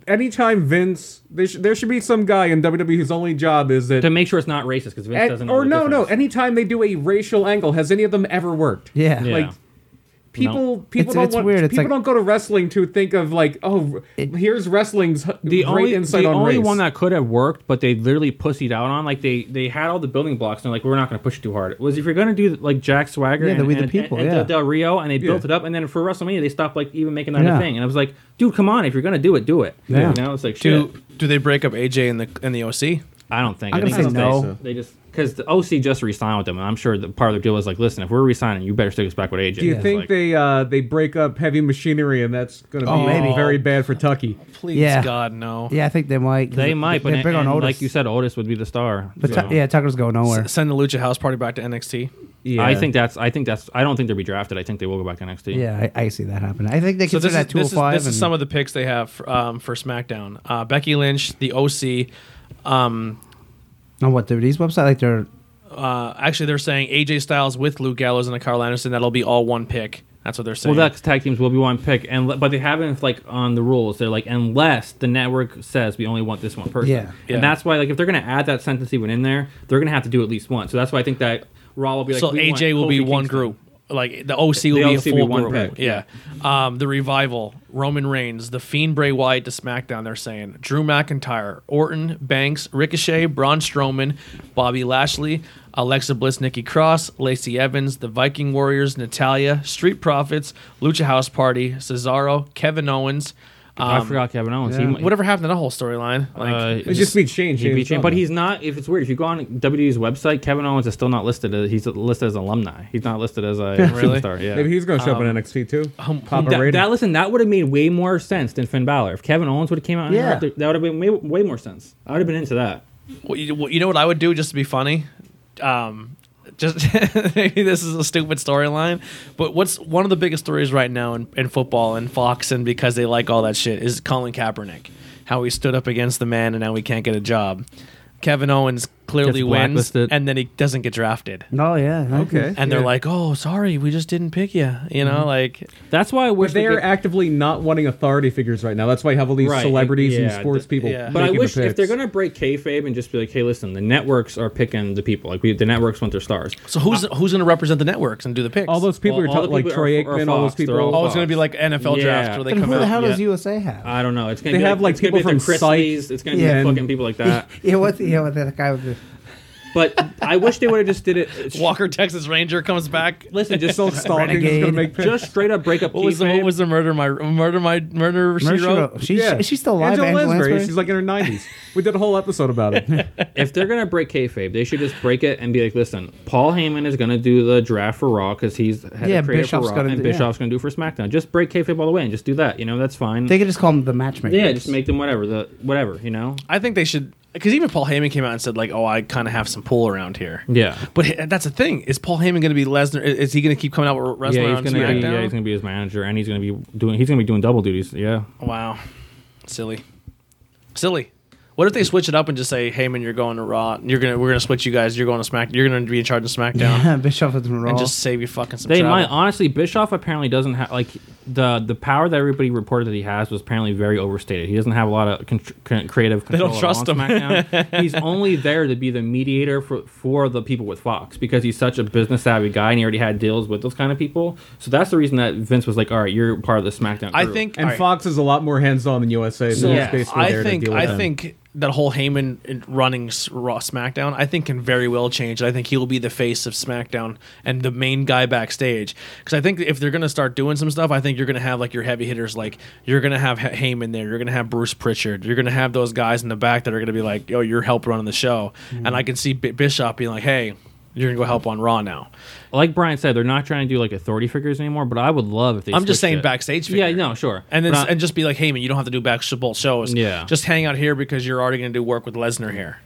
S4: anytime Vince there, sh- there should be some guy in WWE whose only job is that
S5: to make sure it's not racist because Vince
S4: and-
S5: doesn't. Know
S4: or
S5: the
S4: no no
S5: difference.
S4: anytime they do a racial angle has any of them ever worked
S3: Yeah.
S5: Yeah.
S4: like people people
S3: It's-
S4: don't
S3: it's
S4: want,
S3: weird. It's
S4: people
S3: like-
S4: don't go to wrestling to think of like oh here's wrestling's h-
S5: the
S4: great
S5: only,
S4: insight
S5: the
S4: on
S5: only
S4: race.
S5: one that could have worked, but they literally pussied out on. Like they they had all the building blocks, and they're like we're not going to push it too hard. Was if you're going to do like Jack Swagger,
S3: Yeah, the
S5: and,
S3: We the
S5: and-
S3: People,
S5: and, and
S3: yeah.
S5: Del Rio, and they built
S4: Yeah.
S5: it up, and then for WrestleMania they stopped like even making that
S3: Yeah.
S5: a thing. And I was like, dude, come on, if you're going to do it, do it.
S3: Yeah.
S5: you know, it's like shit.
S2: do. Do they break up AJ and the and the OC?
S5: I don't think.
S3: I'm
S5: I
S3: gonna
S5: think
S3: say
S5: they-
S3: no.
S5: They just because the OC just re-signed with them, and I'm sure that part of the deal was like, listen, if we're re-signing, you better stick us back with AJ.
S4: do you
S5: It's
S4: think
S5: like,
S4: they uh, they break up heavy machinery and that's going to be
S3: Oh, maybe.
S4: very bad for Tucky?
S2: Please
S3: Yeah.
S2: God no.
S3: Yeah, I think they might. 'cause
S5: they might? But
S3: they're big on
S5: and,
S3: Otis.
S5: like you said, Otis would be the star.
S3: but
S5: so.
S3: Tu- yeah, Tucker's going nowhere.
S2: S- send the Lucha House Party back to NXT.
S4: Yeah,
S5: I think that's. I think that's. I don't think they'll be drafted. I think they will go back to NXT.
S3: yeah, I, I see that happen. I think they
S2: So this is,
S3: consider that
S2: this, is,
S3: 205.
S2: this
S3: and,
S2: is some of the picks they have um, for SmackDown: uh, Becky Lynch, the OC. Um,
S3: on what WWE's website, like they're
S2: uh, actually, they're saying AJ Styles with Luke Gallows and a Carl Anderson. That'll be all one pick. That's what they're saying.
S5: Well, that's tag teams will be one pick, and but they haven't like on the rules. They're like unless the network says we only want this one person.
S3: Yeah.
S2: Yeah.
S5: and that's why like if they're gonna add that sentence even in there, they're gonna have to do at least one. So that's why I think that Raw will be like.
S2: so
S5: we want
S2: AJ will be
S5: Kofi
S2: one
S5: Kingston.
S2: group. Like the OC will
S5: The
S2: be a
S5: OC will be
S2: full
S5: one
S2: group.
S5: pick.
S2: Yeah. Um, the revival, Roman Reigns, the Fiend Bray Wyatt to SmackDown. They're saying Drew McIntyre, Orton, Banks, Ricochet, Braun Strowman, Bobby Lashley, Alexa Bliss, Nikki Cross, Lacey Evans, the Viking Warriors, Natalia, Street Profits, Lucha House Party, Cesaro, Kevin Owens.
S5: I
S2: Um,
S5: forgot Kevin Owens. He
S3: yeah.
S5: might-
S2: Whatever happened to that whole storyline? Like,
S5: Uh,
S4: it just be changed.
S5: he'd be champ- but he's not. If it's weird, if you go on WWE's website, Kevin Owens is still not listed. As, he's listed as alumni. He's not listed as a
S2: Really?
S5: superstar. Yeah.
S4: maybe he's going to show up in NXT too. Pop a
S5: that,
S4: rating.
S5: that listen, that would have made way more sense than Finn Balor. If Kevin Owens would have came out, and
S3: Yeah.
S5: interrupted, that would have been way, way more sense. I would have been into that.
S2: Well, you, well, you know what I would do just to be funny? Um, just maybe this is a stupid storyline, but what's one of the biggest stories right now in, in football and Fox and because they like all that shit is Colin Kaepernick, how he stood up against the man and now he can't get a job. Kevin Owens clearly
S5: Gets
S2: wins
S5: blacklisted.
S2: and then he doesn't get drafted.
S3: oh yeah, I can-
S4: okay,
S2: And
S4: yeah.
S2: they're like, "Oh, sorry, we just didn't pick you." You know, like
S5: That's why I wish
S4: But they
S5: they
S4: are
S5: could-
S4: actively not wanting authority figures right now. That's why you have all these
S5: Right,
S4: celebrities and
S5: yeah,
S4: sports
S5: th-
S4: people.
S2: yeah.
S5: But I
S4: making the
S5: wish if they're
S4: picks.
S5: gonna break kayfabe and just be like, hey, listen, the networks are picking the people. Like we, the networks want their stars.
S2: so who's who's going to represent the networks and do the picks?
S4: all those people
S5: Well,
S4: you're
S5: all the
S4: talking like
S5: people
S4: Troy
S5: are- are
S4: Aikman, all those
S5: Fox, they're
S4: people.
S5: all-
S2: Oh, it's going to be like NFL
S5: Yeah.
S2: drafts where they
S3: Then
S2: come
S3: who
S2: out.
S3: the hell does
S2: yeah.
S3: USA have?
S5: I don't know. It's gonna
S4: They
S5: be
S4: have, like,
S5: it's gonna
S4: people
S5: be the
S4: from Psych.
S5: Christies, It's gonna be
S3: Yeah, and-
S5: fucking people like that.
S3: yeah, what? Yeah, what that guy with the
S5: but I wish they would have just did it.
S2: Walker Texas Ranger comes back.
S5: Listen, just
S4: Still stalking is gonna
S3: Renegade.
S4: make picks.
S5: just straight up break up
S2: What was, the, what
S5: kayfabe.
S2: was the murder my murder my murder she
S3: Murder, she
S2: wrote?
S3: wrote- she's,
S4: Yeah.
S3: she's still alive.
S4: Angela
S3: Angela
S4: Lansbury,
S3: Lansbury.
S4: She's like in her 90s. we did a whole episode about it.
S5: if they're gonna break kayfabe, they should just break it and be like, listen, Paul Heyman is gonna do the draft for Raw because he's head
S3: Yeah,
S5: of creative
S3: Bischoff's
S5: for Raw,
S3: gonna
S5: and
S3: do- yeah.
S5: Bischoff's gonna do for SmackDown. Just break kayfabe all the way and just do that. You know, that's fine.
S3: They could just call him the matchmaker.
S5: yeah, just make them whatever the whatever. You know.
S2: I think they should because even Paul Heyman came out and said like, "Oh, I kind of have some pull around here."
S5: Yeah.
S2: But he- that's the thing: is Paul Heyman going to be Lesnar? i- Is he going to keep coming out with wrestling
S5: Yeah,
S2: on
S5: he's gonna be, yeah,
S2: SmackDown?
S5: he's gonna be his manager, and he's gonna be doing he's gonna be doing double duties. Yeah,
S2: wow, silly, silly. What if they switch it up and just say Heyman, you're going to Raw, and you're gonna we're gonna switch you guys. You're going to Smack. You're gonna be in charge of SmackDown,
S3: Yeah, Bischoff with Raw.
S2: and just save you fucking some
S5: They
S2: trouble.
S5: might honestly. Bischoff apparently doesn't have like the the power that everybody reported that he has was apparently very overstated. He doesn't have a lot of con- con- creative. Control
S2: don't trust
S5: on
S2: him.
S5: SmackDown. he's only there to be the mediator for for the people with Fox because he's such a business savvy guy and he already had deals with those kind of people. So that's the reason that Vince was like, "All right, you're part of the SmackDown."
S2: I
S5: crew."
S2: think
S4: And
S2: all right.
S4: Fox is a lot more hands on than USA. So
S2: Yeah,
S4: it's basically
S2: I
S4: there to
S2: think
S4: deal with
S2: I
S4: them.
S2: think that whole Heyman in- running S- Raw SmackDown, I think can very well change. I think he will be the face of SmackDown and the main guy backstage. Because I think if they're gonna start doing some stuff, I think you're gonna have like your heavy hitters, like you're gonna have H- Heyman there, you're gonna have Bruce Pritchard, you're gonna have those guys in the back that are gonna be like, "Yo, you're help running the show,"
S4: Mm-hmm.
S2: and I can see B- Bishop being like, "Hey." You're gonna go help on Raw now.
S5: like Brian said, they're not trying to do like authority figures anymore. But I would love if they.
S2: I'm just
S5: switched
S2: saying
S5: it.
S2: backstage
S5: Yeah,
S2: figure.
S5: no, sure.
S2: And then
S5: But I-
S2: and just be like, hey man, you don't have to do back bolt shows.
S5: Yeah.
S2: Just hang out here because you're already gonna do work with Lesnar here.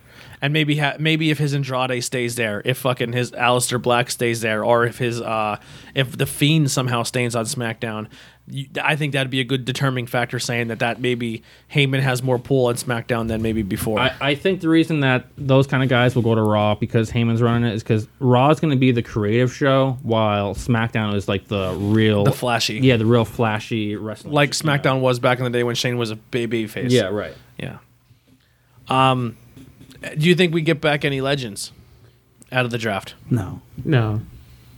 S2: And maybe ha- maybe if his Andrade stays there, if fucking his Alistair Black stays there, or if his uh if the Fiend somehow stays on SmackDown, you, I think that'd be a good determining factor saying that that maybe Heyman has more pull on SmackDown than maybe before.
S5: I, I think the reason that those kind of guys will go to Raw because Heyman's running it is because Raw is going to be the creative show while SmackDown is like the real,
S2: The flashy.
S5: yeah, the real flashy wrestling,
S2: like
S5: show, yeah.
S2: SmackDown was back in the day when Shane was a baby face.
S5: Yeah, right.
S2: Yeah. Um, do you think we get back any legends out of the draft?
S3: no,
S4: no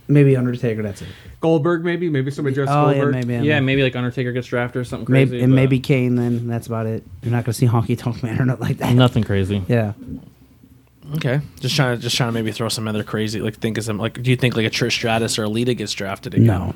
S3: maybe Undertaker. That's it.
S4: Goldberg maybe maybe somebody dressed
S3: Oh yeah,
S4: Goldberg.
S3: maybe.
S5: Yeah, maybe like Undertaker gets drafted or something
S3: Maybe,
S5: crazy.
S3: and
S5: but
S3: maybe Kane. Then that's about it. You're not gonna see Honky Tonk Man or nothing like that.
S5: nothing crazy.
S3: Yeah.
S2: Okay, just trying to just trying to maybe throw some other crazy like think of some like do you think like a Trish Stratus or Alita gets drafted again?
S3: No.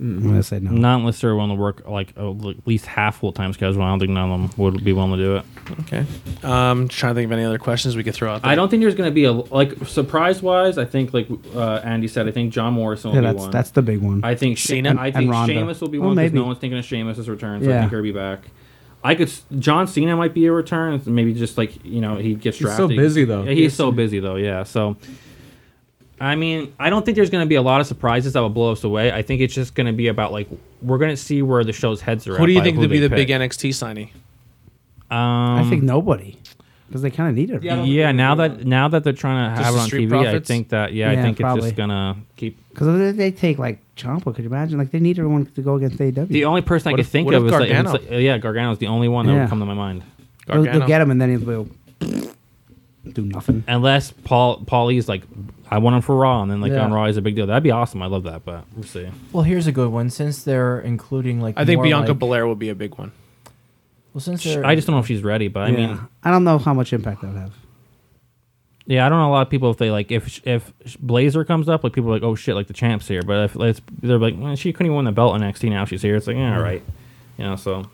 S3: I'm gonna say no.
S5: Not unless they're willing to work like oh, at least half full time schedule. I don't think none of them would be willing to do it.
S2: Okay. Um, just trying to think of any other questions we could throw out. There.
S5: I don't think there's going to be a like surprise wise. I think like uh, Andy said, I think John Morrison will
S3: Yeah,
S5: be
S3: that's
S5: one.
S3: that's the big one.
S5: I think Shane.
S2: Cena?
S5: I
S3: And
S5: think
S3: Ronda.
S5: Sheamus will be
S3: Well,
S5: one because no
S3: maybe.
S5: one's thinking of Sheamus' return, so I
S3: Yeah.
S5: think he'll be back. I could s- John Cena might be a return, it's maybe just like you know he gets
S4: He's so
S5: drafted.
S4: busy, though.
S5: Yeah, he's so busy though. Yeah, so I mean, I don't think there's going to be a lot of surprises that will blow us away. I think it's just going to be about like we're going to see where the show's heads are.
S2: Who
S5: at
S2: do you
S5: by
S2: think
S5: who
S2: would be
S5: they
S2: the big
S5: pick.
S2: NXT signee?
S3: I
S5: Um,
S3: think nobody, because they kind of need it.
S4: Yeah.
S5: yeah, now that now that they're trying to
S2: Just
S5: have it
S2: the
S5: on
S2: Street
S5: TV, I
S2: Profits?
S5: think that yeah, I
S3: Yeah,
S5: think it's
S3: probably.
S5: just gonna keep.
S3: Because if they take like Champa, could you imagine? Like they need everyone to go against AEW.
S5: The only person I
S2: What
S5: could
S2: if-
S5: think
S2: what if
S5: of is like, it's
S2: Gargano?
S5: like yeah, Gargano's the only one that
S3: Yeah.
S5: would come to my mind.
S3: they'll,
S2: Gargano.
S3: they'll get him, and then he will do nothing.
S5: unless Paul Paulie's like, I want him for Raw, and then like
S3: Yeah.
S5: on Raw is a big deal. That'd be awesome. I love that, but we'll see.
S6: Well, here's a good one. Since they're including like,
S2: I think
S6: more,
S2: Bianca
S6: like-
S2: Belair would be a big one.
S5: Oh.
S6: Well, since
S5: Sh-
S6: they're,
S5: I just don't know if she's ready, but I mean,
S3: I don't know how much impact that would have.
S5: yeah, I don't know a lot of people if they like if sh- if sh- Blazer comes up, like people are like, oh shit, like the champs here, but if it's, they're like, well, she couldn't even win the belt in NXT now she's here. It's like, yeah,
S3: Mm-hmm.
S5: all right, you know. So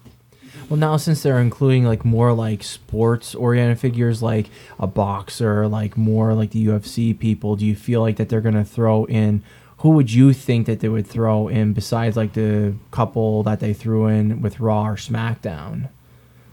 S6: well now since they're including like more like sports oriented figures like a boxer, like more like the UFC people. Do you feel like that they're gonna throw in? Who would you think that they would throw in besides like the couple that they threw in with Raw or SmackDown?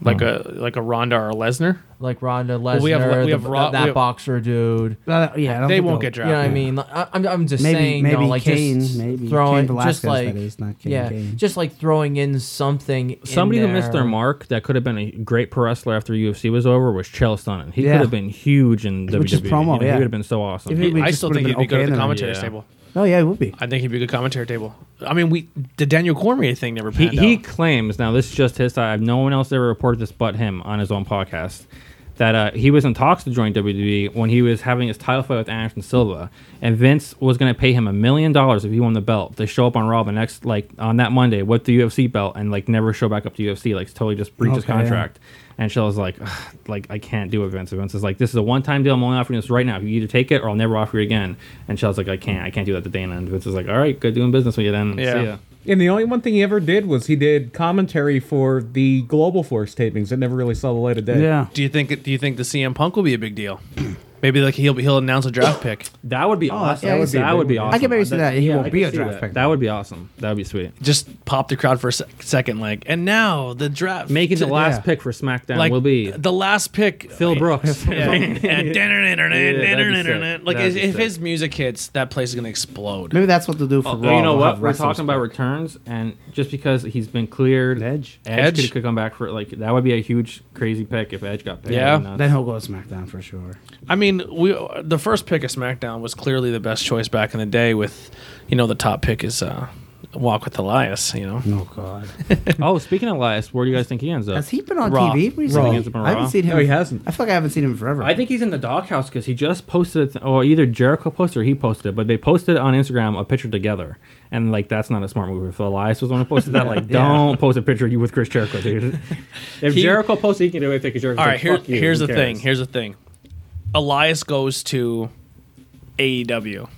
S2: Like a like a Ronda or a Lesnar.
S6: Like Ronda Lesnar,
S2: we have- we
S6: the-
S2: have Raw-
S6: that
S2: we have-
S6: boxer dude.
S3: Uh, yeah, I don't
S2: They
S3: think
S2: won't
S3: they'll-
S2: get
S6: You know what I
S2: drafted.
S6: mean? Like, I- I'm, I'm just
S3: Maybe-
S6: saying,
S3: maybe
S6: no, like
S3: Kane,
S6: just
S3: maybe. Kane
S6: throwing, just
S3: Velasquez, that
S6: like,
S3: is, not Kane
S6: yeah,
S3: Kane.
S6: just like throwing in something. in
S5: somebody who missed
S6: there.
S5: their mark that could have been a great pro wrestler after UFC was over was Chael Sonnen. He
S3: Yeah.
S5: could have been huge in WWE.
S3: Which is promo,
S5: You know, He
S3: yeah.
S5: would have been so awesome.
S3: If he would-
S2: I
S3: just
S2: still
S3: would've
S2: think he'd
S3: been
S2: be good
S3: okay
S2: at
S3: in
S2: the
S3: the-
S2: commentary
S5: yeah.
S2: table.
S3: Oh yeah, it would be.
S2: I think he'd be a good commentary table. I mean, we the Daniel Cormier thing never
S5: He,
S2: panned
S5: he
S2: out.
S5: claims now this is just his side. No one else ever reported this but him on his own podcast that uh, he was in talks to join WWE when he was having his title fight with Anderson Silva, and Vince was going to pay him a million dollars if he won the belt to show up on Raw the next like on that Monday with the UFC belt and like never show back up to UFC, like totally just breach his
S3: Okay,
S5: contract. And Shell was like, "Ugh, like I can't do it, Vince. And Vince is like, this is a one-time deal. I'm only offering this right now. You either take it or I'll never offer you again. And Shell's like, I can't, I can't do that to Dana. And Vince is like, all right, good doing business with you then.
S2: Yeah.
S5: See ya.
S4: And the only one thing he ever did was he did commentary for the Global Force tapings that never really saw the light of day.
S3: yeah,
S2: Do you think do you think the CM Punk will be a big deal? Maybe like he'll he'll announce a draft pick.
S5: That would be awesome. Oh, That would be, awesome.
S3: I can maybe see that. He
S5: yeah, I
S3: won't
S5: can
S3: be a
S5: see
S3: draft
S5: that.
S3: pick.
S5: That would be awesome. That would be sweet.
S2: Just pop the crowd for a sec- second, like, and now the draft
S5: Making the
S2: t-
S5: last
S3: yeah.
S5: pick for SmackDown
S2: like
S5: will be
S2: the last pick.
S5: Phil Brooks.
S2: Yeah. And
S5: sick.
S2: Like if
S5: That'd be
S2: if
S5: sick.
S2: his music hits, that place is gonna explode.
S3: Maybe that's what they'll do for
S5: Oh,
S3: Raw.
S5: you know
S3: They'll
S5: what?
S3: have
S5: We're
S3: wrestlers
S5: talking about
S3: pick.
S5: returns, and just because he's been cleared,
S3: Edge.
S5: Edge,
S2: Edge.
S5: Could, could come back for like that would be a huge crazy pick if Edge got picked.
S2: Yeah.
S5: Nuts.
S3: Then he'll go to SmackDown for sure.
S2: I mean, we the first pick of SmackDown was clearly the best choice back in the day. With you know, the top pick is uh, Walk with Elias. You know,
S3: Oh God,
S5: oh, speaking of Elias, where do you guys think he ends up?
S3: has he been on
S2: Raw.
S3: TV
S5: Raw.
S3: recently?
S5: He's been on
S3: I haven't
S5: Raw.
S3: seen him.
S4: No, he hasn't.
S3: I feel like I haven't seen him forever.
S5: I think he's in the doghouse because he just posted, it, or either Jericho posted or he posted it, but they posted on Instagram a picture together, and like that's not a smart move. If Elias was the one who posted that, like don't post a picture of you with Chris Jericho, dude. If
S2: He-
S5: Jericho posted, he can do it because Jericho.
S2: all right. Here,
S5: fuck you,
S2: here's
S5: who
S2: the thing.
S5: cares?"
S2: Here's the thing. Elias goes to AEW.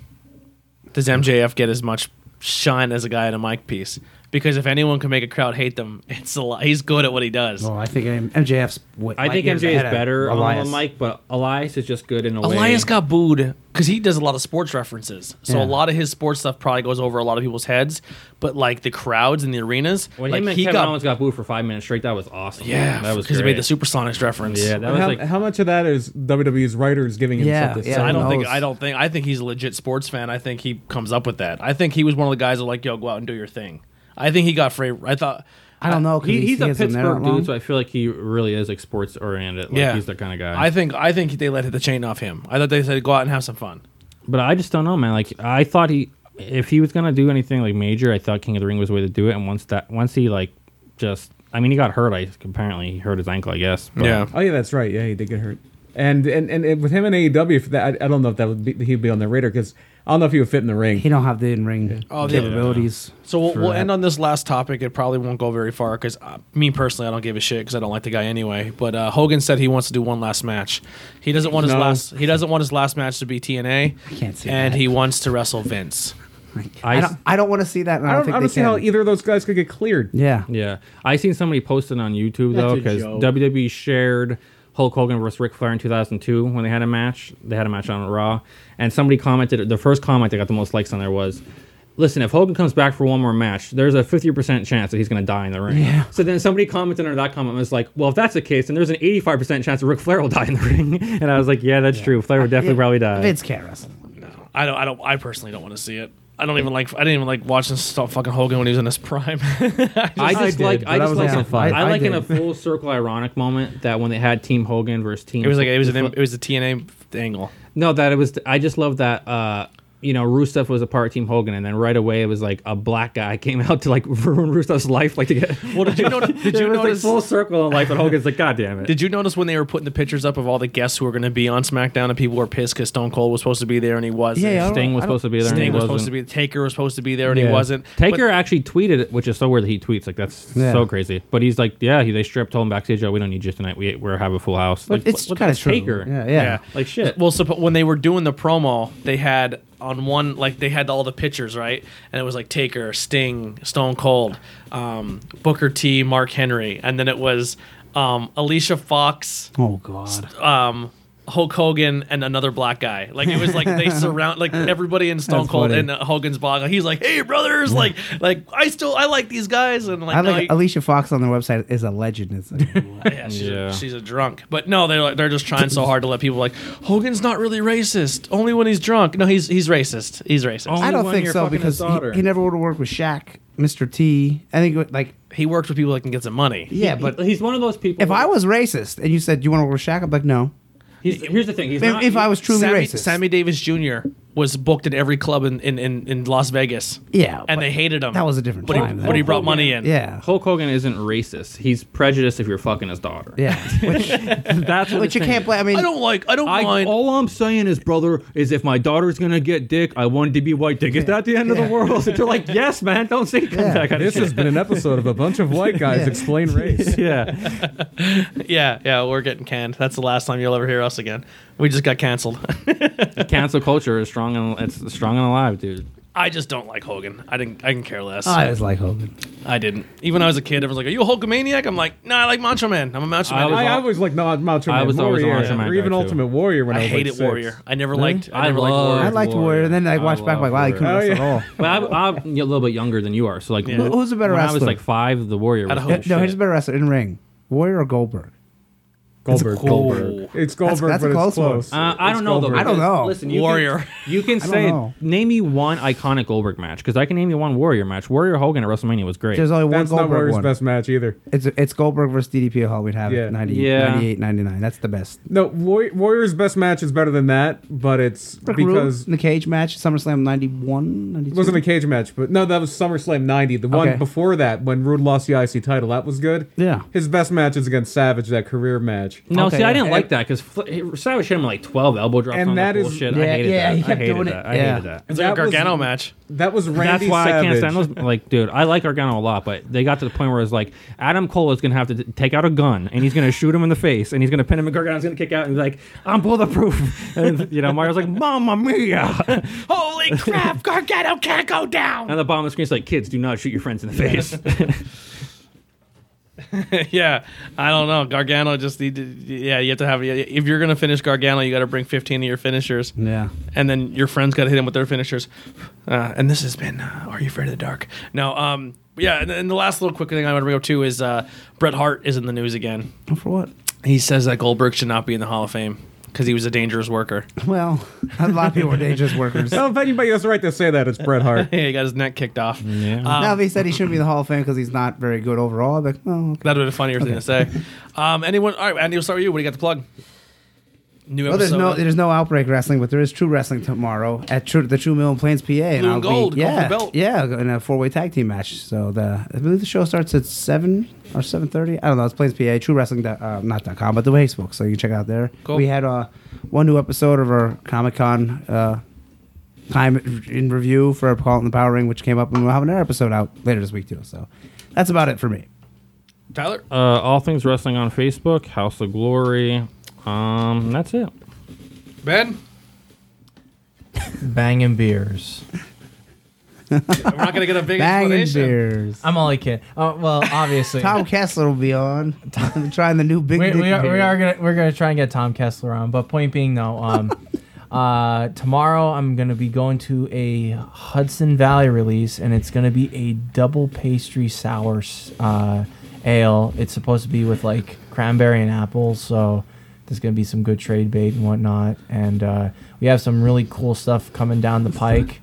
S2: Does MJF get as much shine as a guy in a mic piece? Because if anyone can make a crowd hate them, it's Eli He's good at what he does.
S3: Well, Oh, I think M- MJF's. Way,
S5: I
S3: light
S5: think
S3: years
S5: MJ is
S3: ahead of
S5: better
S3: Elias.
S5: on Mike, but Elias is just good in a way.
S2: Elias got booed because he does a lot of sports references. So a
S3: Yeah.
S2: lot of his sports stuff probably goes over a lot of people's heads. But like the crowds and the arenas,
S5: when
S2: like
S5: him and
S2: he
S5: Kevin
S2: got
S5: Owens got booed for five minutes straight. That was awesome.
S2: yeah,
S5: that was
S2: because he made the
S5: great.
S2: Supersonics reference.
S5: Yeah, that was
S4: how,
S5: like
S4: how much of that is WWE's writers giving him
S3: Yeah,
S4: something?
S3: yeah.
S2: So I don't
S3: who
S2: think
S3: knows?
S2: I don't think I think he's a legit sports fan. I think he comes up with that. I think he was one of the guys that like yo go out and do your thing. I think he got free. I thought
S3: I don't know. 'cause
S5: he,
S3: he-
S5: he's
S3: he
S5: a
S3: hasn't been there
S5: Pittsburgh
S3: that long.
S5: dude, so I feel like he really is like sports oriented. Like,
S2: Yeah.
S5: he's the kind of guy.
S2: I think I think they let the chain off him. I thought they said go out and have some fun.
S5: but I just don't know, man. Like I thought he, if he was gonna do anything like major, I thought King of the Ring was the way to do it. And once that, once he like just, I mean, he got hurt. I apparently he hurt his ankle. I guess. but-
S4: Oh yeah, that's right. Yeah, he did get hurt. And and, and it- with him and AEW, if that, I, I don't know if that would be, he'd be on their radar because I don't know if he would fit in the ring.
S3: He don't have the in ring
S2: Oh, they-
S3: capabilities.
S2: So we'll,
S3: for
S2: we'll
S3: that.
S2: end on this last topic. It probably won't go very far because uh, me personally, I don't give a shit because I don't like the guy anyway. But uh, Hogan said he wants to do one last match. He doesn't want his
S4: No.
S2: last. He doesn't want his last match to be TNA. I
S3: can't see
S2: And
S3: that.
S2: he wants to wrestle Vince.
S3: I don't. I don't want to see that. And I
S4: I
S3: don't,
S4: don't,
S3: think
S4: I
S3: they
S4: don't see
S3: can.
S4: how either of those guys could get cleared.
S3: Yeah.
S5: Yeah, I seen somebody posted on YouTube though
S7: a
S5: because
S7: joke.
S5: WWE E shared Hulk Hogan versus Ric Flair in 2002 when they had a match. They had a match on Raw, and somebody commented. The first comment that got the most likes on there was. Listen, if Hogan comes back for one more match, there's a 50% chance that he's going to die in the ring.
S3: Yeah.
S5: So then somebody commented under that comment and was like, well, if that's the case, then there's an 85% chance that Ric Flair will die in the ring. And I was like, yeah, that's true. Flair would definitely probably die.
S3: Vince can't wrestle.
S2: I don't. I don't. I personally don't want to see it. I don't even like. I didn't even like watching stuff fucking Hogan when he was in his prime.
S5: I just
S4: did,
S5: like
S4: but
S5: I
S4: that
S5: just
S4: was
S5: like
S4: also
S5: in-
S4: fun.
S5: I,
S3: I
S5: like in a
S3: did.
S5: full circle ironic moment that when they had Team Hogan versus Team
S2: it was like it was an, it was a TNA angle.
S5: No, that it was. I just love that. Uh, you know, Rusev was a part of Team Hogan, and then right away it was like a black guy came out to like ruin Rusev's life, like to get.
S2: Well, did you notice? Did
S5: it
S2: you
S5: was
S2: notice?
S5: like full circle in life, and Hogan's like, "God damn it!"
S2: Did you notice when they were putting the pictures up of all the guests who were going to be on SmackDown and people were pissed because Stone Cold was supposed to be there and he wasn't?
S3: Yeah, yeah, I don't-
S5: Sting was
S3: I don't-
S5: supposed to be there. and he
S2: Sting was
S5: wasn't.
S2: supposed to be. Taker was supposed to be there and
S5: Yeah.
S2: he wasn't.
S5: Taker actually tweeted it, which is so weird that he tweets like that's
S3: Yeah.
S5: so crazy. But he's like, "Yeah, he, they stripped, told him backstage, oh, we don't need you tonight. We we're have a full house."
S3: But
S5: Like,
S3: it's
S5: what- what-
S3: kind of
S5: that's
S3: true.
S5: Taker.
S3: Yeah.
S2: But-
S3: Yeah.
S5: Like shit.
S2: Well, suppo- when they were doing the promo, they had on one like they had all the pictures right, and it was like Taker, Sting, Stone Cold, um, Booker T, Mark Henry, and then it was um, Alicia Fox,
S3: Oh God.
S2: um, Hulk Hogan, and another black guy. Like it was like they surround like everybody in Stone
S3: That's
S2: Cold
S3: funny.
S2: and uh, Hogan's blog. He's like, hey brothers, like like I still I like these guys, and like,
S3: I
S2: no,
S3: like
S2: you-
S3: Alicia Fox on their website is a legend. It's like,
S2: Yeah, she's,
S5: Yeah.
S2: A, she's a drunk. But no, they're like, they're just trying so hard to let people like Hogan's not really racist. Only when he's drunk. No, he's he's racist. He's racist.
S5: Only
S3: I don't
S5: when
S3: think
S5: you're
S3: so
S5: fucking his
S3: because he,
S5: daughter.
S3: he never would have worked with Shaq, Mr. T. I think like
S2: He worked with people that can get some money.
S3: yeah, but
S5: he's one of those people.
S3: if I was racist and you said you want to work with Shaq, I'd be like no.
S5: he's, here's the thing. He's
S3: If,
S5: not,
S3: if I was truly
S2: Sammy,
S3: racist,
S2: Sammy Davis Jr. was booked at every club in in, in, in Las Vegas.
S3: Yeah,
S2: and
S3: but
S2: they hated him.
S3: that was a different
S2: but he-
S3: time, though.
S2: but he brought money in.
S3: yeah,
S5: Hulk Hogan isn't racist. He's prejudiced if you're fucking his daughter.
S3: yeah, which,
S5: That's what
S3: which you
S5: his thing
S3: can't
S5: is.
S3: blame. I mean,
S2: I don't like. I don't
S5: I,
S2: mind.
S5: all I'm saying is, brother, is if my daughter's gonna get dick, I wanted to be white dick. Is that the end of the world? So they're like, yes, man, don't say that kind of
S4: This has
S5: shit.
S4: been an episode of a bunch of white guys explain race.
S5: yeah,
S2: yeah, yeah. We're getting canned. That's the last time you'll ever hear us again. We just got canceled.
S5: cancel culture is strong and it's strong and alive, dude.
S2: I just don't like Hogan. I didn't. I can care less.
S3: I always like Hogan.
S2: I didn't. Even when I was a kid, everyone's like, "Are you a Hulkamaniac?" I'm like, "Nah, I like Macho Man. I'm a Macho Man."
S5: I
S4: I,
S5: was
S4: I
S5: al-
S4: was like not Macho Man
S5: I was always a
S4: Warrior,
S5: Macho Man
S4: or even
S5: guy, too.
S4: Ultimate Warrior when I,
S2: I
S4: was
S2: hated
S4: like six.
S2: Warrior. I never liked. I never liked
S5: love
S2: Warrior.
S3: I liked Warrior, and then I watched back,
S5: love
S3: like, wow, he couldn't
S5: Warrior.
S4: Oh,
S3: wrestle
S4: yeah.
S3: at all.
S5: But I, I'm a little bit younger than you are, so like
S2: Yeah.
S5: when-
S3: Who- who's a better
S5: when I was
S3: wrestler?
S5: like five, the Warrior
S2: Out
S5: was
S2: of
S5: the
S2: hope.
S5: shit.
S3: No, he's a better wrestler in ring. Warrior or Goldberg?
S4: Goldberg.
S2: cool-
S4: Goldberg. It's Goldberg,
S3: that's
S4: but
S3: a
S4: it's
S3: close one.
S4: close.
S5: Uh, I
S4: It's
S5: don't know though.
S4: Goldberg.
S3: I don't
S5: because,
S3: know.
S5: Listen, you
S2: Warrior.
S5: Can, you can
S3: don't
S5: say
S3: know.
S5: name me one iconic Goldberg match because I can name you one Warrior match. Warrior Hogan at WrestleMania was great.
S3: There's only one
S4: That's not
S3: Goldberg
S4: Warrior's
S3: one.
S4: best match either.
S3: It's it's Goldberg versus DDP of Halloween Havoc,
S4: Yeah.
S3: 90,
S5: Yeah.
S3: 98, 99. That's the best.
S4: No, Warrior, Warrior's best match is better than that, but it's
S3: Rick Rude
S4: because
S3: in the cage match, SummerSlam 91, 92.
S4: it wasn't a cage match, but no, that was SummerSlam 90. The one
S3: Okay.
S4: before that, when Rude lost the IC title, that was good.
S3: Yeah.
S4: His best match is against Savage, that career match.
S5: no,
S3: Okay,
S5: see, I
S3: yeah.
S5: didn't
S3: And-
S5: like that because Savage hit him like twelve elbow drops
S4: And
S5: on
S4: that
S5: that
S4: is-
S5: bullshit. I
S3: yeah,
S5: hated
S3: yeah, he
S5: that. I
S3: kept
S5: hated
S3: doing
S5: that.
S3: it.
S5: I
S3: Yeah.
S5: hated that.
S2: It's like a
S4: That was-
S2: Gargano match.
S4: That was Randy
S5: That's why
S4: Savage.
S5: I can't stand those. Like, dude, I like Argano a lot, but they got to the point where it's like Adam Cole is gonna have to t- take out a gun and he's gonna shoot him in the face and he's gonna pin him and Gargano's gonna kick out and be like, "I'm bulletproof." And you know, Mario's like, "Mamma mia!"
S2: Holy crap! Gargano can't go down.
S5: And the bottom of the screen is like, "Kids, do not shoot your friends in the face."
S2: yeah, I don't know. Gargano just need to, yeah, you have to have if you're gonna finish Gargano, you got to bring 15 of your finishers.
S3: Yeah.
S2: and then your friends got to hit him with their finishers. Uh, and this has been uh, Are You Afraid of the Dark? No, um, yeah. And, and the last little quick thing I want to bring up too is uh, Bret Hart is in the news again.
S3: For what?
S2: He says that Goldberg should not be in the Hall of Fame because he was a dangerous worker.
S3: Well, a lot of people were dangerous workers.
S4: I don't think anybody has the right to say that. It's Bret Hart.
S2: he got his neck kicked off.
S5: Yeah.
S3: now they said he shouldn't be in the Hall of Fame because he's not very good overall. I'm like, oh, okay.
S2: That would have been a funnier thing to say. Um, anyone? All right, Andy, we'll start with you. What do you got to plug? New
S3: Well, there's
S2: episode.
S3: no there's no outbreak wrestling, but there is true wrestling tomorrow at true, the True Mill in Plains, PA. and
S2: Blue and
S3: I'll
S2: gold,
S3: be,
S2: go for
S3: yeah,
S2: the belt.
S3: yeah, in a four way tag team match. So the I believe the show starts at seven or seven thirty. I don't know. It's Plains, PA. True Wrestling, dot- uh, not dot com, but the Facebook. So you can check out there.
S2: Cool.
S3: We had uh, one new episode of our Comic Con uh, time in review for Paul and the Power Ring, which came up, and we'll have another episode out later this week too. So that's about it for me.
S2: Tyler.
S5: uh, all things wrestling on Facebook, House of Glory. Um, that's it.
S2: Ben.
S6: Banging beers.
S2: We're not gonna get a big
S3: Banging
S2: explanation.
S3: beers.
S6: I'm only kidding. Uh, well, obviously,
S3: Tom Kessler will be on. trying the new big.
S6: we,
S3: Dick
S6: we, are, we
S3: beer.
S6: are gonna we're gonna try and get Tom Kessler on. But point being, though, um, uh, tomorrow I'm gonna be going to a Hudson Valley release, and it's gonna be a double pastry sour s- uh, ale. It's supposed to be with like cranberry and apples, so there's gonna be some good trade bait and whatnot. And uh, we have some really cool stuff coming down the pike.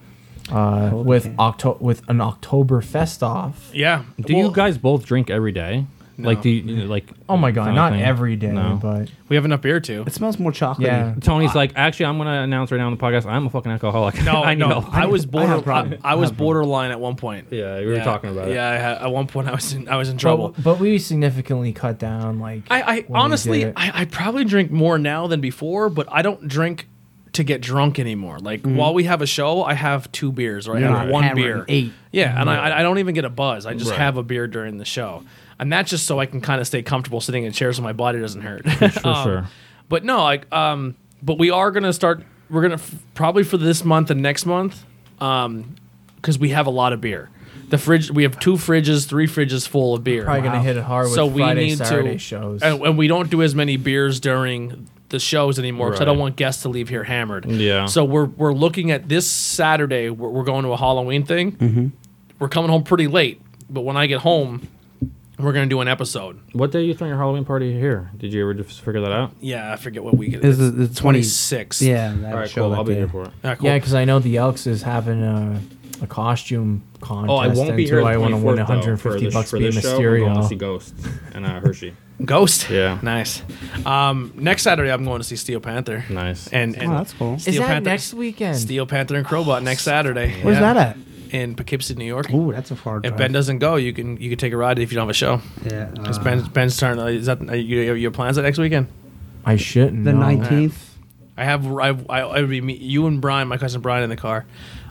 S6: Uh, with Octo- with an October fest off.
S2: Yeah.
S5: Do
S2: Well,
S5: you guys both drink every day? Like, do you like?
S6: Oh my god,
S5: kinda
S6: not
S5: thing?
S6: every day,
S5: No.
S6: but
S2: We have enough beer too.
S3: It smells more chocolate.
S6: yeah.
S5: Tony's like, actually, I'm gonna announce right now on the podcast, I'm a fucking alcoholic.
S2: No,
S5: I
S2: no.
S5: know.
S2: I was
S3: I
S2: border.
S3: have a problem.
S2: I, I was borderline at one point.
S5: Yeah, we were talking about it.
S2: Yeah, I had, at one point I was in. I was in trouble.
S6: But, but we significantly cut down. Like
S2: I, I
S6: when we
S2: honestly,
S6: did it.
S2: I, I probably drink more now than before, but I don't drink to get drunk anymore. Like while we have a show, I have two beers or I
S3: You're
S2: have
S3: not
S2: one
S3: hammering
S2: beer.
S3: eight.
S2: Yeah, and I, I don't even get a buzz. I just
S5: Right.
S2: have a beer during the show, and that's just so I can kind of stay comfortable sitting in chairs so my body doesn't hurt.
S5: sure, sure.
S2: But no, like, um, but we are gonna start. We're gonna f- probably for this month and next month, um, because we have a lot of beer. The fridge, we have two fridges, three fridges full of beer.
S6: probably gonna hit it hard with
S2: So we
S6: Friday,
S2: need
S6: Saturday
S2: to
S6: shows.
S2: and, and we don't do as many beers during the shows anymore because I don't
S5: Right.
S2: want guests to leave here hammered.
S5: Yeah.
S2: So we're we're looking at this Saturday. We're, we're going to a Halloween thing. Mm-hmm. We're coming home pretty late, but when I get home, we're gonna do an episode.
S5: What day are you throwing your Halloween party here? Did you ever just figure that out?
S2: Yeah, I forget what week it is.
S3: This is the 20,
S2: Twenty six.
S3: Yeah, that
S5: All right,
S3: show
S5: cool.
S3: that
S5: I'll be
S3: day.
S5: here for it.
S2: Ah, cool.
S6: yeah, because I know the Elks is having a, a costume contest.
S5: Oh, I won't be here.
S6: and so
S5: the
S6: I wanna
S5: 24th,
S6: win
S5: though,
S6: 150
S5: for
S6: bucks
S5: for
S6: to be
S5: this show. We're going to see
S6: Mysterio.
S5: Ghost and uh, Hershey.
S2: Ghost.
S5: Yeah.
S2: Nice. Um, next Saturday I'm going to see Steel Panther.
S5: Nice.
S2: And, and
S3: Oh, that's cool.
S6: Is
S2: Steel
S6: that
S2: Panther,
S6: next weekend?
S2: Steel Panther and Crowbot next Saturday.
S3: Where's
S2: Yeah.
S3: that
S2: In Poughkeepsie, New York.
S3: at? Ooh, that's a far drive.
S2: If Ben doesn't go, you can you can take a ride if you don't have a show.
S3: yeah, uh,
S2: Because ben, Ben's turn. uh, Is that are you, are your plans that next weekend?
S6: I shouldn't.
S3: the
S6: no.
S3: nineteenth.
S2: I have I I, I would be me, you and Brian, my cousin Brian, in the car.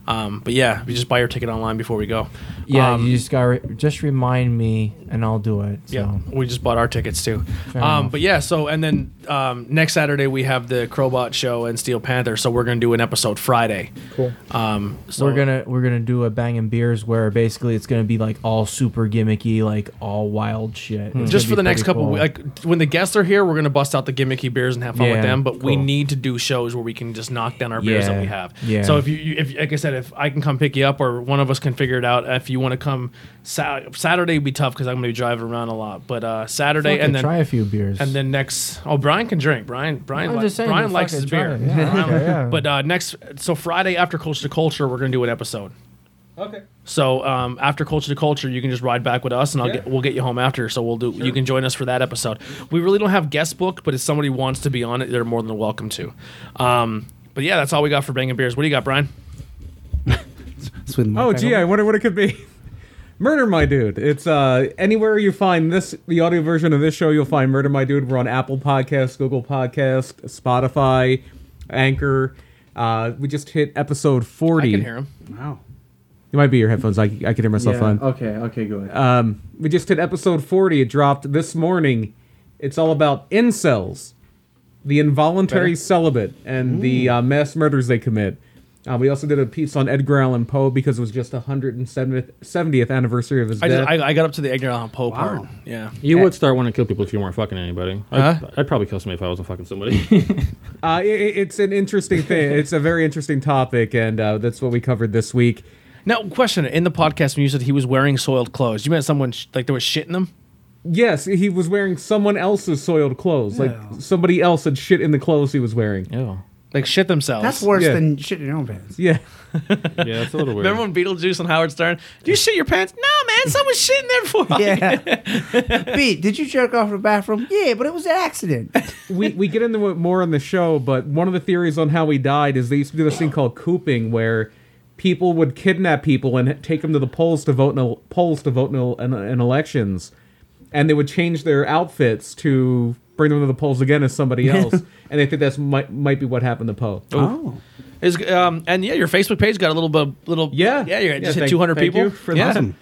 S2: Um, but yeah, you just buy your ticket online before we go.
S6: Yeah,
S2: Um,
S6: you just got re- just remind me and I'll do it. So.
S2: yeah, we just bought our tickets too.
S6: Fair
S2: Um,
S6: enough.
S2: but yeah, so and then um, next Saturday we have the Crowbot show and Steel Panther, so we're gonna do an episode Friday. Cool. Um, so
S6: we're gonna we're gonna do a bang and beers where basically it's gonna be like all super gimmicky, like all wild shit. It's
S2: just for
S6: gonna be
S2: the next
S6: pretty
S2: couple,
S6: cool.
S2: we- like when the guests are here, we're gonna bust out the gimmicky beers and have fun with
S6: Yeah,
S2: them. But we
S6: cool.
S2: need to do shows where we can just knock down our beers that
S6: Yeah,
S2: we have.
S6: yeah.
S2: So if you, you, if like I said, if I can come pick you up or one of us can figure it out. If you want to come, sa- Saturday would be tough because I'm gonna be driving around a lot. But uh, Saturday
S6: Fucking
S2: and then
S6: try a few beers.
S2: And then next, oh, Brian can drink. Brian, Brian,
S6: I'm
S2: li-
S6: just saying,
S2: Brian
S6: fuck
S2: likes
S6: it,
S2: his
S6: try
S2: beer.
S6: it. Yeah, I don't care, yeah.
S2: But uh, next, so Friday after Culture to Culture, we're gonna do an episode.
S4: Okay.
S2: So um, after Culture to Culture, you can just ride back with us, and I'll
S4: Yeah.
S2: get, we'll get you home after. So we'll do. You can join us for that episode. We really don't have guests booked, but if somebody wants to be on it, they're more than welcome to. Um, but yeah, that's all we got for banging beers. What do you got, Brian?
S3: Sweden
S4: Oh,
S3: Mark, I
S4: gee,
S3: hope.
S4: I wonder what it could be. Murder My Dude. It's uh, anywhere you find this, the audio version of this show, you'll find Murder My Dude. We're on Apple Podcasts, Google Podcast, Spotify, Anchor. Uh, we just hit episode 40.
S2: I can hear him.
S3: Wow.
S4: It might be your headphones. I, I can hear myself fine.
S7: Okay. Okay. Go ahead.
S4: Um, we just hit episode 40. It dropped this morning. It's all about incels, the involuntary celibate, and the uh, mass murders they commit. Uh, we also did a piece on Edgar Allan Poe because it was just the 170th 70th anniversary of his
S2: I,
S4: death.
S2: just, I, I got up to the Edgar Allan Poe part. Yeah.
S5: You would start wanting to kill people if you weren't fucking anybody. I'd,
S2: Eh. Huh?
S5: I'd probably kill somebody if I wasn't fucking somebody.
S4: uh, it, it- it's an interesting thing. it's a very interesting topic, and uh, that's what we covered this week.
S2: Now, question in the podcast when you said he was wearing soiled clothes, you meant someone sh- like there was shit in them.
S4: Yes, he was wearing someone else's soiled clothes. Like somebody else had shit in the clothes he was wearing.
S5: yeah.
S2: Like shit themselves.
S3: That's worse
S4: Yeah.
S3: than shit in your own pants.
S4: Yeah.
S5: Yeah, that's a little weird.
S2: Remember when Beetlejuice and Howard Stern? Do you shit your pants? No, man. Someone's shitting there for me.
S3: Yeah. Pete, did you jerk off in the bathroom? Yeah, but it was an accident.
S4: we, we get into it more on the show, but one of the theories on how he died is they used to do this thing called cooping, where people would kidnap people and take them to the polls to vote in el- polls to vote in, el- in, in elections, and they would change their outfits to bring them to the polls again as somebody else, and they think that's might might be what happened to Poe.
S3: Oh.
S2: Is um and yeah, your Facebook page got a little bit little
S4: Yeah,
S2: yeah, you just hit
S4: thank-
S2: two hundred
S4: thank
S2: people.
S4: you for
S2: yeah. Uh,
S4: that.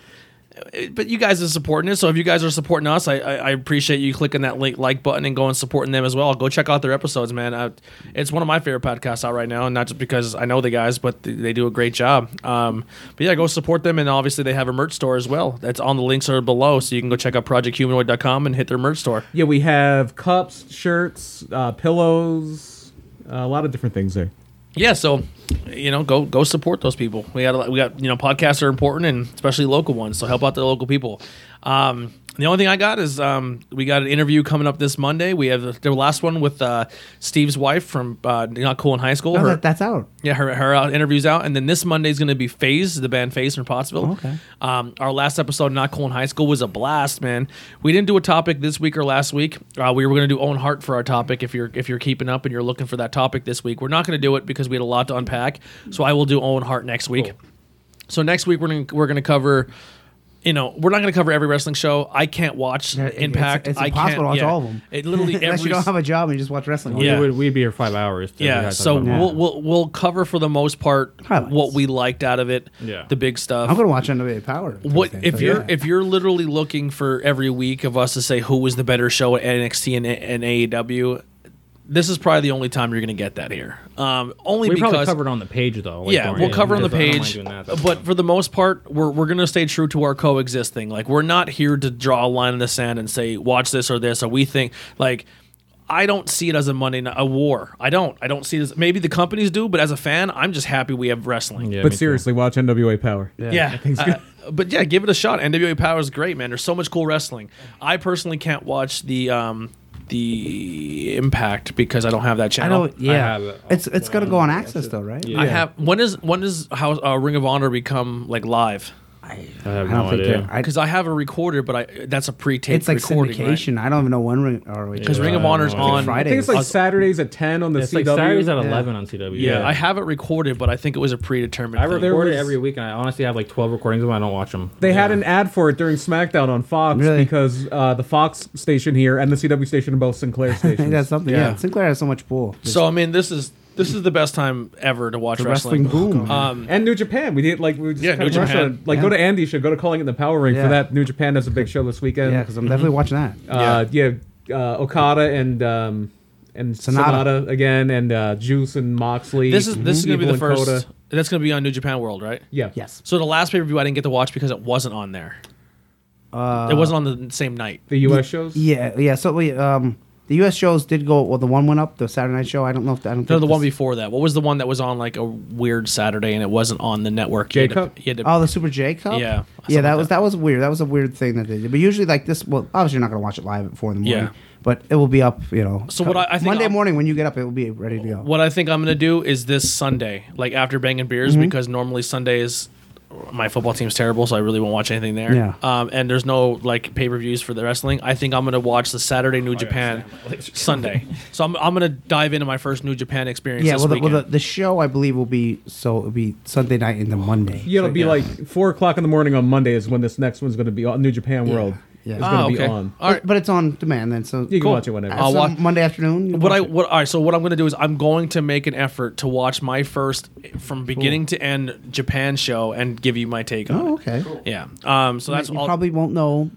S2: But you guys are supporting it, so if you guys are supporting us, I, I, I appreciate you clicking that link like button and going and supporting them as well. Go check out their episodes, man. Uh it's one of my favorite podcasts out right now, and not just because I know the guys, but th- they do a great job. Um, but yeah, go support them, and obviously they have a merch store as well. That's on the links are below, so you can go check out projecthumanoid.com and hit their merch store.
S4: Yeah, we have cups, shirts, uh, pillows, uh, a lot of different things there.
S2: yeah, so you know, go go support those people. We got we got you know, podcasts are important and especially local ones. So help out the local people. Um, the only thing I got is um, we got an interview coming up this Monday. We have the last one with uh, Steve's wife from uh, Not Cool in High School.
S3: No,
S2: Her-
S3: that, that's out.
S2: yeah, her, her uh, interview's out, and then this Monday's going to be Phase, the band Phase from Pottsville.
S3: Oh, Okay.
S2: Um, our last episode, Not Cool in High School, was a blast, man. We didn't do a topic this week or last week. Uh, we were going to do Own Heart for our topic. If you're if you're keeping up and you're looking for that topic this week, we're not going to do it because we had a lot to unpack. So I will do Own Heart next week. So next week we're gonna, we're going to cover. You know, we're not going to cover every wrestling show. I can't watch
S3: Yeah, it- it's-
S2: Impact.
S3: It's,
S2: I can't-
S3: impossible to watch
S2: yeah.
S3: all of them.
S2: It literally every
S3: Unless you don't have a job and you just watch wrestling.
S5: We
S2: Yeah.
S5: would, we'd be here five hours. to- we
S2: yeah,
S5: had to
S2: so
S5: talk about-
S2: we'll, we'll we'll cover for the most part
S3: Highlights.
S2: what we liked out of it.
S5: Yeah.
S2: the big stuff.
S3: Oh, I'm going to watch Underrated Power.
S2: what
S3: Thursday,
S2: if
S3: so
S2: you're
S3: yeah.
S2: if you're literally looking for every week of us to say who was the better show at NXT and, and AEW? This is probably the only time you're going to get that here. Um, only
S5: we probably
S2: because
S5: covered on the page though. like,
S2: yeah,
S5: during
S2: we'll
S5: it,
S2: cover on the
S5: because I don't
S2: page.
S5: mind
S2: uh,
S5: doing that.
S2: But for the most part, we're, we're going to stay true to our coexist thing. Like, we're not here to draw a line in the sand and say, watch this or this, or we think, like, I don't see it as a Monday night, a war. I don't. I don't see this. Maybe the companies do, but as a fan, I'm just happy we have wrestling.
S5: Yeah, me
S4: but
S5: too.
S4: seriously, watch NWA Power.
S2: Yeah. Uh, but yeah, give it a shot. NWA Power is great, man. There's so much cool wrestling. I personally can't watch the um the Impact because I don't have that
S3: I
S2: channel.
S3: don't. Yeah,
S5: have it.
S3: it's it's going to go on access though, right?
S5: Yeah.
S2: I have. When is when does how uh, Ring of Honor become like live?
S5: I have
S3: I don't
S5: no
S3: think
S5: idea.
S3: they're- I,
S2: because I have a recorder, but I that's a pre-taped
S3: it's like
S2: recording.
S3: syndication. I don't even know when. Ring, or wait,
S2: Because
S5: Yeah,
S2: Ring of
S5: I don't
S2: Honor's
S5: know. I think
S2: on
S3: Friday.
S4: I think it's like
S2: Us-
S4: Saturdays at 10 on the
S5: It's
S4: CW.
S5: like Saturdays at
S3: Yeah.
S5: eleven on CW.
S2: Yeah, I have it recorded, but I think it was a predetermined.
S5: I
S2: thing.
S5: record it
S4: was-
S5: every week, and I honestly have like twelve recordings of them. I don't watch them.
S4: They had an ad for it during SmackDown on Fox
S3: Really?
S4: because uh, the Fox station here and the CW station are both Sinclair
S3: I think
S4: stations.
S3: that's something. Yeah.
S2: Yeah.
S3: Sinclair has so much pull.
S2: So I mean, this is This is the best time ever to watch
S3: The
S2: wrestling.
S3: wrestling Uh, boom.
S2: Um,
S4: And New Japan, we did like we just
S2: Yeah,
S4: kinda
S2: New
S4: brushed
S2: Japan.
S4: on it. Like go
S3: Yeah.
S4: to Andy's show, go to Calling It the Power Ring
S3: Yeah.
S4: for that. New Japan does a big show this weekend.
S3: yeah, because
S2: mm-hmm.
S3: I'm definitely watching that.
S4: uh, yeah, uh, Okada and um, and
S3: Sonata.
S4: Sonata. again, and uh, Juice and Moxley.
S2: this is this is gonna be
S4: Evil
S2: the
S4: and
S2: first.
S4: Kota.
S2: That's gonna be on New Japan World, right?
S4: Yeah.
S3: Yes.
S2: So the last pay per view I didn't get to watch because it wasn't on there.
S3: Uh,
S2: it wasn't on the same night.
S4: The U.S. shows.
S3: Yeah, yeah. So we um, the U.S. shows did go. Well, the one went up. The Saturday night show. I don't know if I
S2: No,
S3: don't. think
S2: the
S3: this-
S2: one before that. What was the one that was on like a weird Saturday and it wasn't on the network? You had to-
S4: J-Cup?
S2: you had to-
S3: Oh, the Super J Cup.
S2: Yeah,
S3: yeah.
S2: something
S3: That
S2: like
S3: was
S2: that.
S3: that was weird. That was a weird thing that they did. But usually, like this, well, obviously you're not going to watch it live at four in the morning.
S2: Yeah.
S3: But it will be up. You know.
S2: So what I- I think
S3: Monday
S2: I'll-
S3: morning when you get up, it will be ready to go.
S2: What I think I'm gonna do is this Sunday, like after banging beers,
S3: Mm-hmm.
S2: because normally Sundays my football team's terrible, so I really won't watch anything there.
S3: Yeah.
S2: Um, and there's no like pay per views for the wrestling. I think I'm gonna watch the Oh, Saturday New Japan Sunday. So I'm, I'm gonna dive into my first New Japan experience.
S3: Yeah.
S2: this
S3: Well, the, well,
S2: weekend.
S3: the, the show I believe will be so it'll be Sunday night into Monday.
S4: Yeah, it'll be
S2: Yeah.
S4: like four o'clock in the morning on Monday is when this next one's going to be on New Japan World.
S3: yeah.
S4: is
S3: Ah,
S4: going to
S2: oh,
S4: be
S2: okay.
S4: on.
S2: All right.
S3: But, but it's on demand then, so
S4: You can
S2: Cool.
S4: watch it whenever.
S2: I'll
S3: So
S2: watch-
S3: Monday afternoon. you
S2: what I
S3: watch it.
S2: what all right. So what I'm going to do is I'm going to make an effort to watch my first from beginning to end Japan show and give you my take on
S3: Oh,
S2: it.
S3: okay.
S2: Yeah. Um. So that's
S3: you
S2: all.
S3: probably won't know.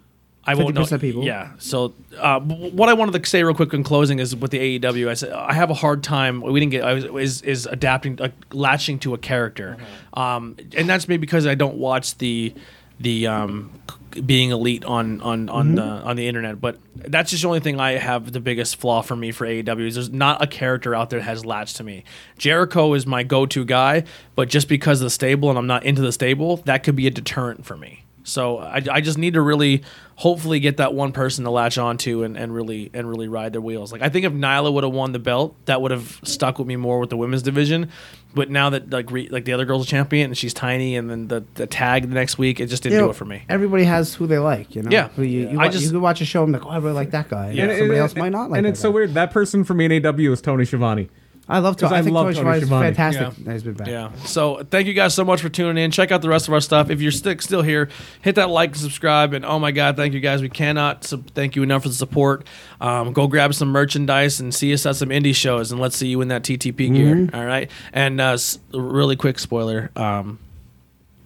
S2: I won't know.
S3: 50% people.
S2: Yeah. So uh, w- what I wanted to say real quick in closing is with the AEW, I said I have a hard time. We didn't get I was, is is adapting uh, latching to a character, um, and that's maybe because I don't watch the the um, c- being elite on on on the on the internet. But that's just the only thing I have the biggest flaw for me for AEW is there's not a character out there that has latched to me. Jericho is my go to guy, but just because of the stable and I'm not into the stable, that could be a deterrent for me. So I, I just need to really hopefully get that one person to latch onto and, and really and really ride their wheels. Like I think if Nyla would have won the belt, that would have stuck with me more with the women's division. But now that like re, like the other girl's a champion and she's tiny and then the, the tag the next week, it just didn't
S3: You know,
S2: do it for me.
S3: Everybody has who they like, you know.
S2: Yeah.
S3: Who you, you,
S2: I
S3: wa-
S2: just-
S3: you could watch a show and be like, oh, I really like that guy. Yeah.
S4: it-
S3: Somebody
S4: it-
S3: else might not like.
S4: And
S3: that
S4: it's so
S3: guy.
S4: weird. That person for me in AW is Tony Schiavone.
S3: I love Tony.
S4: I
S3: I think
S4: love
S3: Tony
S4: Tony
S3: Schiavone is
S4: Schiavone.
S3: fantastic.
S2: Yeah.
S3: that He's been back.
S2: Yeah. So thank you guys so much for tuning in. Check out the rest of our stuff. If you're stick still here, hit that like and subscribe. And oh my God, thank you guys. We cannot sub- thank you enough for the support. Um, go grab some merchandise and see us at some indie shows. And let's see you in that TTP gear. All right. And uh, s- really quick spoiler um,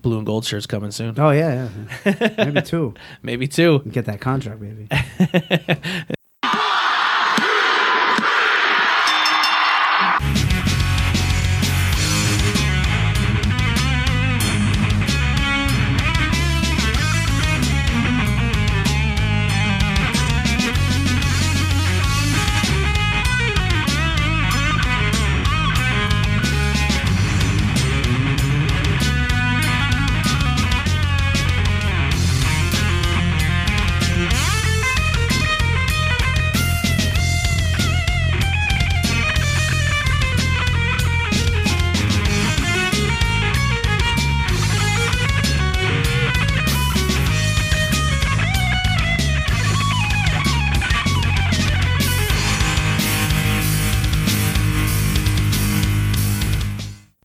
S2: blue and gold shirts coming soon.
S3: Oh yeah, yeah. Maybe two.
S2: Maybe two.
S3: Get that contract, maybe.